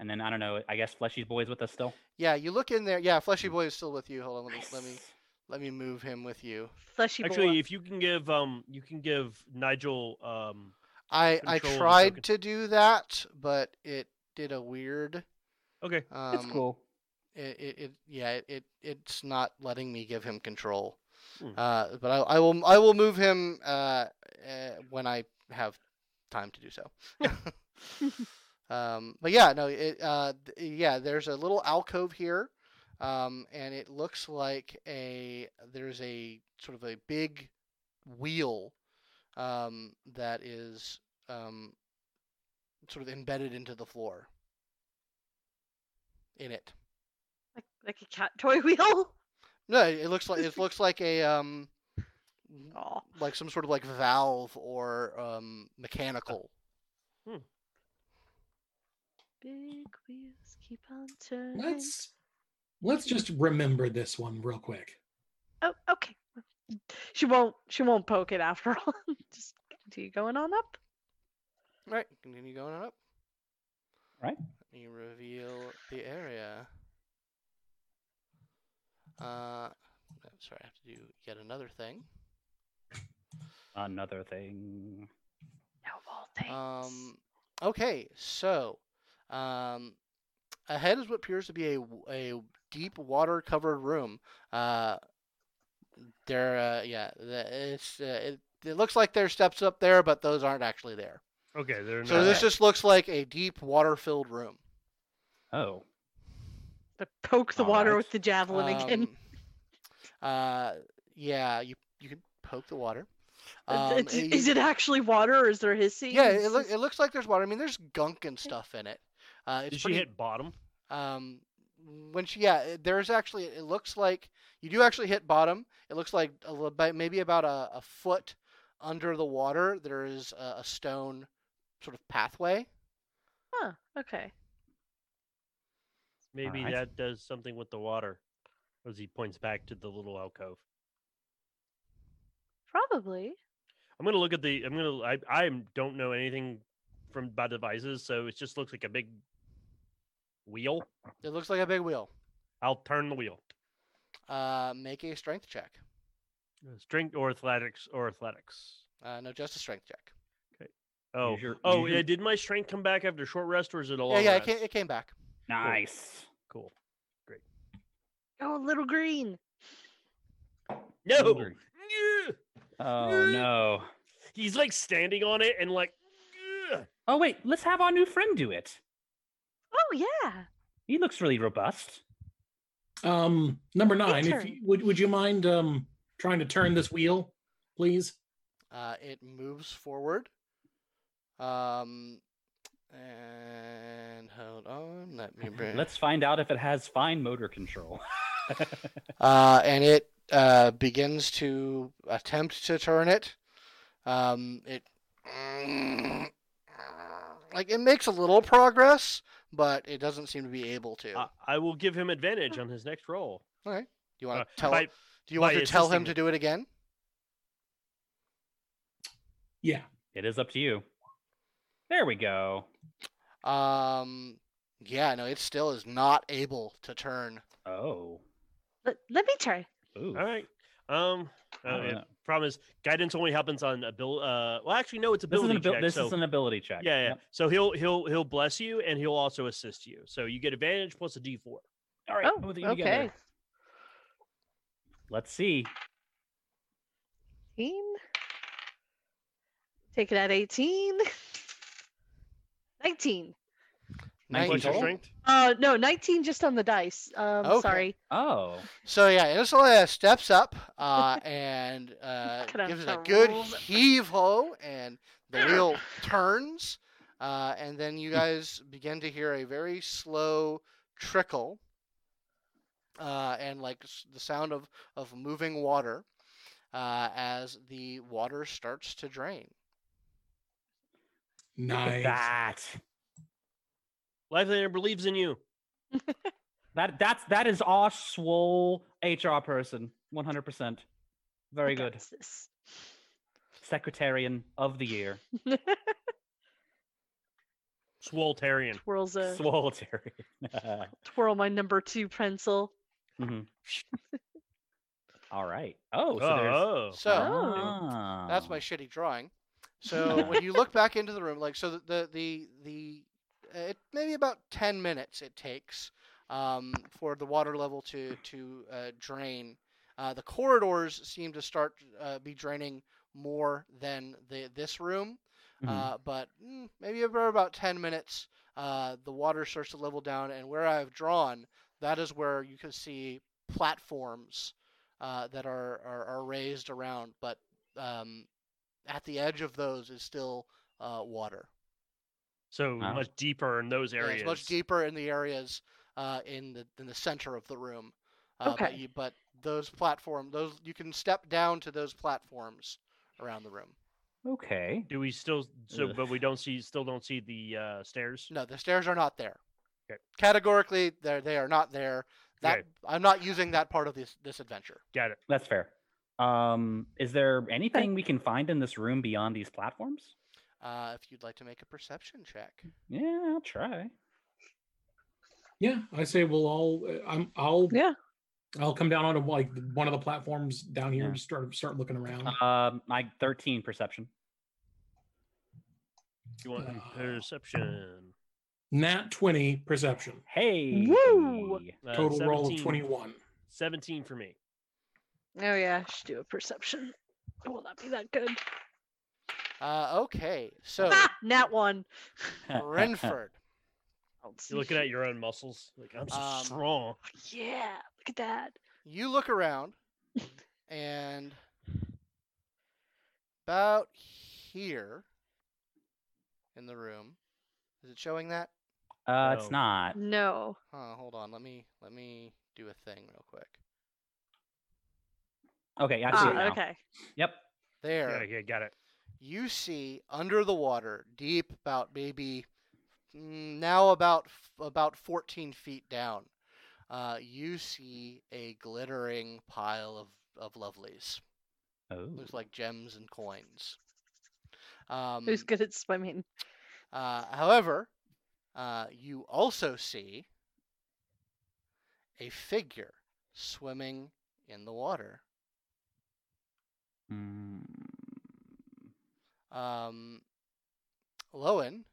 [SPEAKER 3] And then I don't know, I guess Fleshy's boys with us still.
[SPEAKER 1] Yeah, you look in there. Yeah, Fleshy Boy is still with you. Hold on, let me let me
[SPEAKER 3] Nice.
[SPEAKER 1] let me move him with you.
[SPEAKER 4] Fleshy boy.
[SPEAKER 5] Actually, if you can give um, you can give Nigel um,
[SPEAKER 1] I I
[SPEAKER 5] Control of the
[SPEAKER 1] tried
[SPEAKER 5] token.
[SPEAKER 1] to do that, but it did a weird.
[SPEAKER 5] okay,
[SPEAKER 1] Um,
[SPEAKER 3] it's cool.
[SPEAKER 1] It, it, it yeah, it, it it's not letting me give him control.
[SPEAKER 5] Hmm.
[SPEAKER 1] Uh, but I, I will I will move him uh, uh when I have time to do so. um, but yeah, no, it uh th- yeah, there's a little alcove here. Um, and it looks like a there's a sort of a big wheel um, that is um, sort of embedded into the floor. In it,
[SPEAKER 4] Like, like a cat toy wheel.
[SPEAKER 1] no, it it looks like it looks like a um, w-
[SPEAKER 4] Oh,
[SPEAKER 1] like some sort of like valve or um, mechanical.
[SPEAKER 4] big wheels keep on turning.
[SPEAKER 2] Let's let's just remember this one real quick.
[SPEAKER 4] Oh, okay. She won't. She won't poke it after all. Just continue going on up.
[SPEAKER 1] Right, continue going on up.
[SPEAKER 3] Right.
[SPEAKER 1] You reveal the area. Uh, no, sorry, I have to do yet another thing.
[SPEAKER 3] Another thing.
[SPEAKER 4] No all things.
[SPEAKER 1] Um, okay, so um, ahead is what appears to be a, w- a deep water covered room. Uh, there, uh, yeah, the, it's uh, it, it looks like there's steps up there, but those aren't actually there.
[SPEAKER 5] Okay, they're
[SPEAKER 1] So
[SPEAKER 5] not.
[SPEAKER 1] this
[SPEAKER 3] Okay.
[SPEAKER 1] just looks like a deep water filled room.
[SPEAKER 3] Oh.
[SPEAKER 4] but poke the
[SPEAKER 3] all
[SPEAKER 4] water
[SPEAKER 3] right.
[SPEAKER 4] with the javelin again.
[SPEAKER 1] Um, uh, yeah, you you can poke the water.
[SPEAKER 4] Uh,
[SPEAKER 1] Um,
[SPEAKER 4] it's-
[SPEAKER 1] and
[SPEAKER 4] is
[SPEAKER 1] you-
[SPEAKER 4] it actually water or is there hissing?
[SPEAKER 1] Yeah,
[SPEAKER 4] It's
[SPEAKER 1] it, look,
[SPEAKER 4] just-
[SPEAKER 1] it looks like there's water. I mean, there's gunk and stuff in it. Uh, it's
[SPEAKER 5] Did
[SPEAKER 1] pretty
[SPEAKER 5] she hit bottom?
[SPEAKER 1] Um, when she yeah, it- there's actually it looks like you do actually hit bottom. It looks like a little bit, maybe about a, a foot under the water. There is a, a stone sort of pathway.
[SPEAKER 4] Huh, okay.
[SPEAKER 5] Maybe
[SPEAKER 3] Alright.
[SPEAKER 5] that does something with the water. As he points back to the little alcove.
[SPEAKER 4] Probably.
[SPEAKER 5] I'm gonna look at the. I'm gonna. I I don't know anything from about devices, so it just looks like a big wheel.
[SPEAKER 1] It looks like a big wheel.
[SPEAKER 5] I'll turn the wheel.
[SPEAKER 1] Uh, make a strength check.
[SPEAKER 3] Uh,
[SPEAKER 5] Strength or athletics or athletics.
[SPEAKER 1] Uh, no, just a strength check.
[SPEAKER 5] Oh,
[SPEAKER 3] Use your-
[SPEAKER 5] oh,
[SPEAKER 3] use
[SPEAKER 5] yeah,
[SPEAKER 3] your-
[SPEAKER 5] did my strength come back after short rest, or is it a long
[SPEAKER 1] yeah, yeah, it
[SPEAKER 5] rest?
[SPEAKER 1] came, it came back.
[SPEAKER 3] Nice.
[SPEAKER 5] Cool.
[SPEAKER 4] Oh, little green.
[SPEAKER 5] No.
[SPEAKER 3] Hungry.
[SPEAKER 5] Yeah.
[SPEAKER 3] Oh no.
[SPEAKER 5] He's like standing on it and like. yeah.
[SPEAKER 3] Oh wait, let's have our new friend do it.
[SPEAKER 4] Oh yeah.
[SPEAKER 3] He looks really robust.
[SPEAKER 2] Um, number nine, if
[SPEAKER 4] turn.
[SPEAKER 2] you, would would you mind um trying to turn this wheel, please?
[SPEAKER 1] Uh, it moves forward. Um, and hold on, let me bring.
[SPEAKER 3] Let's find out if it has fine motor control.
[SPEAKER 1] uh, and it uh, begins to attempt to turn it. Um, it like it makes a little progress, but it doesn't seem to be able to.
[SPEAKER 5] I, I will give him advantage on his next roll.
[SPEAKER 1] do you want
[SPEAKER 5] Uh,
[SPEAKER 1] to tell?
[SPEAKER 5] by-
[SPEAKER 1] do you want
[SPEAKER 5] by
[SPEAKER 1] to tell him
[SPEAKER 5] assisting
[SPEAKER 1] to
[SPEAKER 5] me.
[SPEAKER 1] do it again?
[SPEAKER 2] Yeah.
[SPEAKER 3] it is up to you. There we go.
[SPEAKER 1] Um, yeah, no, it still is not able to turn.
[SPEAKER 3] Oh.
[SPEAKER 4] Let, let me try.
[SPEAKER 3] Ooh.
[SPEAKER 5] All right. Um.
[SPEAKER 3] I
[SPEAKER 5] Uh,
[SPEAKER 3] don't
[SPEAKER 5] yeah,
[SPEAKER 3] know.
[SPEAKER 5] problem is, guidance only happens on a bill. Uh. Well, actually, no. It's
[SPEAKER 3] This is
[SPEAKER 5] ability
[SPEAKER 3] an abil-
[SPEAKER 5] check.
[SPEAKER 3] this
[SPEAKER 5] so
[SPEAKER 3] is an ability check.
[SPEAKER 5] yeah, yeah.
[SPEAKER 3] Yep.
[SPEAKER 5] So he'll he'll he'll bless you and he'll also assist you. So you get advantage plus a D four.
[SPEAKER 3] All right.
[SPEAKER 4] Oh,
[SPEAKER 3] both of you together.
[SPEAKER 4] okay.
[SPEAKER 3] Let's see.
[SPEAKER 4] 18. Take it at 18. 19.
[SPEAKER 5] Plus your
[SPEAKER 1] Nineteen.
[SPEAKER 5] strength.
[SPEAKER 4] Uh no, 19 just on the dice. Um
[SPEAKER 1] Okay.
[SPEAKER 4] sorry.
[SPEAKER 3] Oh.
[SPEAKER 1] So yeah, Anasolea steps up uh, and uh,
[SPEAKER 4] Gonna have
[SPEAKER 1] gives it
[SPEAKER 4] to
[SPEAKER 1] a good
[SPEAKER 4] roll the-
[SPEAKER 1] heave ho, and the wheel turns, uh, and then you guys begin to hear a very slow trickle, uh, and like s- the sound of of moving water uh, as the water starts to drain.
[SPEAKER 3] look at
[SPEAKER 2] Nice.
[SPEAKER 3] That.
[SPEAKER 5] Lifelander believes in you.
[SPEAKER 3] That that's that is our swole HR person. 100%. Very
[SPEAKER 4] What
[SPEAKER 3] good.
[SPEAKER 4] is this?
[SPEAKER 3] Secretarian of the year.
[SPEAKER 5] Swoltarian.
[SPEAKER 4] Twirls a
[SPEAKER 3] Swoletarian.
[SPEAKER 4] twirl my number 2 pencil.
[SPEAKER 3] All right. Oh, so there's
[SPEAKER 5] oh.
[SPEAKER 1] So
[SPEAKER 4] Oh.
[SPEAKER 3] Ah.
[SPEAKER 1] That's my shitty drawing. So when you look back into the room, like so, the the the uh, it maybe about ten minutes it takes um, for the water level to to uh, drain. Uh, the corridors seem to start uh, be draining more than the this room,
[SPEAKER 3] Mhm.
[SPEAKER 1] uh, but mm, maybe over about 10 minutes, uh, the water starts to level down. And where I've drawn, that is where you can see platforms uh, that are, are, are raised around. But um, at the edge of those is still uh, water.
[SPEAKER 5] So
[SPEAKER 3] Wow.
[SPEAKER 5] much deeper in those
[SPEAKER 1] Yeah,
[SPEAKER 5] areas.
[SPEAKER 1] it's much deeper in the areas uh, in the in the center of the room. Uh, But,
[SPEAKER 4] Okay.
[SPEAKER 1] you, but those platform, those you can step down to those platforms around the room.
[SPEAKER 3] Okay.
[SPEAKER 5] Do we still? So,
[SPEAKER 3] Ugh.
[SPEAKER 5] but we don't see. Still don't see the uh, stairs.
[SPEAKER 1] No, the stairs are not there.
[SPEAKER 5] Okay.
[SPEAKER 1] Categorically, they they are not there. That
[SPEAKER 5] Okay.
[SPEAKER 1] I'm not using that part of this this adventure.
[SPEAKER 5] Got it.
[SPEAKER 3] That's fair. Um, is there anything we can find in this room beyond these platforms?
[SPEAKER 1] Uh, if you'd like to make a perception check,
[SPEAKER 3] Yeah, I'll try.
[SPEAKER 2] Yeah, I say we'll all. uh, I'm. I'll.
[SPEAKER 4] Yeah.
[SPEAKER 2] I'll come down onto like one of the platforms down here
[SPEAKER 3] Yeah.
[SPEAKER 2] and start start looking around.
[SPEAKER 3] Um, I thirteen perception.
[SPEAKER 5] You want
[SPEAKER 2] Uh,
[SPEAKER 5] perception?
[SPEAKER 2] Nat twenty perception.
[SPEAKER 3] Hey.
[SPEAKER 5] Uh,
[SPEAKER 2] Total roll of
[SPEAKER 5] 17
[SPEAKER 2] twenty one.
[SPEAKER 5] Seventeen for me.
[SPEAKER 4] Oh yeah, I should do a perception. It will not be that good.
[SPEAKER 1] uh, okay. So
[SPEAKER 4] Ah, nat one.
[SPEAKER 3] Uh,
[SPEAKER 1] Renford,
[SPEAKER 4] Don't see
[SPEAKER 5] You're looking at
[SPEAKER 4] shit.
[SPEAKER 5] your own muscles. Like I'm so
[SPEAKER 1] Um,
[SPEAKER 5] strong.
[SPEAKER 4] Yeah, look at that.
[SPEAKER 1] you look around, and about here in the room, is it showing that?
[SPEAKER 3] uh,
[SPEAKER 5] Oh.
[SPEAKER 3] it's not.
[SPEAKER 4] No.
[SPEAKER 1] Huh, hold on. Let me let me do a thing real quick.
[SPEAKER 3] Okay, I see it
[SPEAKER 4] Ah,
[SPEAKER 3] now.
[SPEAKER 4] okay.
[SPEAKER 3] Yep.
[SPEAKER 1] There.
[SPEAKER 5] Yeah, yeah, got it.
[SPEAKER 1] you see under the water, deep about maybe mm, now about f- about 14 feet down, uh, you see a glittering pile of, of lovelies.
[SPEAKER 3] Oh.
[SPEAKER 1] Looks like gems and coins. Um,
[SPEAKER 4] Who's good at swimming?
[SPEAKER 1] uh, however, uh, you also see a figure swimming in the water.
[SPEAKER 3] Mm,
[SPEAKER 1] Um, Lowen,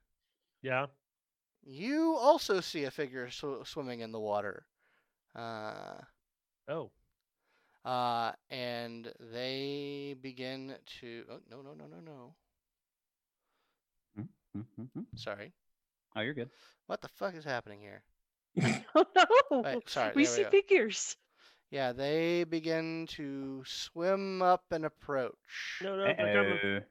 [SPEAKER 5] Yeah.
[SPEAKER 1] You also see a figure sw- swimming in the water. Uh,
[SPEAKER 5] Oh,
[SPEAKER 1] uh, and they begin to. Oh, no, no, no, no, no.
[SPEAKER 3] mm, mm, mm.
[SPEAKER 1] Sorry.
[SPEAKER 3] Oh, you're good.
[SPEAKER 1] What the fuck is happening here?
[SPEAKER 4] Oh no.
[SPEAKER 1] Wait, sorry.
[SPEAKER 4] we
[SPEAKER 1] there
[SPEAKER 4] see
[SPEAKER 1] go.
[SPEAKER 4] figures.
[SPEAKER 1] Yeah, they begin to swim up and approach.
[SPEAKER 5] no, no,
[SPEAKER 3] Uh
[SPEAKER 5] they're coming.
[SPEAKER 3] oh.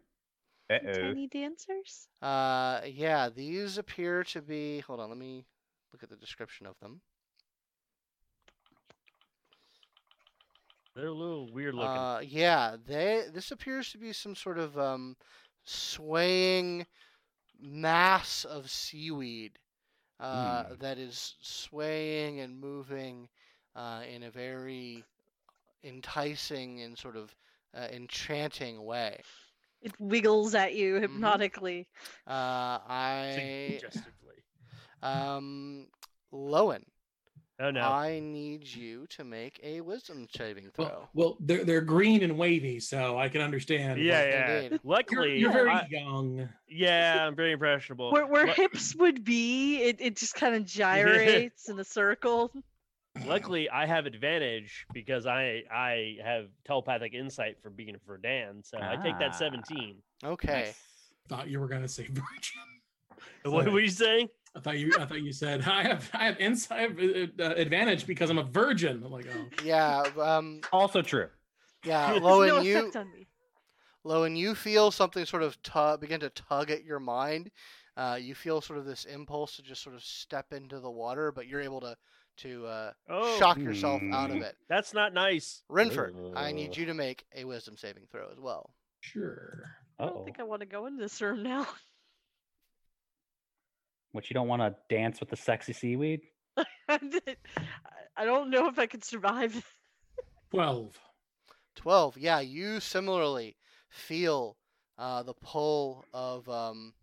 [SPEAKER 3] Uh oh.
[SPEAKER 4] Tiny dancers.
[SPEAKER 1] Uh, yeah, these appear to be. Hold on, let me look at the description of them.
[SPEAKER 5] They're a little weird looking.
[SPEAKER 1] Uh, yeah, they this appears to be some sort of um, swaying mass of seaweed uh,
[SPEAKER 5] Hmm.
[SPEAKER 3] Mm.
[SPEAKER 1] that is swaying and moving uh, in a very enticing and sort of uh, enchanting way.
[SPEAKER 4] It wiggles at
[SPEAKER 1] Mm-hmm.
[SPEAKER 4] you hypnotically.
[SPEAKER 1] Uh, I
[SPEAKER 5] Suggestively.
[SPEAKER 1] um, Lowen,
[SPEAKER 5] Oh no.
[SPEAKER 1] I need you to make a wisdom saving throw.
[SPEAKER 2] Well, well, they're they're green and wavy, so I can understand.
[SPEAKER 5] yeah,
[SPEAKER 2] what-
[SPEAKER 5] yeah.
[SPEAKER 1] indeed.
[SPEAKER 2] You're,
[SPEAKER 5] Luckily,
[SPEAKER 2] you're very
[SPEAKER 5] I-
[SPEAKER 2] young.
[SPEAKER 5] yeah, I'm very impressionable.
[SPEAKER 4] Where, where
[SPEAKER 5] Lu-
[SPEAKER 4] hips would be, it, it just kind of gyrates in a circle.
[SPEAKER 5] luckily, I have advantage because I I have telepathic insight for being for Dan, so I take
[SPEAKER 3] Ah.
[SPEAKER 5] that 17.
[SPEAKER 1] Okay.
[SPEAKER 3] Nice.
[SPEAKER 2] Thought you were gonna say virgin.
[SPEAKER 5] What
[SPEAKER 2] Sorry.
[SPEAKER 5] were you saying?
[SPEAKER 2] I thought you. I thought you said I have. I have inside uh, advantage because I'm a virgin. I'm like, oh,
[SPEAKER 1] Yeah. Um.
[SPEAKER 3] Also true.
[SPEAKER 1] Yeah.
[SPEAKER 5] There's
[SPEAKER 1] Lowen,
[SPEAKER 4] no
[SPEAKER 1] you.
[SPEAKER 4] effect on me.
[SPEAKER 1] Lo, and you feel something sort of tug, begin to tug at your mind. Uh, you feel sort of this impulse to just sort of step into the water, but you're able to to uh,
[SPEAKER 5] Oh,
[SPEAKER 1] shock yourself out of
[SPEAKER 3] Hmm.
[SPEAKER 1] it.
[SPEAKER 5] that's not nice.
[SPEAKER 1] Renford, I
[SPEAKER 3] Ugh.
[SPEAKER 1] need you to make a wisdom saving throw as well.
[SPEAKER 2] sure.
[SPEAKER 4] I
[SPEAKER 3] Oh.
[SPEAKER 4] don't think I want to go in this room now.
[SPEAKER 3] What you don't want to dance with the sexy seaweed?
[SPEAKER 4] I did- I- I don't know if I could survive.
[SPEAKER 2] Twelve.
[SPEAKER 1] Twelve. Yeah, you similarly feel uh, the pull of um,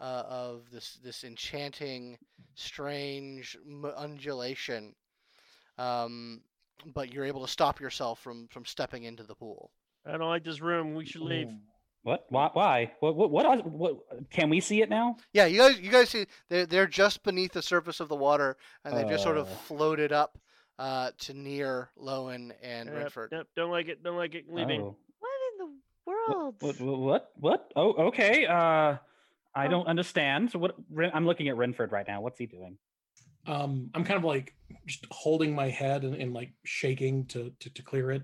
[SPEAKER 1] uh, of this this enchanting, strange m- undulation, um, but you're able to stop yourself from from stepping into the pool.
[SPEAKER 5] I don't like this room. We should leave.
[SPEAKER 2] Ooh.
[SPEAKER 3] What? Why? Why? What? What? What? What? what can we see it now?
[SPEAKER 1] Yeah, you guys, you guys see they're they're just beneath the surface of the water, and they've just sort of
[SPEAKER 3] Oh.
[SPEAKER 1] floated up uh, to near Lowen and
[SPEAKER 5] Yep,
[SPEAKER 1] Redford.
[SPEAKER 5] yep, Uh, don't like it. Don't like it. Leaving.
[SPEAKER 3] Oh.
[SPEAKER 4] What in the
[SPEAKER 3] What,
[SPEAKER 4] world?
[SPEAKER 3] what? What? What? what? Oh, okay. Uh, I
[SPEAKER 4] Oh.
[SPEAKER 3] don't understand. So what? Ren, I'm looking at Renford right now. What's he doing?
[SPEAKER 2] um i'm kind of like just holding my head and, and like shaking to, to to clear it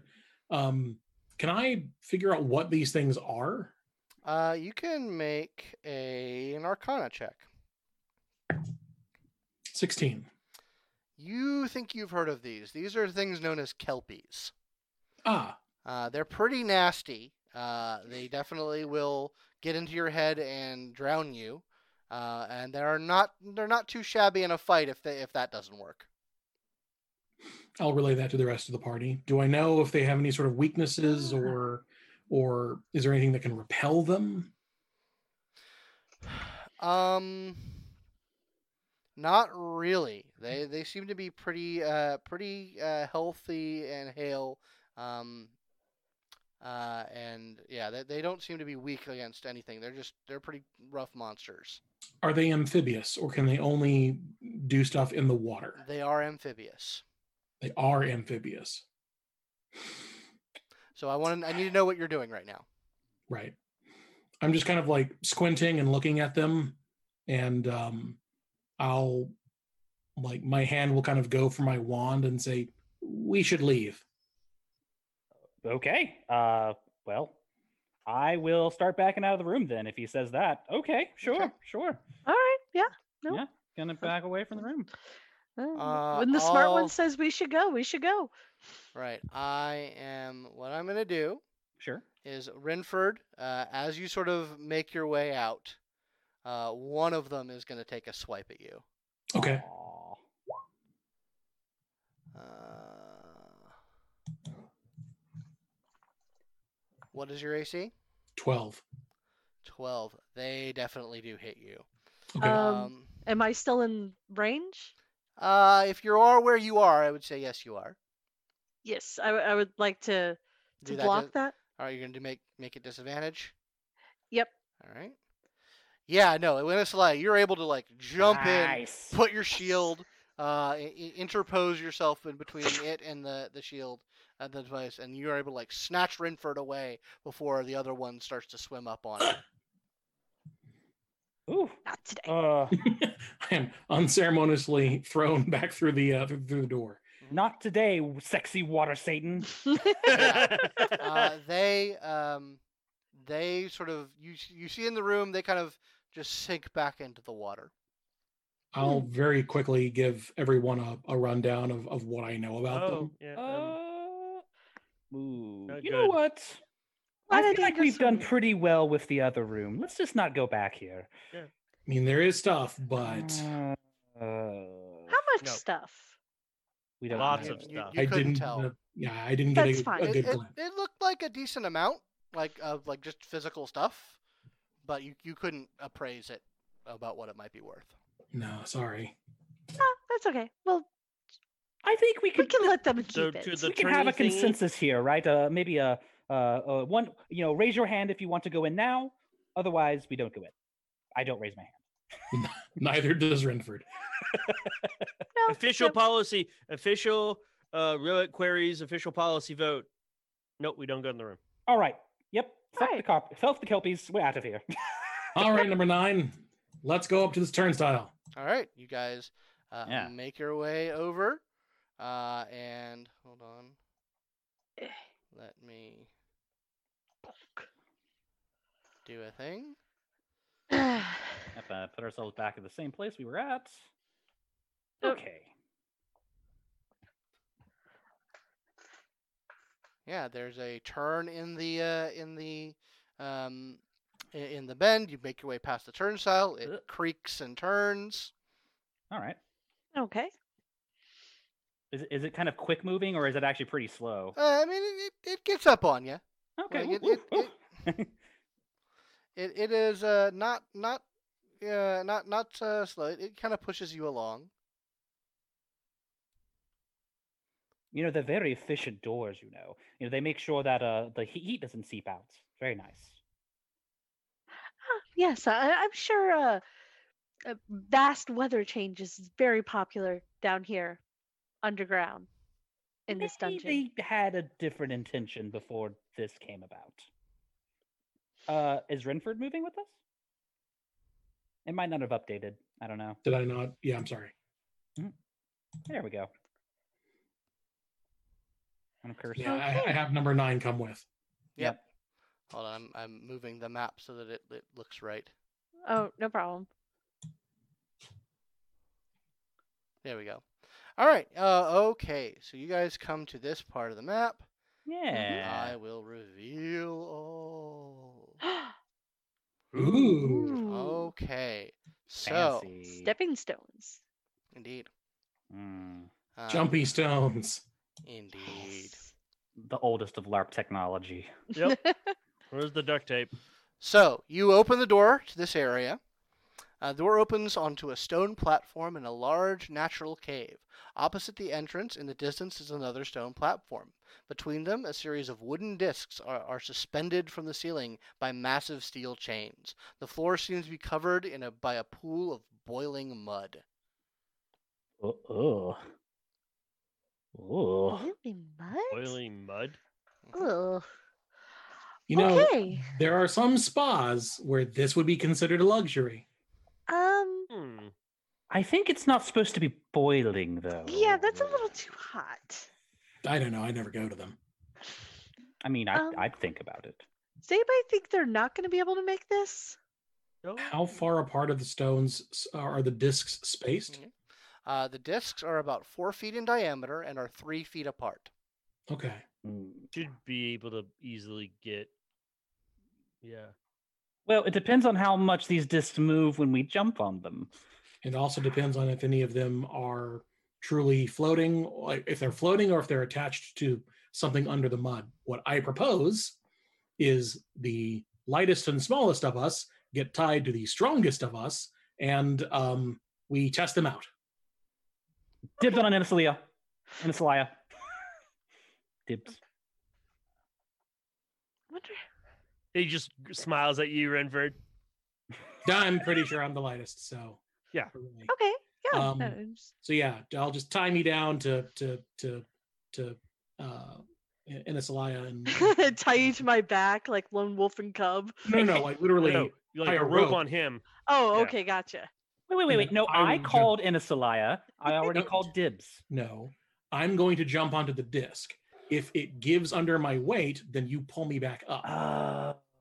[SPEAKER 2] um can i figure out what these things are
[SPEAKER 1] Uh, you can make a an Arcana check.
[SPEAKER 2] 16
[SPEAKER 1] You think you've heard of these? These are things known as kelpies.
[SPEAKER 2] ah
[SPEAKER 1] Uh, they're pretty nasty. Uh, they definitely will get into your head and drown you. Uh, and they are not they're not too shabby in a fight if they if that doesn't work.
[SPEAKER 2] i'll relay that to the rest of the party do i know if they have any sort of weaknesses
[SPEAKER 4] Yeah.
[SPEAKER 2] or or is there anything that can repel them
[SPEAKER 1] Um, not really. They they seem to be pretty uh pretty uh healthy and hale. Um, uh, and yeah, they they don't seem to be weak against anything. They're just they're pretty rough monsters.
[SPEAKER 2] are they amphibious or can they only do stuff in the water
[SPEAKER 1] They are amphibious.
[SPEAKER 2] they are amphibious
[SPEAKER 1] So I want I need to know what you're doing right now.
[SPEAKER 2] Right. I'm just kind of like squinting and looking at them, and um, I'll like my hand will kind of go for my wand and say, "We should leave."
[SPEAKER 3] Okay. Uh, well, I will start backing out of the room then if he says that. Okay. Sure. Sure.
[SPEAKER 4] All right, yeah. No.
[SPEAKER 3] Yeah. Gonna back away from the room.
[SPEAKER 4] uh,
[SPEAKER 1] Uh,
[SPEAKER 4] when the smart
[SPEAKER 1] I'll-
[SPEAKER 4] one says we should go, we should go.
[SPEAKER 1] Right. I am what I'm gonna do.
[SPEAKER 3] Sure.
[SPEAKER 1] is Renford. Uh, as you sort of make your way out, uh, one of them is going to take a swipe at you.
[SPEAKER 2] Okay.
[SPEAKER 3] Aw.
[SPEAKER 1] Uh, what is your AC?
[SPEAKER 2] Twelve.
[SPEAKER 1] 12. They definitely do hit you.
[SPEAKER 2] Okay.
[SPEAKER 4] Um, Am I still in range?
[SPEAKER 1] uh, if you are where you are, I would say yes, you are.
[SPEAKER 4] Yes, I, w- I would like to, to
[SPEAKER 1] Do that.
[SPEAKER 4] block
[SPEAKER 1] dis-
[SPEAKER 4] that.
[SPEAKER 1] All right, you're going to make make it disadvantage.
[SPEAKER 4] Yep.
[SPEAKER 1] All right. Yeah, no, when it's like you're able to like jump in,
[SPEAKER 3] nice.
[SPEAKER 1] put your shield, uh, i- i- interpose yourself in between it and the the shield and the device, and you are able to like snatch Renford away before the other one starts to swim up on it.
[SPEAKER 3] Ooh.
[SPEAKER 4] Not today.
[SPEAKER 3] Uh,
[SPEAKER 2] I am unceremoniously thrown back through the uh, through, through the door.
[SPEAKER 3] not today, w- sexy water Satan.
[SPEAKER 1] Uh, they um, they sort of you s- you see in the room they kind of just sink back into the water.
[SPEAKER 2] I'll very quickly give everyone a, a rundown of, of what I know about
[SPEAKER 5] oh,
[SPEAKER 2] them.
[SPEAKER 5] yeah. um,
[SPEAKER 3] Uh, ooh.
[SPEAKER 5] not
[SPEAKER 3] You know
[SPEAKER 5] good.
[SPEAKER 3] what?
[SPEAKER 4] Why
[SPEAKER 3] I
[SPEAKER 4] did
[SPEAKER 3] feel
[SPEAKER 4] he
[SPEAKER 3] like
[SPEAKER 4] go
[SPEAKER 3] we've done
[SPEAKER 4] swimming?
[SPEAKER 3] pretty well with the other room. Let's just not go back here.
[SPEAKER 2] I mean, there is stuff, but
[SPEAKER 3] Uh,
[SPEAKER 4] How much
[SPEAKER 5] No.
[SPEAKER 4] stuff?
[SPEAKER 3] we don't
[SPEAKER 5] Lots
[SPEAKER 3] know.
[SPEAKER 5] of
[SPEAKER 1] You-
[SPEAKER 5] stuff.
[SPEAKER 1] You,
[SPEAKER 2] I
[SPEAKER 1] couldn't
[SPEAKER 2] didn't.
[SPEAKER 1] tell.
[SPEAKER 2] uh, yeah, I didn't get
[SPEAKER 4] That's
[SPEAKER 2] a,
[SPEAKER 4] fine.
[SPEAKER 2] a
[SPEAKER 1] it,
[SPEAKER 2] good
[SPEAKER 1] it,
[SPEAKER 2] glance.
[SPEAKER 1] it looked like a decent amount, like of like just physical stuff, but you you couldn't appraise it about what it might be worth.
[SPEAKER 2] No, sorry.
[SPEAKER 4] Ah, that's okay. Well,
[SPEAKER 3] I think we
[SPEAKER 4] we
[SPEAKER 3] could
[SPEAKER 4] can let them keep
[SPEAKER 5] So
[SPEAKER 4] it.
[SPEAKER 5] to the
[SPEAKER 3] we can have a
[SPEAKER 5] turny thingy?
[SPEAKER 3] consensus here, right? Uh, maybe a, uh, uh, one, you know, raise your hand if you want to go in now. Otherwise, we don't go in. I don't raise my hand.
[SPEAKER 2] Neither does Renford.
[SPEAKER 4] No,
[SPEAKER 5] Official
[SPEAKER 2] Oh,
[SPEAKER 4] no.
[SPEAKER 5] policy. Official uh, Relic queries. Official policy vote. Nope, we don't go in the room.
[SPEAKER 3] All right. Yep. Fuck the
[SPEAKER 4] Right.
[SPEAKER 3] cop. Fuck the kelpies. We're out of here.
[SPEAKER 2] All right, number nine. Let's go up to this turnstile.
[SPEAKER 1] All right, you guys uh,
[SPEAKER 3] Yeah.
[SPEAKER 1] make your way over. Uh, and hold on.
[SPEAKER 4] Eh.
[SPEAKER 1] Let me do a thing.
[SPEAKER 3] Yep, uh, put ourselves back at the same place we were at.
[SPEAKER 4] Oh.
[SPEAKER 3] Okay.
[SPEAKER 1] Yeah, there's a turn in the uh, in the um, i- in the bend. You make your way past the turnstile. It
[SPEAKER 3] Ugh.
[SPEAKER 1] creaks and turns.
[SPEAKER 3] All right.
[SPEAKER 4] okay.
[SPEAKER 3] Is it, is it kind of quick moving or is it actually pretty slow?
[SPEAKER 1] Uh, I mean, it, it, it gets up on you.
[SPEAKER 3] Okay.
[SPEAKER 1] like,
[SPEAKER 3] woo,
[SPEAKER 1] it-
[SPEAKER 3] woo,
[SPEAKER 1] it-
[SPEAKER 3] woo.
[SPEAKER 1] It it is uh, not not uh, not not uh, slow. It, it kind of pushes you along.
[SPEAKER 3] you know, they're very efficient doors, you know. You know, they make sure that uh, the he- heat doesn't seep out. Very nice.
[SPEAKER 4] Yes, I, I'm sure uh, uh, vast weather changes is very popular down here, underground, in this
[SPEAKER 3] Maybe
[SPEAKER 4] dungeon.
[SPEAKER 3] They had a different intention before this came about. Uh, is Renford moving with us? It might not have updated. I don't know.
[SPEAKER 2] Did I not? Yeah, I'm sorry.
[SPEAKER 3] There we go. I'm cursing.
[SPEAKER 2] Yeah, I, I have number nine come with.
[SPEAKER 1] Yep. Hold on, I'm, I'm moving the map so that it, it looks right.
[SPEAKER 4] Oh, no problem.
[SPEAKER 1] There we go. All right. Uh, okay. So you guys come to this part of the map.
[SPEAKER 3] Yeah.
[SPEAKER 1] I will reveal all.
[SPEAKER 2] Ooh.
[SPEAKER 4] Ooh,
[SPEAKER 1] Okay. So
[SPEAKER 3] Fancy.
[SPEAKER 4] stepping stones.
[SPEAKER 1] indeed.
[SPEAKER 3] Mm.
[SPEAKER 1] Um,
[SPEAKER 2] Jumpy stones.
[SPEAKER 1] Indeed.
[SPEAKER 4] Yes.
[SPEAKER 3] The oldest of LARP technology.
[SPEAKER 5] Yep. Where's the duct tape?
[SPEAKER 1] So you open the door to this area. Uh, the door opens onto a stone platform in a large natural cave. Opposite the entrance, in the distance, is another stone platform. Between them, a series of wooden discs are, are suspended from the ceiling by massive steel chains. The floor seems to be covered in a, by a pool of boiling mud.
[SPEAKER 3] Oh. Oh.
[SPEAKER 4] Boiling mud?
[SPEAKER 5] Boiling mud?
[SPEAKER 4] Ugh.
[SPEAKER 2] You know,
[SPEAKER 4] okay.
[SPEAKER 2] there are some spas where this would be considered a luxury.
[SPEAKER 4] Um.
[SPEAKER 5] Hmm.
[SPEAKER 3] I think it's not supposed to be boiling though.
[SPEAKER 4] Yeah, that's a
[SPEAKER 2] Oh.
[SPEAKER 4] little too hot.
[SPEAKER 2] I don't know. I never go to them.
[SPEAKER 3] I mean, I,
[SPEAKER 4] um,
[SPEAKER 3] I'd think about it.
[SPEAKER 4] Does anybody think they're not going to be able to make this?
[SPEAKER 5] No?
[SPEAKER 2] How far apart are the stones? s- Are the discs spaced?
[SPEAKER 1] Mhm. Uh, the discs are about four feet in diameter and are three feet apart.
[SPEAKER 2] Okay.
[SPEAKER 3] Mm.
[SPEAKER 5] Should be able to easily get. Yeah.
[SPEAKER 3] Well, it depends on how much these discs move when we jump on them.
[SPEAKER 2] It also depends on if any of them are truly floating, like, if they're floating or if they're attached to something under the mud. What I propose is the lightest and smallest of us get tied to the strongest of us and um, we test them out.
[SPEAKER 3] Dibs on an Anasalia. Anasalia. Dibs.
[SPEAKER 4] Wonder.
[SPEAKER 5] He just g- smiles at you, Renford.
[SPEAKER 2] I'm pretty sure I'm the lightest, so
[SPEAKER 5] Yeah.
[SPEAKER 2] Really.
[SPEAKER 4] Okay. Yeah.
[SPEAKER 2] Um,
[SPEAKER 4] no, it's-
[SPEAKER 2] So yeah, I'll just tie me down to to to to uh, Inisalaya and
[SPEAKER 4] Tie you to my back like lone wolf and cub.
[SPEAKER 2] no, no, like literally.
[SPEAKER 5] No, you like
[SPEAKER 2] tie
[SPEAKER 5] a
[SPEAKER 2] a
[SPEAKER 5] rope
[SPEAKER 2] rope.
[SPEAKER 5] on him.
[SPEAKER 4] Oh,
[SPEAKER 5] Yeah.
[SPEAKER 4] okay, gotcha.
[SPEAKER 3] Wait, wait, wait, wait. No,
[SPEAKER 2] I
[SPEAKER 3] I,
[SPEAKER 2] will jump.
[SPEAKER 3] called Anasalia. I already
[SPEAKER 2] No.
[SPEAKER 3] called dibs.
[SPEAKER 2] No, I'm going to jump onto the disc. If it gives under my weight, then you pull me back up.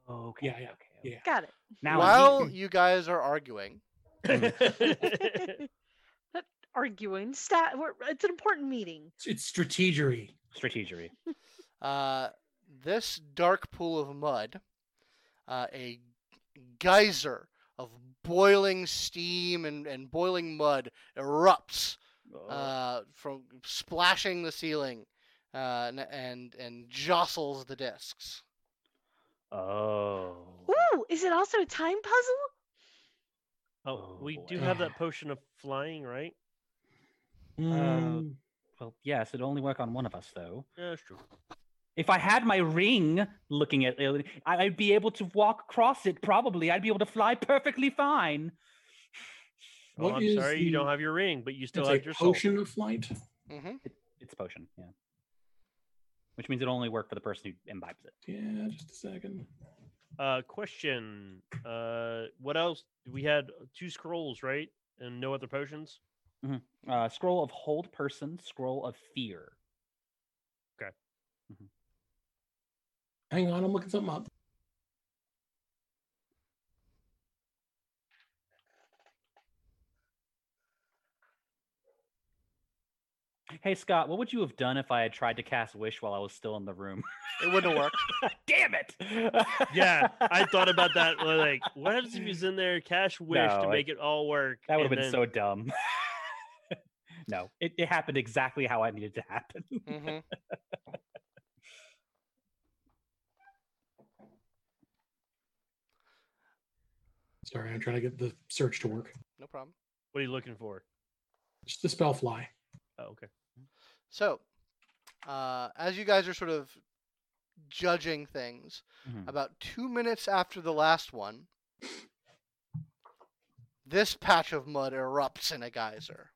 [SPEAKER 3] Oh, okay.
[SPEAKER 2] Yeah, yeah,
[SPEAKER 3] okay,
[SPEAKER 2] yeah.
[SPEAKER 3] okay.
[SPEAKER 4] Got it.
[SPEAKER 3] Now I'm
[SPEAKER 1] While
[SPEAKER 3] here.
[SPEAKER 1] you guys are arguing,
[SPEAKER 2] Hmm.
[SPEAKER 4] Not arguing. Stat. We're, it's an important meeting.
[SPEAKER 2] It's- It's strategery.
[SPEAKER 3] strategery.
[SPEAKER 1] uh, this dark pool of mud, uh, a geyser of boiling steam and, and boiling mud erupts uh, from splashing the ceiling uh, and, and and jostles the discs.
[SPEAKER 3] oh.
[SPEAKER 4] Ooh, is it also a time puzzle?
[SPEAKER 5] oh,
[SPEAKER 3] Oh,
[SPEAKER 5] we
[SPEAKER 3] boy.
[SPEAKER 5] do have that potion of flying, right?
[SPEAKER 3] Uh,
[SPEAKER 2] Mm,
[SPEAKER 3] Well, yes, it'd only work on one of us though.
[SPEAKER 5] Yeah, that's true.
[SPEAKER 3] If I had my ring looking at it, I- I'd be able to walk across it probably. I'd be able to fly perfectly fine.
[SPEAKER 5] Oh,
[SPEAKER 2] What
[SPEAKER 5] I'm
[SPEAKER 2] is
[SPEAKER 5] sorry you don't
[SPEAKER 2] the-
[SPEAKER 5] have your ring, but you still
[SPEAKER 2] it's
[SPEAKER 5] have
[SPEAKER 2] a
[SPEAKER 5] your soul.
[SPEAKER 2] potion of flight.
[SPEAKER 1] Mm-hmm.
[SPEAKER 3] It, it's a potion, yeah. Which means it only work for the person who imbibes it.
[SPEAKER 2] Yeah, just a second.
[SPEAKER 5] Uh, question. Uh, what else? We had two scrolls, right? And no other potions.
[SPEAKER 3] Uh, scroll of hold person, scroll of fear.
[SPEAKER 2] Hang on, I'm looking something up.
[SPEAKER 3] Hey Scott, what would you have done if I had tried to cast wish while I was still in the room?
[SPEAKER 1] It wouldn't have worked.
[SPEAKER 3] Damn it!
[SPEAKER 5] Yeah, I thought about that. Like, what happens if he's in there? Cash wish to
[SPEAKER 3] No,
[SPEAKER 5] make it all work.
[SPEAKER 3] That would have
[SPEAKER 5] and
[SPEAKER 3] been
[SPEAKER 5] then-
[SPEAKER 3] so dumb. no, it, it happened exactly how I needed to happen.
[SPEAKER 5] Mm.
[SPEAKER 1] hmm
[SPEAKER 2] Sorry, I'm trying to get the search to work.
[SPEAKER 1] No problem.
[SPEAKER 5] What are you looking for?
[SPEAKER 2] Just the spell fly.
[SPEAKER 5] Oh, okay.
[SPEAKER 1] So, uh, as you guys are sort of judging things,
[SPEAKER 3] Mhm.
[SPEAKER 1] about two minutes after the last one, This patch of mud erupts in a geyser.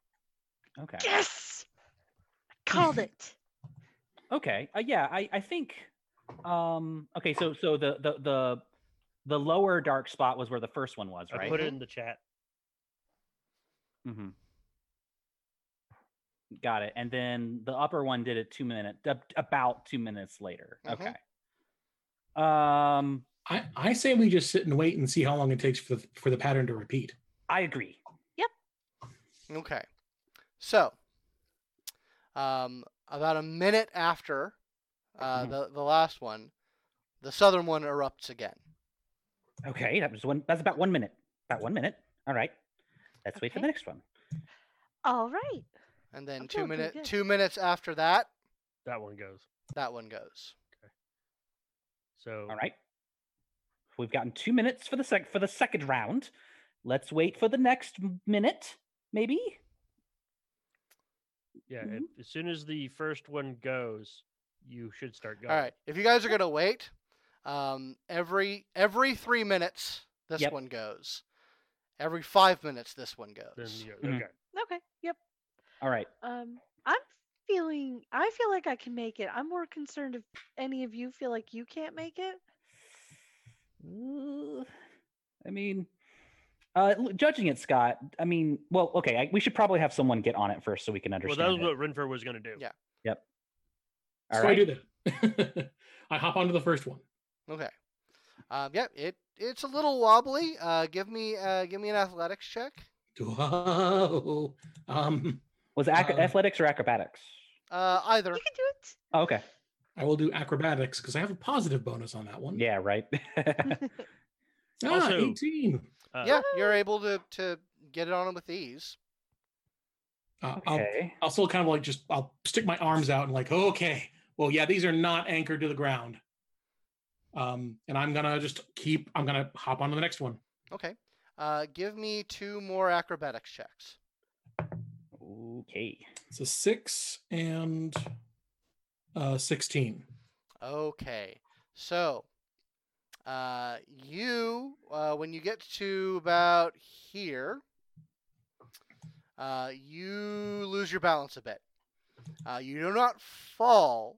[SPEAKER 3] Okay.
[SPEAKER 4] Yes! I called it.
[SPEAKER 3] Okay. Uh, yeah, I, I think um okay, so so the the the the lower dark spot was where the first one was,
[SPEAKER 5] I
[SPEAKER 3] right?
[SPEAKER 5] put it in the chat.
[SPEAKER 3] Mm-hmm. Got it. And then the upper one did it 2 minutes about 2 minutes later.
[SPEAKER 1] Mhm.
[SPEAKER 5] Mm-hmm.
[SPEAKER 3] Okay. Um
[SPEAKER 2] I, I say we just sit and wait and see how long it takes for the, for the pattern to repeat.
[SPEAKER 3] I agree.
[SPEAKER 1] Okay. So, um, about a minute after uh,
[SPEAKER 3] Mhm.
[SPEAKER 1] the, the last one, the southern one erupts again.
[SPEAKER 3] Okay, that was one that's about 1 minute. About 1 minute. All right. Let's wait for
[SPEAKER 4] Okay.
[SPEAKER 3] the next one.
[SPEAKER 4] All right.
[SPEAKER 1] And then
[SPEAKER 4] I'm
[SPEAKER 1] two
[SPEAKER 4] feeling pretty
[SPEAKER 1] minutes
[SPEAKER 4] good.
[SPEAKER 1] two minutes after that,
[SPEAKER 5] That one goes.
[SPEAKER 1] that one goes.
[SPEAKER 5] So
[SPEAKER 3] All right. We've gotten 2 minutes for the sec for the second round. Let's wait for the next m- minute maybe.
[SPEAKER 5] yeah,
[SPEAKER 3] Mhm.
[SPEAKER 5] if- as soon as the first one goes, you should start going.
[SPEAKER 1] All right. If you guys are gonna wait, um, every every three minutes this
[SPEAKER 3] Yep.
[SPEAKER 1] one goes. Every five minutes this one
[SPEAKER 5] Then
[SPEAKER 1] goes.
[SPEAKER 5] you go,
[SPEAKER 3] Mhm.
[SPEAKER 5] okay.
[SPEAKER 4] Okay. Yep.
[SPEAKER 3] All right.
[SPEAKER 4] Um, I'm feeling. I feel like I can make it. I'm more concerned if any of you feel like you can't make it.
[SPEAKER 3] Uh, I mean, uh, l- judging it, Scott. I mean, well, okay, I, we should probably have someone get on it first so we can
[SPEAKER 5] Well,
[SPEAKER 3] understand.
[SPEAKER 5] that was
[SPEAKER 3] it.
[SPEAKER 5] what Renfer was going to do.
[SPEAKER 1] Yeah.
[SPEAKER 3] All
[SPEAKER 2] so
[SPEAKER 3] right.
[SPEAKER 2] I do that. I hop onto the first one.
[SPEAKER 1] Okay. Um, yeah, it it's a little wobbly. Uh, give me uh, give me an athletics check.
[SPEAKER 2] Whoa. Um,
[SPEAKER 3] Was it ac-
[SPEAKER 2] Uh,
[SPEAKER 3] athletics or acrobatics?
[SPEAKER 1] Uh, either.
[SPEAKER 4] You can do it.
[SPEAKER 3] Oh, okay.
[SPEAKER 2] I will do acrobatics because I have a positive bonus on that one.
[SPEAKER 3] Yeah. Right.
[SPEAKER 5] Um,
[SPEAKER 2] Ah,
[SPEAKER 5] Also-
[SPEAKER 2] 18.
[SPEAKER 5] Uh,
[SPEAKER 1] yeah, you're able to to get it on with ease.
[SPEAKER 2] Uh, I'll,
[SPEAKER 3] okay.
[SPEAKER 2] I'll still kind of like just, I'll stick my arms out and like, okay, well, yeah, these are not anchored to the ground. Um, and I'm going to just keep, I'm going to hop onto the next one.
[SPEAKER 1] Okay. Uh, give me two more acrobatics checks.
[SPEAKER 3] Okay.
[SPEAKER 2] It's a six and uh, 16.
[SPEAKER 1] Okay. So, uh, you uh, when you get to about here, uh, you lose your balance a bit. Uh, you do not fall.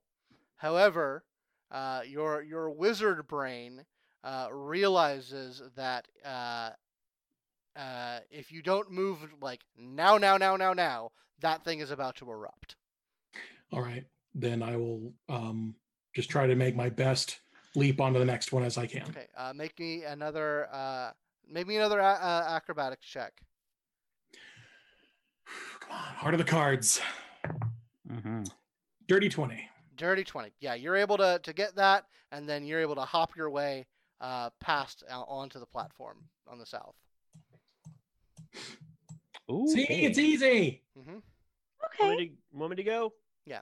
[SPEAKER 1] However, uh, your your wizard brain uh, realizes that uh, uh, if you don't move like now, now, now, now, now, that thing is about to erupt.
[SPEAKER 2] All right. Then I will um, just try to make my best leap onto the next one as I can.
[SPEAKER 1] Okay, uh, make me another. Uh, make me another a- uh, acrobatics check.
[SPEAKER 2] Come on, heart of the cards.
[SPEAKER 3] Mhm.
[SPEAKER 2] Dirty 20.
[SPEAKER 1] Dirty twenty. Yeah, you're able to to get that, and then you're able to hop your way uh, past uh, onto the platform on the south.
[SPEAKER 2] See,
[SPEAKER 3] Okay.
[SPEAKER 2] it's easy.
[SPEAKER 1] hmm
[SPEAKER 5] Want
[SPEAKER 4] okay.
[SPEAKER 5] me, to, want me to go?
[SPEAKER 1] So
[SPEAKER 4] Yeah,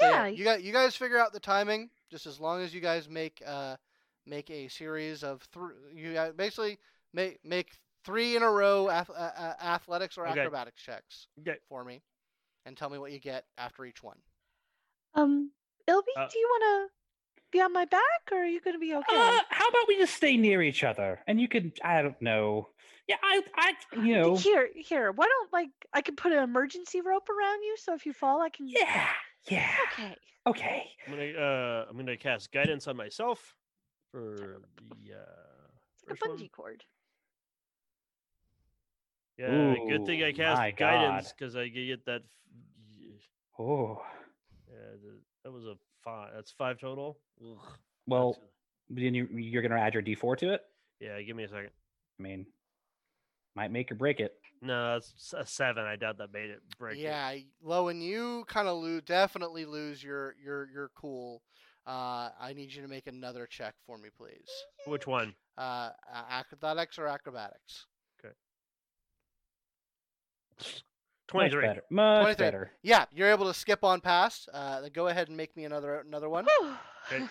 [SPEAKER 1] yeah,
[SPEAKER 4] y-
[SPEAKER 1] you got you guys figure out the timing. Just as long as you guys make uh make a series of three, you guys basically make make three in a row ath- uh, uh, athletics or
[SPEAKER 5] Okay.
[SPEAKER 1] acrobatics checks
[SPEAKER 5] Okay.
[SPEAKER 1] for me, and tell me what you get after each one.
[SPEAKER 4] Um, Ilby,
[SPEAKER 5] Uh,
[SPEAKER 4] do you want to be on my back, or are you gonna be okay?
[SPEAKER 3] Uh, how about we just stay near each other and you could I don't know. Yeah, I I you know.
[SPEAKER 4] Here, here. Why don't like I can put an emergency rope around you, so if you fall, I can.
[SPEAKER 3] Yeah. Yeah.
[SPEAKER 4] Okay.
[SPEAKER 3] Okay.
[SPEAKER 5] I'm going to uh, I'm going to cast guidance on myself for the uh,
[SPEAKER 4] It's like
[SPEAKER 5] first
[SPEAKER 4] a
[SPEAKER 5] one.
[SPEAKER 4] bungee cord.
[SPEAKER 5] Yeah, good thing I
[SPEAKER 3] Ooh, my
[SPEAKER 5] cast
[SPEAKER 3] God.
[SPEAKER 5] guidance because I could get that. f-
[SPEAKER 3] Oh.
[SPEAKER 5] Yeah, the, that was a five. That's five total. Ugh, that's
[SPEAKER 3] Well,
[SPEAKER 5] a-
[SPEAKER 3] then you you're going to add your d4 to it?
[SPEAKER 5] yeah. Give me a second.
[SPEAKER 3] I mean, might make or break it.
[SPEAKER 5] No, that's s- a seven. I doubt that made it break. it.
[SPEAKER 1] yeah, y- Lowen, you kind of lose, definitely lose your your your cool. Uh, I need you to make another check for me, please.
[SPEAKER 5] Which one?
[SPEAKER 1] Uh, a- acrobatics or acrobatics?
[SPEAKER 3] Much
[SPEAKER 5] Twenty-three.
[SPEAKER 3] better. Much
[SPEAKER 1] 23.
[SPEAKER 3] better.
[SPEAKER 1] Yeah, you're able to skip on past. Uh, then go ahead and make me another another one.
[SPEAKER 5] Okay.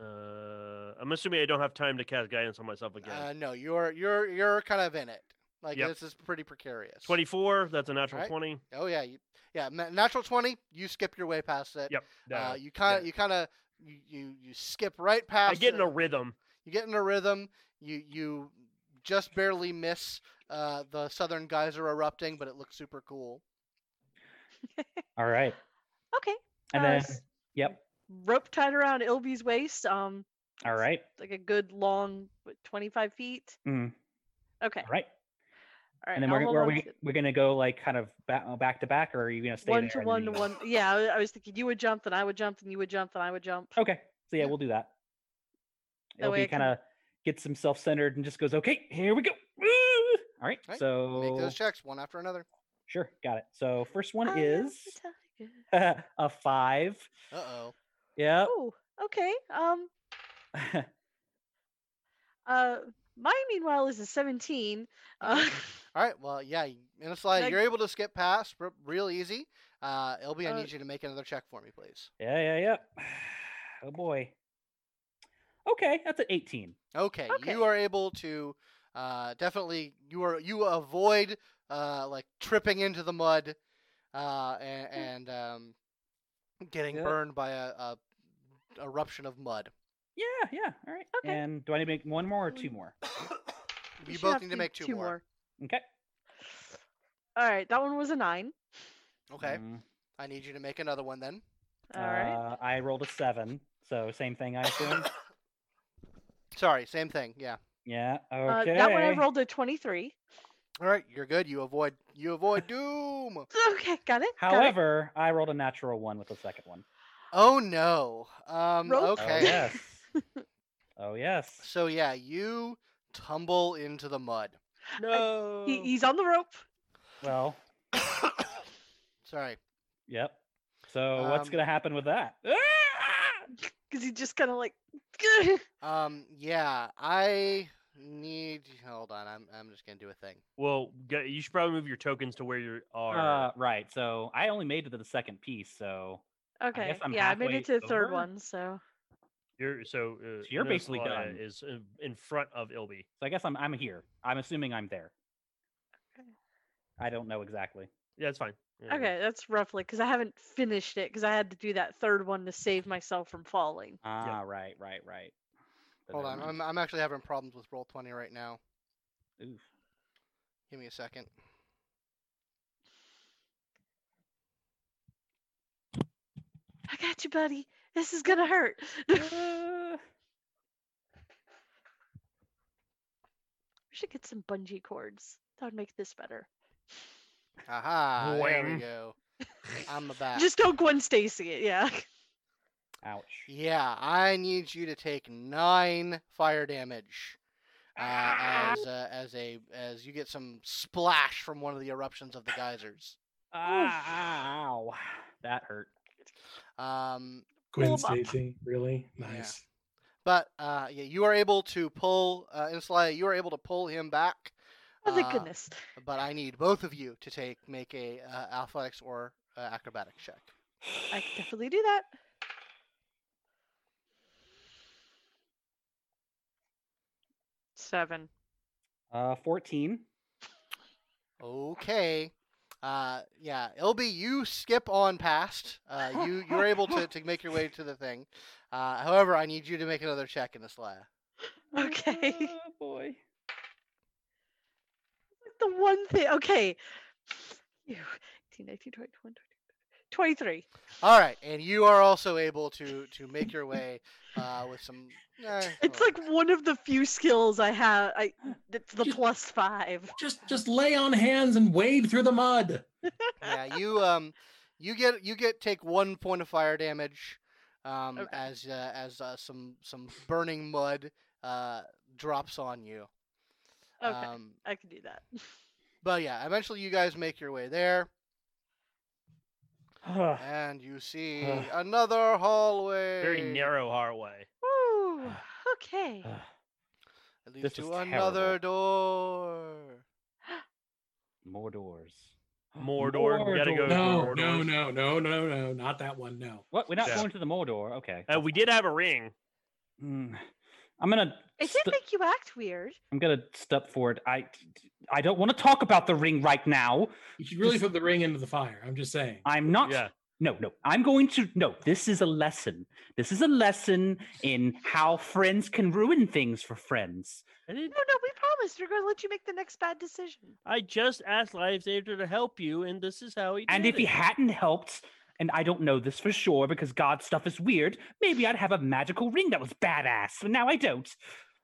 [SPEAKER 5] Uh, I'm assuming I don't have time to cast guidance on myself again.
[SPEAKER 1] Uh, no, you're you're you're kind of in it. Like
[SPEAKER 5] Yep.
[SPEAKER 1] this is pretty precarious.
[SPEAKER 5] Twenty-four. That's a natural
[SPEAKER 1] Alright.
[SPEAKER 5] twenty.
[SPEAKER 1] Oh yeah, you, yeah. ma- Natural twenty. You skip your way past it.
[SPEAKER 5] Yep.
[SPEAKER 1] Uh,
[SPEAKER 5] no,
[SPEAKER 1] you kind of
[SPEAKER 5] yeah.
[SPEAKER 1] you kind of you, you you skip right past.
[SPEAKER 5] I get in
[SPEAKER 1] it.
[SPEAKER 5] a rhythm.
[SPEAKER 1] you get in a rhythm you you just barely miss uh, the southern geyser erupting, but it looks super cool.
[SPEAKER 3] All right.
[SPEAKER 4] Okay.
[SPEAKER 3] And
[SPEAKER 4] uh,
[SPEAKER 3] then,
[SPEAKER 4] s-
[SPEAKER 3] yep.
[SPEAKER 4] rope tied around Ilby's waist. Um,
[SPEAKER 3] All right.
[SPEAKER 4] like a good long, what, 25 feet.
[SPEAKER 3] Mm,
[SPEAKER 4] Okay.
[SPEAKER 3] all right.
[SPEAKER 4] All right.
[SPEAKER 3] And then
[SPEAKER 4] I'll
[SPEAKER 3] we're,
[SPEAKER 4] hold
[SPEAKER 3] we're,
[SPEAKER 4] on
[SPEAKER 3] we,
[SPEAKER 4] to-
[SPEAKER 3] we're going to go like kind of back, back to back, or are you going to stay
[SPEAKER 4] one
[SPEAKER 3] there
[SPEAKER 4] to
[SPEAKER 3] and
[SPEAKER 4] one to
[SPEAKER 3] then you-
[SPEAKER 4] one. Yeah, I I was thinking you would jump, then I would jump, then you would jump, then I would jump.
[SPEAKER 3] Okay. So yeah,
[SPEAKER 1] Yeah.
[SPEAKER 3] we'll do that.
[SPEAKER 4] That
[SPEAKER 3] It'll
[SPEAKER 4] way
[SPEAKER 3] be
[SPEAKER 4] I can-
[SPEAKER 3] kind of gets himself centered and just goes, okay, here we go. Woo!" All right.
[SPEAKER 1] Right,
[SPEAKER 3] So
[SPEAKER 1] Make those checks one after another.
[SPEAKER 3] sure. Got it. So first one
[SPEAKER 4] I am the
[SPEAKER 3] is
[SPEAKER 4] tiger.
[SPEAKER 3] a five.
[SPEAKER 1] Uh oh.
[SPEAKER 3] Yeah.
[SPEAKER 4] Oh, okay. Um, uh, mine meanwhile is a 17. Uh,
[SPEAKER 1] All right. Well, yeah. y- In a slide,
[SPEAKER 4] Like-
[SPEAKER 1] you're able to skip past r- real easy. Uh, LB, I
[SPEAKER 4] Uh,
[SPEAKER 1] need you to make another check for me, please.
[SPEAKER 3] Yeah, yeah, yeah. Oh boy. Okay, that's an 18.
[SPEAKER 1] Okay,
[SPEAKER 4] Okay.
[SPEAKER 1] you are able to uh, definitely you are you avoid uh, like tripping into the mud uh,
[SPEAKER 4] Hmm.
[SPEAKER 1] and, and um, getting
[SPEAKER 3] Yeah.
[SPEAKER 1] burned by a, a eruption of mud.
[SPEAKER 3] Yeah, yeah. All right.
[SPEAKER 4] Okay.
[SPEAKER 3] And do I need to make one more or two
[SPEAKER 4] Mm.
[SPEAKER 3] more?
[SPEAKER 1] You,
[SPEAKER 4] should
[SPEAKER 1] both
[SPEAKER 4] have
[SPEAKER 1] need
[SPEAKER 4] to
[SPEAKER 1] to make two, more.
[SPEAKER 3] Okay.
[SPEAKER 4] All right, that one was a nine.
[SPEAKER 1] Okay,
[SPEAKER 3] Mm,
[SPEAKER 1] I need you to make another one then.
[SPEAKER 4] All right.
[SPEAKER 3] uh, I rolled a seven, so same thing I assume.
[SPEAKER 1] Sorry, same thing. Yeah.
[SPEAKER 3] yeah.
[SPEAKER 4] Uh,
[SPEAKER 3] Okay.
[SPEAKER 4] that one I rolled a 23.
[SPEAKER 1] All right, you're good. You avoid you avoid doom.
[SPEAKER 4] Okay, got it. got it.
[SPEAKER 3] However, I rolled a natural one with the second one.
[SPEAKER 1] Oh no. Um,
[SPEAKER 4] Roll- Oh,
[SPEAKER 1] okay.
[SPEAKER 3] Oh yes. oh yes.
[SPEAKER 1] So yeah, you tumble into the mud.
[SPEAKER 5] No.
[SPEAKER 4] he, he's on the rope.
[SPEAKER 3] Well,
[SPEAKER 1] Sorry.
[SPEAKER 3] yep. So what's
[SPEAKER 1] Um,
[SPEAKER 3] gonna happen with that? Ah!
[SPEAKER 4] Because he just kind of like.
[SPEAKER 1] Um, yeah, I need. Hold on, I'm I'm just gonna do a thing.
[SPEAKER 5] Well, g- you should probably move your tokens to where you are.
[SPEAKER 3] Uh, right. So I only made it to the second piece. So
[SPEAKER 4] okay,
[SPEAKER 3] I'm
[SPEAKER 4] yeah, I made it to
[SPEAKER 3] halfway
[SPEAKER 4] the third
[SPEAKER 3] over.
[SPEAKER 4] one, so.
[SPEAKER 5] you're so, uh,
[SPEAKER 3] you're
[SPEAKER 5] Nozola
[SPEAKER 3] basically done.
[SPEAKER 5] Is uh, in front of Ilby.
[SPEAKER 3] So I guess I'm I'm here. I'm assuming I'm there.
[SPEAKER 4] Okay.
[SPEAKER 3] I don't know exactly.
[SPEAKER 5] Yeah, it's fine. Yeah,
[SPEAKER 4] Okay, that's roughly because I haven't finished it because I had to do that third one to save myself from falling.
[SPEAKER 3] Ah, right, right, right. But
[SPEAKER 1] Hold
[SPEAKER 3] never
[SPEAKER 1] on,
[SPEAKER 3] mind.
[SPEAKER 1] I'm I'm actually having problems with roll twenty right now.
[SPEAKER 3] Oof.
[SPEAKER 1] Give me a second.
[SPEAKER 4] I got you, buddy. This is gonna hurt.
[SPEAKER 3] Uh,
[SPEAKER 4] We should get some bungee cords. That would make this better.
[SPEAKER 1] Aha! There we
[SPEAKER 5] Boing.
[SPEAKER 1] go. I'm the back.
[SPEAKER 4] Just don't Gwen Stacy it, yeah.
[SPEAKER 3] ouch.
[SPEAKER 1] Yeah, I need you to take nine fire damage. Uh,
[SPEAKER 3] Ah.
[SPEAKER 1] as uh, as a as you get some splash from one of the eruptions of the geysers.
[SPEAKER 3] Ah, ow. That hurt.
[SPEAKER 1] Um,
[SPEAKER 2] Gwen
[SPEAKER 4] Pull 'em up.
[SPEAKER 2] Stacy, really nice.
[SPEAKER 1] but uh, yeah, you are able to pull uh, Inslaya. You are able to pull him back.
[SPEAKER 4] Oh thank
[SPEAKER 1] uh,
[SPEAKER 4] goodness.
[SPEAKER 1] but I need both of you to take make a uh, athletics or uh, acrobatic check.
[SPEAKER 4] I could definitely do that. Seven.
[SPEAKER 3] Uh, 14.
[SPEAKER 1] Okay. Uh, yeah, LB, you skip on past. Uh, you you're able to, to make your way to the thing. Uh, however, I need you to make another check in this layer.
[SPEAKER 4] Okay.
[SPEAKER 3] Oh, boy.
[SPEAKER 4] The one thing okay. Phew. 18, 19, 20, 21, 23.
[SPEAKER 1] All right, and you are also able to to make your way uh, with some. eh,
[SPEAKER 4] It's
[SPEAKER 1] well,
[SPEAKER 4] like
[SPEAKER 3] Oh.
[SPEAKER 4] one of the few skills I have. I it's the
[SPEAKER 2] Just-
[SPEAKER 4] plus five.
[SPEAKER 2] Just just lay on hands and wade through the mud.
[SPEAKER 1] yeah, you um, you get you get take one point of fire damage, um,
[SPEAKER 4] Okay.
[SPEAKER 1] as uh, as uh, some some burning mud uh drops on you.
[SPEAKER 4] Okay,
[SPEAKER 1] Um,
[SPEAKER 4] I can do that.
[SPEAKER 1] but yeah, eventually you guys make your way there,
[SPEAKER 3] Ugh.
[SPEAKER 1] and you see
[SPEAKER 3] Ugh.
[SPEAKER 1] another hallway.
[SPEAKER 5] Very narrow hallway.
[SPEAKER 4] Woo.
[SPEAKER 3] uh,
[SPEAKER 4] Okay.
[SPEAKER 3] Ugh.
[SPEAKER 1] It leads
[SPEAKER 3] This
[SPEAKER 1] to
[SPEAKER 3] is
[SPEAKER 1] another door.
[SPEAKER 3] More doors.
[SPEAKER 5] Mordor. We gotta go-
[SPEAKER 2] No,
[SPEAKER 5] Lord
[SPEAKER 2] no,
[SPEAKER 5] orders.
[SPEAKER 2] no, no, no, no, not that one. No.
[SPEAKER 3] What? We're not
[SPEAKER 5] Yeah.
[SPEAKER 3] going to the Mordor. Okay.
[SPEAKER 5] Uh, we did have a ring.
[SPEAKER 3] Mm. I'm gonna.
[SPEAKER 4] It did
[SPEAKER 3] st-
[SPEAKER 4] make you act weird.
[SPEAKER 3] I'm gonna step forward. I. I don't want to talk about the ring right now.
[SPEAKER 2] You should really put the ring into the fire. I'm just saying.
[SPEAKER 3] I'm not
[SPEAKER 5] Yeah.
[SPEAKER 3] No, no. I'm going to no. This is a lesson. This is a lesson in how friends can ruin things for friends.
[SPEAKER 5] I didn't.
[SPEAKER 4] No, no, we promised we're going to let you make the next bad decision.
[SPEAKER 5] I just asked Lifesaver to help you, and this is how he.
[SPEAKER 3] And
[SPEAKER 5] did
[SPEAKER 3] if he
[SPEAKER 5] it.
[SPEAKER 3] hadn't helped, and I don't know this for sure because God's stuff is weird, maybe I'd have a magical ring that was badass. But now I don't.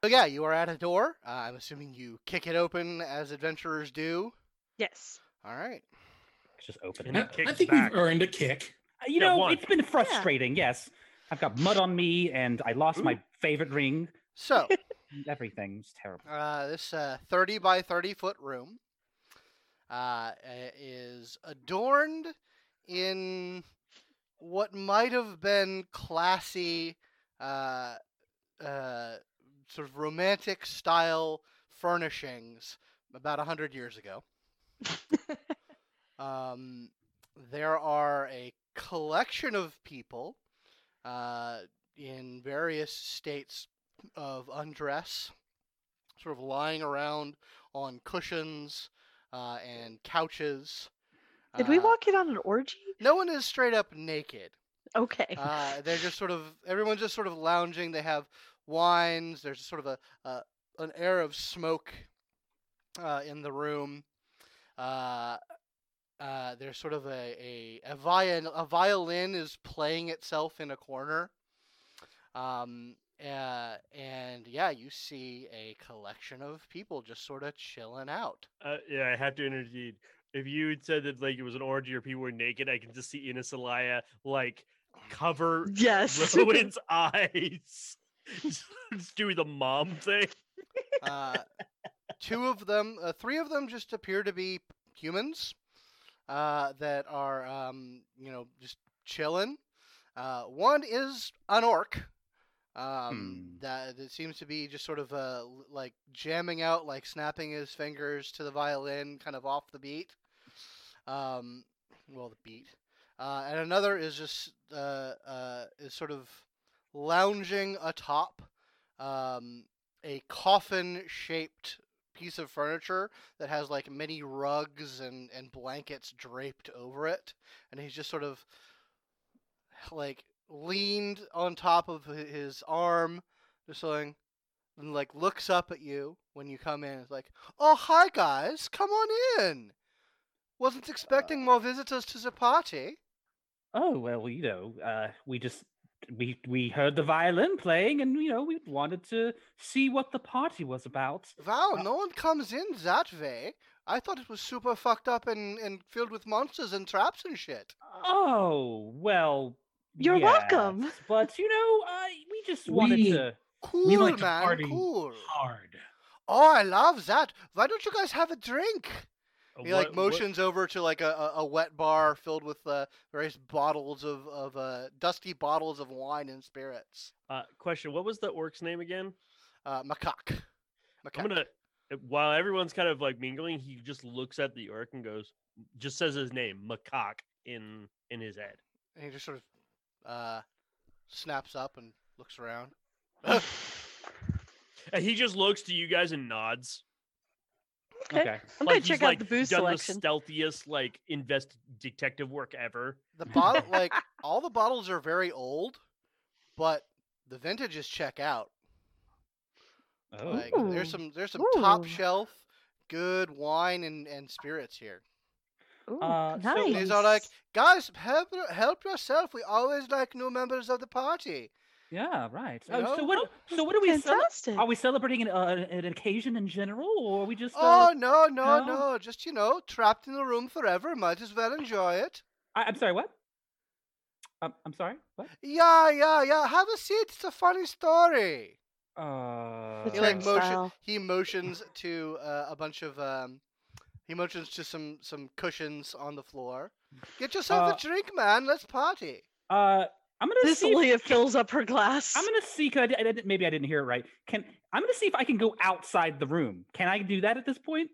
[SPEAKER 1] So yeah, you are at a door. Uh, I'm assuming you kick it open as adventurers do.
[SPEAKER 4] Yes.
[SPEAKER 1] All right.
[SPEAKER 3] Just open
[SPEAKER 5] And
[SPEAKER 3] it.
[SPEAKER 2] I,
[SPEAKER 3] up.
[SPEAKER 5] kicks
[SPEAKER 2] I think
[SPEAKER 5] back.
[SPEAKER 2] we've earned a kick.
[SPEAKER 3] Uh, You
[SPEAKER 5] Yeah,
[SPEAKER 3] know,
[SPEAKER 5] one.
[SPEAKER 3] it's been frustrating. Yes, I've got mud on me, and I
[SPEAKER 5] Mm-hmm.
[SPEAKER 3] lost my favorite ring.
[SPEAKER 1] So
[SPEAKER 3] and Everything was terrible.
[SPEAKER 1] uh, this uh, 30 by 30 foot room uh, i- is adorned in what might have been classy, uh, uh, sort of romantic style furnishings about 100 years ago. Um, there are a collection of people uh, in various states of undress, sort of lying around on cushions uh, and couches.
[SPEAKER 4] Did we
[SPEAKER 1] Uh,
[SPEAKER 4] walk in on an orgy?
[SPEAKER 1] No one is straight up naked.
[SPEAKER 4] Okay.
[SPEAKER 1] Uh, they're just sort of everyone's just sort of lounging. They have wines. There's sort of a, a an air of smoke uh, in the room. Uh, uh, there's sort of a a a violin, a violin is playing itself in a corner. Um, uh, and yeah, you see a collection of people just sort of chilling out.
[SPEAKER 5] Uh, yeah, I have to intervene. If you had said that like it was an orgy or people were naked, I can just see Inesalaya like cover
[SPEAKER 4] yes.
[SPEAKER 5] Rowan's eyes. Just doing the mom thing.
[SPEAKER 1] Uh, two of them, uh, three of them just appear to be humans uh, that are, um, you know, just chilling. Uh, one is an orc. Um,
[SPEAKER 3] Hmm.
[SPEAKER 1] that, that seems to be just sort of uh, l- like jamming out, like snapping his fingers to the violin, kind of off the beat. Um, well, the beat. Uh, and another is just uh, uh, is sort of lounging atop um, a coffin shaped piece of furniture that has like many rugs and, and blankets draped over it. And he's just sort of like leaned on top of hi- his arm, just like, and like looks up at you when you come in. It's like, oh, hi guys, come on in. Wasn't expecting more visitors to the party.
[SPEAKER 3] oh well you know uh, we just we we heard the violin playing and you know we wanted to see what the party was about
[SPEAKER 1] Wow,
[SPEAKER 3] Uh,
[SPEAKER 1] no one comes in that way. I thought it was super fucked up and, and filled with monsters and traps and shit.
[SPEAKER 3] oh well
[SPEAKER 4] You're welcome.
[SPEAKER 3] yes, but you know uh, we just wanted
[SPEAKER 2] We-
[SPEAKER 3] to
[SPEAKER 1] Cool,
[SPEAKER 2] We like to
[SPEAKER 1] man,
[SPEAKER 2] party
[SPEAKER 1] cool.
[SPEAKER 2] Hard.
[SPEAKER 1] Oh, I love that. Why don't you guys have a drink? He
[SPEAKER 5] What-
[SPEAKER 1] like
[SPEAKER 5] what-
[SPEAKER 1] motions over to like a, a, a wet bar filled with uh, various bottles of of uh, dusty bottles of wine and spirits.
[SPEAKER 5] uh, question: What was the orc's name again?
[SPEAKER 1] Uh, macaque. Macaque.
[SPEAKER 5] I'm gonna. uh, While everyone's kind of like mingling, he just looks at the orc and goes, just says his name, Macaque, in in his head.
[SPEAKER 1] And he just sort of uh, snaps up and looks around.
[SPEAKER 5] And he just looks to you guys and nods.
[SPEAKER 4] Okay.
[SPEAKER 3] okay
[SPEAKER 4] I'm
[SPEAKER 5] like
[SPEAKER 4] going to check
[SPEAKER 5] he's,
[SPEAKER 4] out
[SPEAKER 5] like,
[SPEAKER 4] the booze
[SPEAKER 5] done
[SPEAKER 4] selection.
[SPEAKER 5] the stealthiest like invest detective work ever.
[SPEAKER 1] The bottle, like all the bottles are very old, but the vintages check out.
[SPEAKER 3] oh
[SPEAKER 1] Like there's
[SPEAKER 4] Ooh.
[SPEAKER 1] some there's some top
[SPEAKER 4] Ooh.
[SPEAKER 1] shelf good wine and and spirits here.
[SPEAKER 4] Ooh,
[SPEAKER 3] Uh, so
[SPEAKER 4] nice.
[SPEAKER 1] These are like guys help your- help yourself. We always like new members of the party.
[SPEAKER 3] yeah right
[SPEAKER 1] You
[SPEAKER 3] oh, so
[SPEAKER 1] know?
[SPEAKER 3] what so what are we cele-
[SPEAKER 4] Fantastic.
[SPEAKER 3] are we celebrating an, uh, an occasion in general or are we just uh,
[SPEAKER 1] Oh no, no,
[SPEAKER 3] no.
[SPEAKER 1] no! Just you know, trapped in a room forever. Might as well enjoy it.
[SPEAKER 3] I, i'm sorry what um, i'm sorry what
[SPEAKER 1] Yeah, yeah, yeah. Have a seat. It's a funny story.
[SPEAKER 3] uh
[SPEAKER 1] He like motion,
[SPEAKER 4] turnstile.
[SPEAKER 1] He motions to uh, a bunch of. Um, he motions to some some cushions on the floor. Get yourself
[SPEAKER 3] Uh,
[SPEAKER 1] a drink, man. Let's party.
[SPEAKER 3] uh i'm gonna
[SPEAKER 4] this
[SPEAKER 3] see if-
[SPEAKER 4] Leah fills up her glass.
[SPEAKER 3] I'm gonna see. 'cause I, di- I didn't, maybe I didn't hear it right. Can I'm gonna see if I can go outside the room? Can I do that at this point?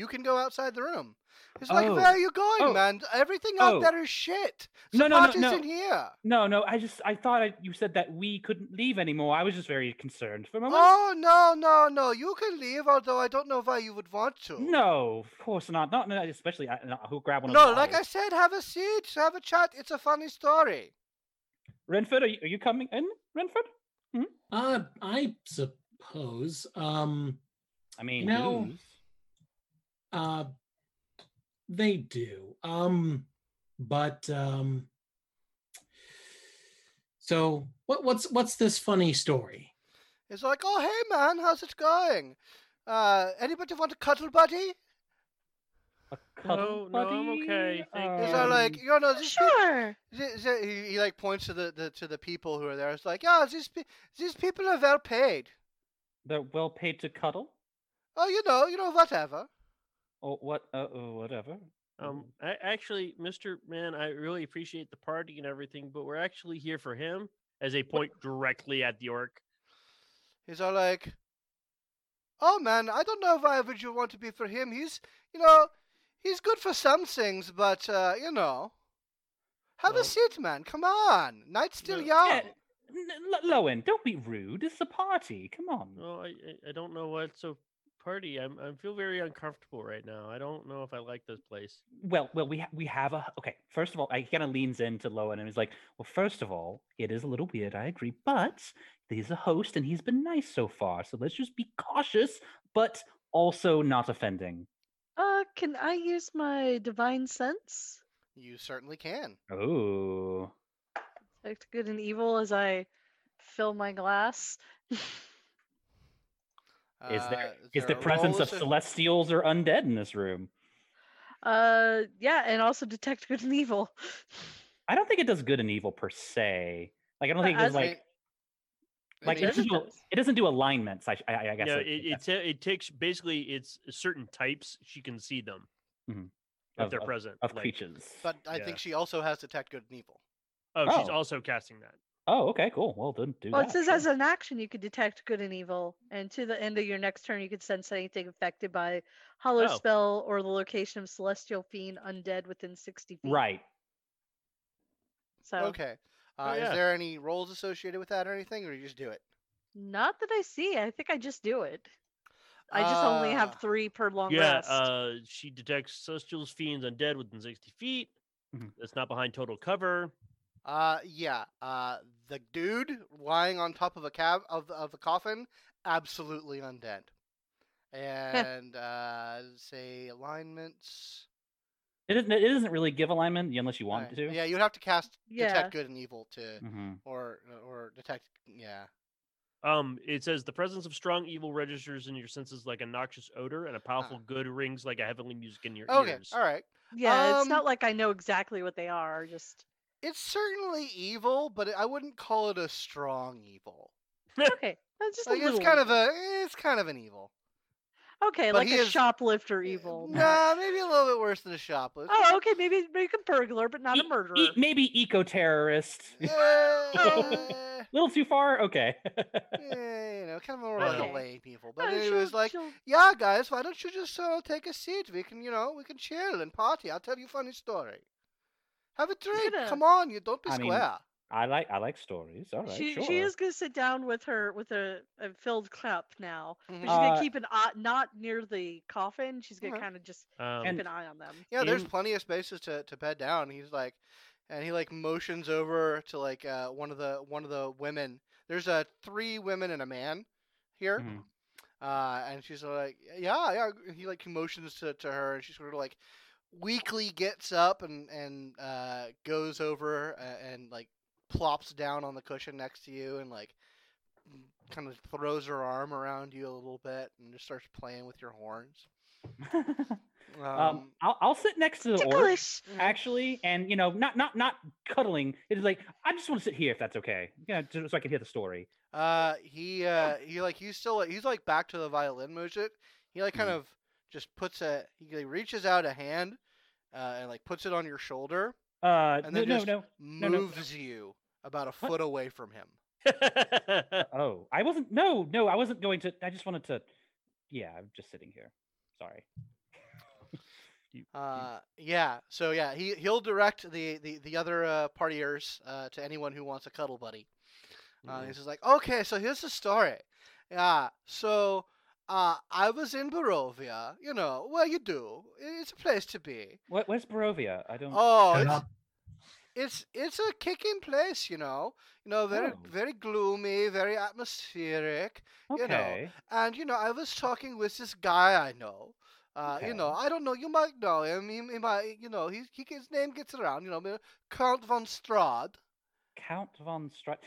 [SPEAKER 1] You can go outside the room. It's like,
[SPEAKER 3] Oh.
[SPEAKER 1] where are you going,
[SPEAKER 3] Oh.
[SPEAKER 1] man? Everything out
[SPEAKER 3] Oh.
[SPEAKER 1] there is shit.
[SPEAKER 3] No, no, no,
[SPEAKER 1] Zapate's
[SPEAKER 3] no.
[SPEAKER 1] in here.
[SPEAKER 3] No, no, I just I thought I, you said that we couldn't leave anymore. I was just very concerned for a moment.
[SPEAKER 1] Oh no, no, no! You can leave, although I don't know why you would want to.
[SPEAKER 3] No, of course not. Not not- especially I, not, who grab one.
[SPEAKER 1] No,
[SPEAKER 3] of the
[SPEAKER 1] like I
[SPEAKER 3] bottles.
[SPEAKER 1] said, have a seat, have a chat. It's a funny story.
[SPEAKER 3] Renford, are you, are you coming in, Renford?
[SPEAKER 2] Uh, I suppose. Um,
[SPEAKER 3] I mean,
[SPEAKER 2] No.
[SPEAKER 3] who's?
[SPEAKER 2] uh, they do. Um, but um, so what? What's what's this funny story?
[SPEAKER 1] It's like, oh hey man, how's it going? Uh, anybody want a cuddle buddy?
[SPEAKER 3] a cuddle
[SPEAKER 5] No, no, I'm
[SPEAKER 3] buddy?
[SPEAKER 5] okay, thank
[SPEAKER 1] It's all
[SPEAKER 3] Um,
[SPEAKER 1] like, you know, these peop-
[SPEAKER 4] Sure.
[SPEAKER 1] th- th- he, he like points to the, the to the people who are there. It's like, yeah, these pe- these people are well paid.
[SPEAKER 3] they're well paid to cuddle
[SPEAKER 1] Oh, you know, you know, whatever.
[SPEAKER 3] or what? Uh, uh, whatever.
[SPEAKER 5] Um, I, actually, Mister Man, I really appreciate the party and everything, but we're actually here for him as a point directly at the orc.
[SPEAKER 1] He's all like, oh man, I don't know why would you want to be for him. He's, you know, he's good for some things, but uh, you know, have
[SPEAKER 5] Well-
[SPEAKER 1] a seat, man. Come on, night's still
[SPEAKER 5] No.
[SPEAKER 1] young.
[SPEAKER 3] Yeah, N- L- Lowen, don't be rude. It's a party. Come on.
[SPEAKER 1] Oh.
[SPEAKER 5] Well, I I- I don't know what's a party. I'm I feel very uncomfortable right now. I don't know if I like this place.
[SPEAKER 3] Well, well, we ha- we have a okay. First of all, I kind of leans into Lowen and is like, "Well, first of all, it is a little weird. I agree, but he's a host and he's been nice so far. So let's just be cautious, but also not offending."
[SPEAKER 4] Uh, can I use my divine sense?
[SPEAKER 1] You certainly can.
[SPEAKER 3] Oh,
[SPEAKER 4] Detect good and evil as I fill my glass.
[SPEAKER 3] is
[SPEAKER 1] Uh,
[SPEAKER 3] there
[SPEAKER 1] is
[SPEAKER 3] is the
[SPEAKER 1] there a
[SPEAKER 3] presence
[SPEAKER 1] roll
[SPEAKER 3] of
[SPEAKER 1] assi-
[SPEAKER 3] celestials or undead in this room?
[SPEAKER 4] Uh, yeah, and also detect good and evil.
[SPEAKER 3] I don't think it does good and evil per se. Like I don't
[SPEAKER 4] But
[SPEAKER 3] think it's
[SPEAKER 4] as
[SPEAKER 1] I
[SPEAKER 4] we-
[SPEAKER 1] mean-
[SPEAKER 3] like
[SPEAKER 1] I
[SPEAKER 3] like
[SPEAKER 1] mean,
[SPEAKER 3] it
[SPEAKER 4] Yes, it
[SPEAKER 3] doesn't do
[SPEAKER 4] does.
[SPEAKER 3] it doesn't do alignments. I sh- I, I guess.
[SPEAKER 5] Yeah,
[SPEAKER 3] I-
[SPEAKER 5] it, it, ta- it takes basically it's certain types she can see them
[SPEAKER 3] Mhm.
[SPEAKER 5] if
[SPEAKER 3] Of-
[SPEAKER 5] they're present
[SPEAKER 3] of
[SPEAKER 5] like-
[SPEAKER 3] creatures.
[SPEAKER 1] but I
[SPEAKER 5] yeah.
[SPEAKER 1] think she also has detect good and evil.
[SPEAKER 5] Oh, she's
[SPEAKER 3] Oh.
[SPEAKER 5] also casting that.
[SPEAKER 3] oh, okay, cool. Well, then do
[SPEAKER 4] Well,
[SPEAKER 3] that.
[SPEAKER 4] it says
[SPEAKER 3] sure.
[SPEAKER 4] as an action you could detect good and evil, and to the end of your next turn you could sense anything affected by hollow
[SPEAKER 5] Oh.
[SPEAKER 4] spell or the location of celestial fiend undead within sixty feet.
[SPEAKER 3] right.
[SPEAKER 4] So
[SPEAKER 1] Okay. Uh,
[SPEAKER 5] yeah.
[SPEAKER 1] Is there any roles associated with that or anything, or you just do it?
[SPEAKER 4] not that I see. I think I just do it. I just only
[SPEAKER 1] Ah.
[SPEAKER 4] have three per long
[SPEAKER 5] yeah,
[SPEAKER 4] rest.
[SPEAKER 5] uh, she detects celestials, fiends, undead within sixty feet.
[SPEAKER 3] Mhm.
[SPEAKER 5] That's not behind total cover.
[SPEAKER 1] Uh, yeah. Uh, the dude lying on top of a cab of of a coffin, absolutely undead. And uh, say alignments.
[SPEAKER 3] It isn't. It doesn't really give alignment unless you want
[SPEAKER 1] Alright,
[SPEAKER 3] to.
[SPEAKER 1] Yeah, you'd have to cast
[SPEAKER 4] Yeah. Mm.
[SPEAKER 1] detect good and evil to,
[SPEAKER 3] hmm
[SPEAKER 1] or or detect. Yeah.
[SPEAKER 5] Um, it says the presence of strong evil registers in your senses like a noxious odor, and a powerful good rings like a heavenly music in your
[SPEAKER 1] Okay.
[SPEAKER 5] ears.
[SPEAKER 1] All right.
[SPEAKER 4] yeah, it's
[SPEAKER 1] um,
[SPEAKER 4] not like I know exactly what they are. Just
[SPEAKER 1] It's certainly evil, but I wouldn't call it a strong evil.
[SPEAKER 4] okay. That's just a
[SPEAKER 1] Like, it's
[SPEAKER 4] little
[SPEAKER 1] kind of
[SPEAKER 4] evil.
[SPEAKER 1] a it's kind of an evil.
[SPEAKER 4] okay,
[SPEAKER 1] but
[SPEAKER 4] like
[SPEAKER 1] he
[SPEAKER 4] a
[SPEAKER 1] is-
[SPEAKER 4] shoplifter
[SPEAKER 1] Eh,
[SPEAKER 4] evil.
[SPEAKER 1] Nah, maybe a little bit worse than a shoplifter.
[SPEAKER 4] Oh, okay, maybe make a burglar, but not a murderer.
[SPEAKER 3] E, maybe eco terrorist.
[SPEAKER 4] Oh.
[SPEAKER 1] Eh,
[SPEAKER 3] little too far. Okay.
[SPEAKER 1] eh, you know, kind of more like
[SPEAKER 4] Okay.
[SPEAKER 1] a lame people. But
[SPEAKER 4] Oh,
[SPEAKER 1] it
[SPEAKER 4] she'll-
[SPEAKER 1] was like,
[SPEAKER 4] she'll-
[SPEAKER 1] yeah, guys, why don't you just uh, take a seat? We can, you know, we can chill and party. I'll tell you a funny story. Have a drink.
[SPEAKER 4] gonna-
[SPEAKER 1] Come on, you don't be
[SPEAKER 3] I mean,
[SPEAKER 1] square.
[SPEAKER 3] I like I like stories. All right.
[SPEAKER 4] she
[SPEAKER 3] sure.
[SPEAKER 4] she is gonna sit down with her with a, a filled cup now. But she's
[SPEAKER 1] Mhm.
[SPEAKER 3] Uh,
[SPEAKER 4] gonna keep an eye not near the coffin. She's gonna
[SPEAKER 1] Okay.
[SPEAKER 4] kind of just
[SPEAKER 5] Um,
[SPEAKER 4] keep
[SPEAKER 3] And-
[SPEAKER 4] an eye on them.
[SPEAKER 1] yeah, there's
[SPEAKER 3] in-
[SPEAKER 1] plenty of spaces to, to bed down. He's like, and he like motions over to like uh, one of the one of the women. There's uh, three women and a man here.
[SPEAKER 3] Mhm.
[SPEAKER 1] Uh, and she's sort of like, yeah, yeah. and He like motions to, to her, and she sort of like weakly gets up and and uh, goes over a- and like plops down on the cushion next to you, and like kind of throws her arm around you a little bit, and just starts playing with your horns. Um,
[SPEAKER 3] um, I'll I'll sit next to the orc
[SPEAKER 4] Ticklish.
[SPEAKER 1] mhm.
[SPEAKER 3] actually, and you know, not not not cuddling. It's like I just want to sit here if that's okay. Yeah, just so I can hear the story.
[SPEAKER 1] Uh, he uh,
[SPEAKER 3] Oh.
[SPEAKER 1] he like he's still he's like back to the violin music. He like kind
[SPEAKER 3] Mhm.
[SPEAKER 1] of just puts a he like, reaches out a hand, uh, and like puts it on your shoulder,
[SPEAKER 3] Uh,
[SPEAKER 1] And
[SPEAKER 3] no,
[SPEAKER 1] then
[SPEAKER 3] no,
[SPEAKER 1] just-
[SPEAKER 3] no. no.
[SPEAKER 1] moves you about a foot away from him.
[SPEAKER 3] Oh, I wasn't. No, no, I wasn't going to. I just wanted to. Yeah, I'm just sitting here. Sorry.
[SPEAKER 5] You- you-
[SPEAKER 3] Mm.
[SPEAKER 1] Uh, yeah. So yeah, he he'll direct the the the other uh, partiers uh, to anyone who wants a cuddle buddy. Uh,
[SPEAKER 5] mm.
[SPEAKER 1] he's just like, okay, so here's the story. Yeah. So uh, I was in Barovia. You know, well, you do. i- It's a place to be.
[SPEAKER 3] What, where's Barovia? I don't.
[SPEAKER 1] Oh,
[SPEAKER 2] Shut
[SPEAKER 1] it's,
[SPEAKER 2] up.
[SPEAKER 1] it's it's a kicking place. You know. You know, very
[SPEAKER 3] Oh.
[SPEAKER 1] very gloomy, very atmospheric.
[SPEAKER 3] okay.
[SPEAKER 1] you know, And you know, I was talking with this guy I know. Uh, You know, I don't know. You might know him. He, he might, you know, he, he his name gets around. You know, maybe Count von Strad.
[SPEAKER 3] Count von Strut.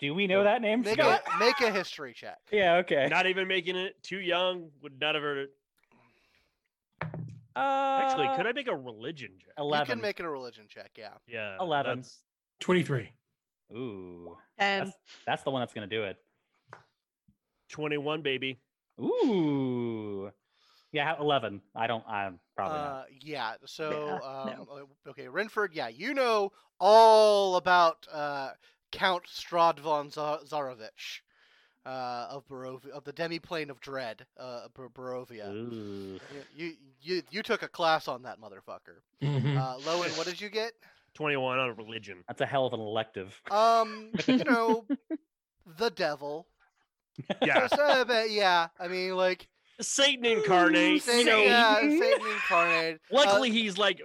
[SPEAKER 3] Do we know that name,
[SPEAKER 1] Make a
[SPEAKER 3] Scott?
[SPEAKER 1] make a history check.
[SPEAKER 3] Yeah. Okay.
[SPEAKER 5] Not even making it too young. Would not have heard it.
[SPEAKER 3] uh,
[SPEAKER 5] Actually, could I make a religion check?
[SPEAKER 1] You
[SPEAKER 3] Eleven.
[SPEAKER 1] can make it a religion check. Yeah.
[SPEAKER 5] Yeah.
[SPEAKER 3] Eleven.
[SPEAKER 5] that's-
[SPEAKER 2] 23.
[SPEAKER 3] Ooh,
[SPEAKER 4] And
[SPEAKER 3] that's the one that's gonna do it.
[SPEAKER 5] 21, baby.
[SPEAKER 3] Ooh. Yeah, how- eleven. I don't. I'm probably not.
[SPEAKER 1] Uh, yeah. So,
[SPEAKER 4] no.
[SPEAKER 1] um, uh, okay, Renford. Yeah, you know all about uh, Count Strad von Za- Zarovich uh, of Barovia, of the demiplane of dread, uh, Bar- Barovia.
[SPEAKER 3] Ooh.
[SPEAKER 1] You- You, you you took a class on that motherfucker.
[SPEAKER 3] Mm.
[SPEAKER 2] Mhm.
[SPEAKER 1] Uh, Lowen, what did you get?
[SPEAKER 5] 21 on religion.
[SPEAKER 3] That's a hell of an elective.
[SPEAKER 1] Um, you know, the devil.
[SPEAKER 3] Ah.
[SPEAKER 5] Yeah.
[SPEAKER 1] Just, uh, but yeah, I mean, like,
[SPEAKER 5] Satan incarnate.
[SPEAKER 1] Satan,
[SPEAKER 5] so
[SPEAKER 1] yeah, Uh, Satan incarnated. uh,
[SPEAKER 5] luckily he's like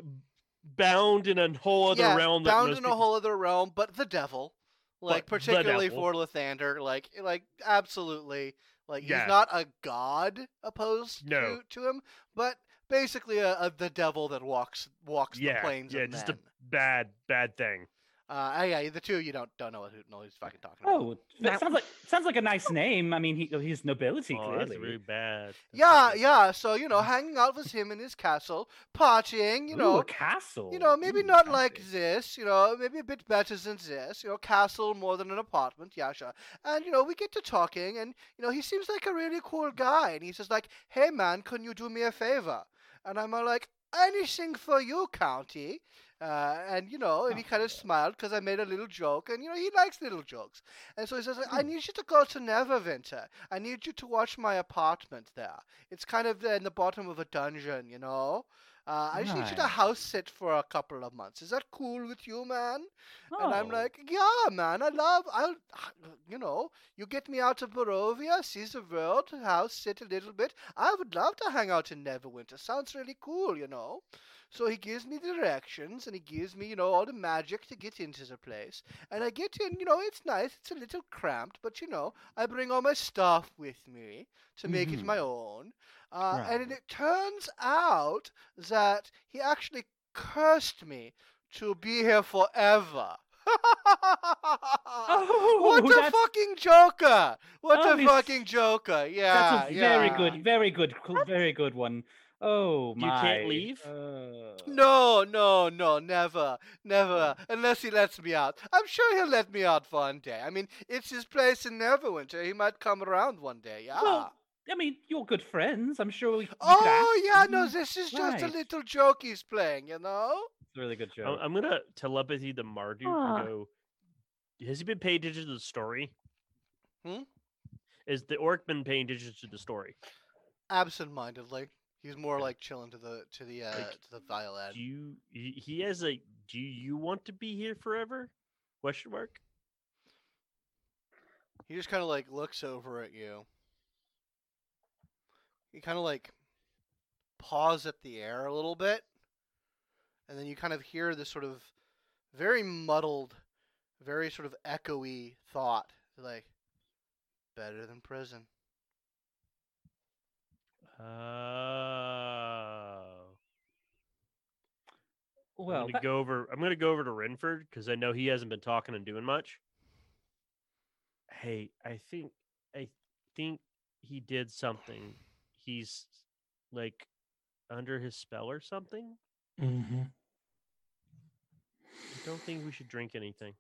[SPEAKER 5] bound in a whole other
[SPEAKER 1] yeah,
[SPEAKER 5] realm. that
[SPEAKER 1] bound
[SPEAKER 5] most
[SPEAKER 1] in a
[SPEAKER 5] people-
[SPEAKER 1] whole other realm, but the devil, like
[SPEAKER 5] the
[SPEAKER 1] particularly
[SPEAKER 5] devil.
[SPEAKER 1] for Lathander, like, like absolutely, like
[SPEAKER 5] Yeah.
[SPEAKER 1] he's not a god opposed
[SPEAKER 5] No.
[SPEAKER 1] to, to him, but basically a, a the devil that walks walks the
[SPEAKER 5] Yeah.
[SPEAKER 1] plains
[SPEAKER 5] yeah.
[SPEAKER 1] of
[SPEAKER 5] Just
[SPEAKER 1] men.
[SPEAKER 5] a bad, bad thing.
[SPEAKER 1] Uh, ah, yeah, the two of you don't don't know who know who's fucking talking about.
[SPEAKER 3] Oh, that sounds like sounds like a nice name. I mean, he he's nobility
[SPEAKER 5] Oh,
[SPEAKER 3] clearly.
[SPEAKER 5] that's really bad. That's
[SPEAKER 1] Yeah,
[SPEAKER 5] not good.
[SPEAKER 1] yeah. So you know, hanging out with him in his castle, partying. You
[SPEAKER 3] Ooh,
[SPEAKER 1] know,
[SPEAKER 3] a castle.
[SPEAKER 1] you know, maybe
[SPEAKER 3] Ooh,
[SPEAKER 1] not like
[SPEAKER 3] fancy.
[SPEAKER 1] this. You know, maybe a bit better than this. You know, castle more than an apartment. Yeah, sure. And you know, we get to talking, and you know, he seems like a really cool guy. And he says like, "Hey, man, can you do me a favor?" And I'm all like, "Anything for you, County." Uh, and you know, and he kind of smiled because I made a little joke, and you know, he likes little jokes. And so he says, like, "I need you to go to Neverwinter. I need you to watch my apartment there. It's kind of in the bottom of a dungeon, you know. Uh, I just need you to
[SPEAKER 3] Nice.
[SPEAKER 1] house sit for a couple of months. Is that cool with you, man?" And I'm
[SPEAKER 3] Oh,
[SPEAKER 1] like, "Yeah, man. I love. I'll, you know, you get me out of Barovia, see the world, house sit a little bit. I would love to hang out in Neverwinter. Sounds really cool, you know." So he gives me directions and he gives me, you know, all the magic to get into the place. And I get in, you know, it's nice, it's a little cramped, but you know, I bring all my stuff with me to make it my own. Uh, And
[SPEAKER 3] Mm-hmm. Right.
[SPEAKER 1] it turns out that he actually cursed me to be here forever.
[SPEAKER 3] Oh,
[SPEAKER 1] what a
[SPEAKER 3] that's-
[SPEAKER 1] fucking joker! What
[SPEAKER 3] Oh,
[SPEAKER 1] a
[SPEAKER 3] this-
[SPEAKER 1] fucking joker! Yeah,
[SPEAKER 3] that's a very
[SPEAKER 1] yeah.
[SPEAKER 3] good, very good, cool, very good one. Oh
[SPEAKER 5] You can't
[SPEAKER 3] my.
[SPEAKER 5] leave?
[SPEAKER 3] uh,
[SPEAKER 1] No, no, no, never, never, unless he lets me out. I'm sure he'll let me out one day. I mean, it's his place in Neverwinter. He might come around one day, yeah.
[SPEAKER 3] Well, I mean, you're good friends. I'm sure. We, you could
[SPEAKER 1] ah. oh,
[SPEAKER 3] ask
[SPEAKER 1] yeah, no,
[SPEAKER 3] him.
[SPEAKER 1] this is just a
[SPEAKER 3] mm, Right.
[SPEAKER 1] little joke he's playing, you know?
[SPEAKER 3] It's a really good
[SPEAKER 5] I'm,
[SPEAKER 3] joke.
[SPEAKER 5] I'm gonna telepathy the Marduk
[SPEAKER 4] Ah.
[SPEAKER 5] and go. Has he been paying attention to the story?
[SPEAKER 1] Hmm?
[SPEAKER 5] Is the orc been paying attention to the story?
[SPEAKER 1] Absent-mindedly. He's more
[SPEAKER 5] Okay.
[SPEAKER 1] like chilling to the to the uh,
[SPEAKER 5] Like,
[SPEAKER 1] to the violin.
[SPEAKER 5] Do you? He he has a. Do you want to be here forever? Question mark.
[SPEAKER 1] He just kind of like looks over at you. You kind of like paws at the air a little bit, and then you kind of hear this sort of very muddled, very sort of echoey thought, like better than prison.
[SPEAKER 5] Oh. I'm
[SPEAKER 3] well,
[SPEAKER 5] gonna
[SPEAKER 3] that-
[SPEAKER 5] go over. I'm gonna go over to Renford because I know he hasn't been talking and doing much. Hey, I think I think he did something. He's like under his spell or something.
[SPEAKER 2] Mhm.
[SPEAKER 5] I don't think we should drink anything.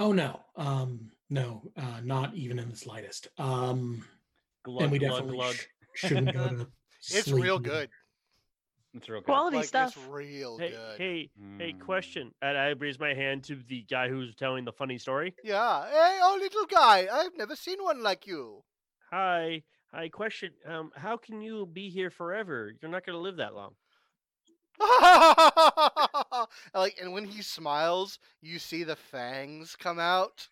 [SPEAKER 2] Oh, no. Um, no, uh, not even in the slightest. Um,
[SPEAKER 3] glug,
[SPEAKER 2] and we
[SPEAKER 3] glug,
[SPEAKER 2] definitely
[SPEAKER 3] glug.
[SPEAKER 2] sh- shouldn't go to
[SPEAKER 1] It's
[SPEAKER 2] sleep
[SPEAKER 1] real
[SPEAKER 2] and-
[SPEAKER 1] good.
[SPEAKER 3] It's real good.
[SPEAKER 4] quality
[SPEAKER 1] like
[SPEAKER 4] stuff.
[SPEAKER 1] it's real
[SPEAKER 5] Hey,
[SPEAKER 1] Oh, good.
[SPEAKER 5] hey, hey!
[SPEAKER 3] Mm.
[SPEAKER 5] Question. And I raise my hand to the guy who's telling the funny story.
[SPEAKER 1] Yeah. Hey, oh little guy, I've never seen one like you.
[SPEAKER 5] Hi, hi. Question. Um, how can you be here forever? You're not gonna live that long.
[SPEAKER 1] like, and when he smiles, you see the fangs come out.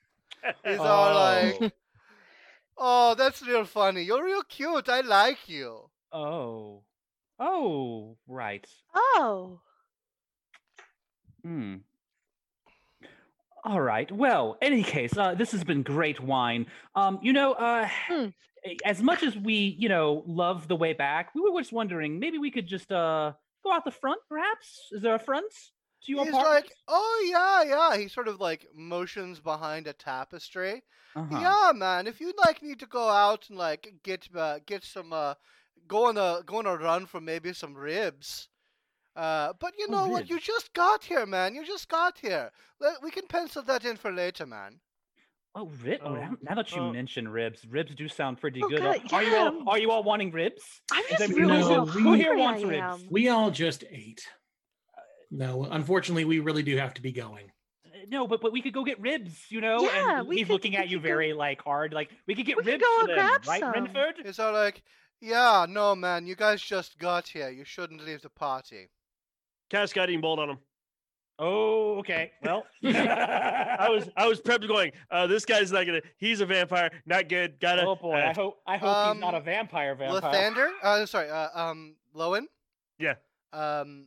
[SPEAKER 1] He's
[SPEAKER 5] oh.
[SPEAKER 1] all like, "Oh, that's real funny. You're real cute. I like you."
[SPEAKER 3] Oh. Oh, right.
[SPEAKER 4] Oh,
[SPEAKER 3] Hmm. All right. Well, any case, uh, this has been great wine. Um, you know, uh,
[SPEAKER 4] Mm.
[SPEAKER 3] a- as much as we, you know, love the way back, we were just wondering maybe we could just uh go out the front, perhaps. Is there a front to your
[SPEAKER 1] He's
[SPEAKER 3] apartment?
[SPEAKER 1] like, "Oh yeah, yeah." He sort of like motions behind a tapestry.
[SPEAKER 3] Uh-huh.
[SPEAKER 1] Yeah, man. If you'd like need to go out and like get uh, get some uh, go on a go on a run for maybe some ribs. Uh, but you
[SPEAKER 3] Oh,
[SPEAKER 1] know what? You
[SPEAKER 3] ribs.
[SPEAKER 1] just got here, man. You just got here. Le- We can pencil that in for later, man.
[SPEAKER 3] Oh, rib. Oh, now,
[SPEAKER 5] Um,
[SPEAKER 3] now that you
[SPEAKER 5] uh,
[SPEAKER 3] mention ribs, ribs do sound pretty
[SPEAKER 4] Oh,
[SPEAKER 3] good. Uh,
[SPEAKER 4] good,
[SPEAKER 3] Are you
[SPEAKER 4] yeah.
[SPEAKER 3] all Are you all wanting ribs?
[SPEAKER 4] I'm
[SPEAKER 3] Is
[SPEAKER 4] just
[SPEAKER 3] everybody-
[SPEAKER 4] realizing how
[SPEAKER 2] No, we- Who
[SPEAKER 4] hungry
[SPEAKER 3] here
[SPEAKER 4] I
[SPEAKER 3] wants ribs?
[SPEAKER 4] am.
[SPEAKER 2] We all just ate. No, unfortunately, we really do have to be going.
[SPEAKER 3] Uh, No, but but we could go get ribs, you know.
[SPEAKER 4] Yeah,
[SPEAKER 3] and
[SPEAKER 4] we
[SPEAKER 3] he's
[SPEAKER 4] could-
[SPEAKER 3] looking
[SPEAKER 4] we
[SPEAKER 3] at you
[SPEAKER 4] could go-
[SPEAKER 3] very like hard, like we could get
[SPEAKER 4] We could
[SPEAKER 3] ribs
[SPEAKER 4] go
[SPEAKER 3] for
[SPEAKER 4] and
[SPEAKER 3] them,
[SPEAKER 4] grab
[SPEAKER 3] right,
[SPEAKER 4] some.
[SPEAKER 3] Renford?
[SPEAKER 1] It's all like, yeah, no, man. You guys just got here. You shouldn't leave the party.
[SPEAKER 5] Cascading bolt on him.
[SPEAKER 3] Oh, okay. Well,
[SPEAKER 5] I was I was prepped going, uh, this guy's not gonna he's a vampire, not good, gotta
[SPEAKER 3] Oh boy, I
[SPEAKER 5] uh,
[SPEAKER 3] hope I hope he's not a
[SPEAKER 1] Um,
[SPEAKER 3] vampire vampire.
[SPEAKER 1] Lathander? Uh, sorry. Uh, um, Lowen.
[SPEAKER 5] Yeah.
[SPEAKER 1] Um,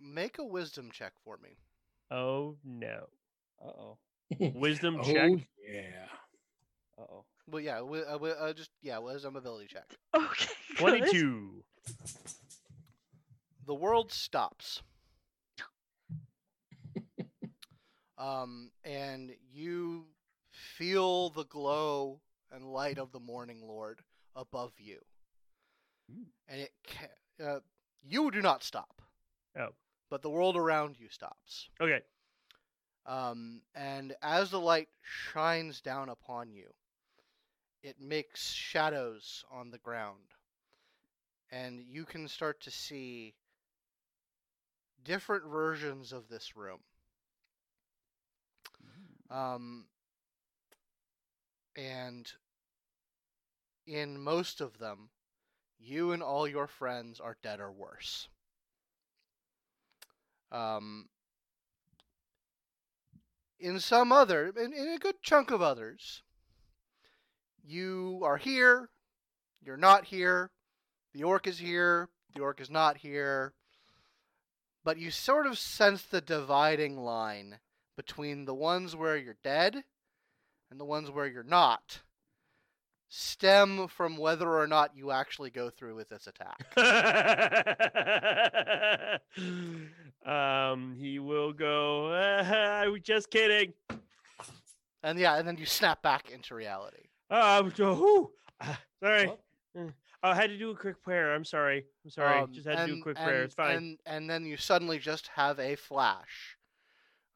[SPEAKER 1] make a wisdom check for me.
[SPEAKER 5] oh no.
[SPEAKER 3] Uh oh.
[SPEAKER 5] Wisdom
[SPEAKER 2] Oh,
[SPEAKER 5] check.
[SPEAKER 2] yeah.
[SPEAKER 3] Uh oh.
[SPEAKER 1] Well, yeah. Wi- uh, wi- uh, just yeah. Wisdom ability check.
[SPEAKER 4] Okay, good.
[SPEAKER 5] Twenty two.
[SPEAKER 1] the world stops. um, and you feel the glow and light of the morning lord above you.
[SPEAKER 3] Mm.
[SPEAKER 1] And it ca- uh, you do not stop.
[SPEAKER 5] Oh.
[SPEAKER 1] But the world around you stops.
[SPEAKER 5] Okay.
[SPEAKER 1] Um, and as the light shines down upon you, it makes shadows on the ground. And you can start to see different versions of this room. Um, and in most of them, you and all your friends are dead or worse. Um, in some other, in, in a good chunk of others, you are here, you're not here, the orc is here, the orc is not here, but you sort of sense the dividing line between the ones where you're dead and the ones where you're not stem from whether or not you actually go through with this attack.
[SPEAKER 5] um he will go I was just kidding.
[SPEAKER 1] and yeah, and then you snap back into reality.
[SPEAKER 5] Uh, whew, ah, sorry.
[SPEAKER 3] Oh.
[SPEAKER 5] I had to do a quick prayer. I'm sorry. I'm sorry.
[SPEAKER 1] Um,
[SPEAKER 5] just had to do a
[SPEAKER 1] and-
[SPEAKER 5] quick prayer.
[SPEAKER 1] and-
[SPEAKER 5] It's fine.
[SPEAKER 1] And and then you suddenly just have a flash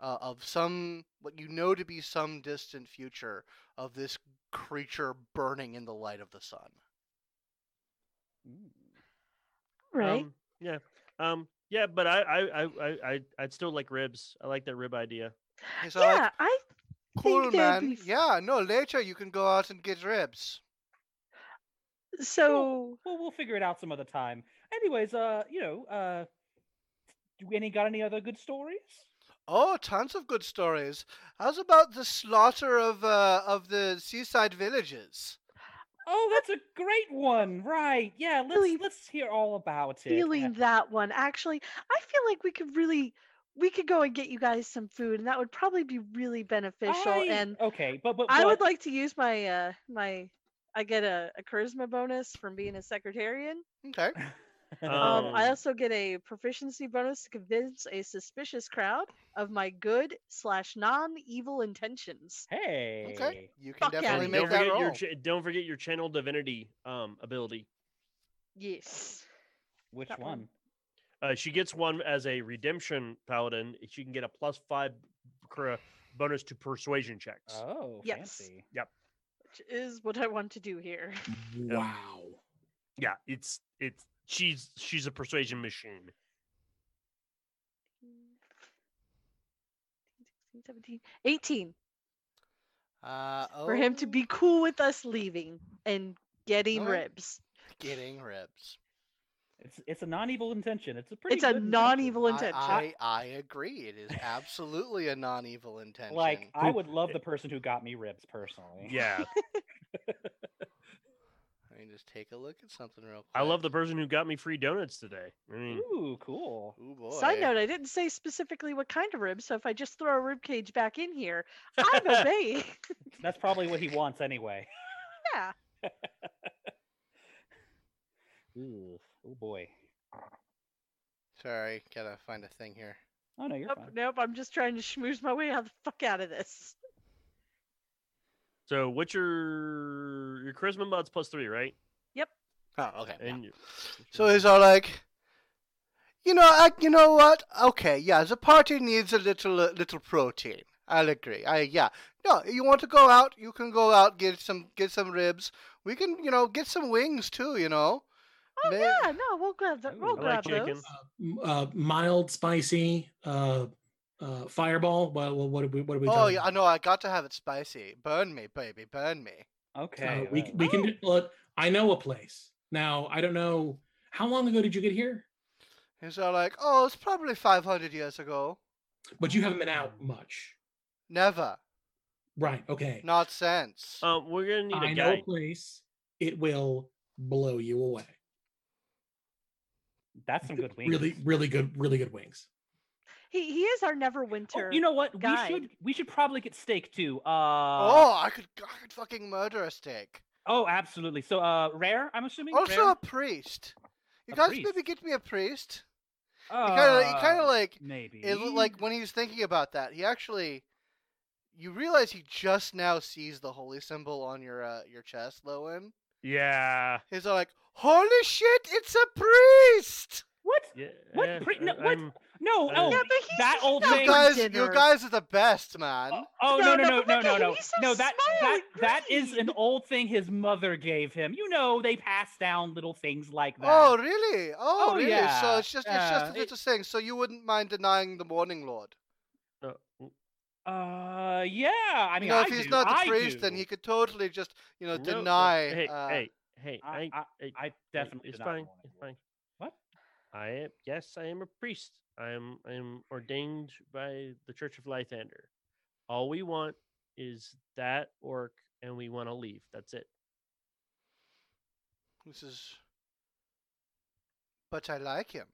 [SPEAKER 1] uh, of some what you know to be some distant future of this creature burning in the light of the sun.
[SPEAKER 4] right?
[SPEAKER 5] Um, yeah. Um. Yeah. But I. I. I. I. I- I'd still like ribs. I like that rib idea.
[SPEAKER 1] He's all like,
[SPEAKER 4] yeah, I
[SPEAKER 1] cool,
[SPEAKER 4] think there'd
[SPEAKER 1] man.
[SPEAKER 4] be-
[SPEAKER 1] Yeah, no, later you can go out and get ribs.
[SPEAKER 4] so.
[SPEAKER 3] Well, we'll figure it out some other time. Anyways, uh, you know, uh, do any got any other good stories?
[SPEAKER 1] Oh, tons of good stories. How's about the slaughter of uh, of the seaside villages?
[SPEAKER 3] Oh, that's a great one. Right? Yeah. Let's
[SPEAKER 4] Really
[SPEAKER 3] let's hear all about it. Uh,
[SPEAKER 4] feeling
[SPEAKER 3] Yeah.
[SPEAKER 4] that one actually i feel like we could really we could go and get you guys some food and that would probably be really beneficial
[SPEAKER 3] I-
[SPEAKER 4] and
[SPEAKER 3] okay, but but
[SPEAKER 4] i would
[SPEAKER 3] but-
[SPEAKER 4] like to use my uh my i get a, a charisma bonus from being a secretarian
[SPEAKER 1] Okay.
[SPEAKER 4] um i
[SPEAKER 5] Oh.
[SPEAKER 4] also get a proficiency bonus to convince a suspicious crowd of my good slash non-evil intentions
[SPEAKER 3] hey.
[SPEAKER 1] Okay. You can
[SPEAKER 4] Fuck yeah,
[SPEAKER 1] definitely
[SPEAKER 4] dude.
[SPEAKER 1] make
[SPEAKER 5] don't
[SPEAKER 1] that
[SPEAKER 5] forget
[SPEAKER 1] roll.
[SPEAKER 5] your. Cha- don't forget your channel divinity. Um. Ability.
[SPEAKER 4] yes
[SPEAKER 3] Which
[SPEAKER 4] That one.
[SPEAKER 3] one?
[SPEAKER 5] Uh. She gets one as a redemption paladin. She can get a plus five cra- bonus to persuasion checks.
[SPEAKER 3] Oh,
[SPEAKER 4] Yes.
[SPEAKER 3] fancy.
[SPEAKER 4] which is what i want to do here
[SPEAKER 2] Wow.
[SPEAKER 5] yeah. It's. It's. She's. She's a persuasion machine.
[SPEAKER 4] 16, 17, 18
[SPEAKER 1] Uh, oh,
[SPEAKER 4] for him to be cool with us leaving and getting
[SPEAKER 1] Okay.
[SPEAKER 4] ribs.
[SPEAKER 1] getting ribs.
[SPEAKER 3] It's it's a non-evil intention. It's a pretty.
[SPEAKER 4] It's a
[SPEAKER 3] good
[SPEAKER 4] non-evil
[SPEAKER 1] I-
[SPEAKER 4] intention.
[SPEAKER 1] I, I agree. It is absolutely a non-evil intention.
[SPEAKER 3] Like
[SPEAKER 4] uh
[SPEAKER 3] I
[SPEAKER 5] Who-
[SPEAKER 3] would love the person who got me ribs personally.
[SPEAKER 5] Yeah,
[SPEAKER 1] I mean, just take a look at something real quick.
[SPEAKER 5] I love the person who got me free donuts today. I
[SPEAKER 4] Hmm.
[SPEAKER 5] mean,
[SPEAKER 3] Ooh, cool.
[SPEAKER 1] Ooh, boy.
[SPEAKER 4] Side note: I didn't say specifically what kind of rib, so if I just throw a rib cage back in here, I'm obeying.
[SPEAKER 3] That's probably what he wants anyway.
[SPEAKER 4] yeah.
[SPEAKER 3] Ooh, oh boy.
[SPEAKER 1] Sorry, gotta find a thing here.
[SPEAKER 3] Oh no, you're
[SPEAKER 4] Nope,
[SPEAKER 3] fine.
[SPEAKER 4] nope. I'm just trying to schmooze my way out the fuck out of this.
[SPEAKER 5] so what's your your charisma mod's plus three, right?
[SPEAKER 1] Oh, okay. yeah.
[SPEAKER 5] And your-
[SPEAKER 1] So uh, he's all like, you know, I, you know what? Okay, yeah, the party needs a little uh, little protein. I'll agree. I yeah. No, you want to go out? You can go out get some get some ribs. We can you know get some wings too. You know.
[SPEAKER 4] Oh
[SPEAKER 1] May-
[SPEAKER 4] yeah, no, we'll grab that.
[SPEAKER 3] Ooh,
[SPEAKER 4] We'll
[SPEAKER 5] I
[SPEAKER 4] grab
[SPEAKER 5] like
[SPEAKER 4] those.
[SPEAKER 5] chicken.
[SPEAKER 2] M- Uh, mild, spicy, uh, uh, fireball. Well, well, what are we? What are we?
[SPEAKER 1] Oh
[SPEAKER 2] talking
[SPEAKER 1] yeah, I
[SPEAKER 2] about?
[SPEAKER 1] know. I got to have it spicy. Burn me, baby, burn me.
[SPEAKER 2] Uh,
[SPEAKER 3] Okay.
[SPEAKER 2] we
[SPEAKER 3] well,
[SPEAKER 2] c-
[SPEAKER 1] oh.
[SPEAKER 2] we can do, look. I know a place. Now I don't know how long ago did you get here,
[SPEAKER 1] He's all like, oh, it's probably 500 years ago.
[SPEAKER 2] but you haven't been
[SPEAKER 1] Mm.
[SPEAKER 2] out much,
[SPEAKER 1] Never,
[SPEAKER 2] right? Okay.
[SPEAKER 1] not since.
[SPEAKER 3] Uh,
[SPEAKER 5] Um, we're gonna
[SPEAKER 2] I
[SPEAKER 5] need a
[SPEAKER 2] know a
[SPEAKER 5] guide.
[SPEAKER 2] place. It will blow you away.
[SPEAKER 3] that's some good wings.
[SPEAKER 2] Really, really good, really good wings.
[SPEAKER 4] He he is our never
[SPEAKER 3] Oh,
[SPEAKER 4] winter.
[SPEAKER 3] you know what?
[SPEAKER 4] guide.
[SPEAKER 3] We should we should probably get steak too. Uh,
[SPEAKER 1] oh, I could, I could fucking murder a steak.
[SPEAKER 3] oh, absolutely. So, uh, rare. I'm assuming.
[SPEAKER 1] Also,
[SPEAKER 3] Rare?
[SPEAKER 1] a priest. You
[SPEAKER 3] A
[SPEAKER 1] guys
[SPEAKER 3] priest?
[SPEAKER 1] maybe get me a priest. He kind of, he kind
[SPEAKER 3] Uh,
[SPEAKER 1] of like,
[SPEAKER 3] maybe.
[SPEAKER 1] it, looked like when he was thinking about that, he actually, you realize he just now sees the holy symbol on your uh, your chest, Lowen.
[SPEAKER 5] Yeah.
[SPEAKER 1] He's all like, holy shit, it's a priest!
[SPEAKER 3] what?
[SPEAKER 5] Yeah.
[SPEAKER 3] What
[SPEAKER 5] eh,
[SPEAKER 3] pre-
[SPEAKER 5] I-
[SPEAKER 3] no, what?
[SPEAKER 5] I'm-
[SPEAKER 3] No,
[SPEAKER 5] uh,
[SPEAKER 3] oh,
[SPEAKER 4] yeah, but he's
[SPEAKER 3] that
[SPEAKER 4] just
[SPEAKER 3] old
[SPEAKER 4] not
[SPEAKER 3] thing-
[SPEAKER 1] You
[SPEAKER 4] for
[SPEAKER 1] guys, you
[SPEAKER 4] dinner.
[SPEAKER 1] guys are the best, man.
[SPEAKER 3] Oh, oh,
[SPEAKER 4] No,
[SPEAKER 3] no, no,
[SPEAKER 4] no,
[SPEAKER 3] no,
[SPEAKER 4] but
[SPEAKER 3] no,
[SPEAKER 4] look
[SPEAKER 3] no,
[SPEAKER 4] at
[SPEAKER 3] no,
[SPEAKER 4] him, he's so
[SPEAKER 3] no. That that that is an
[SPEAKER 4] smiley,
[SPEAKER 3] old thing his mother gave him. You know, they pass down little things like that.
[SPEAKER 1] Oh really? Oh,
[SPEAKER 3] Oh,
[SPEAKER 1] really? So
[SPEAKER 3] yeah,
[SPEAKER 1] it's just it's
[SPEAKER 3] yeah,
[SPEAKER 1] just it's a thing. So you wouldn't mind denying the Morning Lord?
[SPEAKER 5] no, w-
[SPEAKER 3] Uh, yeah. I mean,
[SPEAKER 1] you know,
[SPEAKER 3] I
[SPEAKER 1] if he's
[SPEAKER 3] do,
[SPEAKER 1] not the
[SPEAKER 3] I
[SPEAKER 1] priest, then
[SPEAKER 3] do.
[SPEAKER 1] he could totally just you know
[SPEAKER 5] no, no,
[SPEAKER 1] deny.
[SPEAKER 5] Hey,
[SPEAKER 1] uh,
[SPEAKER 5] hey, hey! I,
[SPEAKER 3] I,
[SPEAKER 5] ain't-
[SPEAKER 3] I,
[SPEAKER 5] hey,
[SPEAKER 3] I definitely
[SPEAKER 5] It's
[SPEAKER 3] did not
[SPEAKER 5] fine.
[SPEAKER 3] want it.
[SPEAKER 5] It's fine.
[SPEAKER 3] What?
[SPEAKER 5] I am. Yes, I am a priest. I am. I am ordained by the Church of Lythander. All we want is that orc, and we want to leave. That's it.
[SPEAKER 1] This is. But I like him.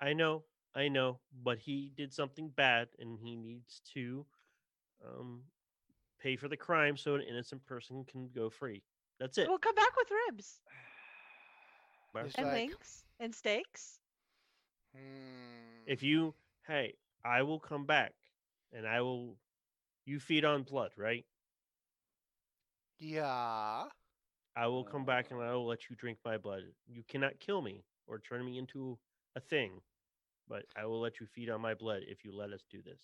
[SPEAKER 5] I know. I know. But he did something bad, and he needs to, um, pay for the crime so an innocent person can go free. That's it.
[SPEAKER 4] We'll come back with ribs
[SPEAKER 5] Well,
[SPEAKER 1] It's
[SPEAKER 4] and
[SPEAKER 1] like-
[SPEAKER 4] wings and steaks.
[SPEAKER 1] Hmm.
[SPEAKER 5] if you hey i will come back and i will you feed on blood right
[SPEAKER 1] yeah.
[SPEAKER 5] i will come back
[SPEAKER 2] Oh.
[SPEAKER 5] and i will let you drink my blood you cannot kill me or turn me into a thing but i will let you feed on my blood if you let us do this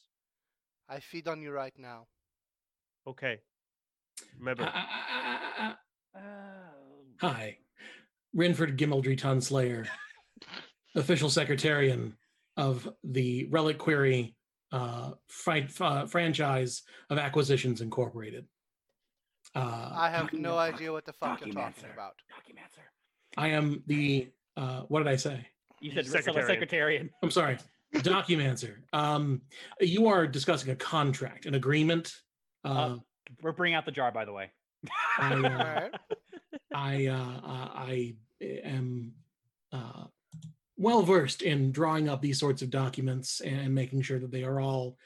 [SPEAKER 1] I feed on you right now.
[SPEAKER 5] okay
[SPEAKER 2] Ah,
[SPEAKER 5] remember
[SPEAKER 2] ah, ah, ah, ah, ah.
[SPEAKER 3] Oh.
[SPEAKER 2] Hi, Renford Gimmeldry Tonslayer, official secretarian of the Reliquary uh, fri- uh, franchise of Acquisitions Incorporated. Uh,
[SPEAKER 1] I have
[SPEAKER 3] fucking
[SPEAKER 1] no
[SPEAKER 3] fuck-
[SPEAKER 1] idea what the fuck you're
[SPEAKER 3] Oh, fucking
[SPEAKER 1] talking
[SPEAKER 3] answer.
[SPEAKER 1] about.
[SPEAKER 3] Documancer.
[SPEAKER 2] I am the uh, what did I say?
[SPEAKER 3] You
[SPEAKER 5] You
[SPEAKER 3] said secretarian. secretarian.
[SPEAKER 2] I'm sorry, documancer. Um, you are discussing a contract, an agreement.
[SPEAKER 5] Uh-huh.
[SPEAKER 2] Uh,
[SPEAKER 3] We're bringing out the jar, by the way.
[SPEAKER 2] I,
[SPEAKER 1] All
[SPEAKER 2] uh,
[SPEAKER 1] right.
[SPEAKER 2] I, uh, uh, I am uh, well versed in drawing up these sorts of documents and making sure that they are all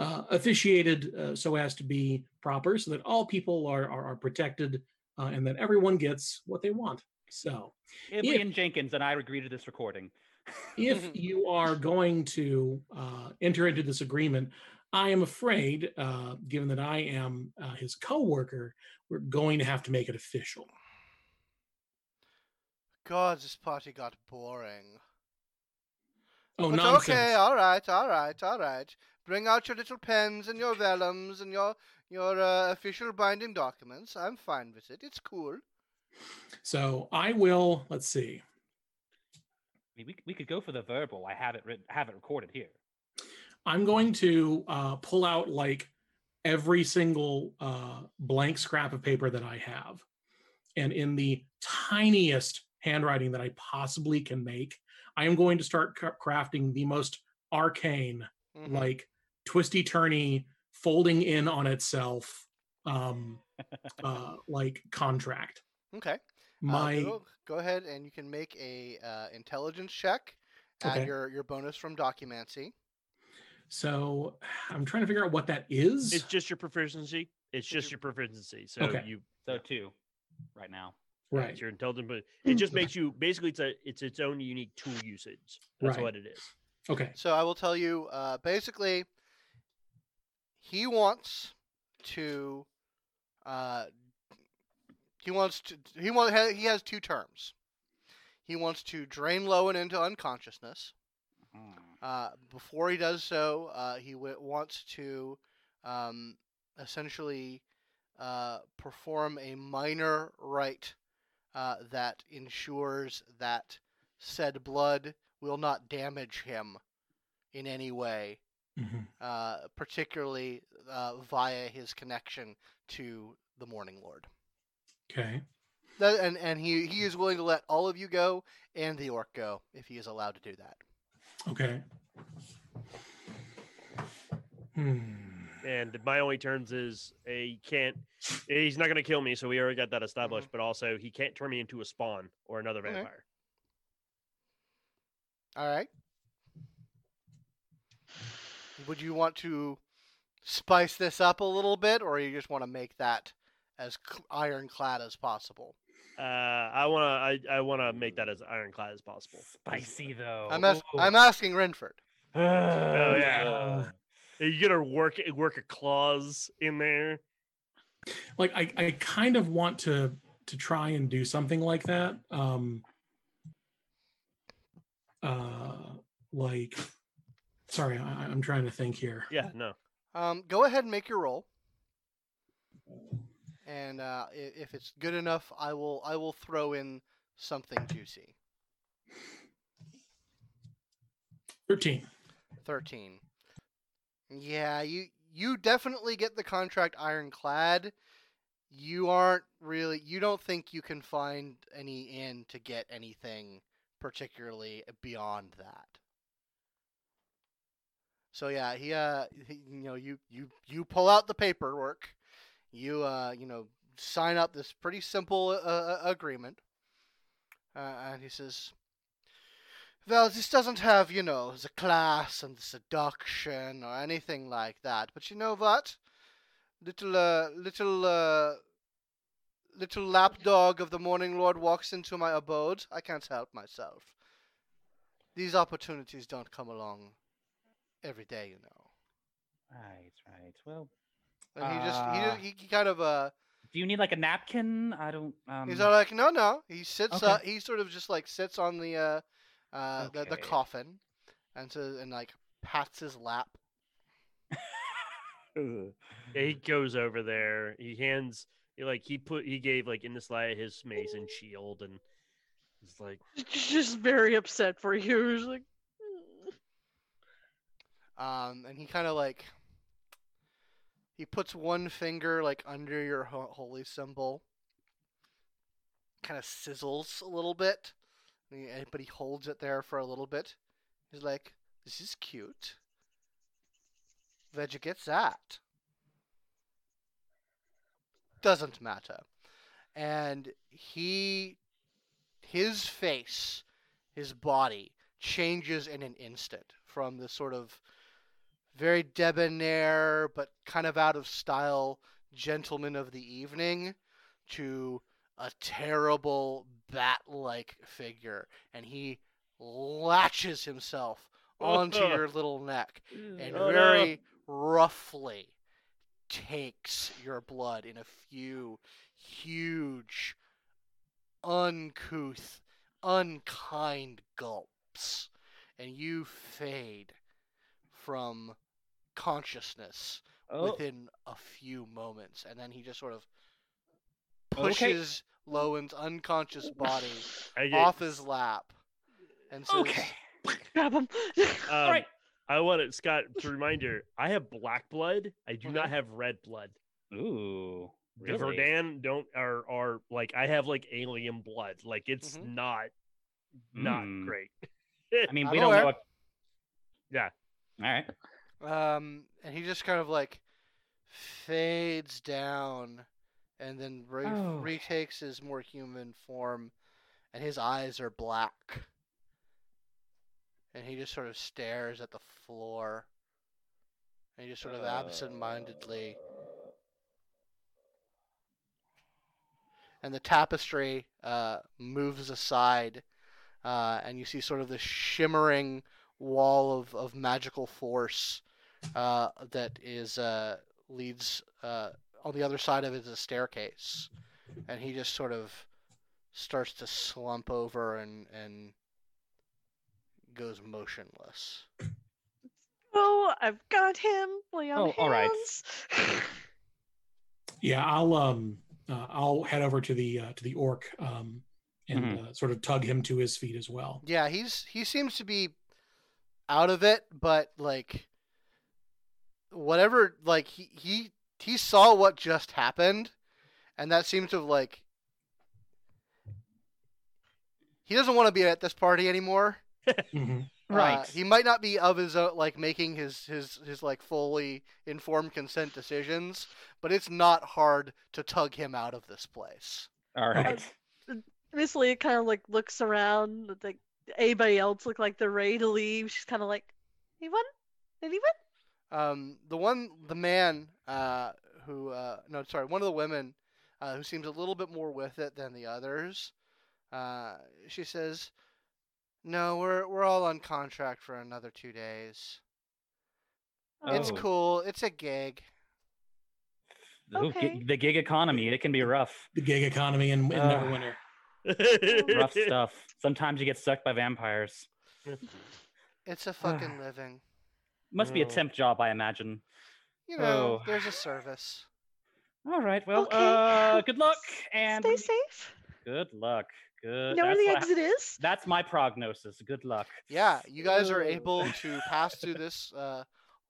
[SPEAKER 2] uh, officiated uh, so as to be proper, so that all people are are, are protected uh, and that everyone gets what they want. So,
[SPEAKER 3] Ian Jenkins and I agree to this recording.
[SPEAKER 2] if you are going to uh, enter into this agreement, I am afraid, uh, given that I am uh, his co-worker, we're going to have to make it official.
[SPEAKER 1] God, this party got boring.
[SPEAKER 2] Oh,
[SPEAKER 1] But
[SPEAKER 2] nonsense!
[SPEAKER 1] okay, all right, all right, all right. Bring out your little pens and your vellums and your your uh, official binding documents. I'm fine with it. It's cool.
[SPEAKER 2] So I will. Let's see.
[SPEAKER 3] I mean, we, we could go for the verbal. I have it written, have it recorded here.
[SPEAKER 2] I'm going to uh, pull out like every single uh, blank scrap of paper that I have, and in the tiniest handwriting that I possibly can make. I am going to start cra- crafting the most arcane,
[SPEAKER 1] Mhm.
[SPEAKER 2] like twisty turny, folding in on itself, um, uh, like contract.
[SPEAKER 1] okay. Uh,
[SPEAKER 2] My
[SPEAKER 1] go, go ahead and you can make a uh, intelligence check. Add
[SPEAKER 2] Okay.
[SPEAKER 1] your your bonus from documancy.
[SPEAKER 2] so I'm trying to figure out what that is.
[SPEAKER 5] It's just your proficiency. It's just your proficiency. So
[SPEAKER 2] Okay.
[SPEAKER 5] you
[SPEAKER 3] So two, right now.
[SPEAKER 2] right.
[SPEAKER 5] it's your intelligent, but it just
[SPEAKER 2] Okay.
[SPEAKER 5] makes you basically it's a it's its own unique tool usage. That's
[SPEAKER 2] Right.
[SPEAKER 5] what it is.
[SPEAKER 2] Okay.
[SPEAKER 1] So I will tell you uh, basically, he wants to. Uh, he wants to. He wants. He has two terms. He wants to drain Lowen into unconsciousness.
[SPEAKER 3] Mm.
[SPEAKER 1] Uh, before he does so, uh, he w- wants to um, essentially uh, perform a minor rite uh, that ensures that said blood will not damage him in any way,
[SPEAKER 2] Mhm.
[SPEAKER 1] uh, particularly uh, via his connection to the Morning Lord.
[SPEAKER 2] Okay.
[SPEAKER 1] Tha- and and he, he is willing to let all of you go and the orc go if he is allowed to do that.
[SPEAKER 2] Okay. Hmm.
[SPEAKER 5] And my only terms is eh, he can't. He's not going to kill me, so we already got that established. But also, he can't turn me into a spawn or another
[SPEAKER 1] Mm-hmm. Okay.
[SPEAKER 5] vampire.
[SPEAKER 1] All right. Would you want to spice this up a little bit, or you just want to make that as cl- ironclad as possible?
[SPEAKER 5] Uh, I want to. I, I want to make that as ironclad as possible. 'cause,
[SPEAKER 3] Spicy though.
[SPEAKER 1] I'm, ask- I'm asking Renford.
[SPEAKER 5] Oh,
[SPEAKER 3] Ugh.
[SPEAKER 5] yeah. uh, You got to work work a clause in there.
[SPEAKER 2] like I, I kind of want to to try and do something like that um uh like sorry I, i'm trying to think here
[SPEAKER 5] Yeah. No.
[SPEAKER 1] Um, go ahead and make your roll, and uh, i- if it's good enough, I will I will throw in something juicy.
[SPEAKER 2] 13
[SPEAKER 1] Thirteen. Yeah, you you definitely get the contract ironclad. You aren't really you don't think you can find any in to get anything particularly beyond that. So yeah, he uh he, you know you you you pull out the paperwork. You uh you know sign up this pretty simple uh, uh, agreement. Uh, and he says, well, this doesn't have, you know, the class and the seduction or anything like that. But you know what? Little, uh, little, uh, little lapdog of the Morning Lord walks into my abode. I can't help myself. These opportunities don't come along every day, you know.
[SPEAKER 3] Right, right. Well,
[SPEAKER 1] And he just, he,
[SPEAKER 3] Ah.
[SPEAKER 1] just- he, he kind of, uh,
[SPEAKER 3] do you need like a napkin? I don't. Um,
[SPEAKER 1] he's all like, no, no. He sits,
[SPEAKER 3] okay.
[SPEAKER 1] uh, he sort of just like sits on the, uh, uh, the, the
[SPEAKER 3] Okay.
[SPEAKER 1] coffin and says, and like pats his lap.
[SPEAKER 3] Ugh.
[SPEAKER 5] Yeah, he goes over there. He hands he, like he put he gave like Innislaya his mace and shield, and it's like
[SPEAKER 4] Just very upset for you. He's like, "Mm."
[SPEAKER 1] um, and he kind of like he puts one finger like under your ho- holy symbol, kind of sizzles a little bit, and he- and- but he holds it there for a little bit. He's like, "This is cute. Where'd you get that?" Doesn't matter. And he, his face, his body changes in an instant from the sort of very debonair but kind of out of style gentleman of the evening to a terrible bat like figure and he latches himself onto your little neck and
[SPEAKER 5] Oh, no.
[SPEAKER 1] very roughly takes your blood in a few huge, uncouth, unkind gulps, and you fade from consciousness
[SPEAKER 3] Oh,
[SPEAKER 1] within a few moments, and then he just sort of
[SPEAKER 3] Okay.
[SPEAKER 1] pushes Lowen's unconscious body
[SPEAKER 5] I get,
[SPEAKER 1] off his lap, and says,
[SPEAKER 3] okay.
[SPEAKER 4] grab him.
[SPEAKER 5] um,
[SPEAKER 3] All right.
[SPEAKER 5] I want it, Scott. To reminder, I have black blood. I do not
[SPEAKER 1] Okay.
[SPEAKER 5] have red blood.
[SPEAKER 3] Ooh.
[SPEAKER 5] the Verdan don't are are like I have like alien blood. Like it's
[SPEAKER 4] Mm-hmm.
[SPEAKER 1] Mhm.
[SPEAKER 5] not not
[SPEAKER 3] Mm.
[SPEAKER 5] great.
[SPEAKER 3] I mean,
[SPEAKER 1] I'm
[SPEAKER 3] we don't know.
[SPEAKER 1] aware.
[SPEAKER 3] If...
[SPEAKER 5] Yeah.
[SPEAKER 3] All right.
[SPEAKER 1] Um, and he just kind of like fades down, and then re-
[SPEAKER 3] Oh.
[SPEAKER 1] retakes his more human form, and his eyes are black. And he just sort of stares at the floor, and he just sort of absent-mindedly. And the tapestry uh, moves aside, uh, and you see sort of the shimmering wall of, of magical force uh, that is uh, leads uh, on the other side of it is a staircase, and he just sort of starts to slump over and and goes motionless.
[SPEAKER 4] Oh, I've got him. Lay on
[SPEAKER 3] Oh, all right.
[SPEAKER 4] hands.
[SPEAKER 2] Yeah, I'll um, uh, I'll head over to the uh, to the orc um, and
[SPEAKER 5] Mm-hmm.
[SPEAKER 2] uh, sort of tug him to his feet as well.
[SPEAKER 1] Yeah, he's he seems to be out of it, but like whatever, like he he he saw what just happened, and that seems to have like he doesn't want to be at this party anymore.
[SPEAKER 5] Mm-hmm.
[SPEAKER 2] Mhm.
[SPEAKER 1] Uh,
[SPEAKER 3] Right.
[SPEAKER 1] he might not be of his own, like making his his his like fully informed consent decisions, but it's not hard to tug him out of this place.
[SPEAKER 3] All right.
[SPEAKER 4] Miss Lee kind of like looks around. Like anybody else look like they're ready to leave. She's kind of like, anyone? Anyone?
[SPEAKER 1] Um, the one, the man, uh, who, uh, no, sorry, one of the women, uh, who seems a little bit more with it than the others. Uh, she says, "No, we're we're all on contract for another two days. It's
[SPEAKER 3] Oh.
[SPEAKER 1] cool. It's a gig.
[SPEAKER 3] Ooh, gi-
[SPEAKER 4] Okay.
[SPEAKER 3] the gig economy. It can be rough.
[SPEAKER 2] The gig economy and, and
[SPEAKER 5] Uh,
[SPEAKER 3] Ah.
[SPEAKER 2] Neverwinter.
[SPEAKER 3] rough stuff. Sometimes you get sucked by vampires.
[SPEAKER 1] It's a fucking living.
[SPEAKER 3] Must be a
[SPEAKER 5] No.
[SPEAKER 3] temp job, I imagine.
[SPEAKER 1] You know,
[SPEAKER 3] Oh.
[SPEAKER 1] there's a service."
[SPEAKER 3] All right. Well,
[SPEAKER 4] Okay.
[SPEAKER 3] uh, good luck and
[SPEAKER 4] Stay safe.
[SPEAKER 3] good luck. Good.
[SPEAKER 4] know where
[SPEAKER 3] that's
[SPEAKER 4] the
[SPEAKER 3] what I-
[SPEAKER 4] exit is.
[SPEAKER 3] That's my prognosis. Good luck.
[SPEAKER 1] Yeah, you guys are
[SPEAKER 3] Ooh.
[SPEAKER 1] able to pass through this uh,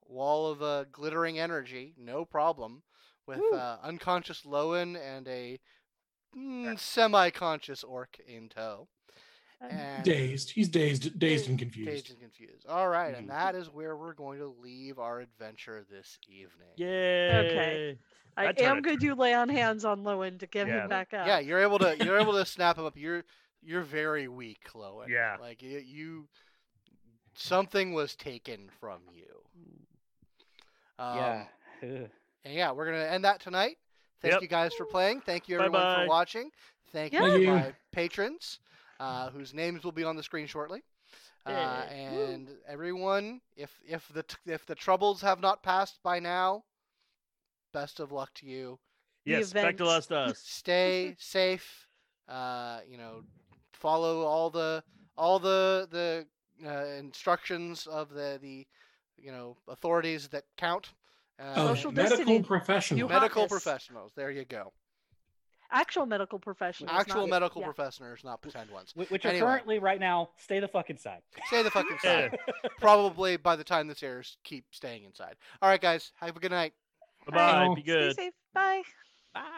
[SPEAKER 1] wall of uh, glittering energy, no problem, with
[SPEAKER 4] Woo.
[SPEAKER 1] uh, unconscious Lowen and a mm, semi-conscious orc in tow. And
[SPEAKER 2] Dazed. He's dazed, dazed and
[SPEAKER 1] Dazed
[SPEAKER 2] confused.
[SPEAKER 1] and confused. All right,
[SPEAKER 3] Mhm.
[SPEAKER 1] and that is where we're going to leave our adventure this evening.
[SPEAKER 5] Yeah.
[SPEAKER 4] I
[SPEAKER 5] That turned
[SPEAKER 4] am
[SPEAKER 5] out
[SPEAKER 4] going
[SPEAKER 5] to-
[SPEAKER 4] to lay on hands on Lowen to get
[SPEAKER 5] Yeah.
[SPEAKER 4] him back up.
[SPEAKER 1] Yeah, you're able to you're able to snap him up. You're you're very weak, Lowen.
[SPEAKER 5] Yeah.
[SPEAKER 1] like you, you something was taken from you. Um,
[SPEAKER 3] yeah. Ugh.
[SPEAKER 1] And yeah, we're gonna end that tonight. Thank
[SPEAKER 5] Yep.
[SPEAKER 1] you guys for playing. Thank you everyone
[SPEAKER 5] Bye-bye.
[SPEAKER 1] for watching. Thank you
[SPEAKER 4] Yeah.
[SPEAKER 1] to
[SPEAKER 2] Thank you.
[SPEAKER 1] my patrons, uh, whose names will be on the screen shortly. Uh,
[SPEAKER 5] Yeah. Woo.
[SPEAKER 1] and everyone, if if the t- if the troubles have not passed by now, best of luck to you.
[SPEAKER 4] The
[SPEAKER 5] Yes, back to
[SPEAKER 4] event.
[SPEAKER 5] last us.
[SPEAKER 1] Stay safe. Uh, you know, follow all the all the the uh, instructions of the the you know authorities that count. Uh,
[SPEAKER 2] Oh,
[SPEAKER 4] Social
[SPEAKER 1] and-
[SPEAKER 2] medical
[SPEAKER 4] distancing.
[SPEAKER 2] professional.
[SPEAKER 4] You-
[SPEAKER 1] medical
[SPEAKER 4] Hotness.
[SPEAKER 1] professionals. There you go.
[SPEAKER 4] Actual medical professionals. not-
[SPEAKER 1] Actual medical
[SPEAKER 4] yeah.
[SPEAKER 1] professionals, not pretend ones.
[SPEAKER 3] Wh- Which are
[SPEAKER 1] Anyway.
[SPEAKER 3] currently right now. Stay the fuck inside.
[SPEAKER 1] Stay the fuck
[SPEAKER 5] Yeah.
[SPEAKER 1] inside. Probably by the time this airs, keep staying inside. All right, guys. Have a good night.
[SPEAKER 5] Bye.
[SPEAKER 2] Bye.
[SPEAKER 5] Be good.
[SPEAKER 4] Stay safe. Bye.
[SPEAKER 3] Bye.